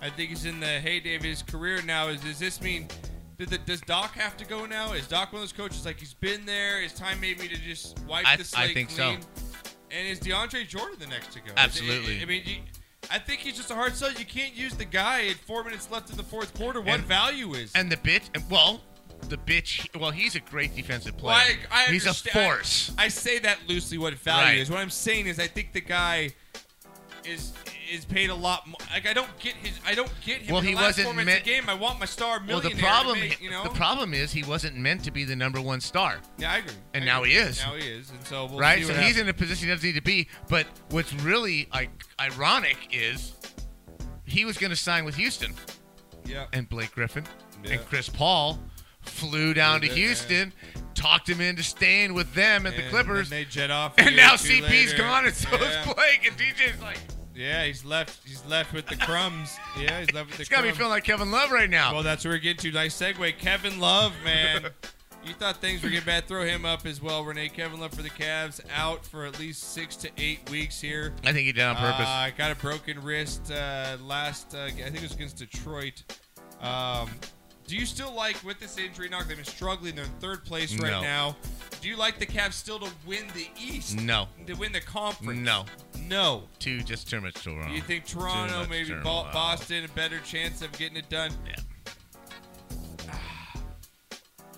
[SPEAKER 1] I think he's in the heyday of his career now. Is does this mean? Did the, does Doc have to go now? Is Doc one of those coaches like he's been there? It's time maybe to just wipe
[SPEAKER 2] I-
[SPEAKER 1] the
[SPEAKER 2] I
[SPEAKER 1] slate
[SPEAKER 2] think so.
[SPEAKER 1] clean. And is DeAndre Jordan the next to go? Is-
[SPEAKER 2] Absolutely.
[SPEAKER 1] I, I mean, you, I think he's just a hard sell. You can't use the guy at four minutes left in the fourth quarter. What value is?
[SPEAKER 2] And the bitch. and- Well, the bitch. Well, he's a great defensive player.
[SPEAKER 1] Well, I, I
[SPEAKER 2] he's a
[SPEAKER 1] understand-
[SPEAKER 2] force.
[SPEAKER 1] I, I say that loosely. What value
[SPEAKER 2] Right.
[SPEAKER 1] is? What I'm saying is, I think the guy is is paid a lot. More. Like I don't get his. I don't get him.
[SPEAKER 2] Well,
[SPEAKER 1] in the
[SPEAKER 2] he
[SPEAKER 1] last
[SPEAKER 2] wasn't
[SPEAKER 1] four minutes
[SPEAKER 2] meant-
[SPEAKER 1] of the game. I want my star
[SPEAKER 2] Well,
[SPEAKER 1] millionaire.
[SPEAKER 2] the
[SPEAKER 1] to
[SPEAKER 2] problem,
[SPEAKER 1] make, you know.
[SPEAKER 2] the problem is he wasn't meant to be the number one star.
[SPEAKER 1] Yeah, I agree.
[SPEAKER 2] And
[SPEAKER 1] I
[SPEAKER 2] now
[SPEAKER 1] agree.
[SPEAKER 2] he is.
[SPEAKER 1] Now he is, and so we'll
[SPEAKER 2] right,
[SPEAKER 1] see
[SPEAKER 2] so
[SPEAKER 1] what
[SPEAKER 2] he's
[SPEAKER 1] happens.
[SPEAKER 2] in a position he doesn't need to be. But what's really like ironic is he was going to sign with Houston.
[SPEAKER 1] Yeah.
[SPEAKER 2] And Blake Griffin
[SPEAKER 1] Yeah.
[SPEAKER 2] and Chris Paul flew down to
[SPEAKER 1] Yeah, yeah.
[SPEAKER 2] Houston, talked him into staying with them at
[SPEAKER 1] And
[SPEAKER 2] the
[SPEAKER 1] then
[SPEAKER 2] Clippers.
[SPEAKER 1] they jet off. a
[SPEAKER 2] And
[SPEAKER 1] year or
[SPEAKER 2] now
[SPEAKER 1] two
[SPEAKER 2] CP's
[SPEAKER 1] later.
[SPEAKER 2] gone, and so
[SPEAKER 1] yeah.
[SPEAKER 2] is Blake. And DJ's like,
[SPEAKER 1] Yeah, he's left. He's left with the crumbs. Yeah, he's left with the.
[SPEAKER 2] it's got
[SPEAKER 1] crumbs.
[SPEAKER 2] me feeling like Kevin Love right now.
[SPEAKER 1] Well, that's where we're getting to. Nice segue. Kevin Love, man. you thought things were getting bad. Throw him up as well, Renee. Kevin Love for the Cavs out for at least six to eight weeks here.
[SPEAKER 2] I think he did on purpose.
[SPEAKER 1] Uh, got a broken wrist uh, last, uh, I think it was against Detroit. Um, do you still like, with this injury knock, they've been struggling. They're in third place right
[SPEAKER 2] No.
[SPEAKER 1] now. Do you like the Cavs still to win the East?
[SPEAKER 2] No.
[SPEAKER 1] To win the conference?
[SPEAKER 2] no,
[SPEAKER 1] no,
[SPEAKER 2] too just too much Toronto.
[SPEAKER 1] Do you think
[SPEAKER 2] Too
[SPEAKER 1] Toronto,
[SPEAKER 2] much
[SPEAKER 1] maybe Bo-
[SPEAKER 2] turmoil.
[SPEAKER 1] Boston, a better chance of getting it done?
[SPEAKER 2] Yeah.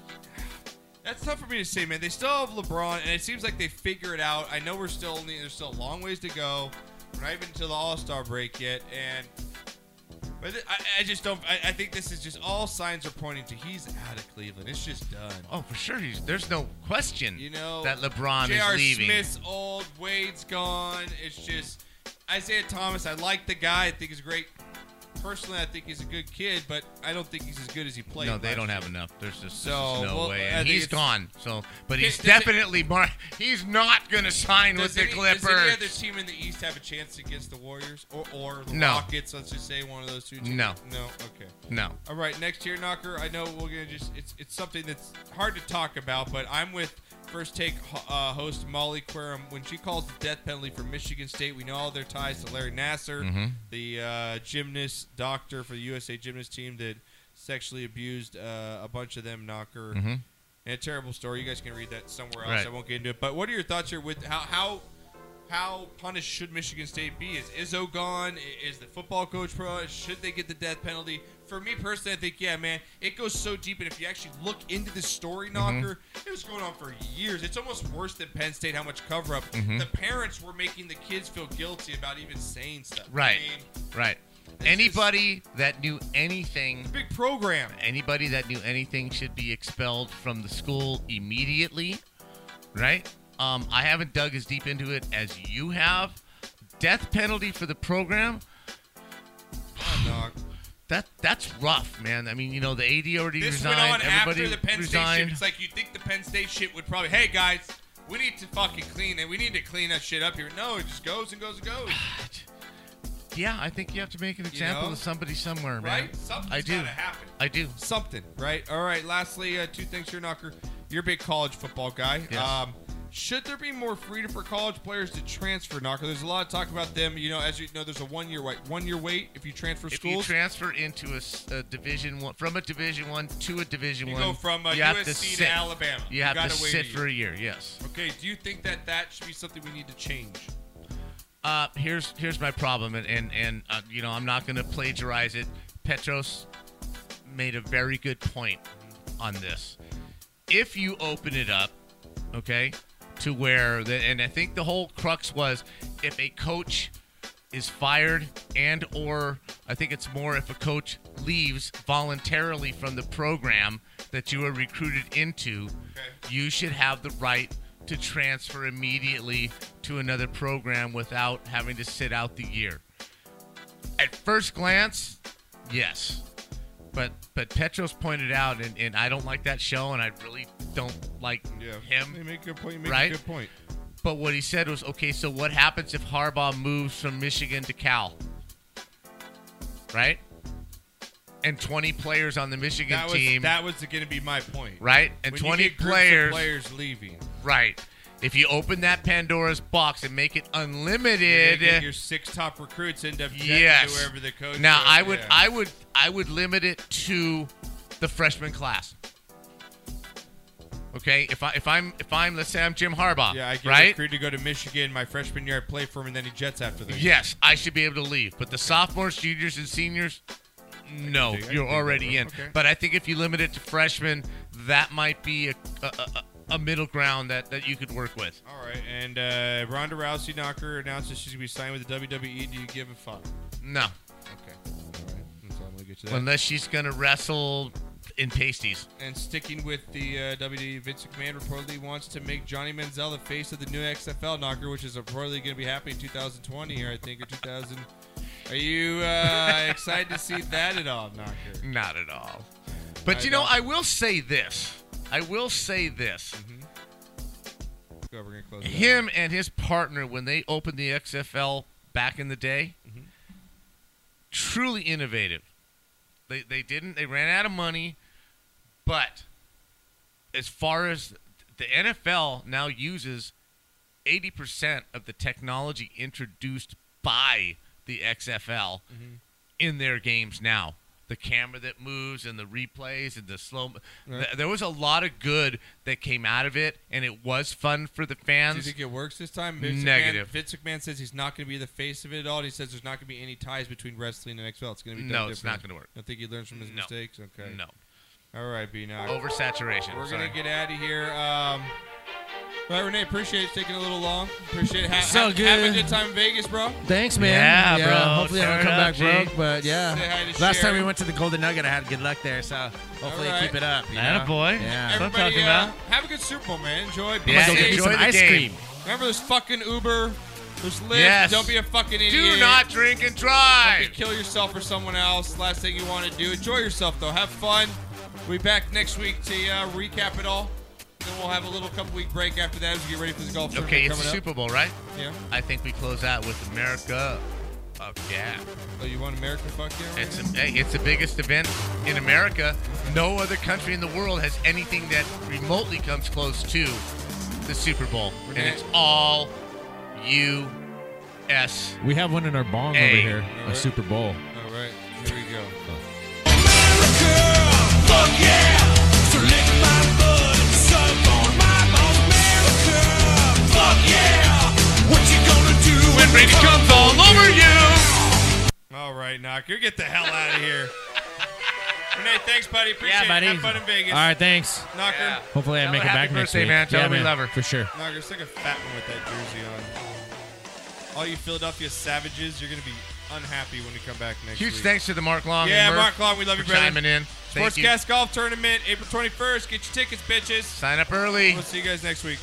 [SPEAKER 1] That's tough for me to say, man. They still have LeBron, and it seems like they figure it out. I know we're still only there's still a long ways to go. We're not even to the All Star break yet, and but th- I, I just don't. I, I think this is just all signs are pointing to he's out of Cleveland. It's just done.
[SPEAKER 2] Oh, for sure. He's, there's no question.
[SPEAKER 1] You know
[SPEAKER 2] that LeBron
[SPEAKER 1] J.R.
[SPEAKER 2] is leaving.
[SPEAKER 1] Smith's old, Wade's gone. It's just Isaiah Thomas. I like the guy. I think he's great. Personally, I think he's a good kid, but I don't think he's as good as he played.
[SPEAKER 2] no, they
[SPEAKER 1] last
[SPEAKER 2] don't
[SPEAKER 1] year.
[SPEAKER 2] have enough. There's just,
[SPEAKER 1] So,
[SPEAKER 2] there's just no
[SPEAKER 1] well,
[SPEAKER 2] way.
[SPEAKER 1] I
[SPEAKER 2] And
[SPEAKER 1] think
[SPEAKER 2] he's
[SPEAKER 1] it's-
[SPEAKER 2] gone. So, but he's
[SPEAKER 1] Does it-
[SPEAKER 2] definitely mar- he's not going to sign
[SPEAKER 1] Does
[SPEAKER 2] with the
[SPEAKER 1] any-
[SPEAKER 2] Clippers.
[SPEAKER 1] Does any other team in the East have a chance against the Warriors or, or the
[SPEAKER 2] No.
[SPEAKER 1] Rockets? Let's just say one of those two teams.
[SPEAKER 2] No.
[SPEAKER 1] No. Okay.
[SPEAKER 2] No.
[SPEAKER 1] All right. Next year, Knocker. I know we're gonna just. It's it's something that's hard to talk about, but I'm with first take ho- uh, host Molly Querum when she calls the death penalty for Michigan State. We know all their ties to Larry Nasser,
[SPEAKER 2] Mhm.
[SPEAKER 1] the uh, gymnast doctor for the USA gymnast team that sexually abused uh, a bunch of them. Knocker.
[SPEAKER 2] Mhm.
[SPEAKER 1] And a terrible story. You guys can read that somewhere else.
[SPEAKER 2] Right.
[SPEAKER 1] I won't get into it. But what are your thoughts here with how how how punished should Michigan State be? Is Izzo gone? I- Is the football coach pro? Should they get the death penalty? For me personally, I think yeah, man, it goes so deep, and if you actually look into the story,
[SPEAKER 2] Mm-hmm.
[SPEAKER 1] knocker, it was going on for years. It's almost worse than Penn State how much cover up
[SPEAKER 2] Mhm.
[SPEAKER 1] the parents were making the kids feel guilty about even saying stuff. I
[SPEAKER 2] Right.
[SPEAKER 1] mean,
[SPEAKER 2] Right. Anybody that knew anything,
[SPEAKER 1] big program.
[SPEAKER 2] Anybody that knew anything should be expelled from the school immediately. Right. Um, I haven't dug as deep into it as you have. Death penalty for the program. That that's rough, man. I mean, you know, the AD already
[SPEAKER 1] This
[SPEAKER 2] resigned.
[SPEAKER 1] went on
[SPEAKER 2] Everybody
[SPEAKER 1] after the Penn State shit.
[SPEAKER 2] resigned.
[SPEAKER 1] It's like you think the Penn State shit would probably, hey guys, we need to fucking clean it. We need to clean that shit up here. No, it just goes and goes and goes.
[SPEAKER 2] Ah, Yeah, I think you have to make an
[SPEAKER 1] You
[SPEAKER 2] example
[SPEAKER 1] know?
[SPEAKER 2] of somebody somewhere, man.
[SPEAKER 1] right? Something's
[SPEAKER 2] I do.
[SPEAKER 1] gotta happen.
[SPEAKER 2] I do.
[SPEAKER 1] Something, right? All right. Lastly, uh, two things here, Knocker. You're a big college football guy.
[SPEAKER 2] Yes.
[SPEAKER 1] Um, should there be more freedom for college players to transfer, Knocker? There's a lot of talk about them. You know, as you know, there's a one year wait, one year wait if you transfer
[SPEAKER 2] If you
[SPEAKER 1] schools.
[SPEAKER 2] transfer into a, s- a division one from a division one to a division
[SPEAKER 1] You
[SPEAKER 2] one,
[SPEAKER 1] go from, uh,
[SPEAKER 2] you have
[SPEAKER 1] USC to
[SPEAKER 2] sit.
[SPEAKER 1] Alabama.
[SPEAKER 2] You
[SPEAKER 1] You
[SPEAKER 2] have to
[SPEAKER 1] gotta wait a
[SPEAKER 2] sit
[SPEAKER 1] year.
[SPEAKER 2] for a year. Yes.
[SPEAKER 1] okay. Do you think that that should be something we need to change?
[SPEAKER 2] Uh, here's here's my problem, and and, and uh, you know I'm not going to plagiarize it. Petros made a very good point on this. If you open it up, okay, to where the, and I think the whole crux was if a coach is fired and or I think it's more if a coach leaves voluntarily from the program that you are recruited into, you should have the right to transfer immediately to another program without having to sit out the year. At first glance, yes. But but Petros pointed out and, and I don't like that show and I really don't like him.
[SPEAKER 1] You make a good point. You make
[SPEAKER 2] right?
[SPEAKER 1] a good point.
[SPEAKER 2] But what he said was, okay, so what happens if Harbaugh moves from Michigan to Cal? Right? And 20 players on the Michigan
[SPEAKER 1] That was
[SPEAKER 2] team.
[SPEAKER 1] that was going to be my point.
[SPEAKER 2] right? And
[SPEAKER 1] When you
[SPEAKER 2] 20
[SPEAKER 1] get groups of
[SPEAKER 2] players.
[SPEAKER 1] players leaving.
[SPEAKER 2] Right. If you open that Pandora's box and make it
[SPEAKER 1] You're
[SPEAKER 2] unlimited.
[SPEAKER 1] gonna get your six top recruits end up jetting to
[SPEAKER 2] yes.
[SPEAKER 1] wherever the coach.
[SPEAKER 2] now
[SPEAKER 1] goes,
[SPEAKER 2] I would
[SPEAKER 1] yeah.
[SPEAKER 2] I would I would limit it to the freshman class. Okay, if I if I'm if I'm let's say I'm Jim Harbaugh,
[SPEAKER 1] Yeah, I get
[SPEAKER 2] right?
[SPEAKER 1] recruited to go to Michigan my freshman year. I play for him, and then he jets after the
[SPEAKER 2] Yes, I should be able to leave. But the sophomores, juniors, and seniors, no,
[SPEAKER 1] dig- I
[SPEAKER 2] you're
[SPEAKER 1] can dig
[SPEAKER 2] already
[SPEAKER 1] that.
[SPEAKER 2] in.
[SPEAKER 1] Okay.
[SPEAKER 2] But I think if you limit it to freshmen, that might be a, a, a, a middle ground that, that you could work with.
[SPEAKER 1] All right, and uh, Ronda Rousey Knocker announces she's gonna be signed with the WWE. Do you give a fuck?
[SPEAKER 2] No,
[SPEAKER 1] Okay. All right. That's all I'm gonna get to that.
[SPEAKER 2] unless she's going to wrestle in pasties.
[SPEAKER 1] and sticking with the uh, WWE, Vince McMahon reportedly wants to make Johnny Manziel the face of the new XFL knocker, which is reportedly going to be happening in 2020 here, I think, or 2000. Are you uh, excited to see that at all, knocker?
[SPEAKER 2] Not at all. But
[SPEAKER 1] I
[SPEAKER 2] you know,
[SPEAKER 1] don't-
[SPEAKER 2] I will say this. I will say this.
[SPEAKER 1] Go, we're gonna close it out.
[SPEAKER 2] Him and his partner, when they opened the XFL back in the day, truly innovative. They, they didn't, they ran out of money. But as far as the NFL now uses 80% of the technology introduced by the XFL
[SPEAKER 1] Mhm.
[SPEAKER 2] in their games now. The camera that moves and the replays and the slow.
[SPEAKER 1] Right.
[SPEAKER 2] Th- there was a lot of good that came out of it, and it was fun for the
[SPEAKER 1] Do you
[SPEAKER 2] fans.
[SPEAKER 1] think it works this time? McMahon-
[SPEAKER 2] Negative.
[SPEAKER 1] Vince McMahon says he's not going to be the face of it at all. and He says there's not going to be any ties between wrestling and XFL. It's going to be done
[SPEAKER 2] No, it's not
[SPEAKER 1] differently.
[SPEAKER 2] gonna work.
[SPEAKER 1] Don't think he learns from his
[SPEAKER 2] No.
[SPEAKER 1] mistakes. Okay.
[SPEAKER 2] No.
[SPEAKER 1] All right, B. Now
[SPEAKER 2] Oversaturation,
[SPEAKER 1] We're
[SPEAKER 2] sorry.
[SPEAKER 1] gonna get out of here. Um, all right, Renee. Appreciate it taking a little long. Appreciate it. Ha-
[SPEAKER 3] So
[SPEAKER 1] ha-
[SPEAKER 3] good.
[SPEAKER 1] Have a good time in Vegas, bro.
[SPEAKER 3] Thanks, man.
[SPEAKER 18] Yeah, bro.
[SPEAKER 3] Hopefully, I don't
[SPEAKER 18] Turn
[SPEAKER 3] come
[SPEAKER 18] it
[SPEAKER 3] back
[SPEAKER 18] up, G.
[SPEAKER 3] broke, but
[SPEAKER 1] Say hi
[SPEAKER 3] yeah.
[SPEAKER 1] to
[SPEAKER 3] Last time
[SPEAKER 1] Sherry.
[SPEAKER 3] we went to the Golden Nugget, I had good luck there, so hopefully
[SPEAKER 1] All right.
[SPEAKER 3] keep it up. you know?
[SPEAKER 18] Attaboy. That's what
[SPEAKER 3] Yeah.
[SPEAKER 18] I'm
[SPEAKER 1] Everybody,
[SPEAKER 18] talking
[SPEAKER 1] uh,
[SPEAKER 18] about.
[SPEAKER 1] Have a good Super Bowl, man. Enjoy. Be
[SPEAKER 18] Yeah,
[SPEAKER 1] safe.
[SPEAKER 18] go get you some Enjoy the ice game. cream.
[SPEAKER 1] Remember, there's fucking Uber. There's Lyft.
[SPEAKER 2] Yes.
[SPEAKER 1] Don't be a fucking idiot.
[SPEAKER 2] Do not drink and drive.
[SPEAKER 1] Don't be- kill yourself or someone else. Last thing you want to do. Enjoy yourself though. Have fun. We'll be back next week to uh, recap it all. Then we'll have a little couple week break after that as we get ready for the golf tournament
[SPEAKER 2] Okay, it's
[SPEAKER 1] coming up.
[SPEAKER 2] Super Bowl, right?
[SPEAKER 1] Yeah.
[SPEAKER 2] I think we close out with America. Fuck yeah.
[SPEAKER 1] So Oh, you want America fuck yeah?
[SPEAKER 2] It's a, hey, it's the biggest event in America. No other country in the world has anything that remotely comes close to the Super Bowl, and it's all U.S.
[SPEAKER 3] We have one in our bong
[SPEAKER 2] Hey.
[SPEAKER 3] over here, a
[SPEAKER 2] Alright.
[SPEAKER 3] Super Bowl.
[SPEAKER 1] All right, here we go.
[SPEAKER 10] Fuck yeah! What you gonna
[SPEAKER 1] Tucker. Get the hell out of here. Renee, thanks, buddy. Appreciate
[SPEAKER 3] Yeah, buddy.
[SPEAKER 1] it. Have fun in Vegas.
[SPEAKER 3] All right, thanks.
[SPEAKER 1] Knocker.
[SPEAKER 3] Hopefully I make it back next week. yeah, man, for sure.
[SPEAKER 1] Knocker, it's like a fat one with that jersey on. All you Philadelphia savages, you're gonna be unhappy when you come back next
[SPEAKER 16] Huge
[SPEAKER 1] week.
[SPEAKER 16] thanks to the Mark Long.
[SPEAKER 1] Yeah,
[SPEAKER 16] and Murph
[SPEAKER 1] Mark Long, we love
[SPEAKER 16] for
[SPEAKER 1] you, brother.
[SPEAKER 16] Chiming in. Thank you.
[SPEAKER 1] Sportscast Golf Tournament, April 21st. Get your tickets, bitches.
[SPEAKER 16] Sign up early.
[SPEAKER 1] We'll see you guys next week.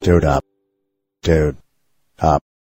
[SPEAKER 19] Dude up. Dude up.